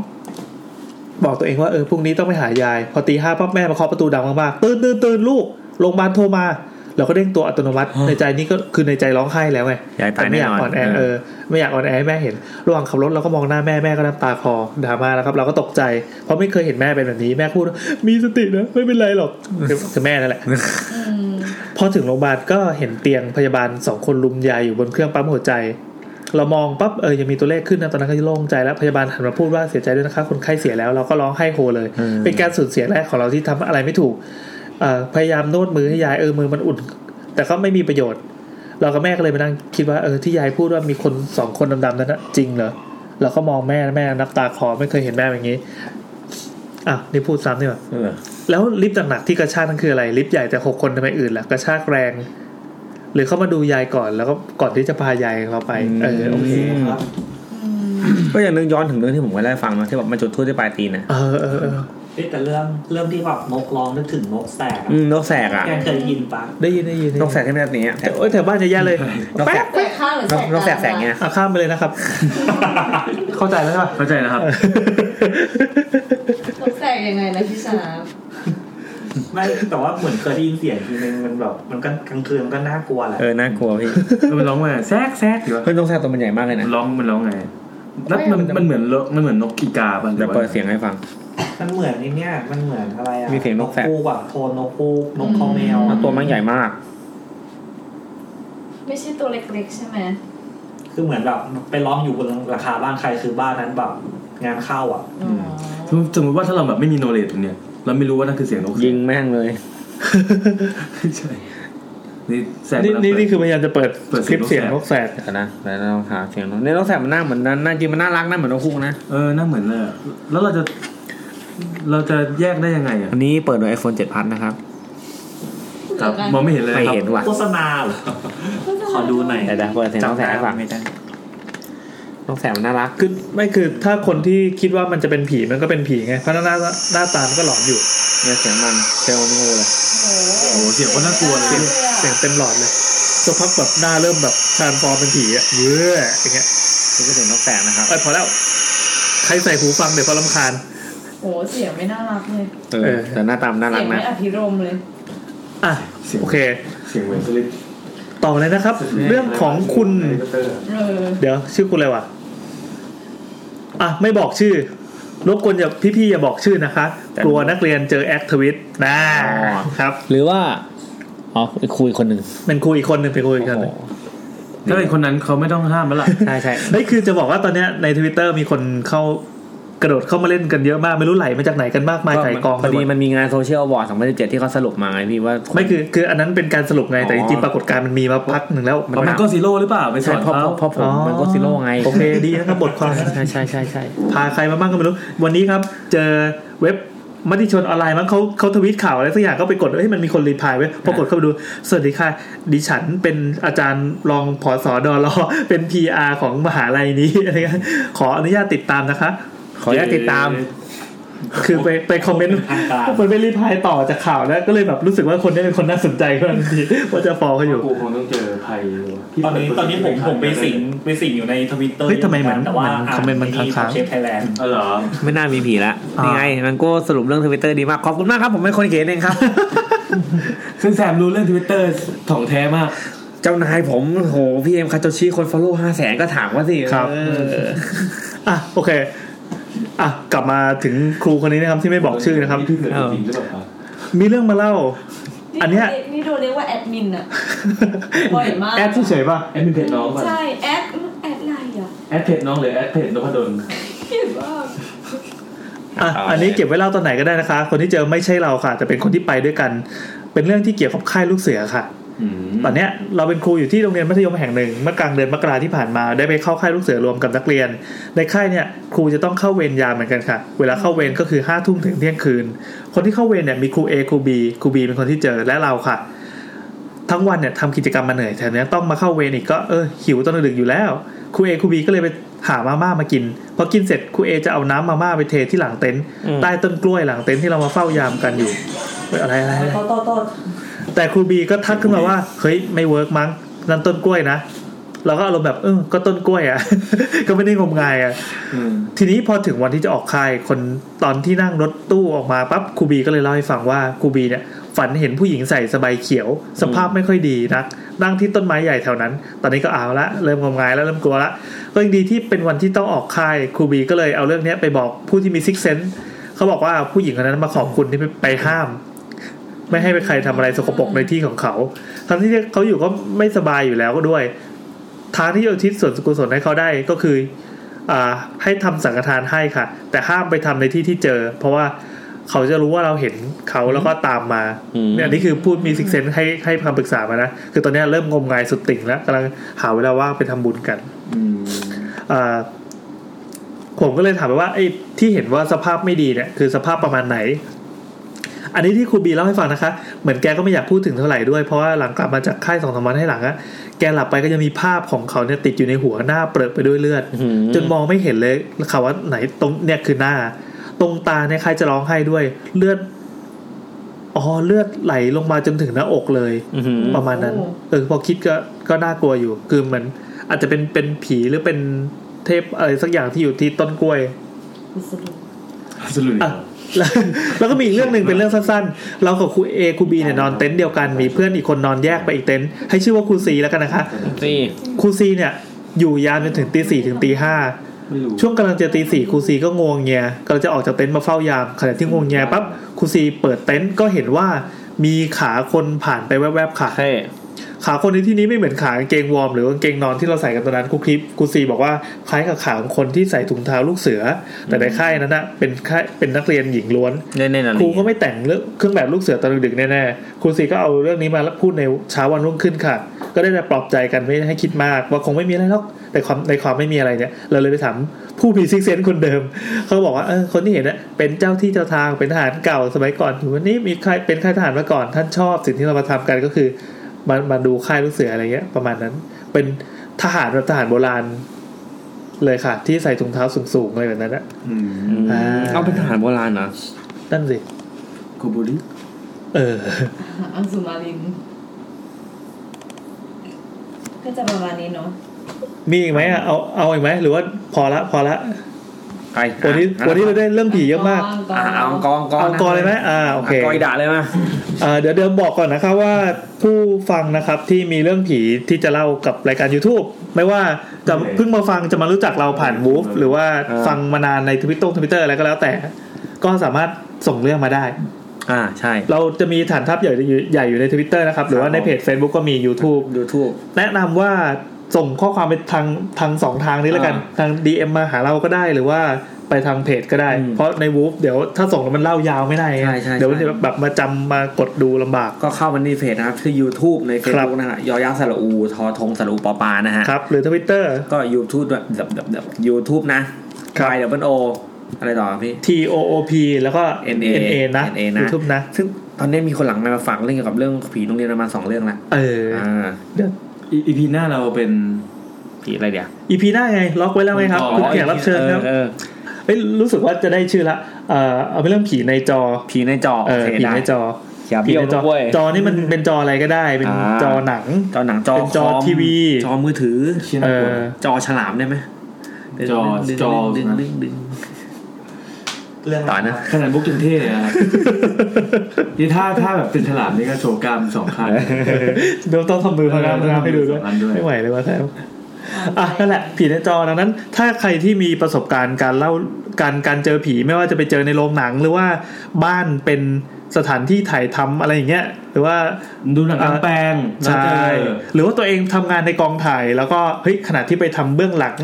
บอกตัวเองว่าเออพรุ่งนี้ต้องไปหายาย พอตีห้าพ่อแม่มาเคาะประตูดังมากๆตื่นตื่นตื่นลูกโรงพยาบาลโทรมาเราก็เด้งตัวอัตโนมัติ ในใจนี้ก็คือในใจร้องไห้แล้วไง ยายตาย แต่ไม่อยาก แน่นอน อ่อนแอเอ เอ อ อ ไม่อยากอ่อนแอให้แม่เห็นระหว่างขับรถเราก็มองหน้าแม่แม่ก็น้ำตาคลอดราม่าแล้วครับเราก็ตกใจ เพราะไม่เคยเห็นแม่เป็นแบบนี้แม่พูดว่ามีสตินะไม่เป็นไรหรอกคือคือแม่นั่นแหละ พอถึงโรงพยาบาลก็เห็นเตียงพยาบาลสองคนลุมยายอยู่บนเครื่องปั๊มหัวใจ เรามองปั๊บเออยังมีตัวเลขขึ้นนะตอนนั้นก็โล่งใจแล้วพยาบาลหันมาพูดว่าเสียใจด้วยนะคะคนไข้เสียแล้วเราก็ร้องไห้โฮเลย เป็นการสูญเสียแรกของเราที่ทำอะไรไม่ถูกเอ่อพยายามโน้ตมือให้ยายเออมือมันอุ่น แต่ก็ไม่มีประโยชน์ เรากับแม่ก็เลยมานั่งคิดว่าเออที่ยายพูดว่ามีคนสองคนดำๆนั้นนะจริงเหรอเราก็มองแม่แม่นับตาคลอไม่เคยเห็นแม่แบบนี้อ่ะนี่พูดซ้ำนี่หว่า แล้วลิฟต์หนักๆที่กระชากนั่นคืออะไร ลิฟต์ใหญ่แต่หกคนทำไมอื่นล่ะกระชากแรง หรือเข้ามาดูยายก่อนแล้วก็ก่อนที่จะพายายเราไป เออโอเคครับ ก็อย่างนึงย้อนถึงเรื่องที่ผมเคยได้ฟังมาที่แบบมาจุดทูบที่ปลายตีนนะ เออเออเออ เอ๊ะแต่เรื่องเรื่องที่แบบนกร้องนึกถึงนกแสกอะ อืมนกแสกอ่ะ แกเคยได้ยินปะ ได้ยินได้ยิน นกแสกที่ไม่ได้ตีเนี่ย โอ้ยแถวบ้านจะแย่เลย นกแสก แสกข้างหรือแสก นกแสกแสกไง อ่ะข้ามไปเลยนะครับ เข้าใจแล้วใช่ไหม เข้าใจนะครับ นกแสกยังไงนะพี่ชาบ ไม่แต่ว่าเหมือนเคยได้ยินเสียงทีนึงมันแบบมันก็กลางคืนมันก็น่ากลัวแหละ เออน่ากลัวพี่ มันร้องมาแซกแซก เฮ้ยนกแสกตัวมันใหญ่มากเลยนะ ร้องมันร้องไงนั่นมันมันเหมือนนกมันเหมือนนกกีกาป่ะ เดี๋ยวเปิดเสียงให้ฟัง มันเหมือนไอ้เนี่ยมันเหมือนอะไรอะ มีเสียงนกแสก กูแบบโทนนกกูกนกคอแมว แล้วตัวมันใหญ่มาก ไม่ใช่ตัวเล็กๆใช่ไหม คือเหมือนแบบไปร้องอยู่บนราคาบ้านใครคือบ้านนั้นแบบงานเข้าอ่ะ สมมติว่าถ้าเราแบบไม่มีโนเลดตรงเนี้ยเราไม่รู้ว่านั่นคือเสียงนก ยิงแม่งเลย ใช่นี่แสก นี่ กำลัง นี่ เปิด นี่คือพยายามจะเปิด เปิด คลิป เสี เสีย ย ง ง น น ก ก แส แส ก ก เดี๋ยวนะเดี๋ยวเราหาเสียงนกเนี่ยนกแสกมันหน้าเหมือนนั้นหน้าจริงมันน่ารักหน้าเหมือนนกคูกนะ เออน่าเหมือนเลยอะแล้วเราจะ เราจะแยกได้ยังไงอ่ะ อันนี้เปิดโดย iPhone 7 Plus นะครับ ครับมองไม่เห็นเลย ไม่ ครับ เห็นว่ะ โฆษณาเหรอขอดูหน่อย แต่เดี๋ยวเปิดเสียงนกแสกให้ฟังนกแสกมันน่ารัก คือไม่คือถ้าคนที่คิดว่ามันจะเป็นผีมันก็เป็นผีไงเพราะหน้าหน้าตามันก็หลอนอยู่ เนี่ยเสียงมันเซลล์มันโง่เลย โอ้โหเสียงก็น่ากลัวเลย เสียงเต็มหลอดเลยสักพักแบบหน้าเริ่มแบบชานฟอร์มเป็นผีอะเว้ยอย่างเงี้ย นี่ก็ถึงนกแสกนะครับ เอ้ยพอแล้ว ใครใส่หูฟังเดี๋ยวเขาลำคาญ โอ้เสียงไม่น่ารักเลย เออแต่หน้าตามนน่ารั เสี ก ยงไม่ นะ อภิรมย์เลย อ่ะโอเค เสียงเหมือนสลิป ต่อเลยนะครับ เรื่องของคุณ เออ เดี๋ยวชื่อคุณอะไรวะ อ่ะ ไม่บอกชื่อ รบกวนอย่าพี่ๆอย่าบอกชื่อนะคะ กลัวนักเรียนเจอแอคทวิตนะครับ หรือว่าอ๋อคุยคนหนึ่ง เป็นครูอีกคนหนึ่งเป็นครูอีกคนหนึ่ง ถ้าเป็นคนนั้นเขาไม่ต้องห้ามแล้วล่ะ ใช่ใช่ นี่คือจะบอกว่าตอนเนี้ยในทวิตเตอร์มีคนเข้ากระโดดเข้ามาเล่นกันเยอะมากไม่รู้ไหลมาจากไหนกันมากมายไก่กอง พ ไป อ หม ดี ด มันมีงานโซเชียลวอร์ด2017ที่เขาสรุปมาไงพี่ว่า ไม่คือคืออันนั้นเป็นการสรุปไงแต่ อ๋ จ อ ริงๆปรากฏการณ์มันมีมาพักหนึ่งแล้ว มันก็ซีโร่หรือเปล่าไปสอน ใช่เพราะ เขา เพราะผมมันก็ซีโร่ไง โอเคดีนะครับบทความ ใช่ใช่ใช่ใช่ พาใครมาบ้างก็ไม่รู้ วันนี้ครับ เจอเว็บมติชนออนไลน์มั้งเขาเขาทวิตข่าวอะไรสักอย่างก็ไปกดเอ้ยมันมีคนรีพลายไว้ยพอกดเข้าไปดู สวัสดีค่ะ ดิฉันเป็นอาจารย์รองผอสอดอร อเป็น PR ของมหาลัยนี้ อะไรเงี้ยขออนุญาตติดตามนะคะ ขออนุญาตติดตาม คือไปไปคอมเมนต์มันไปรีพลายต่อจากข่าวนะก็เลยแบบรู้สึกว่าคนนี้เป็นคนน่าสนใจขึ้นมาทันทีว่าจะฟอลเขาอยู่ กูคงต้องเจอภัย ตอนนี้ตอนนี้ผมผมไปสิงไปสิงอยู่ในทวิตเตอร์ เฮ้ยทำไมเหมือน แต่ว่า เหมือนคอมเมนต์มันค้างๆ เชฟไทยแลนด์ เออเหรอ ไม่น่ามีผีละนี่ไงมันก็สรุปเรื่องทวิตเตอร์ดีมาก ขอบคุณมากครับ ผมเป็นคนเขียนเองครับ ซึ่งแซมรู้เรื่องทวิตเตอร์ถ่องแท้มาก เจ้านายผมโหพี่เอ็มคาโตชิคนฟอลโล่ห้าแสนก็ถามว่าสิ ครับ เออ อ่ะโอเค อ่ะกลับมาถึงครูคนนี้นะครับที่ไม่บอกชื่อนะครับ พี่เกิดจริงหรือเปล่าครับ มีเรื่องมาเล่า อันเนี้ย นี่โดนเรียกว่าแอดมินอะ บ่อยมาก แอดเฉยๆป่ะ แอดมินเพจน้องป่ะ ใช่แอดแอดอะไรอ่ะ แอดเพจน้องหรือแอดเพจนพดล เขียนว่า อ่ะอันนี้เก็บไว้เล่าตอนไหนก็ได้นะคะ คนที่เจอไม่ใช่เราค่ะ แต่เป็นคนที่ไปด้วยกัน เป็นเรื่องที่เกี่ยวกับค่ายลูกเสือค่ะ ตอนเนี้ยเราเป็นครูอยู่ที่โรงเรียนมัธยมแห่งหนึ่งเมื่อกลางเดือนมกราที่ผ่านมา ได้ไปเข้าค่ายลูกเสือรวมกับนักเรียน ในค่ายเนี่ยครูจะต้องเข้าเวรยามเหมือนกันค่ะ เวลาเข้าเวรก็คือ5้าทุ่มถึงเที่ยงคืน คนที่เข้าเวรเนี่ยมีครู A ครู B ครู B เป็นคนที่เจอและเราค่ะ ทั้งวันเนี่ยทำกิจกรรมมาเหนื่อยแถมยังต้องมาเข้าเวรอีกก็เออหิวตอนดึกๆอยู่แล้วครูเอครูบีก็เลยไปหามาม่ามากินพอกินเสร็จครูเอจะเอาน้ำมาม่าไปเทที่หลังเต็นท์ อืม ใต้ต้นกล้วยหลังเต็นท์ที่เรามาเฝ้ายามกันอยู่เฮ้ยอะไรอะไรอะไร โทษโทษโทษ แต่ครูบีก็ทักขึ้นมาว่า เฮ้ย ไม่เวิร์กมั้งนั่นต้นกล้วยนะ เราก็อารมณ์แบบเออก็ต้นกล้วยอ่ะ ก็ไม่ได้งมงายอ่ะ ทีนี้พอถึงวันที่จะออกค่ายคนตอนที่นั่งรถตู้ออกมาปั๊บครูบีก็เลยเล่าให้ฟังว่าครูบีเนี่ย ฝันเห็นผู้หญิงใส่สบายเขียว สภาพไม่ค่อยดีนักนั่งที่ต้นไม้ใหญ่แถวนั้น ตอนนี้ก็เอาละเริ่มงมงายแล้วเริ่มกลัวละก็ยังดีที่เป็นวันที่ต้องออกค่ายครูบีก็เลยเอาเรื่องเนี้ยไปบอกผู้ที่มีซิกเซนเขาบอกว่าผู้หญิงคนนั้นมาขอบคุณที่ไปไปห้าม ไม่ให้ไปใครทำอะไรสกปรกในที่ของเขาทั้งที่เขาอยู่ก็ไม่สบายอยู่แล้วก็ด้วย ทางที่จะอุทิศส่วนกุศลให้เขาได้ก็คือ อ่าให้ทำสังฆทานให้ค่ะ แต่ห้ามไปทำในที่ที่เจอ เพราะว่าเขาจะรู้ว่าเราเห็นเขาแล้วก็ตามมา อืม เนี่ยอันนี่คือพูดมีซิกเซนให้ให้คำปรึกษามานะ คือตอนเนี้ยเริ่มงมงายสุดติ่งแล้วกำลังหาเวลาว่างไปทำบุญกันอ่าผมก็เลยถามไปว่าไอ้ที่เห็นว่าสภาพไม่ดีเนี่ยคือสภาพประมาณไหน อันนี้ที่ครูบีเล่าให้ฟังนะคะ เหมือนแกก็ไม่อยากพูดถึงเท่าไหร่ด้วย เพราะว่าหลังกลับมาจากค่ายสองสามวันให้หลังอะแกหลับไปก็จะมีภาพของเขาเนี่ยติดอยู่ในหัวหน้าเปรอะไปด้วยเลือด จนมองไม่เห็นเลยค่ะว่าไหนตรงเนี่ยคือหน้า ตรงตาเนี่ยใครจะร้องไห้ด้วย เลือดอ๋อเลือดไหลลงมาจนถึงหน้าอกเลยประมาณนั้น เออพอคิดก็ก็น่ากลัวอยู่ คือเหมือนอาจจะเป็นเป็นผีหรือเป็นเทพอะไรสักอย่างที่อยู่ที่ต้นกล้วย สรุป อ่ะ แล้วแล้วก็มีอีกเรื่องหนึ่งเป็นเรื่องสั้นๆ เรากับครูเอครูบีเนี่ยนอนเต็นท์เดียวกัน มีเพื่อนอีกคนนอนแยกไปอีกเต็นท์ให้ชื่อว่าครูซีแล้วกันนะคะครูซีเนี่ยอยู่ยามจนถึงตีสี่ถึงตีห้าช่วงกำลังจะตีสี่ครูซีก็งวงเงียกำลังจะออกจากเต็นท์มาเฝ้ายามขณะที่งวงเงียปั๊บครูซีเปิดเต็นท์ก็เห็นว่ามีขาคนผ่านไปแวบๆค่ะขาคนในที่นี้ไม่เหมือนขากางเกงวอร์มหรือกางเกงนอนที่เราใส่กันตอนนั้นครูคลิปครูซีบอกว่าคล้ายกับขาของคนที่ใส่ถุงเท้าลูกเสือ แต่ในค่ายนั้นนะเป็นค่ายเป็นนักเรียนหญิงล้วน เน่นๆนะ ครูก็ไม่แต่งเรื่องเครื่องแบบลูกเสือตอนดึกๆแน่ๆ ครูสีก็เอาเรื่องนี้มาแล้วพูดในเช้าวันรุ่งขึ้นค่ะ ก็ได้แต่ปลอบใจกันไม่ให้คิดมาก ว่าคงไม่มีอะไรหรอกแต่ความในความไม่มีอะไรเนี่ย เราเลยไปถามผู้มีซิกเซนคนเดิม เขาบอกว่าเออคนที่เห็นเน่ะเป็นเจ้าที่เจ้าทางเป็นทหารเก่าสมัยก่อนถึงวันนี้มีใครเป็นค่ายทหารมาก่อนท่านชอบสิ่งที่เรามาทำกันก็คือมามาดูค่ายลูกเสืออะไรเงี้ย ประมาณนั้น เป็นทหารแบบทหารโบราณ เลยค่ะ ที่ใส่ถุงเท้าสูงๆอะไรแบบนั้นนะ อ่า เอาเป็นทหารโบราณนะ นั่นสิ โกบุริ เออ อังสุมาริน ก็จะประมาณนี้เนาะ มีอีกไหมอ่ะเอาเอาอีกไหมหรือว่าพอละพอละ ไป วันนี้ อ่ะ วันนี้เราได้เรื่องผีเยอะมาก อ่ะเอากองกอง เอากอเลยไหมอ่าโอเค กอยด่าเลยไหม อ่าเดี๋ยวเดี๋ยวบอกก่อนนะคะว่าผู้ฟังนะครับที่มีเรื่องผีที่จะเล่ากับรายการ YouTube ไม่ว่าจะเพิ่งมาฟังจะมารู้จักเราผ่านวูฟหรือว่าฟังมานานในทวิตตงทวิตเตอร์อะไรก็แล้วแต่ ก็สามารถส่งเรื่องมาได้ อ่าใช่ เราจะมีฐานทัพใหญ่อยู่ใหญ่อยู่ในทวิตเตอร์นะครับ หรือว่าในเพจ Facebook ก็มี YouTube YouTube แนะนำว่าส่งข้อความไปทางทางสองทางนี้แล้วกัน ทาง DM มาหาเราก็ได้หรือว่าไปทางเพจก็ได้ เพราะในวูฟเดี๋ยวถ้าส่งแล้วมันเล่ายาวไม่ได้ไง ใช่ใช่ เดี๋ยวมันจะแบบมาจำมากดดูลำบาก ก็เข้ามาในเพจนะครับที่ YouTube ใน Facebook นะฮะยอยักษ์สระอู ทอทงสระอูปอปานะฮะ ครับ หรือทวิตเตอร์ ก็ YouTube ด้วยดับดับดับ YouTube นะคลายดับเบิลโออะไรต่อพี่ T O O P แล้วก็ N A NA นะ นะ YouTube นะ ซึ่งตอนนี้มีคนหลังไมค์มาฝากเรื่องเกี่ยวกับเรื่องผีโรงเรียนประมาณสองเรื่องละ เออเดี๋ยว อีพีหน้าเราเป็นผีอะไรเดี๋ยว EP หน้าไง ล็อกไว้แล้วไงครับ อ๋อ คุณแขกรับเชิญครับ เออ เอ้ยรู้สึกว่าจะได้ชื่อละเอ่อเอาเป็นเรื่องผีในจอ ผีในจอ เออ โเค ผี ด้ ในจอ อย่า ผี เบี้ยว ในจอ นะเว้ย จอนี่มันเป็นจออะไรก็ได้ เป็น อ่า จอหนัง จอหนังจอ เป็นจอ คม ทีวี จอมือถือ เออ จอฉลามได้ไหม จอจอ ดึงดึงดึง เรื่องต่อนะขนาดบุ๊กยังเท่เลยนะนี่ถ้าถ้าแบบเป็นฉลามนี่ก็โชว์กล้ามสองข้าง เดี๋ยวต้องทำมือพนัก เออต้อง งาน ทำมือ ให้ดูด้วสยองอันด้วย ไม่ไหวเลยว่าแซมอ่ะนั่นแหละ ผีในจอดังนั้น ถ้าใครที่มีประสบการณ์การเล่าการการเจอผีไม่ว่าจะไปเจอในโรงหนังหรือว่าบ้านเป็นสถานที่ถ่ายทำอะไรอย่างเงี้ยหรือว่า ดูหนังกลางแปลงแล้วเใช่จอ หรือว่าตัวเองทำงานในกองถ่าย แล้วก็เฮ้ยขณะที่ไปทำเบื้องหลัง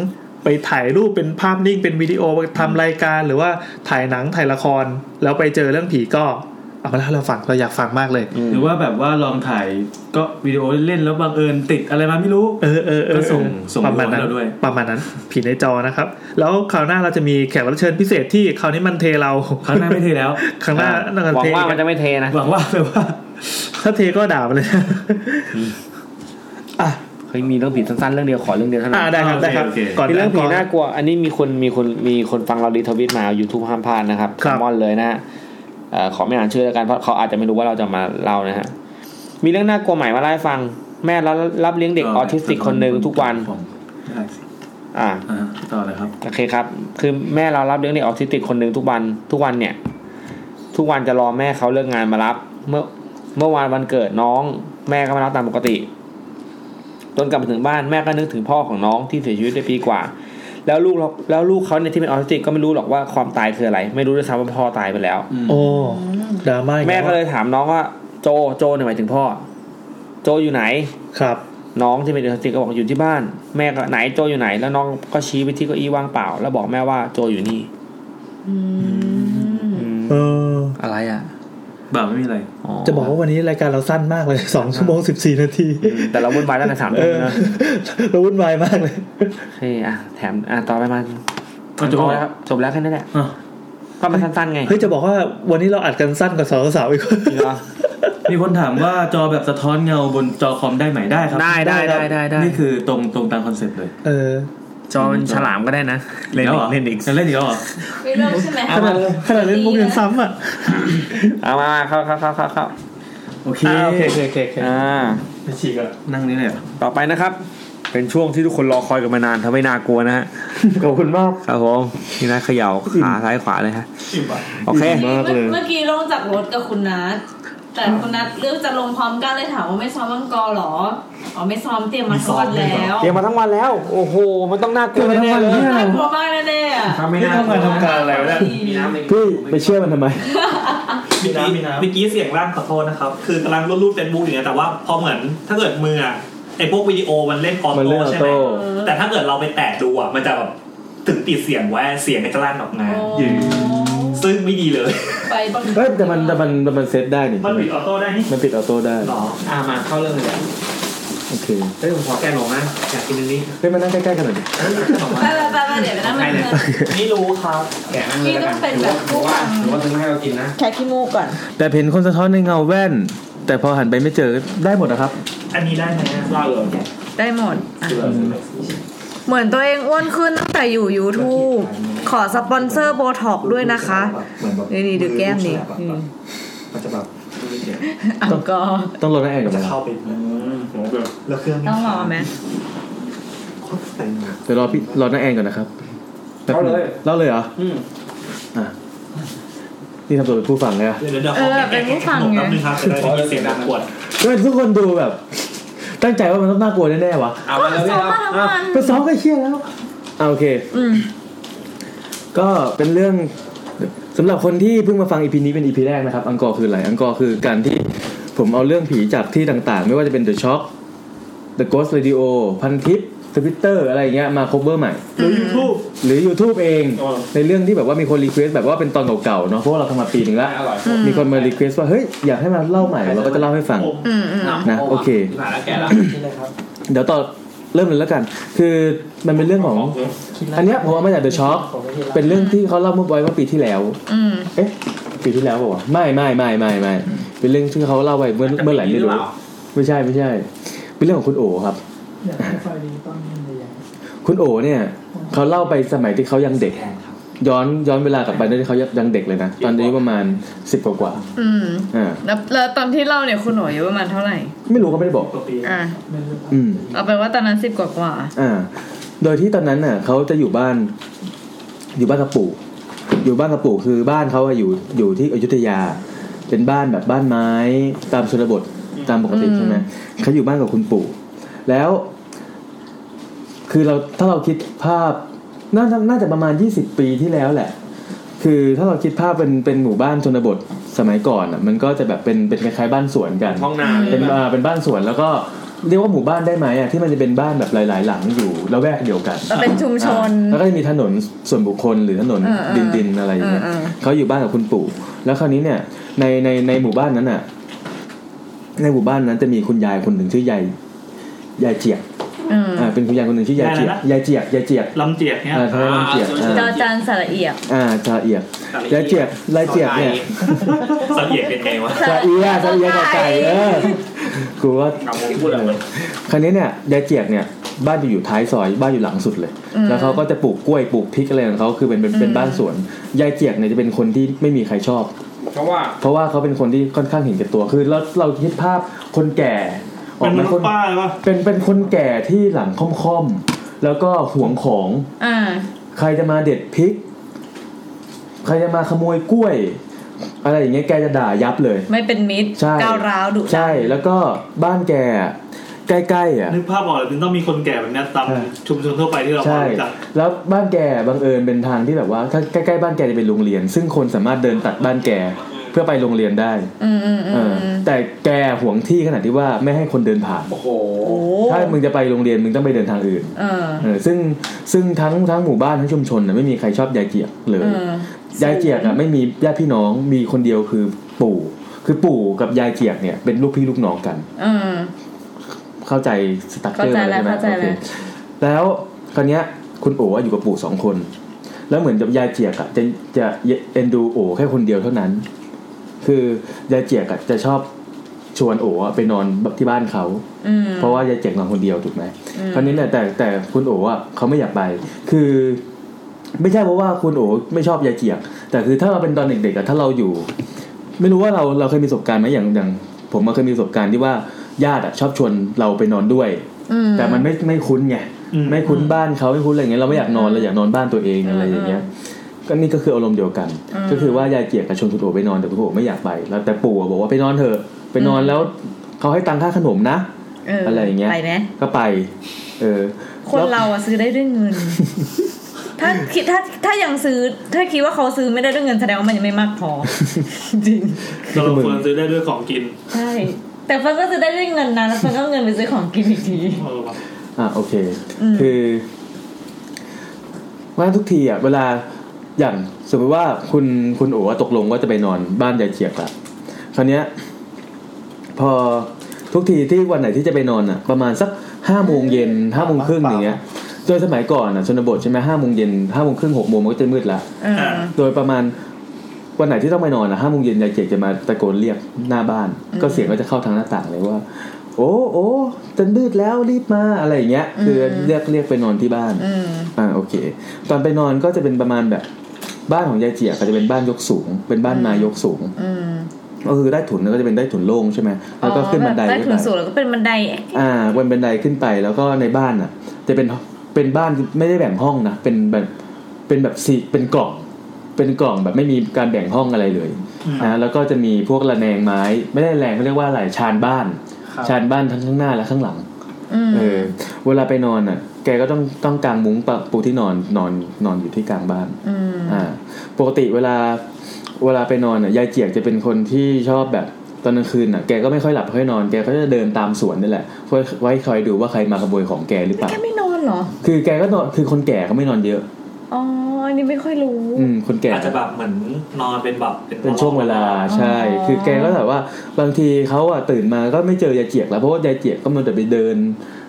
ไปถ่ายรูปเป็นภาพนิ่งเป็นวิดีโอทำรายการหรือว่าถ่ายหนังถ่ายละคร แล้วไปเจอเรื่องผีก็เอามาเล่าให้เราฟังเราอยากฟังมากเลย หรือว่าแบบว่าลองถ่ายก็วิดีโอเล่นแล้วบังเอิญติดอะไรมาไม่รู้ เออเออเอ ก็ อ ส่งส่ง ประมาณ ให้ นั้น เราด้วย ประมาณนั้นผีในจอนะครับ แล้วคราวหน้าเราจะมีแขกรับเชิญพิเศษที่คราวนี้มันเทเรา ครั้งหน้าไม่เทแล้ว ครั้งหน้าน่าจะ หวั เท งว่ามันจะไม่เทนะ หวังว่าแบบว่า ถ้าเทก็ด่าไปเลย เฮ้ยมีเรื่องผีสั้นๆเรื่องเดียวขอเรื่องเดียวเท่านั้น อ่าได้ครับได้ครับก่อน มีเรื่องผี ก่อน น่ากลัว อันนี้มีคนมีคนมีคนฟังเรารีทวิตมา YouTube ห้ามพลาดนะครับคอมมอนเลยนะฮะเอ่อขอไม่อ่านชื่อแล้วกันเพราะเขาอาจจะไม่รู้ว่าเราจะมาเล่านะฮะมีเรื่องน่ากลัวใหม่มาเล่าให้ฟัง แม่รับรับเลี้ยงเด็กออทิสติกคนหนึ่งทุกวัน ได้สิ อ่า ต่อเลยครับ โอเคครับ คือแม่เรารับเลี้ยงเด็กออทิสติกคนหนึ่งทุกวันทุกวันเนี่ย ทุกวันจะรอแม่เขาเลิกงานมารับ เมื่อเมื่อวานวันเกิดน้อง แม่ก็มารับตามปกติจนกลับมาถึงบ้านแม่ก็นึกถึงพ่อของน้องที่เสียชีวิตไปปีกว่า แล้วลูกเราแล้วลูกเขาเนี่ยที่เป็นออทิสติกก็ไม่รู้หรอกว่าความตายคืออะไร ไม่รู้ด้วยซ้ำว่าพ่อตายไปแล้ว โอ้ดราม่าอี แม่ก็เลยถามน้องว่าโจโจเนี่ยหมายถึงพ่อ โจอยู่ไหน ครับ น้องที่เป็นเด็กออทิสติกก็บอกอยู่ที่บ้าน แม่ก็ไหนโจอยู่ไหน แล้วน้องก็ชี้ไปที่เก้าอี้ว่างเปล่า แล้วบอกแม่ว่าโจอยู่นี่ เออ อะไรอ่ะ บ่าไม่มีอะไร จะบอกว่าวันนี้รายการเราสั้นมากเลย สองชั่วโมงสิบสี่นาที แต่เราวุ่นวายตั้งแต่สาม เอ ทุ่ม อ นะ เราวุ่นวายมากเลย โอเคอ่ะแถมอ่ะต่อไปมัน อ่ะจบแล้ว ครับจบแล้วแค่นั้นแหละก็มันสั้นๆไง เฮ้ยจะบอกว่าวันนี้เราอัดกันสั้นกว่าสาวสาวๆอีก มีคนถามว่าจอแบบสะท้อนเงาบนจอคอมได้ไหมได้ครับ ได้ได้ได้ได้ได้ นี่คือตรงตรงตามคอนเซ็ปต์เลย เออ จอมันฉลามก็ได้นะ เล่นอีกเล่นอีกเล่นอีกแล้วเหรอ ไม่เลิกใช่ไหม ขนาดขนาดเล่นมุกยังซ้ำอ่ะ เอามาเข้าเข้าเข้าเข้าเข้า โอเค อ่า โอ โอ เค เค โอเค โอ โอเค เคอ่า ไปฉีกอะนั่งนี่เลยเหรอ ต่อไปนะครับ เป็นช่วงที่ทุกคนรอคอยกันมานานทำให้น่ากลัวนะฮะ ขอบคุณมาก ครับผมนี่นะเขย่าขาซ้ายขวาเลยฮะ โอเค เมื่อกี้ลงจากรถกับคุณนัทแต่คุณนัทเลือกจะลงพร้อมกันเลยถามว่าไม่ซ้อมมังกรหรอ อ๋อไม่ซ้อมเตรียมมาซ้อมแล้ว เตรียมมาทั้งวันแล้ว โอ้โห มันต้องน่ากลัวแน่ๆเลย น่ากลัวมากแน่ๆอะ ทำไม่น่ากลัว มีน้ำพี่ไปเชื่อมันทำไมเมื่อกี้เมื่อกี้เสียงร่างขอโทษนะครับ คือกำลังรูปเฟซบุ๊กอยู่เนี่ยแต่ว่าพอเหมือนถ้าเกิดมืออะไอพวกวิดีโอมันเล่นออ มันเล่ โต้ นออโต้ ใช่ไหมแต่ถ้าเกิดเราไปแตะดูอ่ะมันจะแบบถึงติดเสียงไว้เสียงก็จะลั่นออกมาซึ่งไม่ดีเลย ไปบัง เฮ้ยแต่มันแต่มันแต่มันเซตได้นี่ มันปิดออโต้ได้นี่ มันปิดออโต้ได้ หรอ อ่ามาเข้าเรื่องเลย โอเค เฮ้ยผมขอแก้หลงนะอยากกินอันนี้ เฮ้ยมานั่งใกล้ๆกันหน่อยดิ ไปไปไปไปเดี๋ยวไปนั่งมันเถอะ ไม่รู้ครับ แกะนั่งเลยแล้วกัน นี่ต้องเป็นแบบ หรือว่าหรือว่าซื้อมาให้เรากินนะ แค่ขี้มูกก่อน แต่เห็นคนสะท้อนในเงาแว่น แต่พอหันไปไม่เจอได้หมดนะครับ อันนี้ได้ไหมเล่าเลย ได้หมดอ่ะเหมือนตัวเองอ้วนขึ้นตั้งแต่อยู่ YouTube ขอสปอนเซอร์โบท็อกด้วยนะคะนี่นี่ดูแก้มนี่อืม มันจะแบบ อังกอร์ ต้องลดแอร์กับ จะเข้าไปแล้วเครื่อง ต้องรอไหม เดี๋ยวรอพี่รอน้าแอนก่อนนะครับแป๊บนึง เลย เล่าเลยเหรอ อืม อ่ะนี่ทำตัวเป็นผู้ฟังเลยอะ เดี๋ยวเดี๋ยวขอแก้แก้ขนมแป๊บนึงครับจะได้ไม่มีเสียงดังขวด ก็ทุกคนดูแบบ ตั้งใจว่ามันต้องน่ากลัวแน่ๆวะ เอามาแล้วพี่ครับ ไปซ้อมก็เชี่ยแล้วอ่ะโอเค อืม ก็เป็นเรื่องสำหรับคนที่เพิ่งมาฟังอีพีนี้เป็นอีพีแรกนะครับ อังกอร์คืออะไร อังกอร์คือการที่ผมเอาเรื่องผีจากที่ต่างๆ ไม่ว่าจะเป็น The Shock The Ghost Radio พันทิปทวิตเตอร์อะไรอย่างเงี้ยมาคบเวอร์ใหม่ หรือ YouTube หรือ YouTube เอง ในเรื่องที่แบบว่ามีคนรีเควสแบบว่าเป็นตอนเก่าๆเนาะเพราะว่าเราทำมาปีหนึ่งแล้ว อืม มีคนมารีเควสว่าเฮ้ยอยากให้มาเล่าใหม่เราก็จะเล่าให้ฟัง อืมอืม นะโอเค มาแล้วแกะแล้วกินเลยครับ เดี๋ยวต่อเริ่มเลยแล้วกัน คือมันเป็นเรื่องของ อันเนี้ยผมเอามาจาก The Shock เป็นเรื่องที่เขาเล่าเมื่อไว้เมื่อปีที่แล้ว อืม เอ๊ะปีที่แล้วเปล่าวะไม่ไม่ไม่ไม่ไม่เป็นเรื่องที่เขาเล่าไว้เมื่อเมื่อไหร่ไม่รู้ ไม่ใช่ไม่ใช่ เป็นเรื่องของคุณโอครับ อยากให้ไฟนี้ต้องมีอย่าง คุณโอเนี่ยเขาเล่าไปสมัยที่เขายังเด็ก ย้อนย้อนเวลากลับไปตอนที่เขายังเด็กเลยนะตอนนี้ประมาณสิบกว่ากว่า อืม ๆอ่า แล้วแล้วตอนที่เล่าเนี่ยคุณหนูอายุประมาณเท่าไหร่ ไม่รู้ก็ไม่ได้บอก อ่ะ อืม เอาเป็นว่าตอนนั้นสิบกว่ากว่า อ่า โดยที่ตอนนั้นน่ะเขาจะอยู่บ้าน อยู่บ้านกระปู่ อยู่บ้านกระปู่คือบ้านเขาอะอยู่อยู่ที่อยุธยา เป็นบ้านแบบบ้านไม้ตามชนบทตามปกติใช่ไหมเขาอยู่บ้านกับคุณปู่ แล้ว คือเราถ้าเราคิดภาพน่าจะน่าจะประมาณยี่สิบปีที่แล้วแหละ คือถ้าเราคิดภาพเป็นเป็นหมู่บ้านชนบทสมัยก่อนอ่ะมันก็จะแบบเป็นเป็นคล้ายๆบ้านสวนกัน ห้องนาเลย เป็น แบบ อ่าเป็นบ้านสวนแล้วก็ เรียกว่าหมู่บ้านได้ไหมอ่ะที่มันจะเป็นบ้านแบบหลาย ๆ หลังอยู่แล้วแวกเดียวกัน แล้วเป็นชุมชน อ่ะแล้วก็จะมีถนนส่วนบุคคลหรือถนน เออเอ ดิน อ ดินๆอะไรอย่างเงี้ย เออเออ เขาอยู่บ้านกับคุณปู่ แล้วคราวนี้เนี่ยในในในหมู่บ้านนั้นอ่ะ ในหมู่บ้านนั้นจะมีคุณยายคนหนึ่งชื่อยายยายเจียก อืม อ่าเป็นคุณยายคนหนึ่งชื่อยายเจียกยายเจียกยายเจียก ลำเจียก เนี่ยอ่าใช่ลำเจียกอ่า จอจานสระเอียบ อ่าจาเอียกยายเจียกลายเจียกเนี่ย สะเอียดเป็นไงวะ จาเอียจาเอียกับไก่เออกูว่าครั้นี้เนี่ยยายเจียกเนี่ย บ้านจะอยู่ท้ายซอยบ้านอยู่หลังสุดเลย อืม แล้วเขาก็จะปลูกกล้วยปลูกพริกอะไรของเขาคือเป็นเป็นเป็น อืม บ้านสวนยายเจียกเนี่ยจะเป็นคนที่ไม่มีใครชอบ เพราะว่า เพราะว่าเขาเป็นคนที่ค่อนข้างเห็นแก่ตัวคือเราเราคิดภาพคนแก่ เป็นมนุษย์ คน ป้าหรือเปล่า เป็นเป็นคนแก่ที่หลังค่อมๆแล้วก็หวงของ อ่า ใครจะมาเด็ดพริก ใครจะมาขโมยกล้วย อะไรอย่างเงี้ยแกจะด่ายับเลย ไม่เป็นมิตร ใช่ ก้าวร้าวดุดัน ใช่แล้วก็บ้านแกอะใกล้ๆอ่ะ นึกภาพออกเลยมันต้องมีคนแก่แบบเนี้ยตามชุมชนทั่วไปที่เราพอ ใช่ รู้จัก แล้วบ้านแกบังเอิญเป็นทางที่แบบว่าถ้าใกล้ๆบ้านแกจะเป็นโรงเรียน ซึ่งคนสามารถเดินตัดบ้านแกเพื่อไปโรงเรียนได้ อืมอืมอื เอ ม อแต่แกหวงที่ขนาดที่ว่าไม่ให้คนเดินผ่านถ้ามึงจะไปโรงเรียนมึงต้องไปเดินทางอื่น เออ เออซึ่งซึ่งทั้งทั้งหมู่บ้านทั้งชุมชนน่ะไม่มีใครชอบยายเจียกเล เอย อ ยายเจียกอะไม่มีญาติพี่น้องมีคนเดียวคือปู่ คือปู่กับยายเจียกเนี่ยเป็นลูกพี่ลูกน้องกัน อืม เข้าใจสตั๊กเกอร์ เข้าใจ อะไร แล้ว ใช่ไหเข้าใจมโอ แล้ว เคแล้วคราวเนี้ยคุณโอ๋อะอยู่กับปู่สองคน แล้วเหมือนกับยายเจียกอะจะจะเอ็นดูโอ๋แค่คนเดียวเท่านั้น คือยายเจียกอะจะชอบชวนโอ๋อะไปนอนที่บ้านเขา อืม เพราะว่ายายเจียกนอนคนเดียวถูกไหม อืม คราวนี้เนี่ยแต่แต่คุณโอ๋อะเขาไม่อยากไป คือ ไม่ใช่เพราะว่าคุณโอ๋ไม่ชอบยายเจียก แต่คือถ้าเราเป็นตอนเด็กๆอะถ้าเราอยู่ ไม่รู้ว่าเราเราเคยมีประสบการณ์ไหมอย่างอย่าง ผมมาเคยมีประสบการณ์ที่ว่าญาติอะชอบชวนเราไปนอนด้วย อืม แต่มันไม่ไม่คุ้นไงไม่คุ้นบ้านเขาไม่คุ้นอะไรเงี้ยเราไม่อยากนอนเราอยากนอนบ้านตัวเองอะไรอย่างเงี้ยก็นี่ก็คืออารมณ์เดียวกัน อืม ก็คือว่ายายเกียรติกับชวนคุณโอไปนอนแต่คุณโอไม่อยากไป แล้วแต่ปู่อะบอกว่าไปนอนเถอะไปนอนแล้วเขาให้ตังค่าขนมนะ เ อะไรอย่างเงี้ย ไปนะ ก็ไป เออ คนเราอะซื้อได้ด้วยเงิ น ถ้าคิดถ้าถ้ายังซื้อ ถ้าคิดว่าเขาซื้อไม่ได้ด้วยเงินแสดงว่ามันยังไม่มากพอ จริง เราควรซื้อได้ด้วยของกิน ใช่แต่เฟิร์นก็ซื้อได้ด้วยเงินนะแล้วเฟิร์นก็เอาเงินไปซื้อของกินอีกที อ่ะโอเค อืม คือว่าทุกทีอ่ะเวลาอย่างสมมติว่าคุณคุณโอ๋อะตกลงว่าจะไปนอนบ้านยายเกียรติละคราวเนี้ย พอทุกทีที่วันไหนที่จะไปนอนอ่ะ ประมาณสักห้าโมงเย็นห้าโมงครึ่งอย่างเงี้ยโดยสมัยก่อนอ่ะชนบทใช่ไหมห้าโมงเย็นห้าโมงครึ่งหกโมงมันก็จะมืดละ เออ โดยประมาณวันไหนที่ต้องไปนอนนะห้าโมงเย็นยายเจกจะมาตะโกนเรียกหน้าบ้าน อืม ก็เสียงก็จะเข้าทางหน้าต่างเลยว่า โอ้โอ้จะมืดแล้วรีบมาอะไรอย่างเงี้ย อืม คือเรียกเรียกไปนอนที่บ้าน อืม อ่าโอเค ตอนไปนอนก็จะเป็นประมาณแบบ บ้านของยายเจียกอาจจะเป็นบ้านยกสูง เป็นบ้านนายกสูง อืม ก็คือได้ถุนก็จะเป็นได้ถุนโล่งใช่ไหมแล้วก็ขึ้นบันได อ๋อแบบใต้ ขึ้น ถุ ไป นสูงแล้วก็เป็นบันได อ่าบนบันไดขึ้นไปแล้วก็ในบ้านอ่ะ จะเป็นเป็นบ้านไม่ได้แบ่งห้องนะเป็นแบบเป็นแบบสีเป็นกล่อง เป็นกล่องแบบไม่มีการแบ่งห้องอะไรเลย อืม นะแล้วก็จะมีพวกระแนงไม้ ไม่ได้แรงเขาเรียกว่าอะไรชานบ้าน ครับ ชานบ้านทั้งข้างหน้าและข้างหลัง อืม เออ เวลาไปนอนอ่ะ แกก็ต้องต้องกางมุ้งปะปูที่นอนนอนนอนอยู่ที่กลางบ้าน อืม อ่าปกติเวลาเวลาไปนอนน่ะยายเจียกจะเป็นคนที่ชอบแบบตอนกลางคืนน่ะแกก็ไม่ค่อยหลับไม่ค่อยนอนแกก็จะเดินตามสวนนี่แหละเพื่อไว้คอยดูว่าใครมาขโมยของแกหรือเปล่า แค่ไม่นอนเหรอ คือแกก็นอนคือคนแก่เขาไม่นอนเยอะ อ๋ออันนี้ไม่ค่อยรู้ อืมคนแก่ อาจจะแบบเหมือนนอนเป็นแบบเป็น เป็นช่วงเวลาใช่ อ๋อ คือแกก็แบบว่าบางทีเขาอ่ะตื่นมาก็ไม่เจอยายเจียกแล้วเพราะว่ายายเจียกก็มันจะไปเดิน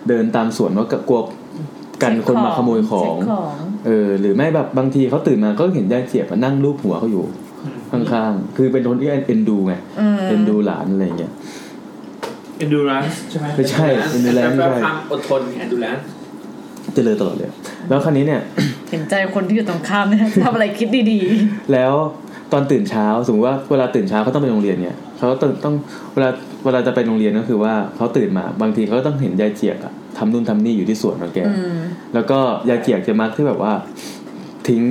เดินตามสวนว่ากลัวกันคนมาขโมยของ เช็คของ เออหรือไม่แบบบางทีเขาตื่นมาก็เห็นยายเจียบมานั่งรูปหัวเขาอยู่ ข้างๆ คือเป็นคนที่เอ็นดูไง อืม เอ็นดูหลานอะไรอย่างเงี้ย endurance ใช่ไหม ไม่ใช่ endurance ไม่ใช่ ความอดทน endurance เจริญตลอดเลย แล้วคราวนี้เนี่ย เห็นใจคนที่อยู่ ตรงข้ามนะ ทำอะไรคิดดี แล้วตอนตื่นเช้าสมมติว่าเวลาตื่นเช้าเขาต้องไปโรงเรียนเนี่ยเขาก็ต้องต้องเวลาเวลาจะไปโรงเรียนก็คือว่าเขาตื่นมา บางทีเขาก็ต้องเห็นยายเจียกอะทำนู่นทำนี่อยู่ที่สวนของแก ๆ อืม แล้วก็ยายเจียกจะมักที่แบบว่าทิ้ง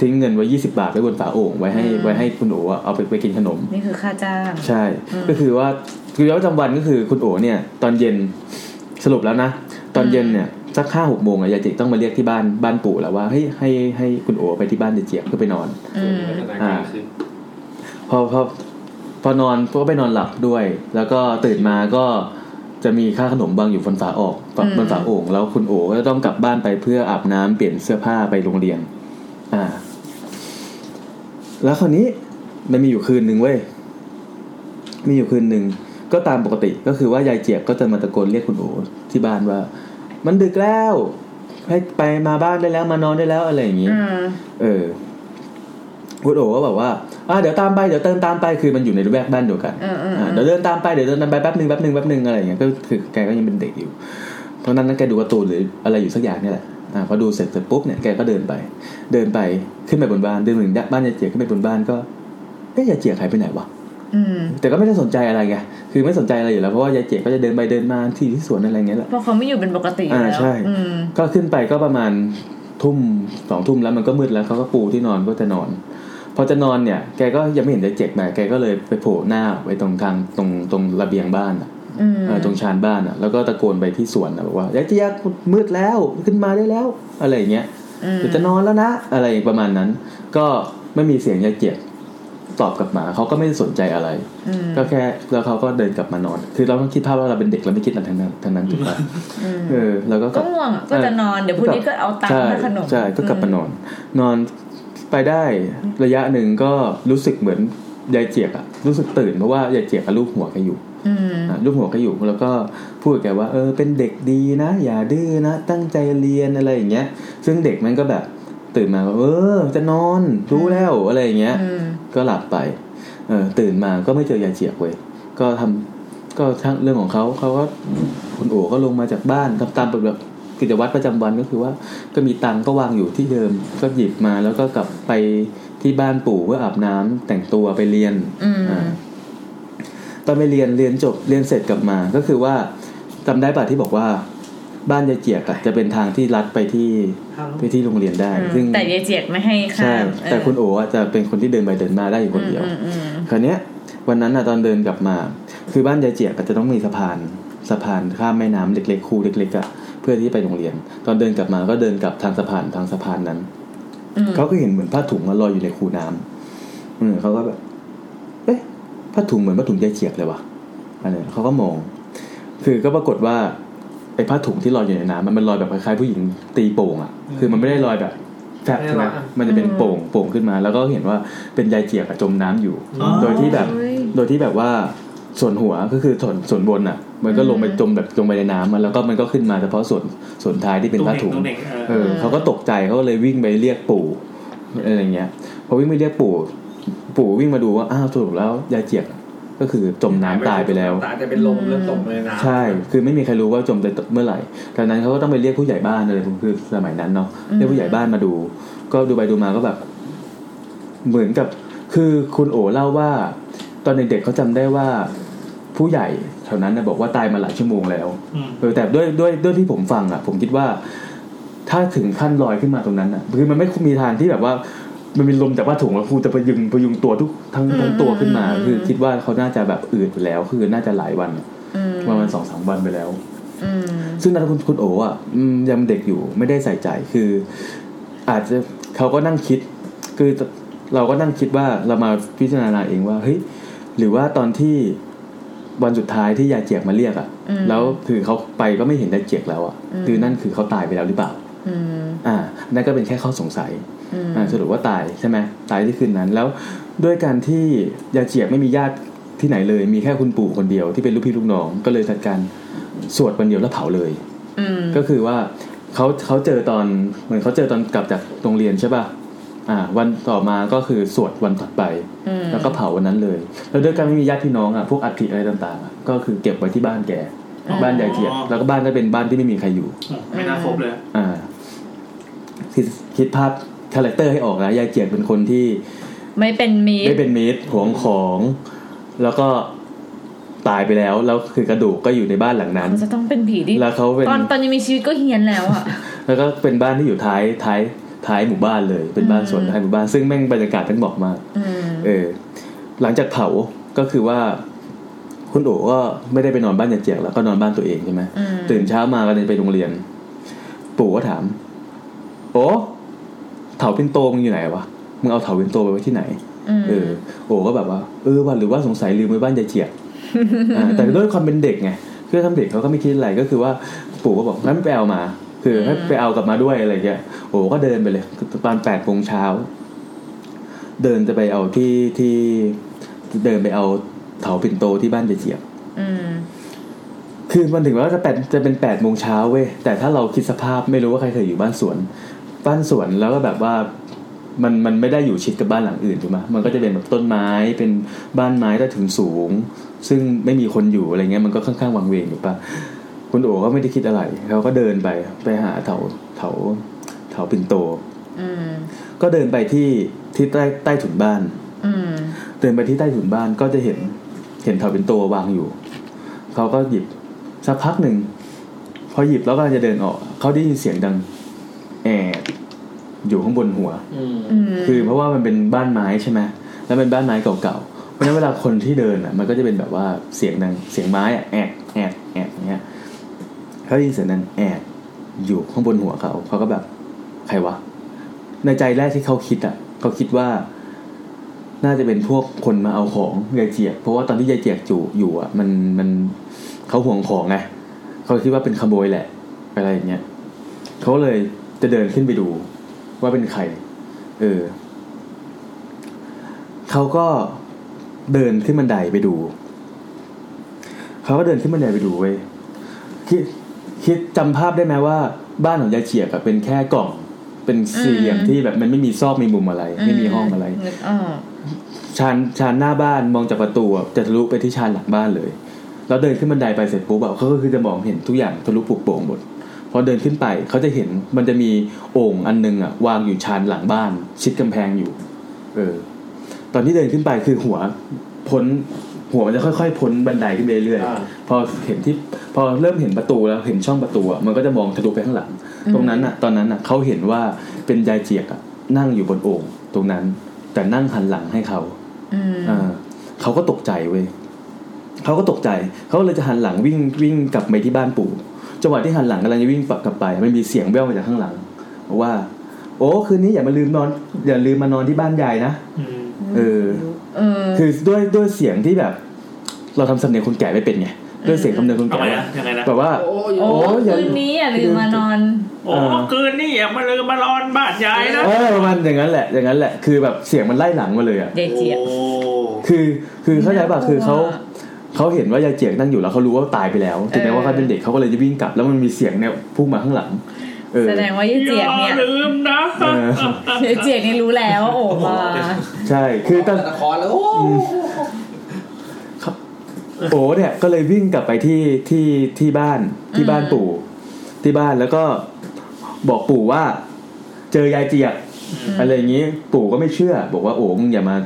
ทิ้งเงินไว้ยี่สิบาทไว้บนฝาโอ่งไว้ให้ อืม ไว้ให้คุณโอ๋อะเอาไปไปกินขนม นี่คือค่าจ้าง ใช่ อืม ก็คือว่าคือย้อนประจำวันก็คือคุณโอเนี่ย ตอนเย็นสรุปแล้วนะ ตอนเย็นเนี่ย สักห้าหกโมงอะยายเจียกต้องมาเรียกที่บ้านบ้านปู่แล้วว่าให้ให้ให้คุณโอไปที่บ้านยายเจียกเพื่อไปนอน อืม อ่าพอพอพอนอนก็ไปนอนหลับด้วย แล้วก็ตื่นมาก็ จะมีค่าขนมบางอยู่บนฝาออก อืม บนฝาโอ่งแล้วคุณโอ๋ก็จะต้องกลับบ้านไปเพื่ออาบน้ำเปลี่ยนเสื้อผ้าไปโรงเรียน อ่า แล้วคราวนี้มันมีอยู่คืนหนึ่งเว้ย มีอยู่คืนหนึ่งก็ตามปกติก็คือว่ายายเจี๊ยบก็จะมาตะโกนเรียกคุณโอที่บ้านว่า มันดึกแล้วให้ไปมาบ้านได้แล้วมานอนได้แล้วอะไรอย่างนี้ เออคุณโอก็บอกว่าอ่ะเดี๋ยวตามไปเดี๋ยวเดินตามไปคือมันอยู่ในรูปแบบบ้านเดียวกัน เออเออเออ เดี๋ยวเดินตามไปเดี๋ยวเดินตามไปแป๊บหนึ่งแป๊บหนึ่งแป๊บหนึ่งอะไรอย่างเงี้ยก็คือแกก็ยังเป็นเด็กอยู่เพราะฉะนั้นแกดูการ์ตูนหรืออะไรอยู่สักอย่างเนี่ยแหละอ่ะพอดูเสร็จเสร็จปุ๊บเนี่ยแกก็เดินไป เดินไปขึ้นไปบนบ้านเดินถึงบ้านยายเจียกขึ้นไปบนบ้านก็เอ๊ะยายเจียกหายไปไหนวะ อืม แต่ก็ไม่ได้สนใจอะไรไง คือไม่สนใจอะไรอยู่แล้ว เพราะว่ายายเจ๊ก็จะเดินไปเดินมาที่ที่สวนอะไรเงี้ยแหละ เพราะเขาไม่อยู่เป็นปกติอยู่ อ่า แล้ว ใช่ อืม ก็ขึ้นไปก็ประมาณทุ่มสองทุ่มแล้วมันก็มืดแล้วเขาก็ปูที่นอนก็จะนอน พอจะนอนเนี่ย แกก็ยังไม่เห็นยายเจ๊กมาแกก็เลยไปโผล่หน้าไปตรงทางตรงตรงระเบียงบ้านอะ อืม เออตรงชานบ้านอ่ะ แล้วก็ตะโกนไปที่สวนนะบอกว่ายายเจ๊กมืดแล้วขึ้นมาได้แล้ว อะไรอย่างเงี้ย อืม เดี๋ยวจะนอนแล้วนะ อะไรประมาณนั้น ก็ไม่มีเสียงยายเจี๊ยบตอบกลับมาเขาก็ไม่ได้สนใจอะไร อืม ก็แค่แล้วเขาก็เดินกลับมานอน คือเราต้องคิดภาพว่าเราเป็นเด็กเราไม่คิดอะไรทั้งนั้นทั้งนั้นถูกปะ อืม เออแล้วก็ ก็ง่วงอะก็จะนอนเดี๋ยวพรุ่งนี้ก็เอาตังค์มาขนม ใช่ใช่ก็กลับมานอน นอนไปได้ระยะหนึ่งก็รู้สึกเหมือนยายเจียกอะรู้สึกตื่นเพราะว่ายายเจียกกับลูกหัวแกอยู่ อืม อ่ะลูกหัวแกอยู่แล้วก็พูดกับแกว่าเออเป็นเด็กดีนะ อย่าดื้อนะ ตั้งใจเรียนอะไรอย่างเงี้ย ซึ่งเด็กมันก็แบบตื่นมาก็เออ จะนอนรู้แล้วอะไรอย่างเงี้ย อืม ก็หลับไป เออตื่นมาก็ไม่เจอยายเจียกเว้ย ก็ทำก็ทั้งเรื่องของเขาเขาก็คุณโอ๋ก็ลงมาจากบ้านทำตามแบบกิจวัตรประจำวันก็คือว่า ก็มีตังค์ก็วางอยู่ที่เดิม ก็หยิบมาแล้วก็กลับไปที่บ้านปู่เพื่ออาบน้ำแต่งตัวไปเรียน อืม ตอนไปเรียนเรียนจบเรียนเสร็จกลับมาก็คือว่าจำได้ป่ะที่บอกว่า บ้านยายเจียกอะจะเป็นทางที่ลัดไปที่ไปที่โรงเรียนได้ ซึ่ง แต่ยายเจียกไม่ให้ ใช่ ข้ามเออ แต่คุณโอ๋อะจะเป็นคนที่เดินไปเดินมาได้อยู่คนเดียว อืมอืมอืม คราวเนี้ยวันนั้นอะตอนเดินกลับมา คือบ้านยายเจียกอะจะต้องมีสะพานสะพานข้ามแม่น้ำเล็กๆ คูเล็กๆอะเพื่อที่ไปโรงเรียน ตอนเดินกลับมาก็เดินกลับทางสะพานทางสะพานนั้น อืม เขาก็เห็นเหมือนผ้าถุงมันลอยอยู่ในคูน้ำอืมเขาก็แบบเอ๊ะผ้าถุงเหมือนผ้าถุงยายเจียกเลยวะอะไรเขาก็มอง คือก็ปรากฏว่าไอ้ผ้าถุงที่ลอยอยู่ในน้ำมันมันลอยแบบคล้ายๆผู้หญิงตีโป่งอะคือมันไม่ได้ลอยแบบแฟบใช่ไหมมันจะเป็นโป่งโป่งขึ้นมา แล้วก็เห็นว่าเป็นยายเจียกอะจมน้ำอยู่ อ๋อ โดยที่แบบ โดยที่แบบว่าส่วนหัวก็คือส่วนส่วนบนอ่ะ มันก็ลงไปจมแบบจมไปในน้ำอะแล้วก็มันก็ขึ้นมาเฉพาะส่วนส่วนท้ายที่เป็นผ้าถุง ตรงเด็กตรงเด็ก เอ เอ อ อ เขาก็ตกใจเขาก็เลยวิ่งไปเรียกปู่อะไรอย่างเงี้ยพอวิ่งไปเรียกปู่ ปู่วิ่งมาดูว่าอ้าวสรุปแล้วยายเจียกก็คือจมน้ำตายไปแล้ว ตายจะเป็นลมเริ่มตกเลยนะ ใช่ คือไม่มีใครรู้ว่าจมไปเมื่อไหร่ดังนั้นเขาก็ต้องไปเรียกผู้ใหญ่บ้านอะไรผมคือสมัยนั้นเนาะ อืม เรียกผู้ใหญ่บ้านมาดู ก็ดูไปดูมาก็แบบ เหมือนกับ คือคุณโอเล่าว่า ตอนเด็กๆเขาจำได้ว่า ผู้ใหญ่แถวนั้นนะบอกว่าตายมาหลายชั่วโมงแล้ว เออแต่ด้วยด้วยด้วยที่ผมฟังอ่ะ ผมคิดว่า ถ้าถึงขั้นลอยขึ้นมาตรงนั้นอ่ะคือมันไม่มีทางที่แบบว่า มันมีลมจากว่าถุงแล้วครูจะพยุงพยุงตัวทุกทั้งทั้งตัวขึ้นมา คือคิดว่าเขาน่าจะแบบอืดไปแล้ว คือน่าจะหลายวันอะ อืม ประมาณสองสามวันไปแล้ว อืม ซึ่งตอนนั้นคุณคุณโอ๋อ่ะอืมยังเด็กอยู่ไม่ได้ใส่ใจคือ อาจจะเขาก็นั่งคิด คือเราก็นั่งคิดว่าเรามาพิจารณาเองว่าเฮ้ยหรือว่าตอนที่วันสุดท้ายที่ยายเจียกมาเรียกอ่ะ อืม แล้วคือเขาไปก็ไม่เห็นยายเจียกแล้วอ่ะ อืม คือนั่นคือเขาตายไปแล้วหรือเปล่า อืม อ่านั่นก็เป็นแค่ข้อสงสัย อืม อ่าสรุปว่าตายใช่ไหมตายที่คืนนั้นแล้วด้วยการที่ยาเจียบไม่มีญาติที่ไหนเลย มีแค่คุณปู่คนเดียวที่เป็นลูกพี่ลูกน้องก็เลยจัดการสวดวันเดียวแล้วเผาเลย อืม ก็คือว่าเขาเขาเจอตอนเหมือนเขาเจอตอนกลับจากโรงเรียนใช่ป่ะอ่า วันต่อมาก็คือสวดวันถัดไป อืม แล้วก็เผาวันนั้นเลย แล้วด้วยการไม่มีญาติพี่น้องอ่ะพวกอัฐิอะไรต่างๆอ่ะก็คือเก็บไว้ที่บ้านแก อ๋อ บ้านยายเจียบแล้วก็บ้านก็เป็นบ้านที่ไม่มีใครอยู่ ไม่น่าครบเลย อ่าคิดคิดภาพคาแรคเตอร์ให้ออกนะยายเจียกเป็นคนที่ ไม่เป็นมี ได้เป็นมิตรหวงของ แล้วก็ตายไปแล้ว แล้วคือกระดูกก็อยู่ในบ้านหลังนั้น จะต้องเป็นผีดิ แล้วเขาเป็น ตอนตอนยังมีชีวิตก็เฮียนแล้วอ่ะ แล้วก็เป็นบ้านที่อยู่ท้ายท้ายท้ายหมู่บ้านเลย เป็นบ้านสวนท้ายหมู่บ้านซึ่งแม่งบรรยากาศแม่งเหมาะมาก อืม เออหลังจากเผาก็คือว่า คุณโอ๋ก็ไม่ได้ไปนอนบ้านยายเจียกแล้วก็นอนบ้านตัวเองใช่ไหม อืม ตื่นเช้ามาก็เลยไปโรงเรียน ปู่ก็ถาม โอ้เถาเป็นโตมึงอยู่ไหนวะมึงเอาเถาเป็นโตไปไว้ที่ไหน อืม เออโอ๋ก็แบบว่าเออวันหรือว่าสงสัยลืมไว้บ้านยายเจียก อ่าแต่ด้วยความเป็นเด็กไง เครื่องทำเด็กเขาก็ไม่คิดอะไรก็คือว่าปู่ก็บอกงั้นไปเอามา คือให้ไปเอากลับมาด้วยอะไรเงี้ยโอ้ก็เดินไปเลยประมาณแปดโมงเช้า เดินจะไปเอาที่ที่เดินไปเอาเถาปิ่นโตที่บ้านเจเจียบ อืม คือมันถึงแม้ว่าจะแปดจะเป็นแปดโมงเช้าเว้ยแต่ถ้าเราคิดสภาพไม่รู้ว่าใครเคยอยู่บ้านสวน บ้านสวนแล้วก็แบบว่ามันมันไม่ได้อยู่ชิดกับบ้านหลังอื่นถูกไหมมันก็จะเป็นแบบต้นไม้เป็นบ้านไม้ใต้ถุนสูง ซึ่งไม่มีคนอยู่อะไรเงี้ยมันก็ค่อนข้างวังเวงถูกปะคุณโอ๋ก็ไม่ได้คิดอะไรเขาก็เดินไปไปหาเถาเถาเถาปิ่นโต อืม ก็เดินไปที่ที่ใต้ใต้ถุนบ้าน อืม เดินไปที่ใต้ถุนบ้านก็จะเห็นเห็นเถาเป็นตัววางอยู่ เขาก็หยิบสักพักหนึ่ง พอหยิบแล้วก็จะเดินออก เขาได้ยินเสียงดังแอดอยู่ข้างบนหัว คือเพราะว่ามันเป็นบ้านไม้ใช่ไหมแล้วเป็นบ้านไม้เก่าๆ เพราะฉะนั้นเวลาคนที่เดินอ่ะ มันก็จะเป็นแบบว่าเสียงดังเสียงไม้อะแอดแอดแอดอย่างเงี้ยเขาได้ยินเสียงดังแอดอยู่ข้างบนหัวเขาเขาก็แบบใครวะ ในใจแรกที่เขาคิดอ่ะเขาคิดว่า น่าจะเป็นพวกคนมาเอาของยายเจียกเพราะว่าตอนที่ยายเจียกอยู่อยู่อ่ะมันมันเขาห่วงของไงเขาคิดว่าเป็นขโมยแหละอะไรอย่างเงี้ยเขาเลยจะเดินขึ้นไปดู ว่าเป็นใคร เออเขาก็เดินขึ้นบันไดไปดูเขาก็เดินขึ้นบันไดไปดูเว้ยคิดคิดจำภาพได้ไหมว่า บ้านของยายเจียกอะเป็นแค่กล่อง เป็นสี่เหลี่ยม อืม ที่แบบมันไม่มีซอกมีมุมอะไร ไม่มีห้องอะไร นึกออก ชานชานหน้าบ้านมองจากประตูอะจะทะลุไปที่ชานหลังบ้านเลย แล้วเดินขึ้นบันไดไปเสร็จปุ๊บอะเขาก็คือจะมองเห็นทุกอย่างทะลุปลุกโปร่งหมดพอเดินขึ้นไปเขาจะเห็นมันจะมีโอ่งอันนึงอะวางอยู่ชานหลังบ้าน ชิดกำแพงอยู่ เออ ตอนที่เดินขึ้นไปคือหัวพ้นหัวมันจะค่อยๆพ้นบันไดขึ้นไปเรื่อยๆพอเห็นที่พอเริ่มเห็นประตูแล้วเห็นช่องประตูอะมันก็จะมองทะลุไปข้างหลัง ตรงนั้นอะตอนนั้นอะเขาเห็นว่าเป็นยายเจียกอะนั่งอยู่บนโอ่งตรงนั้น แต่นั่งหันหลังให้เขา อืม อ่าเขาก็ตกใจเว้ยเขาก็ตกใจ เขาเลยจะหันหลังวิ่งวิ่งกลับไปที่บ้านปู่ จังหวะที่หันหลังกำลังจะวิ่งกลับไป มันมีเสียงแว่วมาจากข้างหลังบอกว่า โอ้คืนนี้อย่ามาลืมนอน อย่าลืมมานอนที่บ้านยายนะเออ เออ คือด้วยด้วยเสียงที่แบบ เราทำสำเนียงคนแก่ไม่เป็นไง ด้วยเสียงสำเนียงคนแก่แบบว่า โอ้ โอ้อย่า คืนนี้อย่าลืมมานอน เออ คืนนี่อย่ามาลืมมานอนบ้านยายนะ เออประมาณอย่างนั้นแหละ อย่างนั้นแหละ คือแบบเสียงมันไล่หลังมาเลยอ่ะ เด็กเจียบ คือคือเข้าใจป่ะ น่ากลัว คือเขาเขาเห็นว่ายายเจียกนั่งอยู่แล้วเขารู้ว่าตายไปแล้วถึงแม้ว่าเขาเป็นเด็กเขาก็เลยจะวิ่งกลับ แล้วมันมีเสียงเนี่ยพุ่งมาข้างหลัง เออ แสดงว่ายายเจียกเนี่ย ลืมนะ เออ ยายเจียกนี่รู้แล้วว่าโอ้มา ใช่ คือตอน คอนแล้วโอ้ โอ้เนี่ยก็เลยวิ่งกลับไปที่ที่ที่บ้านที่บ้านปู่ ที่บ้านแล้วก็บอกปู่ว่า เจอยายเจียกอะไรอย่างนี้ ปู่ก็ไม่เชื่อ บอกว่าโอ้มึงอย่ามา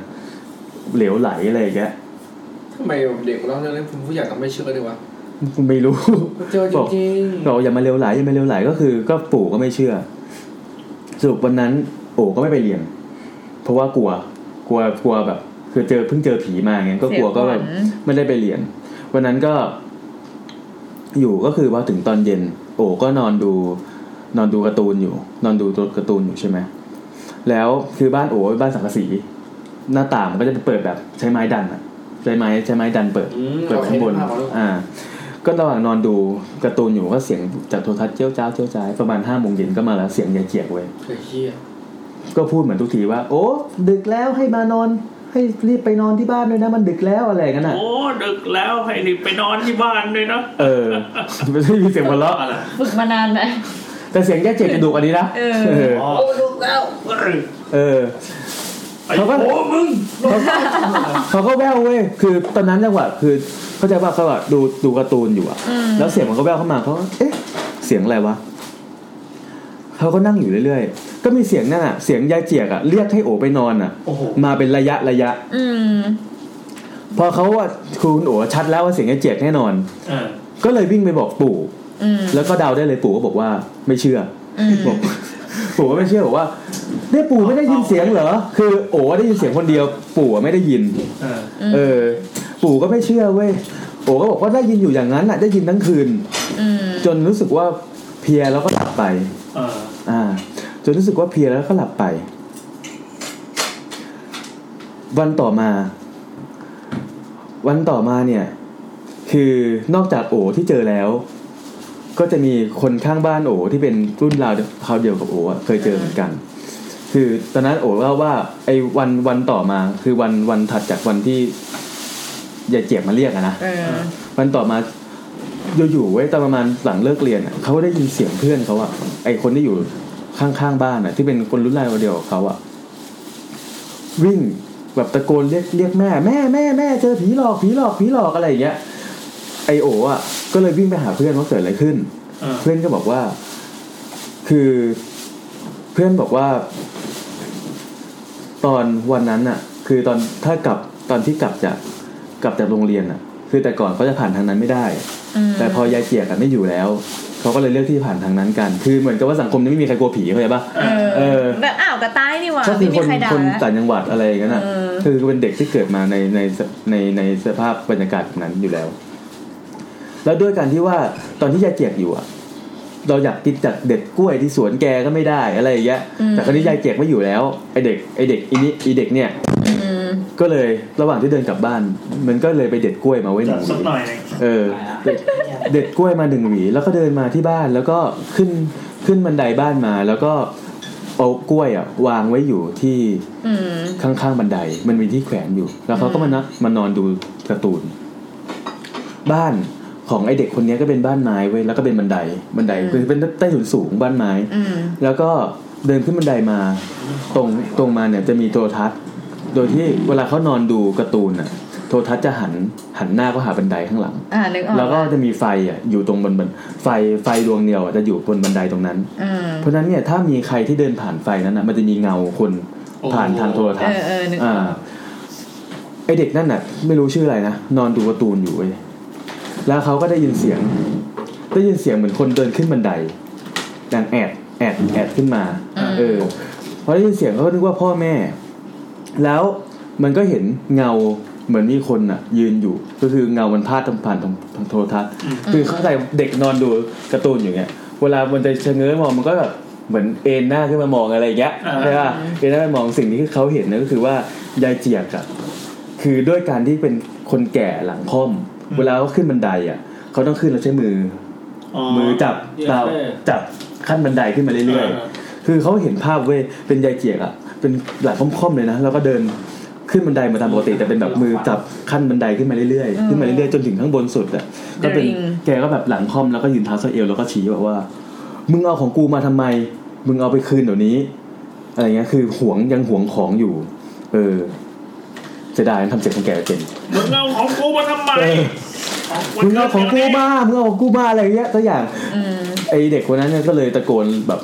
เหลวไหลอะไรอย่างเงี้ย ทำไมเด็กเล่าเรื่องนี้ผู้ใหญ่ก็ไม่เชื่อเลยวะ ไม่รู้ เจอจริง เราอย่ามาเร็วไหลอย่ามาเร็วไหลก็คือ ก็ปู่ก็ไม่เชื่อสรุปวันนั้นโอ๋ก็ไม่ไปเรียน เพราะว่ากลัว กลัวกลัวแบบ คือเจอเพิ่งเจอผีมาไงก็กลัวก็แบบ เสียขวัญ ไม่ได้ไปเรียน วันนั้นก็ อยู่ก็คือว่าถึงตอนเย็น โอ๋ก็นอนดู นอนดูการ์ตูนอยู่ นอนดูตัวการ์ตูนอยู่ใช่ไหมแล้วคือบ้านโอ๋เป็นบ้านสังกะสี หน้าต่างมันก็จะเปิดแบบใช้ไม้ดันอะใช้ไม้ใช้ไม้ดันเปิด เปิดข้างบน โอเคครับ อ่า ก็ระหว่างนอนดูการ์ตูนอยู่ก็เสียงจากโทรทัศน์เจ้าเจ้าเจ้าจ้ายประมาณห้าโมงเย็นก็มาแล้วเสียงยายเจียกเว้ย ๆเคยเชี่ย ก็พูดเหมือนทุกทีว่า โอ้ดึกแล้วให้มานอน ให้รีบไปนอนที่บ้านด้วยนะมันดึกแล้วอะไรกันอ่ะ โอ้ดึกแล้วให้รีบไปนอนที่บ้านด้วยนะ เออ ไม่ใช่มีเสียงหัวเราะ ฝึกมานานไหม แต่เสียงยายเจียกจะดุกอันนี้นะ เออ เออ โอ้ ดูแล้ว เออเขาก็มึงเขาก็แววเว้ยคือตอนนั้นจังหวะคือเข้าใจว่าเขาอะดูดูการ์ตูนอยู่อะ อืม แล้วเสียงมันก็แววเข้ามาเขาก็เอ๊ะ เสียงอะไรวะเขาก็นั่งอยู่เรื่อยๆก็มีเสียงนั่นอะเสียงยายเจียกอะเรียกให้โอไปนอนอะมาเป็นระยะระยะ อืม พอเขาว่าคุณโอชัดแล้วว่าเสียงยายเจียกแน่นอน เออ ก็เลยวิ่งไปบอกปู่ อืม แล้วก็เดาได้เลยปู่ก็บอกว่าไม่เชื่ออ ม บอก ปู่ก็ไม่เชื่อบอกว่าเนี่ยปู่ไม่ได้ยินเสียงเหรอคือโอ๋ได้ยินเสียงคนเดียวปู่อะไม่ได้ยิน เออ เออ ปู่ก็ไม่เชื่อเว้ยโอ๋ก็บอกว่าได้ยินอยู่อย่างนั้นน่ะได้ยินทั้งคืน อืม จนรู้สึกว่าเพลียแล้วก็หลับไป เออ อ่า จนรู้สึกว่าเพลียแล้วก็หลับไป วันต่อมา วันต่อมาเนี่ย คือนอกจากโอที่เจอแล้ว ก็จะมีคนข้างบ้านโอที่เป็นรุ่นราวเขาวเดียวกับโออะเคยเจอเหมือนกัน คือตอนนั้นโอเล่าว่าไอ้วันวันต่อมา คือวันวันถัดจากวันที่ยายเจียบมาเรียกอะนะ เออ วันต่อมาอยู่ๆไว้ยตอนประมาณหลังเลิกเรียนอะเขาได้ยินเสียงเพื่อนเขาอะไอคนที่อยู่ข้างๆบ้านอะที่เป็นคนรุ่นราวเดียวกับเขาอะวิ่งแบบตะโกนเรียกเรียกแม่แม่แม่แม่เจอผีหลอกผีหลอกผีหลอกอะไรอย่างเงี้ยไอโออะก็เลยวิ่งไปหาเพื่อนว่าเกิดอะไรขึ้น เพื่อนก็บอกว่า คือเพื่อนบอกว่า ตอนวันนั้นอะคือตอนถ้ากลับตอนที่กลับจากกลับจากโรงเรียนอะคือแต่ก่อนเขาจะผ่านทางนั้นไม่ได้ แต่พอยายเจียกันไม่อยู่แล้ว เขาก็เลยเลือกที่ผ่านทางนั้นกัน คือเหมือนกับว่าสังคมนี้ไม่มีใครกลัวผีเข้าใจปะ เออแบบอ้าวกระต้ายนี่หว่า ก็คื ไม่ อ มี คน ใครด่า คน แล้ว ต่างจังหวัดอะไรอย่างนั้นอะ เออ คือเป็นเด็กที่เกิดมาในในในในสภาพบรรยากาศแบบนั้นอยู่แล้ว แล้วด้วยการที่ว่าตอนที่ยายเจียกอยู่อะเราอยากกินจากเด็ดกล้วยที่สวนแกก็ไม่ได้อะไรอย่างเงี้ย อืม แต่คราวนี้ยายเจียกไม่อยู่แล้วไอเด็กไอเด็กอีนี่อีเด็กเนี่ย อืม ก็เลยระหว่างที่เดินกลับบ้าน มันก็เลยไปเด็ดกล้วยมาไว้หนึ่งหวีเออเด็ดเด็ดกล้วยมาหนึ่งหวีแล้วก็เดินมาที่บ้านแล้วก็ขึ้นขึ้นบันไดบ้านมา แล้วก็เอากล้วยอ่ะวางไว้อยู่ที่ อืม ข้างๆบันได มันมีที่แขวนอยู่ แล้วเขาก็มานะมานอนดูการ์ตูน บ้านของไอเด็กคนเนี้ยก็เป็นบ้านไม้เว้ยแล้วก็เป็นบันไดบันได อืม คือเป็นใต้ถุนสูงบ้านไม้ อืม แล้วก็เดินขึ้นบันไดมา ตรงตรงมาเนี่ยจะมีโทรทัศน์ โดยที่เวลาเขานอนดูการ์ตูนอ่ะ โทรทัศน์จะหันหันหน้าก็หาบันไดข้างหลัง อ่านึกออก แล้วก็จะมีไฟอ่ะอยู่ตรงบนบนไฟไฟดวงเดียวอะจะอยู่บนบันไดตรงนั้น อืม เพราะฉะนั้นเนี่ยถ้ามีใครที่เดินผ่านไฟนั้นอ่ะมันจะมีเงาคนผ่านทางโทรทัศน์ เออเออนึกออก าไอเด็กนั่นน่ะ ไม่รู้ชื่ออะไรนะนอนดูการ์ตูนอยู่เว้ยแล้วเขาก็ได้ยินเสียง ได้ยินเสียงเหมือนคนเดินขึ้นบันไดดังแอดแอดแอดขึ้นมา อืม เออพอได้ยินเสียงเขาก็นึกว่าพ่อแม่ แล้วมันก็เห็นเงาเหมือนมีคนอ่ะ ยืนอยู่ ก็คือเงามันพาดทางผ่านทางทางโทรทัศน์ คือเข้าใจเด็กนอนดูการ์ตูนอยู่เงี้ย เวลามันจะเฉง้อมองมันก็แบบเหมือนเอนหน้าขึ้นมามองอะไรอย่างเงี้ย อ่า ใช่ป่ะเอนหน้าไปมองสิ่งที่เขาเห็นนะก็คือว่ายายเจียกอะคือด้วยการที่เป็นคนแก่หลังค่อม เวลาเขาขึ้นบันไดอ่ะเขาต้องขึ้นแล้วใช้มืออมือจับเราว จับขั้นบันไดขึ้นมาเรื่อยๆ คือเขาเห็นภาพเว้ย เป็นยายเกียกอะเป็นหลายค่อมๆเลยนะ แล้วก็เดินขึ้นบันไดมาตามปกติแต่เป็นแบบมือจับขั้นบันไดขึ้นมาเรื่อย อืม ๆ ขึ้นมาเรื่อยๆ จนถึงข้างบนสุดอะก็เป็น The Ring แกก็แบบหลังค่อมแล้วก็ยืนเท้าเสะเอวแล้วก็ชี้แบบว่า มึงเอาของกูมาทำไม มึงเอาไปคืนเดี๋ยวนี้ อะไรเงี้ย คือหวงยังหวงของอยู่ เออเสียดายนะทำเสียงของแกเป็น มึงเอาของกูมาทำไม มึงเอาของกูมามึงเอาของกูมาอะไรเงี้ยตัวอย่าง อืม ไอเด็กคนนั้นเนี่ยก็เลยตะโกนแบบ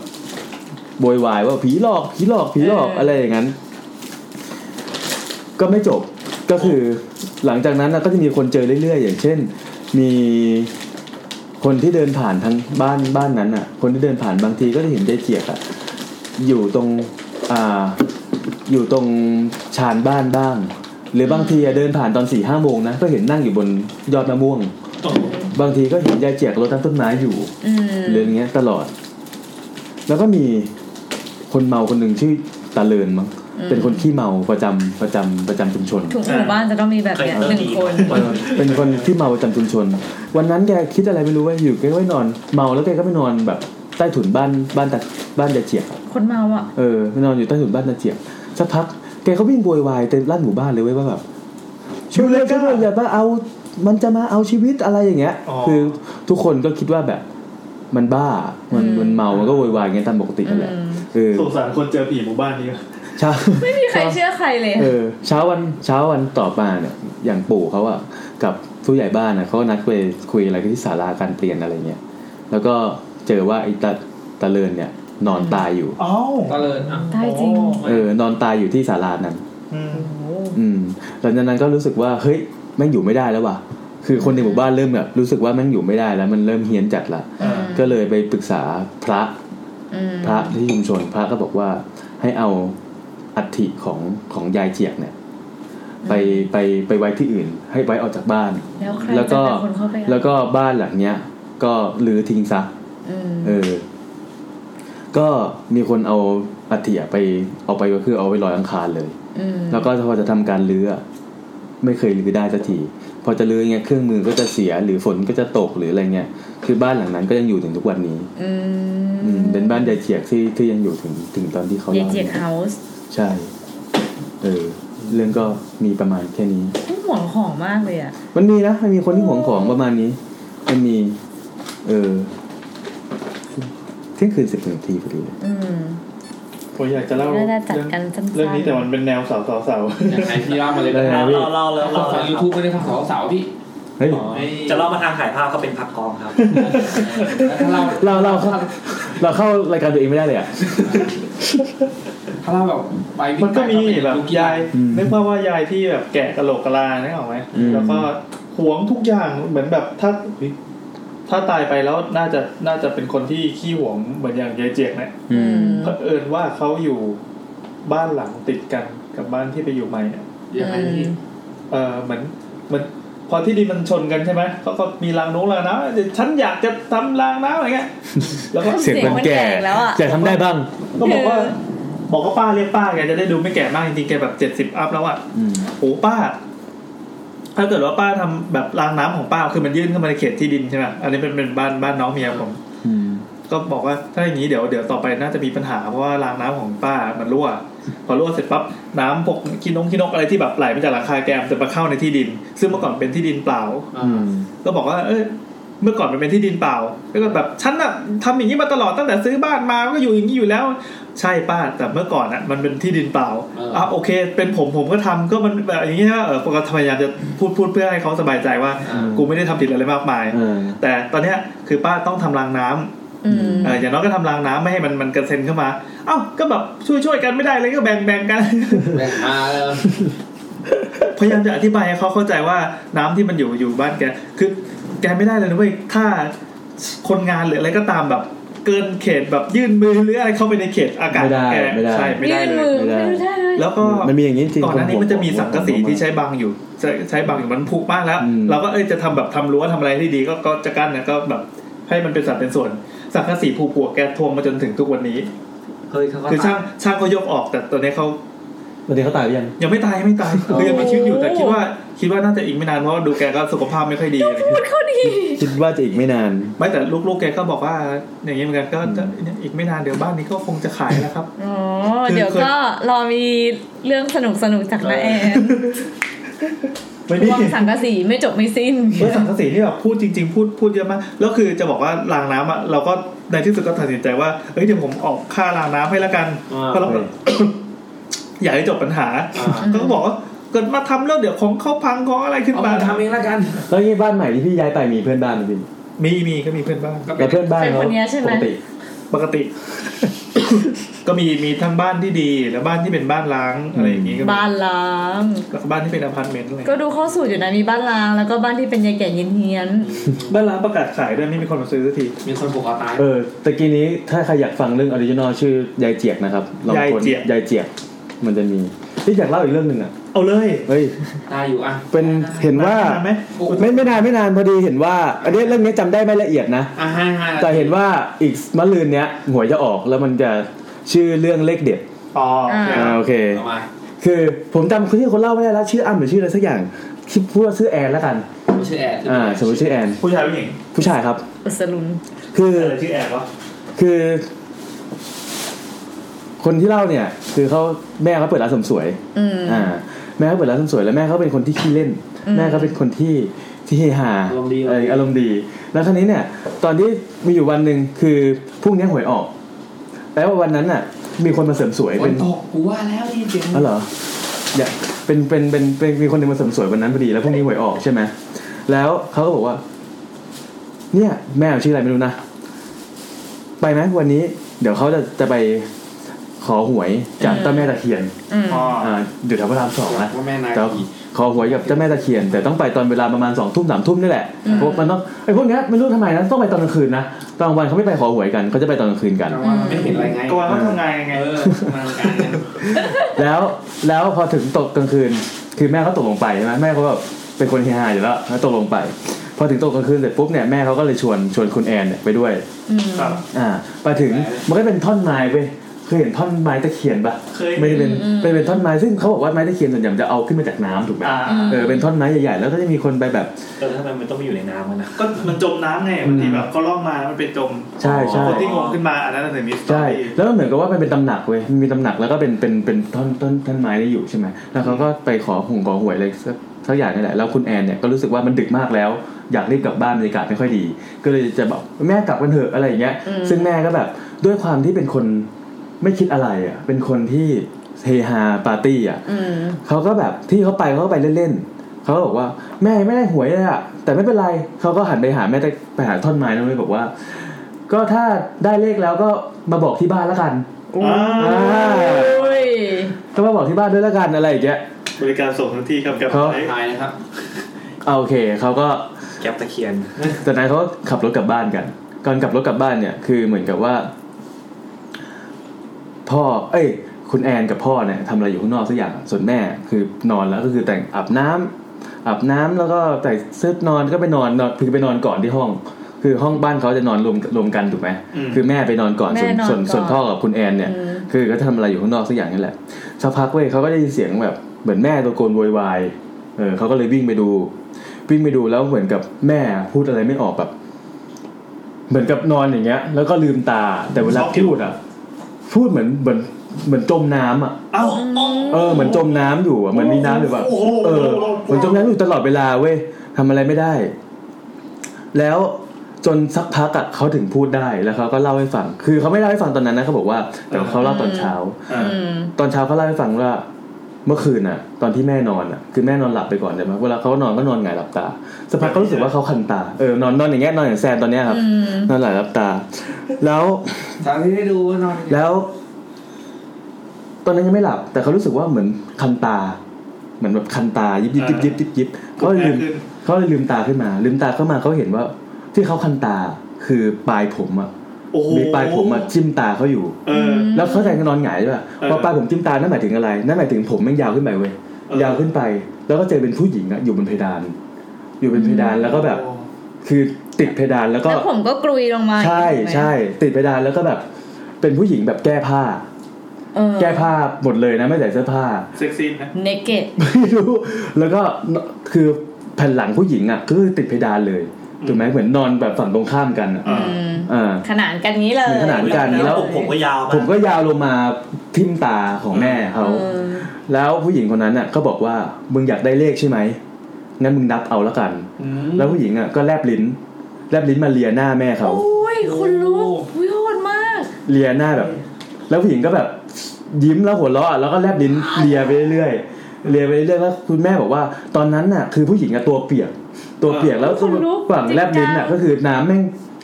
โวยวายว่าผีหลอกผีหลอกผีหลอกอะไรอย่างนั้น ก็ไม่จบก็คือหลังจากนั้นน่ะก็จะมีคนเจอเรื่อยๆ อย่างเช่น มีคนที่เดินผ่านทางบ้านบ้านนั้นอ่ะ คนที่เดินผ่านบางทีก็จะเห็นยายเจียกอ่ะอยู่ตรงอ่าอยู่ตรงชานบ้านบ้าง หรือบางทีอะเดินผ่านตอนสี่ห้าโมงนะก็เห็นนั่งอยู่บนยอดมะม่วง บางทีก็เห็นยายเจียกรดน้ำต้นไม้อยู่ อืม เรื่องเงี้ยตลอด แล้วก็มีคนเมาคนหนึ่งชื่อตาเลินมั้ง อืม เป็นคนขี้เมาประจำประจำประจำชุม ชน ทุกหมู่บ้านจะต้องมีแบบเนี้ยหนึ่งคน เออเป็นคนที่เมาประจำชุมชน วันนั้นแกคิดอะไรไม่รู้เว่าอยู่แกก็ไปนอน เมาแล้วแกก็ไปนอนแบบใต้ถุนบ้านบ้านตาบ้านยายเจียก คนเมาอ่ะ เออไปนอนอยู่ใต้ถุนบ้านตาเจียบสักพักแกก็วิ่งโวยวายเต็มลั่นหมู่บ้านเลยเว้ยว่าแบบช่วยเลยช่วยเลยอย่ามาเอา มันจะมาเอาชีวิตอะไรอย่างเงี้ย คือทุกคนก็คิดว่าแบบ มันบ้ามัน อืม มันเมามันก็โวยวายอย่างเงี้ยตามปกตินั่นแหละเออ สงสารคนเจอผีหมู่บ้านนี้ เช้า ไม่มีใครเชื่อใครเลย เออเช้าวันเช้าวันต่อมาเนี่ย อย่างปู่เขาอะกับผู้ใหญ่บ้านอะเขาก็นัดไปคุยอะไรกันที่ศาลาการเปลี่ยนอะไรเงี้ยแล้วก็เจอว่าไอ้ตาตาเลินเนี่ย นอนตายอยู่ อ้าว ตะเลินอ่ะ ตายจริง เออนอนตายอยู่ที่ศาลานั้น อืมหลังจากนั้นก็รู้สึกว่าเฮ้ยแม่งอยู่ไม่ได้แล้วว่ะ คือคนในหมู่บ้านเริ่มแบบรู้สึกว่าแม่งอยู่ไม่ได้แล้ว มันเริ่มเฮี้ยนจัดละ อืม ก็เลยไปปรึกษาพระ อืม พระที่ชุมชนพระก็บอกว่าให้เอาอัฐิของของยายเจียกเนี่ย ไปไปไปไว้ที่อื่น ให้ไว้ออกจากบ้าน แล้วใคร แล้วก็ จะเป็นคนเข้าไปรับ แล้วก็บ้านหลังเนี้ย ก็ลือทิ้งซะ อืม เออ ก็มีคนเอาอัฐิอะไปเอาไปก็คือเอาไปลอยอังคารเลย อืม แล้วก็พอจะทำการรื้ออะไม่เคยรื้อได้สักที พอจะลื้อเงี้ยเครื่องมือก็จะเสียหรือฝนก็จะตกหรืออะไรเงี้ยคือบ้านหลังนั้นก็ยังอยู่ถึงทุกวันนี้ อืม อืมเป็นบ้านยายเจียกที่ที่ยังอยู่ถึงถึงตอนที่เขา เย ย้าย เจียกเฮาส์ ใช่เออเรื่องก็มีประมาณแค่นี้ ห่วงของมากเลยอ่ะ มันมีนะมันมีคนที่หวงของประมาณนี้ มันมี เออเที่ยงคืนสิบนาทีพอดีเลย อืม ผมอยากจะเล่า น่าจะจัดกันสั้นๆ เรื่องนี้แต่มันเป็นแนวสาวสาวสาว ยังไงพี่เล่ามาเลยนะครับ พี่ เราเราเราฟัง YouTube ไม่ได้ฟังสาวสาวพี่ เฮ้ย จะเล่ามาทางถ่ายภาพก็เป็นพักกองครับ เรา เราเราเข้าเราเข้ารายการตัวเองไม่ได้เลยอ่ะ ถ้าเราแบบไป มันก็มีแบบยายนึกว่าว่ายายที่แบบแกะกะโหลกกะลาเนี่ยหรอกไหม อืม แล้วก็หวงทุกอย่างเหมือนแบบถ้าถ้าตายไปแล้วน่าจะน่าจะเป็นคนที่ขี้หวงเหมือนอย่างยายเจียกเนี่ย อืม เผอิญว่าเขาอยู่บ้านหลังติดกันกับบ้านที่ไปอยู่ใหม่เนี่ย ยังไงพี่ เออเหมือนเหมือนพอที่ดินมันชนกันใช่ไหมเขาก็มีรางน้งรางน้ำเดี๋ยวฉันอยากจะทำรางน้ำอะไรเงี้ยแล้วก็ เสียงคนแก่แล้วอะอยากทำได้บ้าง ก็บอกว่า บอกว่าป้าเรียกป้าแกจะได้ดูไม่แก่มากจริงๆแกแบบเจ็ดสิบอัพแล้วอะ อืม โอ้ป้า ถ้าเกิดว่าป้าทำแบบรางน้ำของป้าคือมันยื่นเข้ามาในเขตที่ดินใช่ไหมอันนี้เป็นเป็นบ้านบ้านน้องเมียผม อืม ก็บอกว่าถ้าอย่างนี้เดี๋ยวเดี๋ยวต่อไปน่าจะมีปัญหาเพราะว่ารางน้ำของป้ามันรั่ว พอรั่วเสร็จปั๊บน้ำพวกขี้นงขี้นกอะไรที่แบบไหลมาจากหลังคาแกมจะมาเข้าในที่ดิน ซึ่งเมื่อก่อนเป็นที่ดินเปล่า อืม ก็บอกว่า เอยเมื่อก่อนมันเป็นที่ดินเปล่า แล้วก็แบบฉันอะทำอย่างนี้มาตลอดตั้งแต่ซื้อบ้านมาก็อยู่อย่างนี้อยู่แล้ว ใช่ป้าแต่เมื่อก่อนอะมันเป็นที่ดินเปล่า เอออ่ อ่ะโอเค เป็นผมผมก็ทำก็มันแบบอย่างเงี้ยเออผมก็พยายามจะพูดพูดเพื่อให้เขาสบายใจว่า กูไม่ได้ทำผิดอะไรมากมาย แต่ตอนเนี้ยคือป้าต้องทำรางน้ำ อืม เอออย่างน้อยก็ทำรางน้ำไม่ให้มันมันกระเซ็นเข้ามา เอ้าก็แบบช่วยช่วยๆกันไม่ได้เลยก็แบ่งแบ่งๆกัน แบ่งมาแล้ว พยายามจะอธิบายให้เขาเข้าใจว่าน้ำที่มันอยู่อยู่บ้านแกคือแกไม่ได้เลยนะเว้ยถ้าคนงานหรืออะไรก็ตามแบบ เกินเขตแบบยื่นมือหรืออะไรเข้าไปในเขตอากาศ ไม่ได้ แก ไม่ได้ ใช่ไม่ได้เลยยื่นมือไม่ได้ไม่ได้เลย แล้วก็ มันมีอย่างนี้จริง ก่อนหน้านี้ ผม มันจะมีสังกะสี ผมผม ที่ใช้บังอยู่ ใช้ใช้บังอยู่มันผุมากแล้ว เราก็เอ้ยจะทำแบบทำรั้วทำอะไรที่ดีก็ก็จะกั้นนะก็แบบให้มันเป็นสัดเป็นส่วน สังกะสีผุผุแกทวงมาจนถึงทุกวันนี้ เฮ้ยเขาก็ คือ ตา ช่าง ย ช่างเขายกออกแต่ตอนนี้เขา ตอนนี้เขาตายยัง ยังไม่ตายยังไม่ ตาย อ๋อ คือยังมีชีวิตอยู่แต่คิดว่าคิดว่าน่าจะอีกไม่นานเพราะว่าดูแกก็สุขภาพไม่ค่อยดีอะไรอย่างเงี้ย เขาดี คิดว่าจะอีกไม่นาน ไม่แต่ลูกๆแกก็บอกว่า อย่างนี้เหมือนกันก็จะอีกไม่นานเดี๋ยวบ้านนี้ก็คงจะขายแล้วครับ อ๋อ คือ เดี๋ยวก็รอมีเรื่องสนุกสนุกๆจากน้าแอน ไม่มี วางสังกะสีไม่จบไม่สิ้น เฮ้ยสังกะสีนี่แบบพูดจริง ๆ พูดพูดเยอะมากแล้วคือจะบอกว่ารางน้ำอะเราก็ในที่สุดก็ตัดสินใจว่าเอ้ยเดี๋ยวผมออกค่ารางน้ำให้ละกันเพราะเรา อยากให้จบปัญหาก็บอกว่าเกิดมาทำแล้วเดี๋ยวของเขาพังของอะไรขึ้นมาทำเองละกัน แล้วนี่บ้านใหม่ที่พี่ย้ายไปมีเพื่อนบ้านไหมพี่ มีมีก็มีเพื่อนบ้าน แล้วเพื่อนบ้านเป็เขานคนเนี้ยใช่ไหม ปกติ ปกติ ก็มีมีทั้งบ้านที่ดีและบ้านที่เป็นบ้านร้างอะไรอย่างนี้ก็มี บ้านล้าง แล้วก็บ้านที่เป็นอพาร์ตเมนต์อะไร ก็ดูเข้าสูตรอยู่นะมีบ้านล้างแล้วก็บ้านที่เป็นยายแก่เฮียน บ้านร้างประกาศขายด้วยไม่มีคนมาซื้อสักที มีคนผูกคอตาย เออตะกี้นี้ถ้าใครอยากฟังเรื่องออริจินอลชื่อยายเจียกนะครับลอง ยาย คน เจียก ยายเจียก มันจะมีที่อยากเล่าอีกเรื่องหนึ่งอ่ะ เอาเลย เฮ้ย ตายอยู่อ่ะ เป็นเห็นว่าน านไหม ไม่ไม่นานไม่นานพอดีเห็นว่าอันนี้เรื่องนี้จำได้ไม่ละเอียดนะ อ่ะห้าห้า แต่เห็นว่าอีกมะลืนเนี้ยหวยจะออกแล้วมันจะชื่อเรื่องเลขเด็ด อ๋อ อ่าโอเค คือผมจำคนที่คนเล่าไม่ได้แล้วชื่ออ้ำหรือชื่ออะไรสักอย่างคิดพูดว่าชื่อแอนแล้วกัน ไม่ใช่แอด อ่าสมมติชื่อแอน ผู้ชายผู้หญิง ผู้ชายครับ อุสลุน คือ อะไรชื่อแอนวะ คือ คนที่เล่าเนี่ย คือเขาแม่เขาเปิดร้านเสริมสวย อืม อ่าแม่เขาเปิดร้านเสริมสวยแล้วแม่เขาเป็นคนที่ขี้เล่น อืม แม่เขาเป็นคนที่ที่เฮฮาเอออารมณ์ดี แล้วครั้นี้เนี่ย ตอนที่มีอยู่วันหนึ่งคือพรุ่งนี้หวยออกแปลว่าวันนั้นน่ะ มีคนมาเสริมสวย ฝ เป็น น ตกกูว่าแล้วนี่เจ๋ง อ๋อเหรอเดี๋ยวเป็นเป็นเป็นเป็นมีคนหนึ่งมาเสริมสวยวันนั้นพอดีแล้วพรุ่งนี้หวยออกใช่ไหมแล้วเขาก็บอกว่า เนี่ย แม่ชื่ออะไรไม่รู้นะไปไหมวันนี้ เดี๋ยวเขาจะจะไปขอหวยจากเจ้าแม่ตะเคียน อืม อ่าอยู่แถวพระรามสองนะ แม่นา แต่ขอหวยกับเจ้าแม่ตะเคียน แต่ต้องไปตอนเวลาประมาณสองทุ่มสามทุ่มนี่แหละ อืม พวกมันต้องไอ้พวกเนี้ยไม่รู้ทำไมนะต้องไปตอนกลางคืนนะตอนกลางวันเขาไม่ไปขอหวยกันเขาจะไปตอนกลางคืนกัน ไม่เห็นอะไรไง ก็ว่าเขาทำงานยังไง เออทำงานกัน แล้วแล้วพอถึงตกกลางคืน คือแม่เขาตกลงไปใช่ไหมแม่เขาแบบเป็นคนเฮฮาอยู่แล้วแล้วตกลงไป พอถึงตกกลางคืนเสร็จปุ๊บเนี่ยแม่เขาก็เลยชวนชวนคุณแอนเนี่ยไปด้วย อืม อ่าไปถึงมันก็เป็นท่อนไม้ไป เคยเห็นท่อนไม้ตะเคียนปะ เคย ไม่ได้เป็น อืม เป็นเป็นท่อนไม้ซึ่งเขาบอกว่าไม้ตะเคียนส่วนใหญ่มันจะเอาขึ้นมาจากน้ำถูกไหม อ่า เออเป็นท่อนไม้ใหญ่ๆแล้วก็จะมีคนไปแบบ เออทำไมมันต้องไปอยู่ในน้ำมันนะ ก็มันจมน้ำไงบางทีแบบเขาล่องมามันเป็นจม ใช่ใช่ คนที่งมขึ้นมาอันนั้นถึงมีสตอ ใช่ รี่ แล้วมันเหมือนกับว่ามันเป็นตำหนักเว้ยมันมีตำหนักแล้วก็เป็นเป็นเป็นท่อนต้นท่อนไม้ได้อยู่ใช่ไหมแล้วเขาก็ไปขอหงขอหวยอะไรสักสักอย่างนี่แหละแล้วคุณแอนเนี่ยก็รู้สึกว่ามันดึกมากแล้ว อยากรีบกลับบ้านบรรยากาศไม่ค่อยดี ก็เลยจะบอกแม่กลับกันเถอะอะไรอย่างเงี้ย อืม ซึ่งแม่ก็แบบด้วยความที่เป็นคนไม่คิดอะไรอ่ะเป็นคนที่เฮฮาปาร์ตี้อ่ะ อืม เขาก็แบบที่เขาไปเขาก็ไปเล่นๆ เขาก็บอกว่าแม่ไม่ได้หวยเลยอะแต่ไม่เป็นไรเขาก็หันไปหาแม่ตะไปหาท่อนไม้นั่นเลยบอกว่า ก็ถ้าได้เลขแล้วก็มาบอกที่บ้านแล้วกันอ่าก็มาบอกที่บ้านด้วยแล้วกันอะไรอย่างเงี้ย บริการส่งทันทีครับแก เขา ไทยนะครับ เอาโอเคเขาก็ แกบตะเคี ยน จากนั้นเขาก็ขับรถกลับบ้านกัน ก่อนกลับรถกลับบ้านเนี่ย คือเหมือนกับว่า พ่อ เอ้ย คุณแอนกับพ่อเนี่ยทำอะไรอยู่ข้างนอกสักอย่าง ส่วนแม่คือนอนแล้วก็คือแต่งอาบน้ำอาบน้ำแล้วก็แต่งเสื้อนอนก็ไปนอนนอนคือไปนอนก่อนที่ห้อง คือห้องบ้านเขาจะนอนรวมรวมกันถูกไหม อืม คือแม่ไปนอนก่อนส่วน แม่นอน ส่วน ก่อน ส่วนพ่อกับคุณแอนเนี่ย อืม คือก็ทำอะไรอยู่ข้างนอกสักอย่างนี่แหละสักพักเว้ยเขาก็ได้ยินเสียงแบบเหมือนแม่ตะโกนโวยวายเออเขาก็เลยวิ่งไปดู วิ่งไปดูแล้วเหมือนกับแม่พูดอะไรไม่ออกแบบ เหมือนกับนอนอย่างเงี้ย แล้วก็ลืมตาแต่เวลาพูดอ่ะ พูดเหมือนเหมือนเหมือนจมน้ำอ่ะ เอ้า เออเหมือนจมน้ำอยู่อ่ะเหมือนมีน้ำอยู่แบบ โอ้โห เออเหมือนจมน้ำอยู่ตลอดเวลาเว้ยทำอะไรไม่ได้ แล้วจนสักพักอ่ะเขาถึงพูดได้แล้วเขาก็เล่าให้ฟัง คือเขาไม่เล่าให้ฟังตอนนั้นนะเขาบอกว่าแต่เขาเล่าตอนเช้า ตอนเช้าเขาเล่าให้ฟังว่าเมื่อคืนน่ะ ตอนที่แม่นอนน่ะคือแม่นอนหลับไปก่อนใช่ไหมเวลาเขานอนก็นอนหงายหลับตาสักพักเขารู้สึกว่าเขาคันตาเออนอนนอนอย่างเงี้ยนอนอย่างแซมตอนเนี้ยครับ อืม นอนหลับหลับตา แล้ว ทางที่ได้ดูว่านอน แล้ว ตอนนั้นยังไม่หลับ แต่เขารู้สึกว่าเหมือนคันตา เหมือนแบบคันตายิบยิบยิบยิบยิบยิบเขาเลยลืมเขาเลยลืมตาขึ้นมา ลืมตาเข้ามาเขาเห็นว่า ที่เขาคันตาคือปลายผมอ่ะ โอ้โห มีปลายผมอ่ะจิ้มตาเขาอยู่ เออ แล้วเข้าใจกันนอนหงายใช่ป่ะ เออ พอปลายผมจิ้มตา นั่นหมายถึงอะไร นั่นหมายถึงผมแม่งยาวขึ้นไปเว้ย ยาวขึ้นไป แล้วก็เจอเป็นผู้หญิงอะอยู่บนเพดาน อยู่บนเพดาน แล้วก็แบบ คือติดเพดานแล้วก็ แล้วผมก็กลุยลงมา ใช่ ถูกไหม ใช่ ติดเพดานแล้วก็แบบ เป็นผู้หญิงแบบแก้ผ้า เออ แก้ผ้าหมดเลยนะไม่ใส่เสื้อผ้า เซ็กซี่นะ naked ไม่รู้ แล้วก็คือแผ่นหลังผู้หญิงอะก็คือติดเพดานเลย ถูกไหมเหมือนนอนแบบฝั่งตรงข้ามกันอะ ม อ่า ขนานกันนี้เลย เหมือนขนานกันแล้วผมก็ยาวผมก็ยาวลงมาทิ่มตาของแม่เขา เออ แล้วผู้หญิงคนนั้นน่ะก็บอกว่ามึงอยากได้เลขใช่ไหมงั้นมึงนับเอาแล้วกัน แล้วผู้หญิงอ่ะก็แลบลิ้น แลบลิ้นมาเลียหน้าแม่เขา โอ้ยคนลุกอุ้ยโหดมาก เลียหน้าแบบ แล้วผู้หญิงก็แบบยิ้มแล้วหัวเราะแล้วก็แลบลิ้นเลียไปเรื่อยๆเลียไปเรื่อยๆแล้วคุณแม่บอกว่า ตอนนั้นน่ะ คือผู้หญิงอ่ะตัวเปียก ตัวเปียกแล้ว คนลุก ระหว่างแลบลิ้นน่ะก็คือน้ำแม่ง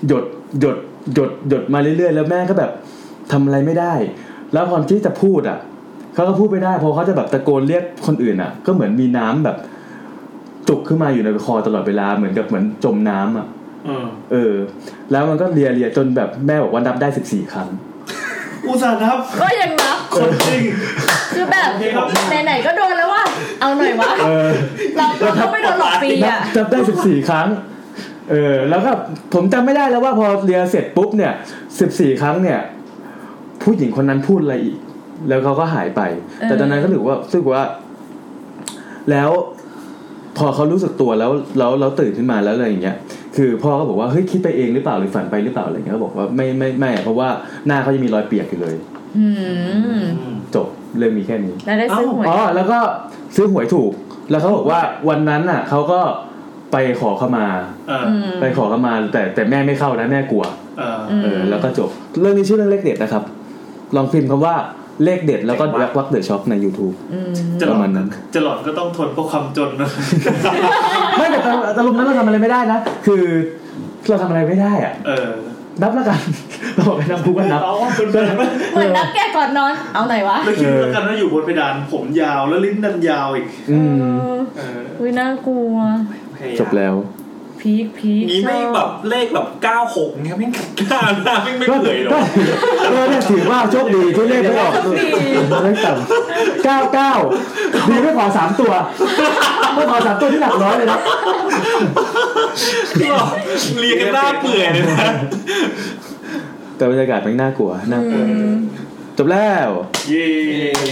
หยดหยดหยดหยดมาเรื่อยๆ แล้วแม่ก็แบบทำอะไรไม่ได้ แล้วพอที่จะพูดอ่ะเขาก็พูดไม่ได้เพอเขาจะแบบตะโกนเรียกคนอื่นอ่ะ ก็เหมือนมีน้ำแบบ จุกขึ้นมาอยู่ในคอตลอดเวลาเหมือนกับเหมือนจมน้ำอ่ะ เออ เออ แล้วมันก็เลียเลียจนแบบแม่บอกว่านับได้สิบสี่ครั้ง อุตส่าห์นับ ก็ยังนับ คนจริง คือแบบไหนๆก็โดนแล้วว่า เอาหน่อยวะ เออ เราเราก็ไม่โดนหลอกฟรีอ่ะ นับได้สิบสี่ครั้ง เออ แล้วก็ผมจำไม่ได้แล้วว่าพอเลียเสร็จปุ๊บเนี่ยสิบสี่ครั้งเนี่ย ผู้หญิงคนนั้นพูดอะไรอีก แล้วเขาก็หายไป เออ แต่ตอนนั้นก็ถือว่ารู้สึกว่า แล้วพอเขารู้สึกตัวแล้วแล้วแล้วตื่นขึ้นมาแล้วอะไรอย่างเงี้ย คือพ่อก็บอกว่าเฮ้ยคิดไปเองหรือเปล่าหรือฝันไปหรือเปล่าอะไรเงี้ยเขาบอกว่าไม่ไม่ไม่เพราะว่าหน้าเขายังมีรอยเปียกอยู่เลย อืม จบเรื่องมีแค่นี้ แล้วได้ซื้อหวย อ๋อแล้วก็ซื้อหวยถูก แล้วเขาบอกว่าวันนั้นน่ะเขาก็ไปขอเข้ามา เออ ไปขอเข้ามาแต่แต่แม่ไม่เข้านะแม่กลัว เออ เออแล้วก็จบ เรื่องนี้ชื่อเรื่องเลขเด็ดนะครับ ลองพิมพ์คำว่าเลขเด็ดแล้วก็วักวักเดอะช็อปใน YouTube จะห ป ลอ ระ น มาณนั้น จะหลอนก็ต้องทนเพราะความจน นะ ไม่แต่อารมณ์นั้นเราทำอะไรไม่ได้นะ คือเราทำอะไรไม่ได้อะ เออ นับแล้วกัน เราบอกไปนับกูก็นับ เหมือนนับแกก่อนนอน เอาหน่อยวะ แล้วคิดดูแล้วกันว่าอยู่บนเพดานผมยาวแล้วลิ้นดันยาวอีก อืม เออ อุ้ยน่ากลัว จบแล้ว พีคพีค นี้ไม่แบบเลขแบบเก้าหกเนี่ยไม่งกล้าหน้าไม่งไม่เหนื่อยหรอก เออเนี่ยถือว่าโชคดีที่เลขไม่ออกเลขต่ำเก้าเก้าดีไม่ขอสามตัวไม่ขอสามตัวที่หนักร้อยเลยนะ เรียนกันหน้าเปื่อยเลยนะ แต่บรรยากาศมันน่ากลัวน่ากลัว จบแล้ว เย้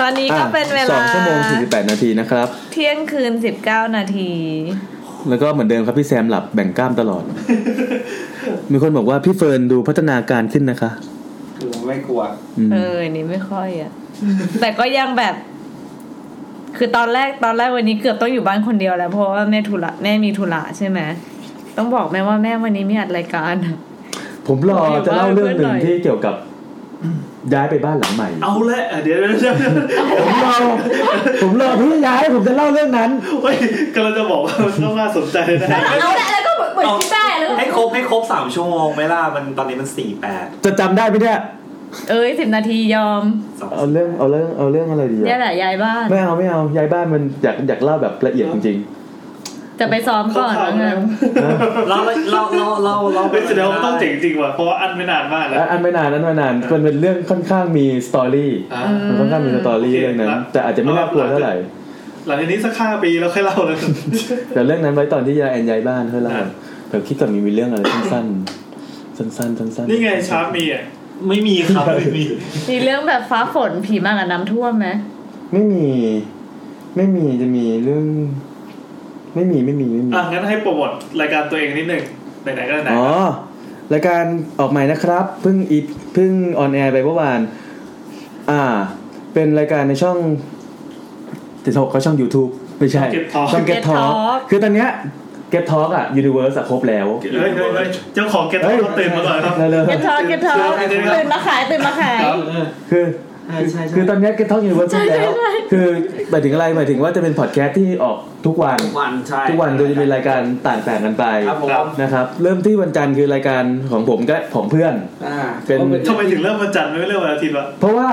ตอนนี้ก็เป็นเว สอ ลาง ชั่วโมงสี่สิบแปดนาทีนะครับ เที่ยงคืน 19 นาที แล้วก็เหมือนเดิมครับพี่แซมหลับแบ่งกล้ามตลอ ด มีคนบอกว่าพี่เฟิร์นดูพัฒนาการขึ้นนะคะ คือไม่กลัว อืม เออ นี่ไม่ค่อยอ่ะ แต่ก็ยังแบบ คือตอนแรกตอนแรกวันนี้เกือบต้องอยู่บ้านคนเดียวแล้ว เพราะว่าแม่ธุระแม่มีธุระใช่ไหมต้องบอกแม่ว่าแม่วันนี้มีอัดรายการ ผมรอจะเล่าเรื่องหนึ่เดี๋งยวว่า ที่เกี่ยวกับย้ายไปบ้านหลังใหม่ เอาละเดี๋ยวเดี๋ยวเดี๋ยว ผมรอผมรอพี่ย้ายผมจะเล่าเรื่องนั้น เฮ้ยกำลังจะบอกว่ามันต้องน่าสนใจนะฮะ เอาละแล้วก็เหมือนเหมือนคิดได้แล้วก็ ให้ครบให้ครบสามชั่วโมงไหมล่ะมันตอนนี้มันสี่แปด จะจำได้ไหมเนี่ย เอ้ยสิบนาทียอม เอาเรื่องเอาเรื่องเอาเรื่องอะไรดีอะ เนี่ยแหละยายบ้าน ไม่เอาไม่เอาย้ายบ้านมันอยากอยากเล่าแบบละเอียดจริง จะไปซ้อมก่อนแล้วไง เราเราเราเราเรา เป็นแสดงว่าต้องเจ๋งจริงว่ะเพราะว่าอันไม่นานมาก ๆ แล้ว อันอันไม่นานอันไม่นานมันเป็นเรื่องค่อนข้างมีสตอรี่ อ่ามั มันค่อนข้างมีสตอรี่เรื่องนั้นแต่อาจจะไม่น่ากลัวเท่าไหร่ หลังจากนี้สักห้าปีแล้วค่อยเล่าเลย แต่เรื่องนั้นไว้ตอนที่ยายแอนย้ายบ้านเท่าไหร่เดี๋ยวคิดก่อนมีมีเรื่องอะไรสั้นๆ สั้นๆสั้นๆ นี่ไงชาร์ปมีอ่ะ ไม่มีครับไม่มี มีเรื่องแบบฟ้าฝนผีมากับน้ำท่วมไหม ไม่มี ไม่มีจะมีเรื่อง ไม่มีไม่มีไม่มี อ่ะงั้นให้โปรโมทรายการตัวเองนิดหนึ่งไหนๆก็ไหน อ๋อรายการออกใหม่นะครับเพิ่งอีเพิ่งออนแอร์ไปเมื่อวาน อ่า เป็นรายการในช่องติดหกเขาช่อง YouTube ไม่ใช่ Get Talk ช่อง Get Get Talk Talk คือตอนเนี้ย Get Talk อ่ะ Universe อะครบแล้ว เฮ้ยเฮ้ยเฮ้ยเจ้าของเกตท็อกตื่นมาก่อนครับ เก็บทองเก็บทองตื่นมาขายตื่นมาขาย คือคือตอนเนี้เก็ตท็อกอยู่บน ใช่ เส้นแล้ว ใช่ใช่ คือหมายถึงอะไรหมายถึงว่าจะเป็นพอดแคสต์ที่ออกทุกวัน ทุกวันใช่ ทุกวันโดยจะเป็นรายการต่างๆกันไป ครับผม นะครับ เริ่มที่วันจันทร์คือรายการของผมกับของเพื่อน อ่า เป็น ทำไมถึงเริ่มวันจันทร์ไม่เริ่มวันอาทิตย์วะ เพราะว่า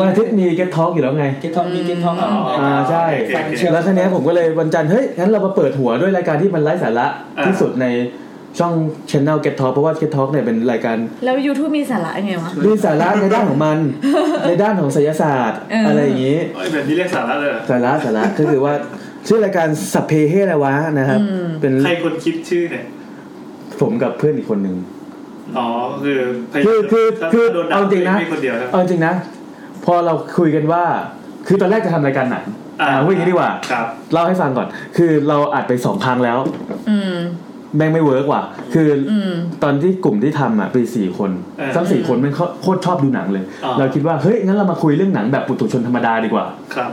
วันอาทิตย์มีเก็ตท็อกอยู่แล้วไง เก็ตทองมีเก็ตทอง อ่าใช่ แล้วทีเนี้ยผมก็เลยวันจันทร์เฮ้ยงั้นเรามาเปิดหัวด้วยรายการที่มันไร้สาระที่สุดในช่อง Channel Get Talk เพราะว่า Get Talk เนี่ยเป็นรายการ แล้ว YouTube มีสาระยังไงวะ มีสาระในด้านของมัน ในด้านของไสยศาสตร์ เอออ อะไรอย่างนี้ เอ้ยแบบนี้เรียกสาระเลยเหรอ สาระสาระก็คือว่าชื่อรายการสัพเพเฮระวะนะครับ เป็น ใครคนคิดชื่อเนี่ย ผมกับเพื่อนอีกคนหนึ่ง อ๋อก็คือพยายาม คือคือ ถ้า คือ โดนด่า เอาจริงนะ ไม่คนเดียวนะ เอาจริงนะ พอเราคุยกันว่า คือตอนแรกจะทำรายการหนัง อ่า อ่าวิ่างนี้ดีกว่า ครับ เล่าให้ฟังก่อน คือเราอัดไปสองครั้งแล้ว อืม แม่งไม่เวิร์กว่ะ คืออ ม ตอนที่กลุ่มที่ทำอ่ะเป็นสี่คน เออ ทั้งสี่คนแม่งโคตรชอบดูหนังเลย อ๋อ เราคิดว่าเฮ้ยงั้นเรามาคุยเรื่องหนังแบบปุถุชนธรรมดาดีกว่า ครับ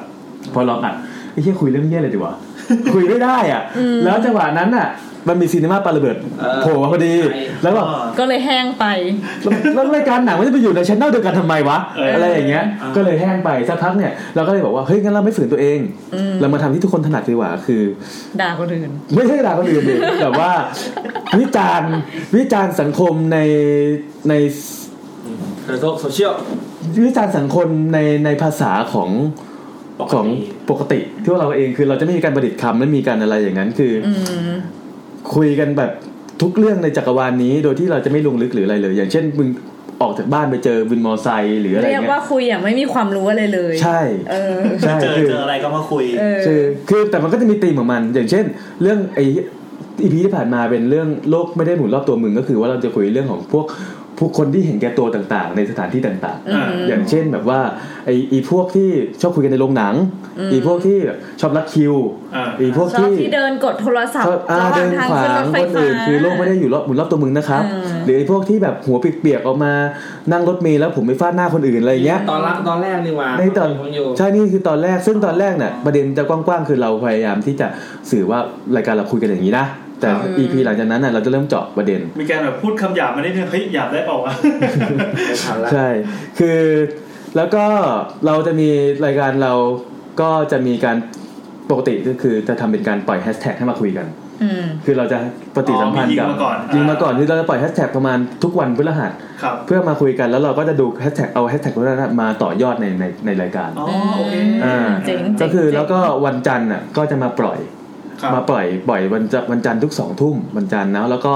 พอลองอัดไอ้เหี้ยคุยเรื่องเหี้ยอะไรดีวะ คุยไม่ได้อ่ะ แล้วจังหวะนั้นอ่ะ มันมีซีนีมาปาระเบิดโผล่มาพอดี แล้วแบบ ก็เลยแห้งไป แล้วแล้วรายการหนังมันจะไปอยู่ในช anel เดียวกันทำไมวะ เอออ อะไรอย่างเงี้ย ก็เลยแห้งไปสักพักเนี่ยเราก็เลยบอกว่าเฮ้ยงั้นเราไม่ฝืนตัวเอง อืม เรามาทำที่ทุกคนถนัดดีกว่าคือ ด่าคนอื่น ไม่ใช่ด่าคนอื่น ดิ แบบว่า วิจารณ์วิจารณ์สังคมในใน โซเชียล วิจารณ์สังคมในในภาษาของของปกติที่ว่าเราเองคือเราจะไม่มีการประดิษฐ์คำไม่มีการอะไรอย่างนั้น คืออ อืม คุยกันแบบทุกเรื่องในจักรวาลนี้ โดยที่เราจะไม่ลงลึกหรืออะไรเลย อย่างเช่นมึงออกจากบ้านไปเจอวินมอไซค์หรืออะไร เรียก เงี้ ว่าย คุยอย่างไม่มีความรู้อะไรเลย ใช่ เออ ใช่ เจอ คือ เจออะไรก็มาคุย เออ คือคือแต่มันก็จะมีธีมของมัน อย่างเช่น เรื่องไออีพีที่ผ่านมาเป็นเรื่องโลกไม่ได้หมุนรอบตัวมึงก็คือว่าเราจะคุยเรื่องของพวกพวกคนที่เห็นแก่ตัวต่างๆ ในสถานที่ต่าง อืม ๆ อย่างเช่นแบบว่าไออีพวกที่ชอบคุยกันในโรงหนัง อืม อีพวกที่แบบชอบรัดคิวอีพวก ชอบ ที่ ที่เดินกดโทรศัพ ชอ ท์ บอ่า ระหว่างเดิน ทาง ขวา ขึ้นรง ถไฟ คน ฟ้า อื่นคือโลกไม่ได้อยู่รอบหมุนรอบตัวมึงนะครับ อืม หรือไอพวกที่แบบหัวเปียกๆออกมานั่งรถเมล์แล้วผมไปฟาดหน้าคนอื่นอะไรอย่างเงี้ย ตอนรักตอนแรกนี่หว่า ในตอน ผมอยู่ ใช่นี่คือตอนแรกซึ่งตอนแรกเนี่ยประเด็นจะกว้างๆ คือเราพยายามที่จะสื่อว่ารายการเราคุยกันอย่างนี้นะ แต่ ครับ EP หลังจากนั้นน่ะเราจะเริ่มเจาะประเด็น มีการแบบพูดคำหยาบมานิดนึงเฮ้ยหยาบได้เปล่าวะ ใช่ คือแล้วก็เราจะมีรายการเราก็จะมีการปกติก็คือจะทำเป็นการปล่อยแฮชแท็กให้มาคุยกัน อืม คือเราจะปฏิสัมพันธ์กับ อ๋อมียิงมาก่อน ยิงมาก่อนคือเราจะปล่อยแฮชแท็กประมาณทุกวันพฤหัส ครับ เพื่อมาคุยกันแล้วเราก็จะดูแฮชแท็กเอาแฮชแท็กพวกนั้นนะมาต่อยอดในในในรายการ อ๋อโอเค อ่า เจ๋งๆ ก็คือ เจ๋งๆ แล้วก็วันจันทร์อ่ะก็จะมาปล่อย ครับ มาปล่อยปล่อยวันจันทร์วันจันทร์ทุกสองทุ่มวันจันทร์นะแล้วก็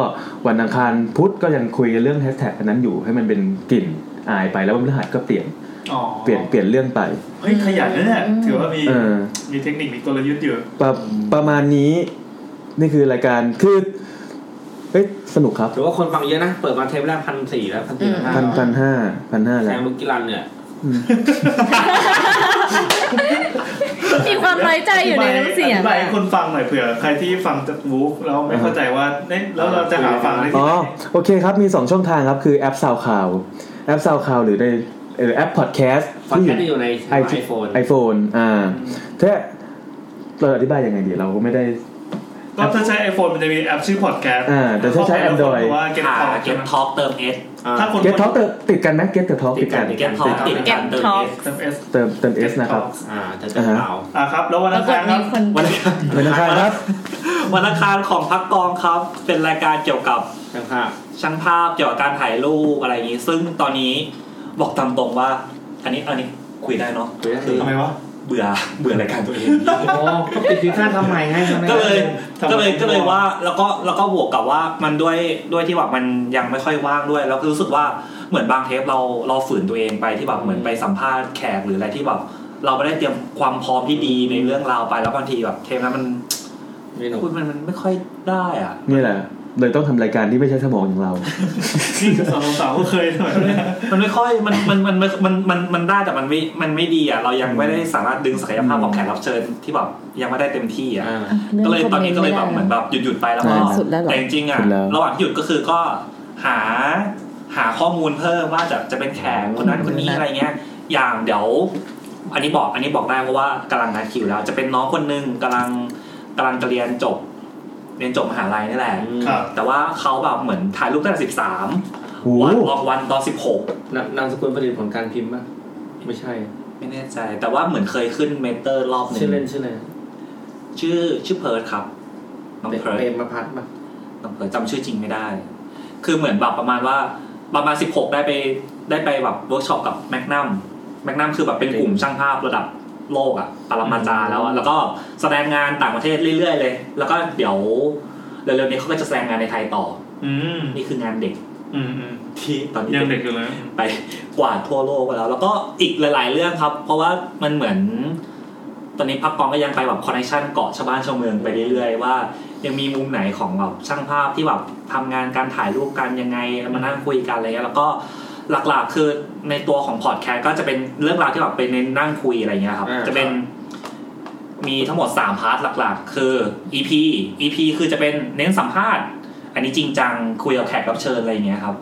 วันอังคารพุธก็ยังคุยกันเรื่องแฮชแท็กอันนั้นอยู่ให้มันเป็นกลิ่นอายไปแล้ววันพฤหัสก็เปลี่ยน อ๋อ เปลี่ยนเปลี่ยนเรื่องไป เฮ้ยขยันนะเนี่ยถือว่ามี เออ มีเทคนิคมีกลยุทธ์อยู่ ประประมาณนี้นี่คือรายการคือ เอ้ยสนุกครับ หรือว่าคนฟังเยอะนะ เปิดมาเทปแรกพันสี่แล้วพันสี่ พันพันห้าพันห้า แซ แล้ว งลูกกิรันเนี่ย มีความน้อยใจอยู่ในน้ำเสียง อธิบายให้คนฟังหน่อยเผื่อ ใครที่ฟังจากวูฟแล้วไม่เข้าใจว่าเอ๊ะแล้วเราจะหาฟังได้ที่ อ๋อ ไหน โอเคครับมีสองช่องทางครับคือแอปซาวข่าวแอปซาวข่าวหรือในเอ่อแอปพอดแคสต์ ฟังแค่ที่อยู่ใน ไอ ไอโฟน ไอโฟนอ่าถ้าเราอธิบายยังไงดีเราก็ไม่ได้ ก็ถ้าใช้ iPhone มันจะมีแอปชื่อ Podcast อ่าแต่ถ้าใช้ Android ว่า Get Talk เก็บท็อกเติมเอส ถ้าคน เก็ตท็อกติดกันไหมเก็ตกับท็อกติดกัน เก็บท็อกติดกันเติมเอส เติม S เติมเติมเอสนะครับ อ่าจะ อ่าฮะ อ่ะครับ แล้ววันอังคารครับ วัน เหมือนกันครับ วันอังคารของพักกองครับ เป็นรายการเกี่ยวกับ ช่างภาพ ช่างภาพเกี่ยวกับการถ่ายรูปอะไรอย่างนี้ ซึ่งตอนนี้บอกตามตรงว่า อันนี้อันนี้คุยได้เนาะ ทำไมวะ เบื่อเบื่อรายการตัวเอง โอ้ก็ปิดซีซั่นทำใหม่ไงทำไม ก็เลยก็เลยก็เลยว่าแล้วก็แล้วก็บวกกับว่ามันด้วยด้วยที่แบบมันยังไม่ค่อยว่างด้วย แล้วก็รู้สึกว่าเหมือนบางเทปเราเราฝืนตัวเองไปที่แบบเหมือนไปสัมภาษณ์แขกหรืออะไรที่แบบเราไม่ได้เตรียมความพร้อมที่ดีในเรื่องราวไปแล้วบางทีแบบเทปนั้นมัน พูดมันมันไม่ค่อยได้อ่ะ นี่แหละ เลยต้องทำรายการที่ไม่ใช่สมองอย่างเรา นี่สาวสาวๆก็เคยหน่อย มันไม่ค่อยมันมันมันมันมันมันได้แต่มันไม่มันไม่ดีอ่ะเรายังไม่ได้สามารถดึงศักยภาพของแขกรับเชิญที่แบบยังไม่ได้เต็มที่อ่ะก็เลยตอนนี้ก็เลยแบบเหมือนแบบหยุดหยุดๆไปแล้วก็ ใช่สุดแล้วเหรอ แต่จริงๆอ่ะ สุดแล้ว ระหว่างที่หยุดก็คือก็หาหาข้อมูลเพิ่มว่าจะจะเป็นแขกคนนั้นคนนี้อะไรเงี้ย อย่างเดี๋ยว อันนี้บอกอันนี้บอกได้เพราะว่ากำลังนัดคิวแล้ว จะเป็นน้องคนหนึงกำลังกำลังจะเรียนจบ เรียนจบมหาลัยนี่แหละแต่ว่าเขาแบบเหมือนถ่ายรูปตั้งแต่สิบสาม วันออกวันตอนสิบหก นามสกุลผลิตผลการพิมพ์ป่ะไม่ใช่ ไม่แน่ใจ แต่ว่าเหมือนเคยขึ้นเมนเตอร์รอบหนึง ชื่อเล่นชื่ออะไร ชื่อชื่อเพิร์ดครับ น้องเพิร์ด เปรมประพัฒน์ป่ะ น้องเพิร์ดจำชื่อจริงไม่ได้ คือเหมือนแบบประมาณว่าประมาณสิบหกได้ไปได้ไปแบบเวิร์กช็อปกับแมกนัมแมกนัมคือแบบเป็นกลุ่มช่างภาพระดับโลกอะปรมาจารย์แล้วอะแล้วก็แสดงงานต่างประเทศเรื่อยๆเลย แล้วก็เดี๋ยวเร็วๆนี้เขาก็จะแสดงงานในไทยต่อ อืม นี่คืองานเด็ก อืมอืม ที่ตอนนี้ ยังเด็กอยู่เลย ไปกวาดทั่วโลกไปแล้ว แล้วก็อีกหลาย ๆ เรื่องครับ เพราะว่ามันเหมือน ตอนนี้พักกองก็ยังไปแบบคอนเนคชันเกาะชาวบ้านชาวเมืองไปเรื่อย ๆ ว่า ยังมีมุมไหนของแบบช่างภาพที่แบบทำงานการถ่ายรูปกันยังไงมานั่งคุยกันอะไรเงี้ยแล้วก็หลัก ๆ คือในตัวของพอดแคสต์ก็จะเป็นเรื่องราวที่แบบเป็นเน้นนั่งคุยอะไรเงี้ยครับ อ่า จะเป็น มีทั้งหมด 3 พาร์ทหลักๆ คือ EP EP คือจะเป็นเน้นสัมภาษณ์ อันนี้จริงจังคุยกับแขกรับเชิญอะไรอย่างเงี้ยครับ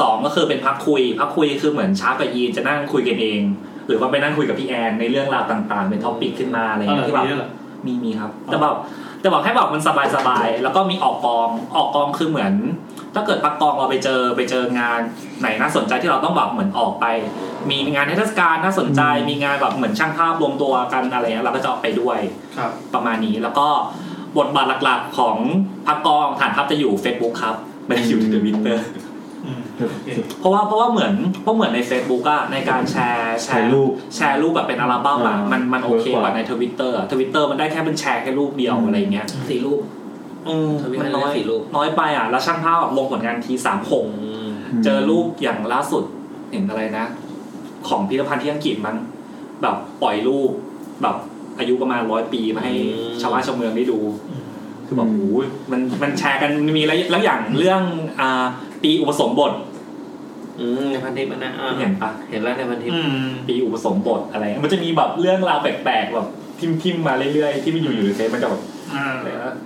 สองก็คือเป็นพักคุย พักคุยคือเหมือนชาร์ปกับยีนจะนั่งคุยกันเอง หรือว่าไปนั่งคุยกับพี่แอนในเรื่องราวต่างๆ เป็นท็อปิกขึ้นมาอะไรอย่างเงี้ยที่แบบมีมีครับ แต่แบบแต่บอกให้แบบมันสบายๆ แล้วก็มีออกกองออกกองคือเหมือน ถ้าเกิดปักกองเราไปเจอไปเจองานไหนน่าสนใจที่เราต้องแบบเหมือนออกไป มีงานเทศกาลน่าสนใจ มีงานแบบเหมือนช่างภาพรวมตัวกันอะไรเงี้ยเราก็จะออกไปด้วย ครับ ประมาณนี้แล้วก็บทบาทหลักๆของพักกองฐานทัพจะอยู่ Facebook ครับไม่ได้อยู่ที่ทวิตเตอร์เพราะว่าเพราะว่าเหมือนเพราะเหมือนใน Facebook อะในการแชร์แช ถ่าย ร์ รูป แชร์รูปแบบเป็นอัลบั้มอะ อ่ามั มันมันโอเค เวิร์กกกว่า ว่า ในทวิตเตอร์ทวิตเตอร์มันได้แค่เป็นแชร์แค่รูปเดียวอะไรเงี้ยสี่รูป อืม ทวิต มัน ได้ น้อย สี่รูป น้อยไปอ่ะ แล้วช่างภาพแบบลงผลงานทีสามคงเจอรูปอย่างล่าสุดเห็นอะไรนะ ของพิพิธภัณฑ์ที่อังกฤษมั้งแบบปล่อยรูปแบบอายุประมาณร้อยปีมาให้ชาวบ้านชาวเมืองได้ดู คือแบบโอ้ยมันมันแชร์กันมีแล้วแล้วอย่างเรื่องอ่าปีอุปสมบท อืมในพันทิปอันนะอ่า เห็นปะ เห็นแล้วในพันทิป ปีอุปสมบทอะไร มันจะมีแบบเรื่องราวแปลกๆแบบทิมทิมๆมาเรื่อยๆที่มันอยู่อยู่ในเทปมันจะแบบ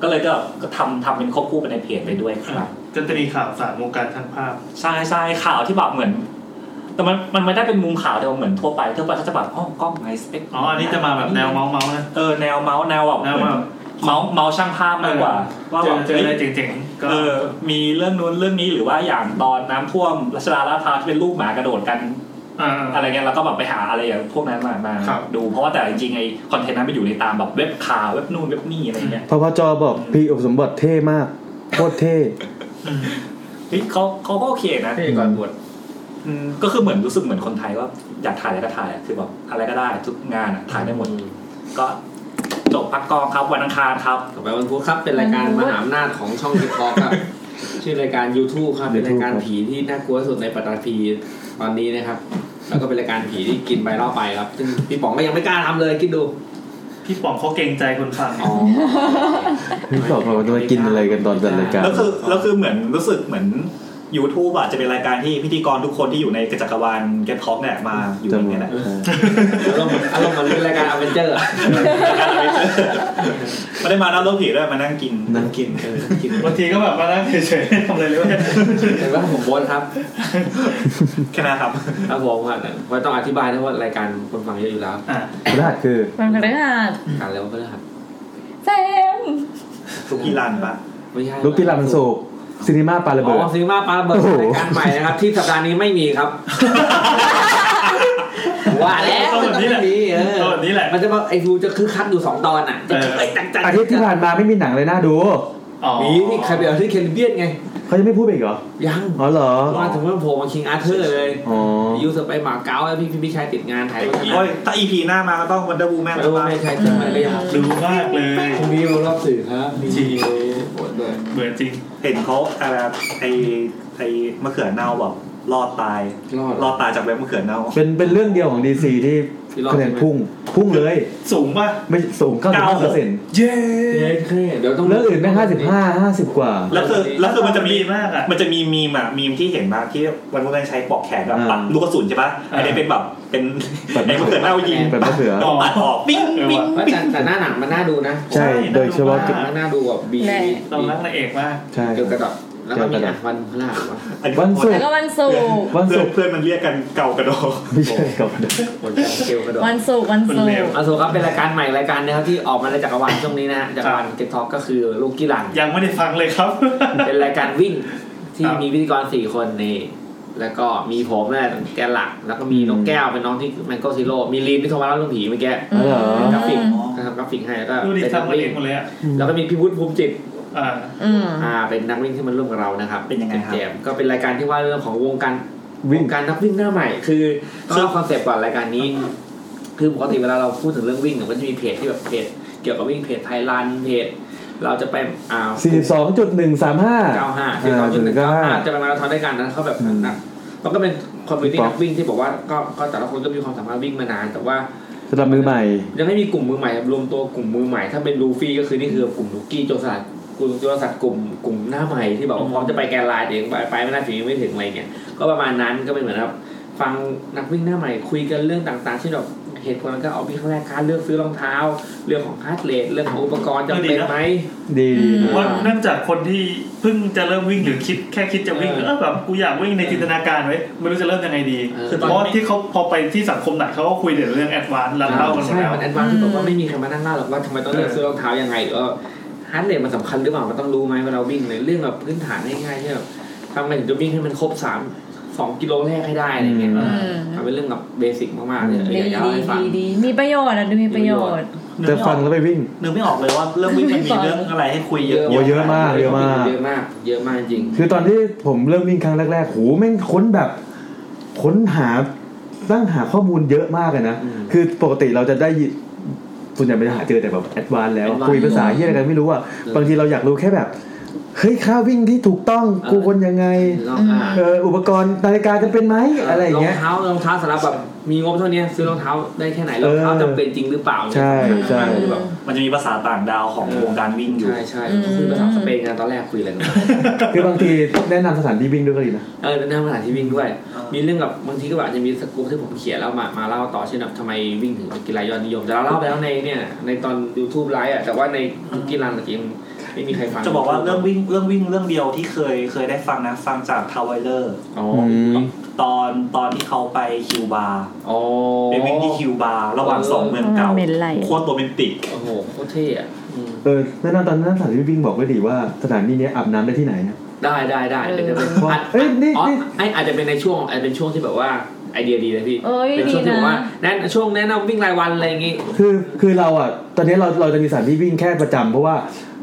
ก็เลยก็ก็ทำทำเป็นควบคู่ไปในเพจไปด้วยครับ ก็จะมีข่าวสารวงการช่างภาพ ใช่ใช่ข่าวที่แบบเหมือน แต่มันมันไม่ได้เป็นมุมข่าวเดียวเหมือนทั่วไปทั่วไปเขาจะแบบอ้อกล้องไงสเปค อ๋ออันนี้จะมาแบบแนวเมาส์เมาส์นะ เออแนวเมาส์แนวแบบ แนวแบบ เมาส์เมาส์ช่างภาพมากกว่าว่า เจ แบ อบ เจออะไร ฮ้ย เจ๋งๆก็ เออ มีเรื่องนู้นเรื่องนี้หรือว่าอย่างตอนน้ำท่วมรัชดาลาดพร้าวที่เป็นรูปหมากระโดดกันอะไรเงี้ยเราก็แบบไปหาอะไรอย่างพวกนั้นมามา ครับ ดูเพราะว่าแต่จริงๆไอ้คอนเทนต์นั้นไปอยู่ในตามแบบเว็บข่าวเว็บนู่นเว็บนี่อะไรเงี้ย พพจบอกพี่อุปสมบทเท่มากโคตรเท่ เฮ้ยเขาเขาก็โอเคนะ ที่ก่อนบวช อืมก็คือเหมือนรู้สึกเหมือนคนไทยว่าอยากถ่ายอะไรก็ถ่ายอะคือแบบอะไรก็ได้ทุกงานอะถ่ายได้หมดก็จบพักกองครับวันอังคารครับ ต่อไปวันพุธครับเป็นรายการมหาอำนาจของช่องทิพอกครับ ชื่อรายการ YouTube ครับ เป็นรายการผีที่น่ากลัวที่สุดในปัตตภีตอนนี้นะครับ แล้วก็เป็นรายการผีที่กินไปล่อไปครับซึ่งพี่ป๋องก็ยังไม่กล้าทำเลยคิดดู พี่ป๋องเขาเกรงใจคนฟัง พี่บอกว่าจะมากินอะไรกันตอนจัดรายการ แล้วคือแล้วคือเหมือนรู้สึกเหมือน YouTube อ่ะจะเป็นรายการที่พิธีกรทุกคนที่อยู่ในจักรวาล Get Talk เนี่ยมาอยู่ตรงเนี้ยแหละอารมณ์เหมือนเป็นรายการอเวนเจอร์ไม่ได้มานั่งรถผีด้วยมานั่งกินนั่งกิน บางทีก็แบบมานั่งเฉยๆทำอะไรเลย เห็นว่าผมโบนครับ แค่นั้นครับ ครับผมว่าว่าต้องอธิบายนะว่ารายการคนฟังเยอะอยู่แล้ว พฤหัสคือ มันเรื่องอะ อ่านแล้วก็เรื่องครับ เซม ทุกกีรันปะ ไม่ใช่ ลูกที่ลำสูบซีนีมาปาระ อ๋ เบิด อซิงมาปาระเบิดรายการใหม่นะครับ ที่สัปดาห์นี้ไม่มี ครับ ว่าแล้ว ต้องแบบนี้แหละ มัมีเออ ต้องแบบนี้แหละ มันจะมาไอ้ฟูจะคือคัดอยู่สองตอนอ่ะจะไอ้ตักจัน อาทิตย์ที่ผ่านมาไม่มีหนังเลยน่าดู มีนี่ใครไปเอาที่แคริบเบียนไง เขายังไม่พูดไปอีกเหรอ ยัง อ๋อเหรอ ว่าถึงเมื่อโผล่มาคิงอาร์เธอร์เลย อ๋อ ยูสไปหมาเก๊าแล้วพี่พี่พี่ชายติดงานถ่าย โอ้ยถ้า EP หน้ามาก็ต้อง Wonder Woman แล้วไม่ใช่ติดมาเลยครับ ดูมากเลย พรุ่งนี้เรารอบสื่อครับมี จริง ปวดเลย เบื่อจริง เห็นเขาอะไรนะไอไอมะเขือเน่าแบบรอดตาย รอด รอดตายจากเว็บมะเขือเน่า เป็นเป็นเรื่องเดียวของดีซีที่คะแนนพุ่ง พุ่งเลย สูงป่ะ ไม่สูง95เปอร์เซ็นต์ เย้ เดี๋ยวต้อง เรื่องอื่นไม่ห้าสิบห้าห้าสิบกว่า แล้วคือแล้วคือมันจะมี มากอ่ะ มันจะมีมีมอ่ะมีมที่เห็นมาที่วันพุธใช้ปอกแขนแบบปักลูกกระสุนใช่ปะอันนี้เป็นแบบเป็นไอ้มะเขือเน่ายิง ปัดมะเขือ ปัดปัดออกปิ้งปิ้ง ว่า ปิ้ง แต่แต่หน้าหนังมันน่าดูนะ ใช่โดยเฉพาะ มันน่าดูแบบบี แน่ เรารักนางเอกมาก ใช่ เกี่ยวกับแบบแล้วก็มี เกี่ยวกับ อ่ะวันพฤหัสวะ วันศุก แล้วก็ร์วันศุกร์ วันศุกร์ เพื่อนมันเรียกกันเก่ากระโดด ไม่ใช่กับ วันจันทร์เกี่ยวกระโดด วันศุกร์วันศุกร์ อาโซครับเป็นรายการใหม่รายการนะครับที่ออกมาในจักรวาลช่วงนี้นะฮะจักรวาลเก็ตท็อกก็คือลูกกีฬา ยังไม่ได้ฟังเลยครับ เป็นรายการวิ่งที่ ครับ มีพิธีกรสี่คนนี่แล้วก็มีผมนี่นแหละแกนหลัก แล้วก็มีน้องแก้วเป็นน้องที่แมงโกซิโร่มีลีนที่โทรมาเล่าเรื่องผีเมื่อกี้ อ๋อเหรอ เป็นกราฟิกนะครับกราฟิกให้แล้วก็ ดูดิ เป็นนั ทำ ก มาเอ วิ่ ง ง หมดเลยอ่ะ แล้วก็มีพี่วุฒิภูมิจิต อ่า อืม อ่าเป็นนักวิ่งที่มันร่วมกับเรานะครับ เป็นยังไงครับ เจมส์ก็เป็นรายการที่ว่าเรื่องของวงการ วิ่ ว ง งการนักวิ่งหน้าใหม่ คือต้องเล่าคอนเซปต์ก่อนรายการนี้ คือปกติเวลาเราพูดถึงเรื่องวิ่งเนี่ยมันจะมีเพจที่แบบเพจเกี่ยวกับวิ่งเพจไทยรันเพจเราจะไปอ่า สี่สองจุดหนึ่งสามห้า เก้าห้าที่ตอนจุดหนึ่ง เก้า เก้า ห้า ห้าจะเป็นมาราธอนด้วยกันนะเขาแบบนั้นนะมันก็เป็นคอมมูนิตี้ ครับ นักวิ่งที่บอกว่าก็ก็แต่ละคนก็มีความสามารถวิ่งมานาน แต่ว่า สำหรับมือใหม่ ยังไม่มีกลุ่มมือใหม่รวมตัวกลุ่มมือใหม่ ถ้าเป็นลูฟี่ก็คือนี่คือกลุ่มลูกี้โจรสัตว์กลุ่มโจรสัตว์กลุ่มกลุ่มหน้าใหม่ที่บอกว่าพร้อมจะไปแกนไลน์เองไปไปไม่น่าฝีมือไม่ถึงอะไรเงี้ยก็ประมาณนั้นก็เป็นเหมือนครับ ฟังนักวิ่งหน้าใหม่คุยกันเรื่องต่างๆเช่นแบบเหตุผลการออกวิ่งครั้งแรกการเลือกซื้อรองเท้า เรื่องของฮาร์ดเรทเรื่องของอุปกรณ์จำเป็นไหม ดีดี เพราะ นะ เนื่องจากคนที่เพิ่งจะเริ่มวิ่งหรือคิดแค่คิดจะวิ่ง เออ เออแบบกูอยากวิ่งในจินตนาการไว้ไม่รู้จะเริ่มยังไงดี คือตอน เพราะ นี้ ที่เขาพอไปที่สังคมไหนเขาก็คุยแต่เรื่องแอดวานซ์แล้วเล่ากันหมด ใช่ แล้ว มันแอดวานซ์ที่บอกว่าไม่มีใครมานั่งเล่าหรอกว่าทำไมต้องเลือกซื้อรองเท้ายังไงหรือว่าฮาร์ดเรทมันสำคัญหรือเปล่า มันต้องรู้ไหมเวลาเราวิ่งเลยเรื่องแบบพื้นฐานง่ายๆที่แบบทำไงถึงจะวิ่งให้มันครบสามสองกิโลแรกให้ได้อะไรเงี้ยมันเป็นเรื่องแบบเบสิกมากๆเลย ดี อยากจะ ดี เล่าให้ฟัง ดีดีมีประโยชน์อะดูมีประโยชน์ แต่ฟังแล้วไปวิ่ง นึกไม่ออกเลยว่าเรื่องวิ่งมันมีเรื่องอะไรให้คุยเยอะ โอ้เยอะมากเยอะมาก เยอะมาก เยอะมากจริง คือตอนที่ผมเริ่มวิ่งครั้งแรกๆโหแม่งค้นแบบ ค้นหาตั้งหาข้อมูลเยอะมากเลยนะ คือปกติเราจะได้ยินส่วนใหญ่ไม่ได้หาเจอแต่แบบแอดวานแล้ว advance คุยภาษาเฮียอะไรกันไม่รู้อ่ะ บางทีเราอยากรู้แค่แบบ เฮ้ยค่าวิ่งที่ถูกต้องกูควรยังไง ลองอ่าน เอออุปกรณ์นาฬิกาจะเป็นไหมอะไรอย่างเงี้ย รองเท้ารองเท้าสำหรับแบบมีงบเท่านี้ซื้อรองเท้าได้แค่ไหนรองเท้าจำเป็นจริงหรือเปล่า ใช่ใช่ คือแบบ มันจะมีภาษาต่างดาวของวงการวิ่งอยู่ ใช่ใช่คุยภาษาสเปนกันตอนแรกคุยอะไรกัน คือบางทีแนะนำสถานที่วิ่งด้วยก็ดีนะ เออเดินทางมาหาที่วิ่งด้วย มีเรื่องกับบางทีก็แบบอาจจะมีสกู๊ปที่ผมเขียนแล้วมามาเล่าต่อเช่นแบบทำไมวิ่งถึงเป็นกีฬายอดนิยม แต่เราเล่าไปแล้วในเนี่ยในตอน YouTube ไลฟ์อ่ะแต่ว่าในกีฬาจริงไม่มีใครฟัง จะบอกว่าเรื่องวิ่งเรื่องวิ่งเรื่องเดียวที่เคยเคยได้ฟังนะ ฟังจากทาวเวอร์ อ๋อ ตอนตอนที่เขาไปคิวบาร์ อ๋อ ไปวิ่งที่คิวบาร์ระหว่างสองเมืองเก่า เป็นไร โคตรโรแมนติก โอ้โหโคตรเท่อะอืม เออแนะนำตอนนั้นสถานที่วิ่งบอกไว้ดีว่าสถานที่เนี้ยอาบน้ำได้ที่ไหนนะ ได้ได้ได้เดี๋ยวจะเป็นอ่ะ เอ้ยนี่ อ๋อ นี่ ไออาจจะเป็นในช่วงอาจจะเป็นช่วงที่แบบว่าไอเดียดีเลยพี่ เอ้ย เป็นช่วงที่ ดีนะ บอกว่าแนะช่วงแนะนำวิ่งรายวันอะไรอย่างงี้ คือคือเราอ่ะตอนนี้เราเราจะมีสถานที่วิ่งแค่ประจำเพราะว่า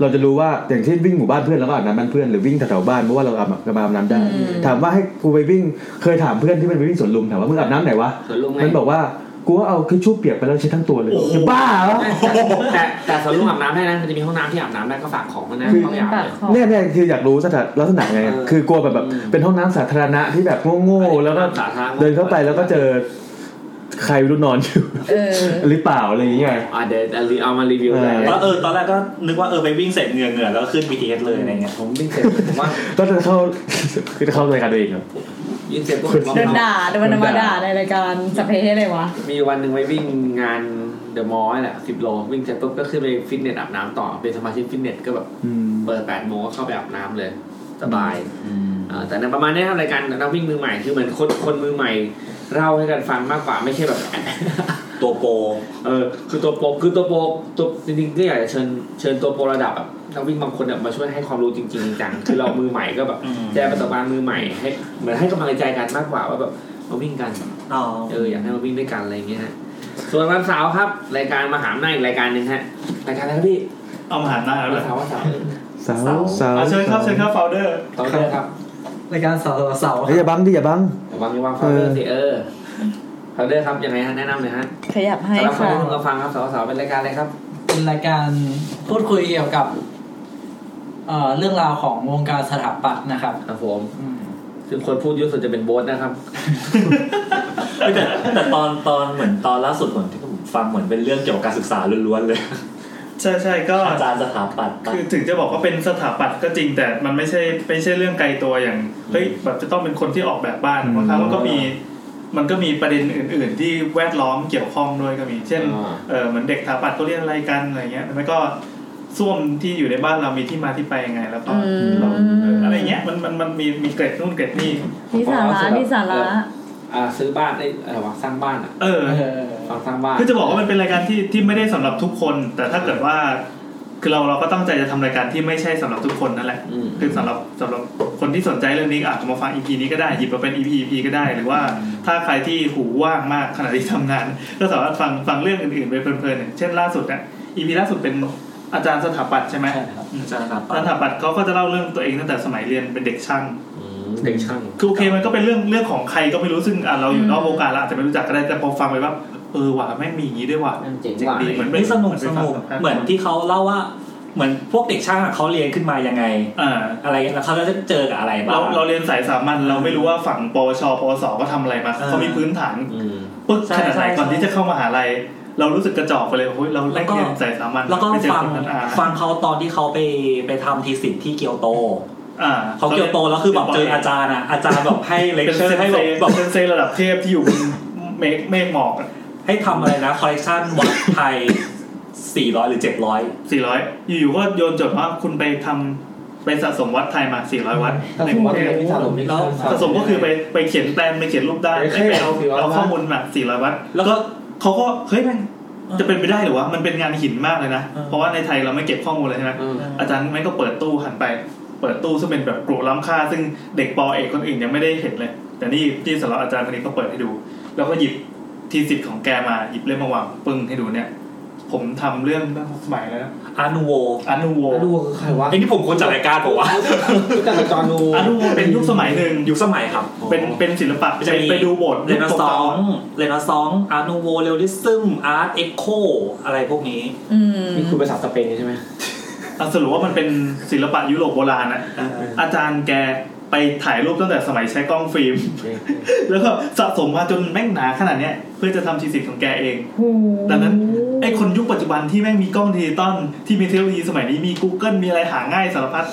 เราจะรู้ว่าอย่างเช่นวิ่งหมู่บ้านเพื่อนแล้วก็อาบน้ำบ้านเพื่อนหรือวิ่งแถวๆบ้านเพราะว่าเราอาบเราอาบน้ำได้ ถามว่าให้กูไปวิ่งเคยถามเพื่อนที่มันไปวิ่งสวนลุมถามว่ามึงอาบน้ำไหนวะ สวนลุมไง มันบอกว่ากูก็เอาคือชูบเปียกไปแล้วเช็ดทั้งตัวเลยจะบ้าเหรอ แต่แต่สวนลุมอาบน้ำได้นะมันจะมีห้องน้ำที่อาบน้ำได้ก็ฝากของมันนะ คือ ต้องไปอาบเลย เนี่ยเนี่ยคืออยากรู้สถานลักษณะไงอะคือกลัวแบบแบบเป็นห้องน้ำสาธารณะที่แบบโง่ๆแล้วก็ สาธารณะ เดินเข้าไปแล้วก็เจอ ใครไม่รู้นอนอยู่ เออ หรือเปล่าอะไรอย่างเงี้ย อ่ะเดี๋ยวเอามารีวิว เออ ได้ ว่าเออตอนแรกก็นึกว่าเออไปวิ่งเสร็จเหงื่อเหงื่อแล้วก็ขึ้น BTS เลยอะไรเงี้ย ผมวิ่งเสร็จผมว่า ก็จะเข้าคือจะเข้ารายการตัวเองครับ วิ่งเสร็จก็ โดนด่าโดนมาด่าในรายการสพเพเลยวะ มีวันหนึ่งไปวิ่งงานเดอะมอลล์แหละสิบโลวิ่งเสร็จปุ๊บก็ขึ้นไปฟิตเนสอาบน้ำต่อเป็นสมาชิกฟิตเนสก็แบบเปิดแปดโมงก็เข้าไปอาบน้ำเลย สบายเอ่อแต่ในประมาณเนี้ยครับรายการนักวิ่งมือใหม่คือเหมือนคนคนมือใหม่เล่าให้กันฟังมากกว่าไม่ใช่แบบ ตัวโปร เออคือตัวโปรคือตัวโปรตัวจริงๆก็อยากจะเชิญเชิญตัวโปรระดับแบบนักวิ่งบางคนแบบมาช่วยให้ความรู้จริงๆจริง จังคือเรามือใหม่ก็แบบแชร์ประสบการณ์มือใหม่ให้เหมือนให้กำลังใจกันมากกว่าว่าแบบมาวิ่งกันเอออยากให้มาวิ่งด้วยกันอะไรอย่างเงี้ยฮะส่วนวันเสาร์ครับรายการมหาอำนาจอีกรายการหนึ่งฮะรายการอะไรครับพี่ เอามหาอำนาจแล้ว วันเสาร์วันเสาร์ สาวสาว อ่ะเชิญครับเชิญครับโฟลเดอร์ Founder ครับ รายการเสาร์ต่อเสาร์ เฮ้ยอย่าบังดิอย่าบัง ระวังระวังฟาวเดอร์สิเออฟาวเดอร์ครับยังไงฮะแนะนำหน่อยฮะ ขยับให้ สำหรับคน ค่ะ ที่เพิ่งมาฟังครับเสาวสาวเป็นรายการอะไรครับ เป็นรายการพูดคุยเกี่ยวกับเอ่อเรื่องราวของวงการสถาปัตย์นะครับ ครับผมซึ่งคนพูดเยอะสุดจะเป็นโบสนะครับ แต่แต่ตอนตอนเหมือนตอนล่าสุดเหมือนที่ผมฟังเหมือนเป็นเรื่องเกี่ยวกับการศึกษาล้วนๆเลย ใช่ใช่ก็ อาจารย์สถาปัตย์ปะ คือถึงจะบอกว่าเป็นสถาปัตย์ก็จริงแต่มันไม่ใช่ไม่ใช่เรื่องไกลตัวอย่างเฮ้ยแบบจะต้องเป็นคนที่ออกแบบบ้านบางครั้งมันก็มี มันก็มีประเด็นอื่น ๆ ที่แวดล้อมเกี่ยวข้องด้วยก็มี เช่นเออเหมือนเด็กสถาปัตย์เขาเรียนอะไรกันอะไรเงี้ยแล้วก็ส้วมที่อยู่ในบ้านเรามีที่มาที่ไปยังไง แล้วก็เราเอออะไรเงี้ยมันมันมันมีมีเกร็ดนู่นเกร็ดนี่ มีสาระมีสาระ อ่าซื้อบ้านได้อะไรวะสร้างบ้านอ่ะ เออ เอาสร้างบ้าน คือจะบอกว่ามันเป็นรายการที่ที่ไม่ได้สำหรับทุกคน แต่ถ้าเกิดว่า คือเราเราก็ตั้งใจจะทำรายการที่ไม่ใช่สำหรับทุกคนนั่นแหละ คือสำหรับสำหรับคนที่สนใจเรื่องนี้อาจจะมาฟัง EP นี้ก็ได้หยิบมาเป็น EP EP ก็ได้ หรือว่าถ้าใครที่หูว่างมากขณะที่ทำงาน ก็สามารถฟังฟังเรื่องอื่นๆไปเพลินๆอย่างเช่นล่าสุดเนี่ย EP ล่าสุดเป็นอาจารย์สถาปัตย์ใช่ไหม อาจารย์สถาปั ตย์สถาปัตย์เขาก็จะเล่าเรื่องตัวเองตั้งแต่สมัยเรียนเป็นเด็กช่าง เด็กช่าง คือโอเคมันก็เป็นเรื่องเรื่องของใครก็ไม่รู้ซึ่งอ่ะเราอยู่นอกวงการเราอาจจะไม่รู้จักก็ได้แต่พอฟังไปว่าเออว่ะแม่งมีอย่างนี้ด้วยว่ะ เจ๋ง ดี ว่า เหมือนเป็ นี่สนุกสนุกเหมือนที่เขาเล่าว่า เหมือนพวกเด็กช่างอะเขาเรียนขึ้นมายังไงอะไรอย่างเงี้ยแล้วเขาจะเจอกับอะไรบ้า เรา ง เราเรียนสายสามัญเราไม่รู้ว่าฝั่งปวชปวสก็ทำอะไรมา เออ เขามีพื้นฐานปึ๊ก ใช่ ขนาดไหน ใช่ ก่อน ใช่ ที่จะเข้ามหาลัยเรารู้สึกกระจอกไปเลยโอ้ยเราแรกเรียนสายสามัญ แล้วก็ ไปเจอ ฟัง คนนั้นอ่ะ ฟังเขาตอนที่เขาไปไปทำทีสิทธิ์ที่เกียวโต อ่า เขาเกียวโตแล้วคือแบบเจออาจารย์อะอาจารย์แบบให้เลคเชอ ร์ให้แบบแบบ เป็นเซนระดับเทพที่อยู่บนเมฆเมฆหมอกอะ ให้ทำอะไรนะคอลเลกชันวัดไทย 400 หรือ 700 400 อยู่ๆก็โยนจดว่าคุณไปทำไปสะสมวัดไทยมา 400 วัดในกรุงเทพ สะสมวัดไทย แล้วสะสมก็คือไปไปเขียนแปลนไปเขียนรูปได้ ไป ไป เขียน เอา 400 เอาข้อมูลมา 400 วัด แล้วก็เขาก็เฮ้ยมันจะเป็นไปได้เหรือวะมันเป็นงานหินมากเลยนะ เพราะว่าในไทยเราไม่เก็บข้อมูลเลยใช่ไหมอาจารย์แม่งก็เปิดตู้หันไป เปิดตู้ซึ่งเป็นแบบกลุ่ล้ำค่า ซึ่งเด็กปอเอกคนอื่นยังไม่ได้เห็นเลย แต่นี่ที่สำหรับอาจารย์คนนี้ก็เปิดให้ดู แล้วก็หยิบทีสิทธิ์ของแกมาหยิบเล่มมาวางปึ้งให้ดูเนี่ย ผมทำเรื่องเรื่องสมัยแล้วนะ อานูโว อานูโวอา นูโวคือใครวะ ไอ้นี่ผมคนจัดรายการผมวะ รู้จักกับจอนู อานูโวเป็นยุคสมัยหนึ่ง ยุคสมัยครับ เป็นเป็นศิลปะไป จะมี ไปดูโบสถ์ เรนซองเรนซองอานูโวเรลิซึมอาร์ตเอ็กโคอะไรพวกนี้ อืม นี่คือภาษาสเปนใช่ไหม เอาสรุปว่ามันเป็นศิลปะยุโรปโบราณนะอาจารย์แกไปถ่ายรูปตั้งแต่สมัยใช้กล้องฟิล์ม แล้วก็สะสมมาจนแม่งหนาขนาดเนี้ยเพื่อจะทำทีสิทธิ์ของแกเอง ดังนั้นไอคนยุคปัจจุบันที่แม่งมีกล้องดิจิตอลที่มีเทคโนโลยีสมัยนี้มี Google มีอะไรหาง่ายสารพัด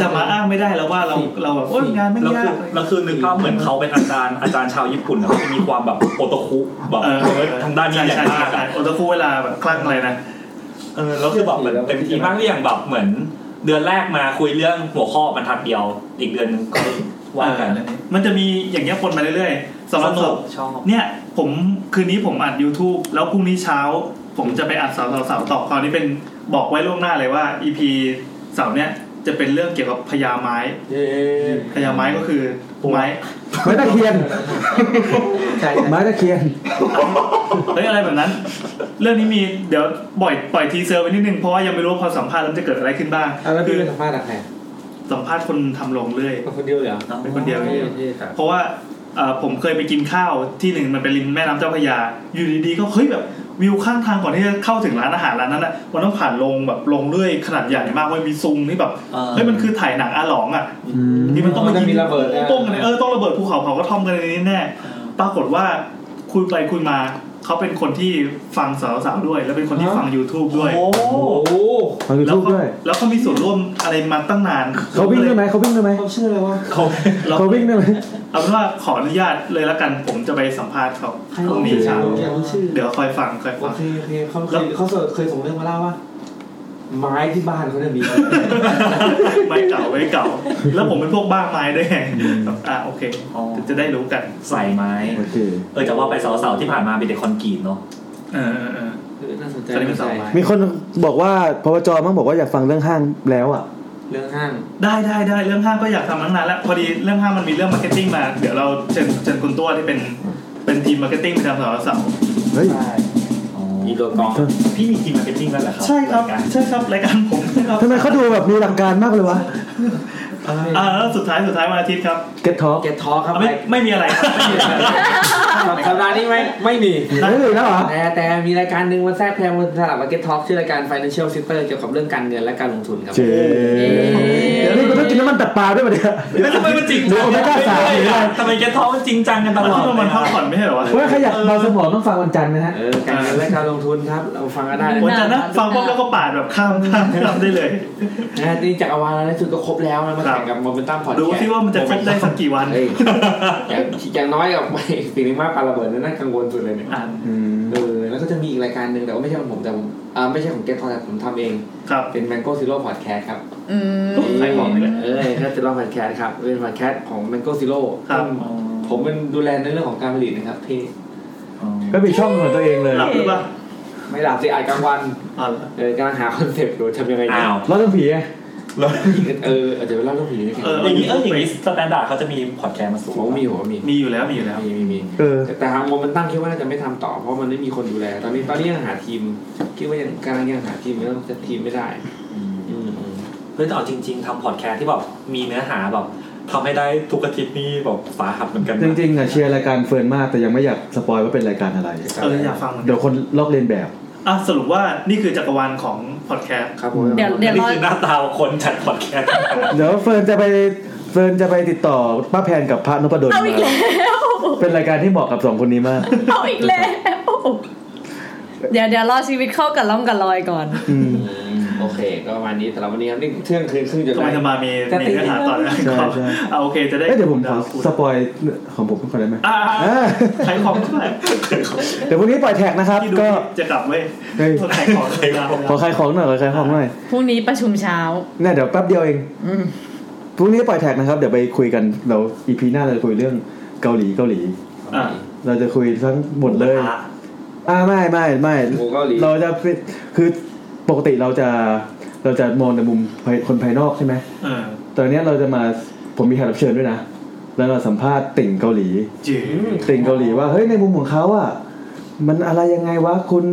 จะมาอ้างไม่ได้แล้วว่าเราเราแบบโอ๊ยงานไม่ง แล้ว ยา คื ก อแล้วคือนึกภาพเหมือนเขาเป็นอาจารย์อาจารย์ชาวญี่ปุ่นนะเขาจะมีความแบบโอโตคุแบบ เออ ทางด้านนี้ใหญ่มากอะ โอตาคุเวลาแบบคลั่งอะไรนะ เออแล้วคือแบบเหมือนเต็มที่มากเลยอย่างแบบเหมือน เดือนแรกมาคุยเรื่องหัวข้อบรรทัดเดียว อีกเดือนหนึงก็ว่ากัน มันจะมีอย่างเงี้ยคนมาเรื่อยๆสำหรับ สนุก ผม ชอบ เนี่ยผมคืนนี้ผมอัด YouTube แล้วพรุ่งนี้เช้า ผมจะไปอัดเสาวสาวต่อคราวนี้เป็นบอกไว้ล่วงหน้าเลยว่า EP เสาร์เนี่ยจะเป็นเรื่องเกี่ยวกับพญาไม้พญาไม้ก็คือไม้ ไม้ตะเคียน ไม้ตะเคียน เฮ้ยอะไรแบบนั้น เรื่องนี้มีเดี๋ยวบ่อยปล่อยทีเซอร์ไว้นิดนึงเพราะว่ายังไม่รู้ว่าพอสัมภาษณ์แล้วมันจะเกิดอะไรขึ้นบ้าง แล้ว คื พี่ อ เป็นสัมภาษณ์กับใคร สัมภาษณ์คนทำลงเรื่อย คนเดียวเหรอ เป็นคนเดียวเลยเพราะว่าเอ่อผมเคยไปกินข้าวที่หนึ่งมันเป็นริมแม่น้ำเจ้าพระยา อยู่ดีๆก็เฮ้ยแบบวิวข้างทางก่อนที่จะเข้าถึงร้านอาหารร้านนั้นอ่ะมันต้องผ่านลงแบบลงเรื่อยขนาดใหญ่มากเว้ยมีซุงที่แบบเฮ้ยมันคือถ่ายหนังอาหลองอ่ะที่มันต้อง มัน มา จะ ยิง มีระเบิดนะ ป้งกันเลยเออต้องระเบิดภูเขาเผากระท่อมกันในนี้แน่ปรากฏว่า คุยไปคุยมา เขาเป็นคนที่ฟังสาวสาวๆด้วย แล้วเป็นคนที่ฟัง YouTube ด้วย โอ้ ฟัง YouTube ด้วย แล้วเขามีส่วนร่วมอะไรมาตั้งนาน เขาวิ่งได้ไหมเขาวิ่งได้ไหม เขาชื่ออะไรวะเขา เขาวิ่งได้ไหม เอาเป็นว่าขออนุญาตเลยละกันผมจะไปสัมภาษณ์เขาพรุ่งนี้เช้า โอเค เดี๋ยวคอยฟังคอยฟัง โอเคเขาเคยเขาเคยส่งเรื่องมาเล่าว่า ไม้ที่บ้านเขาเนี่ยมี ไม้เก่าไม้เก่า แล้วผมเป็นพวกบ้าไม้ด้วยไงครับอ่าโอเค จะได้รู้กัน ใส่ไม้ เออจะว่าไปเสาร์ๆที่ผ่านมาเป็นเด็กคอนกรีตเนาะ เออเออ น่าสนใจ ตอนนี้เป็นเสาไม้ มีคนบอกว่าพวจมั้งบอกว่าอยากฟังเรื่องห้างแล้วอ่ะ เรื่องห้าง ได้ได้ได้เรื่องห้างก็อยากทำตั้งนานแล้ว พอดีเรื่องห้างมันมีเรื่องมาร์เก็ตติ้งมา เดี๋ยวเราเชิญเชิญคุณตัวที่เป็นเป็นทีมมาร์เก็ตติ้งประจำสาวสาว เฮ้ย มีตัวกอง พี่มีทีมมาร์เก็ตติ้งแล้วเหรอครับ ใช่ครับใช่ครับรายการผมนะครับ ทำไมเขาดูแบบมีหลักการมากเลยวะ อ่าแล้วสุดท้ายสุดท้ายวันอาทิตย์ครับ Get Talk Get Talk ครับ ไม่ไม่มีอะไรครับไม่มีอะไร สัปดาห์นี้ไม่ไม่มี ไม่มีแล้วเหรอ แต่แต่มีรายการหนึ่งวันแทรกแพงวันสลับมาเก็ตท็อปชื่อรายการ Financial Sister เกี่ยวกับเรื่องการเงินและการลงทุนครับ เจ๊เดี๋ยวนี่กูต้องกินน้ำมันตับปลาด้วยมาเนี่ย แล้วทำไมมันจริง หรือโอเมก้าสามหรืออะไร ทำไมแกท้องมันจริงจังกันตลอด มันพักผ่อนไม่ใช่หรอวะ ว่าใครอยากเบาสมองต้องฟังวันจันทร์นะฮะ เออการเงินและการลงทุนครับ เราฟังกันได้ วันจันทร์นะฟังปุ๊บแล้วก็ปาดแบบข้ามข้ามข้ามได้เลย นะนี่จักรวาลแล้วสุดก็ครบแล้วนะมาแข่งกับโมเมนตัมพอดแคสต์ ดูที่ว่ามันจะครบได้สักกี่วัน เอ้ยอย่างอย่างน้อยกับ ไอ้ปีนี้มากปาระเบิดนั่นน่ากังวลสุดเลยเนี่ยเออแล้วก็จะมีอีกรายการหนึ่งแต่ว่าไม่ใช่ของผมแต่ผมอ่าไม่ใช่ของเกททอแต่ผมทำเองเป็น Mango Zero Podcast ครับ อืม ใส่ของนี่แหละเออก็จะลองพอดแคสต์ครับ เป็นพอดแคสต์ของ Mango Zero ครับ ผมเป็นดูแลในเรื่องของการผลิตนะครับพี่ ก็มีช่องของตัวเองเลย หลับหรือเปล่า ไม่หลับสิอ่านกลางวันเออกำลังหาคอนเซปต์ดูทำยังไงดี เล่าเรื่องผีไง เอออาจจะไปเล่าเรื่องผีด้วยกัน เอออย่างนี้เอออย่างนี้สแตนดาร์ดเขาจะมีพอดแคสต์มาสูง ผมมีผมมี มีอยู่แล้วมีอยู่แล้ว มีมีมี เออ แต่ทางโมมันตั้งคิดว่าน่าจะไม่ทำต่อเพราะมันไม่มีคนดูแล ตอนนี้ตอนนี้ยังหาทีม คิดว่ายังกำลังยังหาทีมแล้วจะทีมไม่ได้อืม เพื่อจะเอาจริง ๆทำพอดแคสต์ที่แบบมีเนื้อหาแบบทำให้ได้ทุกอาทิตย์นี่แบบสาหัสเหมือนกันนะ จริงๆอะเชียร์รายการเฟิร์นมากแต่ยังไม่อยากสปอยว่าเป็นรายการอะไร เอออยากฟังเหมือนกัน เดี๋ยวคนลอกเลียนแบบ อ่ะสรุปว่านี่คือจักรวาลของพอดแคสต์ ครับ เดี๋ยวเดี๋ยว นี่ รอ คือหน้าตาของคนจัดพอดแคสต์ เดี๋ยวเฟิร์นจะไปเฟิร์นจะไปติดต่อป้าแพนกับพระนพดล เอาอีก มา แล้ว เป็นรายการที่เหมาะกับสองคนนี้มาก เอาอีกแล้วเดี๋ยวเดี๋ยวรอชีวิตเข้ากับล่องกับลอยก่อน อืม โอเค ก็ประมาณนี้สำหรับวันนี้ครับนี่เที่ยงคืนครึ่งจะ กำลังจะมามีมีเนื้อหาต่อนะ ใช่ใช่ เอาโอเคจะได้ เอ้ยเดี๋ยวผมขอสปอยของผมก่อนได้ไหม อ่า อ่า ใช้ของใช่ไหม เดี๋ยววันนี้ปล่อยแท็กนะครับ ที่ดู ก็ จะกลับเว้ย เฮ้ย ใช้ของใช้ของ ขอขายของหน่อยขอขายของหน่อย พรุ่งนี้ประชุมเช้า เนี่ยเดี๋ยวแป๊บเดียวเอง อืม พรุ่งนี้ปล่อยแท็กนะครับ เดี๋ยวไปคุยกันเราอีพีหน้าเราจะคุยเรื่องเกาหลีเกาหลี อ่ะ เราจะคุยทั้งหมดเลย อ่าไม่ไม่ไม่ โอ้เกาหลี เราจะคือปกติเราจะเราจะมองในมุมภายคนภายนอกใช่ไหม เออ ตอนเนี้ยเราจะมาผมมีแขกรับเชิญด้วยนะแล้วเราสัมภาษณ์ติ่งเกาหลี จี ติ่งเกาหลีว่าเฮ้ยในมุมของเขาอ่ะมันอะไรยังไงวะคุณ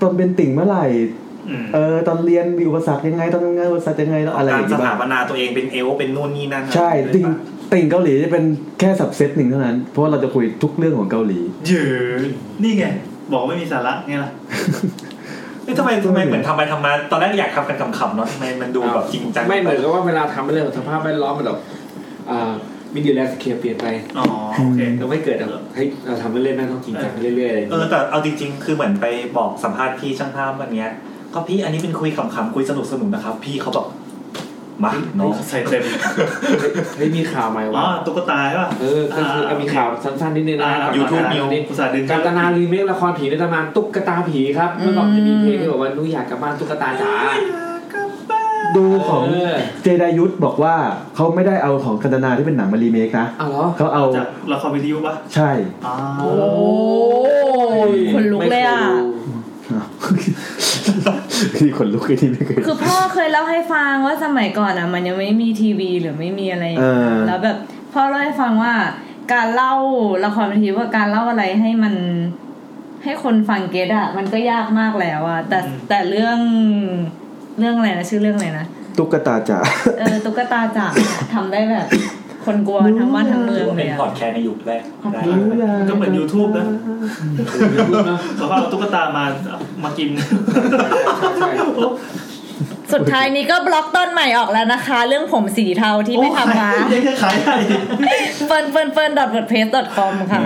ตอนเป็นติ่งเมื่อไหร่ อืม เออตอนเรียนมีอุปสรรคยังไงตอนทำงานอุปสรรคยังไงแล้วอะไรอก ารย่าง ส งี้ ถา บ้าง ปนาตัวเองเป็นเอลเป็นนู่นนี่นั่น ใช่ติ่งติ่งเกาหลีจะเป็นแค่สับเซตหนึ่งเท่านั้น เพราะว่าเราจะคุยทุกเรื่องของเกาหลี เยอะนี่ไง บอกไม่มีสาระไงล่ะ เอ้ยทำไมทำไมเหมือนทำไปทำมาตอนแรกอยากทำกันขำๆเนาะทำไมมันดูแบบจริงจัง ไม่เหมือนกับว่าเวลาทำไปเรื่องของสภาพแวดล้อมมันแบบอ่ามิดิแลสเคปเปลี่ยนไป อ๋อโอเค เราไม่เกิดแบบเฮ้ยเราทำเล่นๆนะต้องจริงจังเรื่อยๆอะไรอย่าง เออ เงี้ย แต่เอาจริง ๆ คือเหมือนไปบอกสัมภาษณ์พี่ช่างภาพวันเนี้ยก็พี่อันนี้เป็นคุยขำๆคุยสนุกสนุกๆนะครับ พี่เขาบอกมาเนาะ ใส่เต็ม เฮ้ยมีข่าวใหม่ อ๋อ ว่า ตุ๊กตาใช่ป่ะ เออก็คือก็มีข่าวสั้นๆนิดนึงนะ อ่า กับ YouTube การ์ News ตูน อุตส่าห์ดึง การตนารีเมคละครผีในตำนานตุ๊กตาผีครับเมื่อก่อนจะมีเพลงที่บอกว่านุ้ยอยากกลับบ้านตุ๊กตาจ๋า ดูของ เออ เจไดยุทธบอกว่าเขาไม่ได้เอาของกันตนาที่เป็นหนังมารีเมคนะ อ้าวเหรอ เขาเอา จากละครวิทยุป่ะ ใช่ อ๋อ โอ้คนลุกเลยอ่ะ ที่ คนลุกไอ้ที่ไม่เคย คือพ่อเคยเล่าให้ฟังว่าสมัยก่อนอ่ะ มันยังไม่มีทีวีหรือไม่มีอะไรอย่างเงี้ย เออ แล้วแบบพ่อเล่าให้ฟังว่า การเล่าละครเวทีว่าการเล่าอะไรให้มัน ให้คนฟังเก็ตอ่ะ มันก็ยากมากแล้วอ่ะแต่แต่เรื่องเรื่องอะไรนะชื่อเรื่องอะไรนะ ตุ๊กตาจ๋า เอ อตุ๊กตาจ๋าเนี่ยทำได้แบบ คนกลัวทั้งบ้านทั้งเมือง ถือว่า เล เป็น ยอะ พอดแคสต์ในยุคแรกได้ ก็เหมือน YouTube นะเขาก็เอาตุ๊กตามามากิน สุดท้ายนี้ก็บล็อกต้นใหม่ออกแล้วนะคะ เรื่องผมสีเทาที่ไม่ทำมา โอ้ยยังจะขายได้ เฟิร์นเฟิร์นเฟิร์นดอทเวิร์ดเพจดอทคอมค่ะ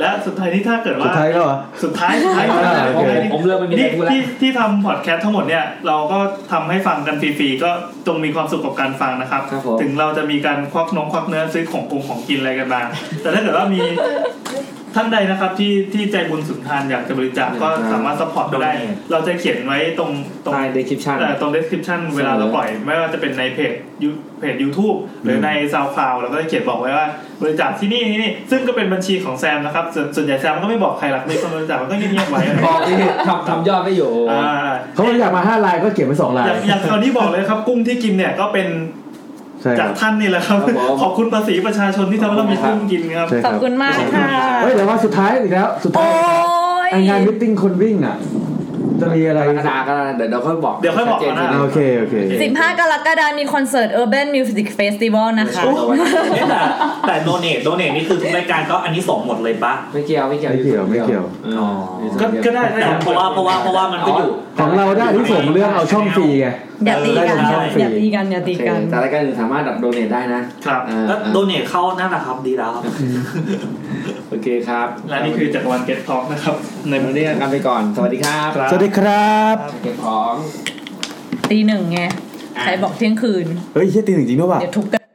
และสุดท้ายนี้ถ้าเกิดว่า สุดท้ายแล้วเหรอ สุดท้ายสุดท้าย อ่าโอเคผมเริ่มไม่มี นี่ อะไรพูดแล้ว ที่ที่ทำพอดแคสต์ทั้งหมดเนี่ย เราก็ทำให้ฟังกันฟรีๆ ก็จงมีความสุขกับการฟังนะครับ ถึงเราจะมีการควักน้องควักเนื้อซื้อของกงของกินอะไรกันมา แต่ถ้าเกิดว่ามีท่านใดนะครับที่ที่ใจบุญสุนทานอยากจะบริจาคก็สามารถสปอร์ตได้ เราจะเขียนไว้ตรงตรง description เอ่อตรง description เวลาเราปล่อย ไม่ว่าจะเป็นในเพจยูเพจ YouTube หรือใน SoundCloud เราก็จะเขียนบอกไว้ว่าบริจาคที่นี่ที่นี่ ซึ่งก็เป็นบัญชีของแซมนะครับ ส่วนส่วนใหญ่แซมก็ไม่บอกใครหรอกมีคนบริจาคมันก็เงียบๆไว้ะไร บอกที่ ทำทำยอดไม่อยู่ อ่า เขาอยากมาห้าลายก็เก็บไปสองลาย อย่างอย่างคราวนี้บอกเลยครับ กุ้งที่กินเนี่ยก็เป็น ใช่ค จาก รับ ท่านนี่แหละครับ ครับผม ขอบคุณภาษีประชาชนที่ทำให้เรามีกุ้งกินครับ ใช่ครับ ขอบคุณมากค่ะ เฮ้ยแต่ว่าสุดท้ายอีกแล้ว สุดท้ายไอ้งานมิทติ้งคนวิ่งอ่ะ จะมีอะไร กระดาษกระดาษเดี๋ยวเราค่อยบอก เดี๋ยวค่อยบอกนะ โอเคโอเค 15 กรกฎาคมมีคอนเสิร์ต Urban Music Festival นะคะ เนี่ยแต่แต่โดเนทโดเนทนี่คือทุกรายการก็อันนี้ส่งหมดเลยปะ ไม่เกี่ยวไม่เกี่ยว ไม่เกี่ยวไม่เกี่ยว ก็ก็ได้แต่เพราะว่าเพราะว่าเพราะว่ามันก็อยู่ ของเราได้ที่ส่งเรื่องเอาช่องฟรีไง อย่าตี ได้ กั ข น องช่องฟรี อย่าตีกันอย่าตีกัน แต่รายการอื่นสามารถแบบโดเนทได้นะครับ ก็โดเนทเข้านั่นแหละครับดีแล้วครับ โอเคครับ และนี่คือจักรวาลเก็ตท็อกนะครับ ใน วันนี้กันไปก่อน สวัสดีครับ สวัสดีครับ เก็บของ ตีหนึ่งไง ใครบอกเที่ยงคืน เฮ้ยเฮียตีหนึ่งจริงด้วยป่ะ เดี๋ยวทุบกัน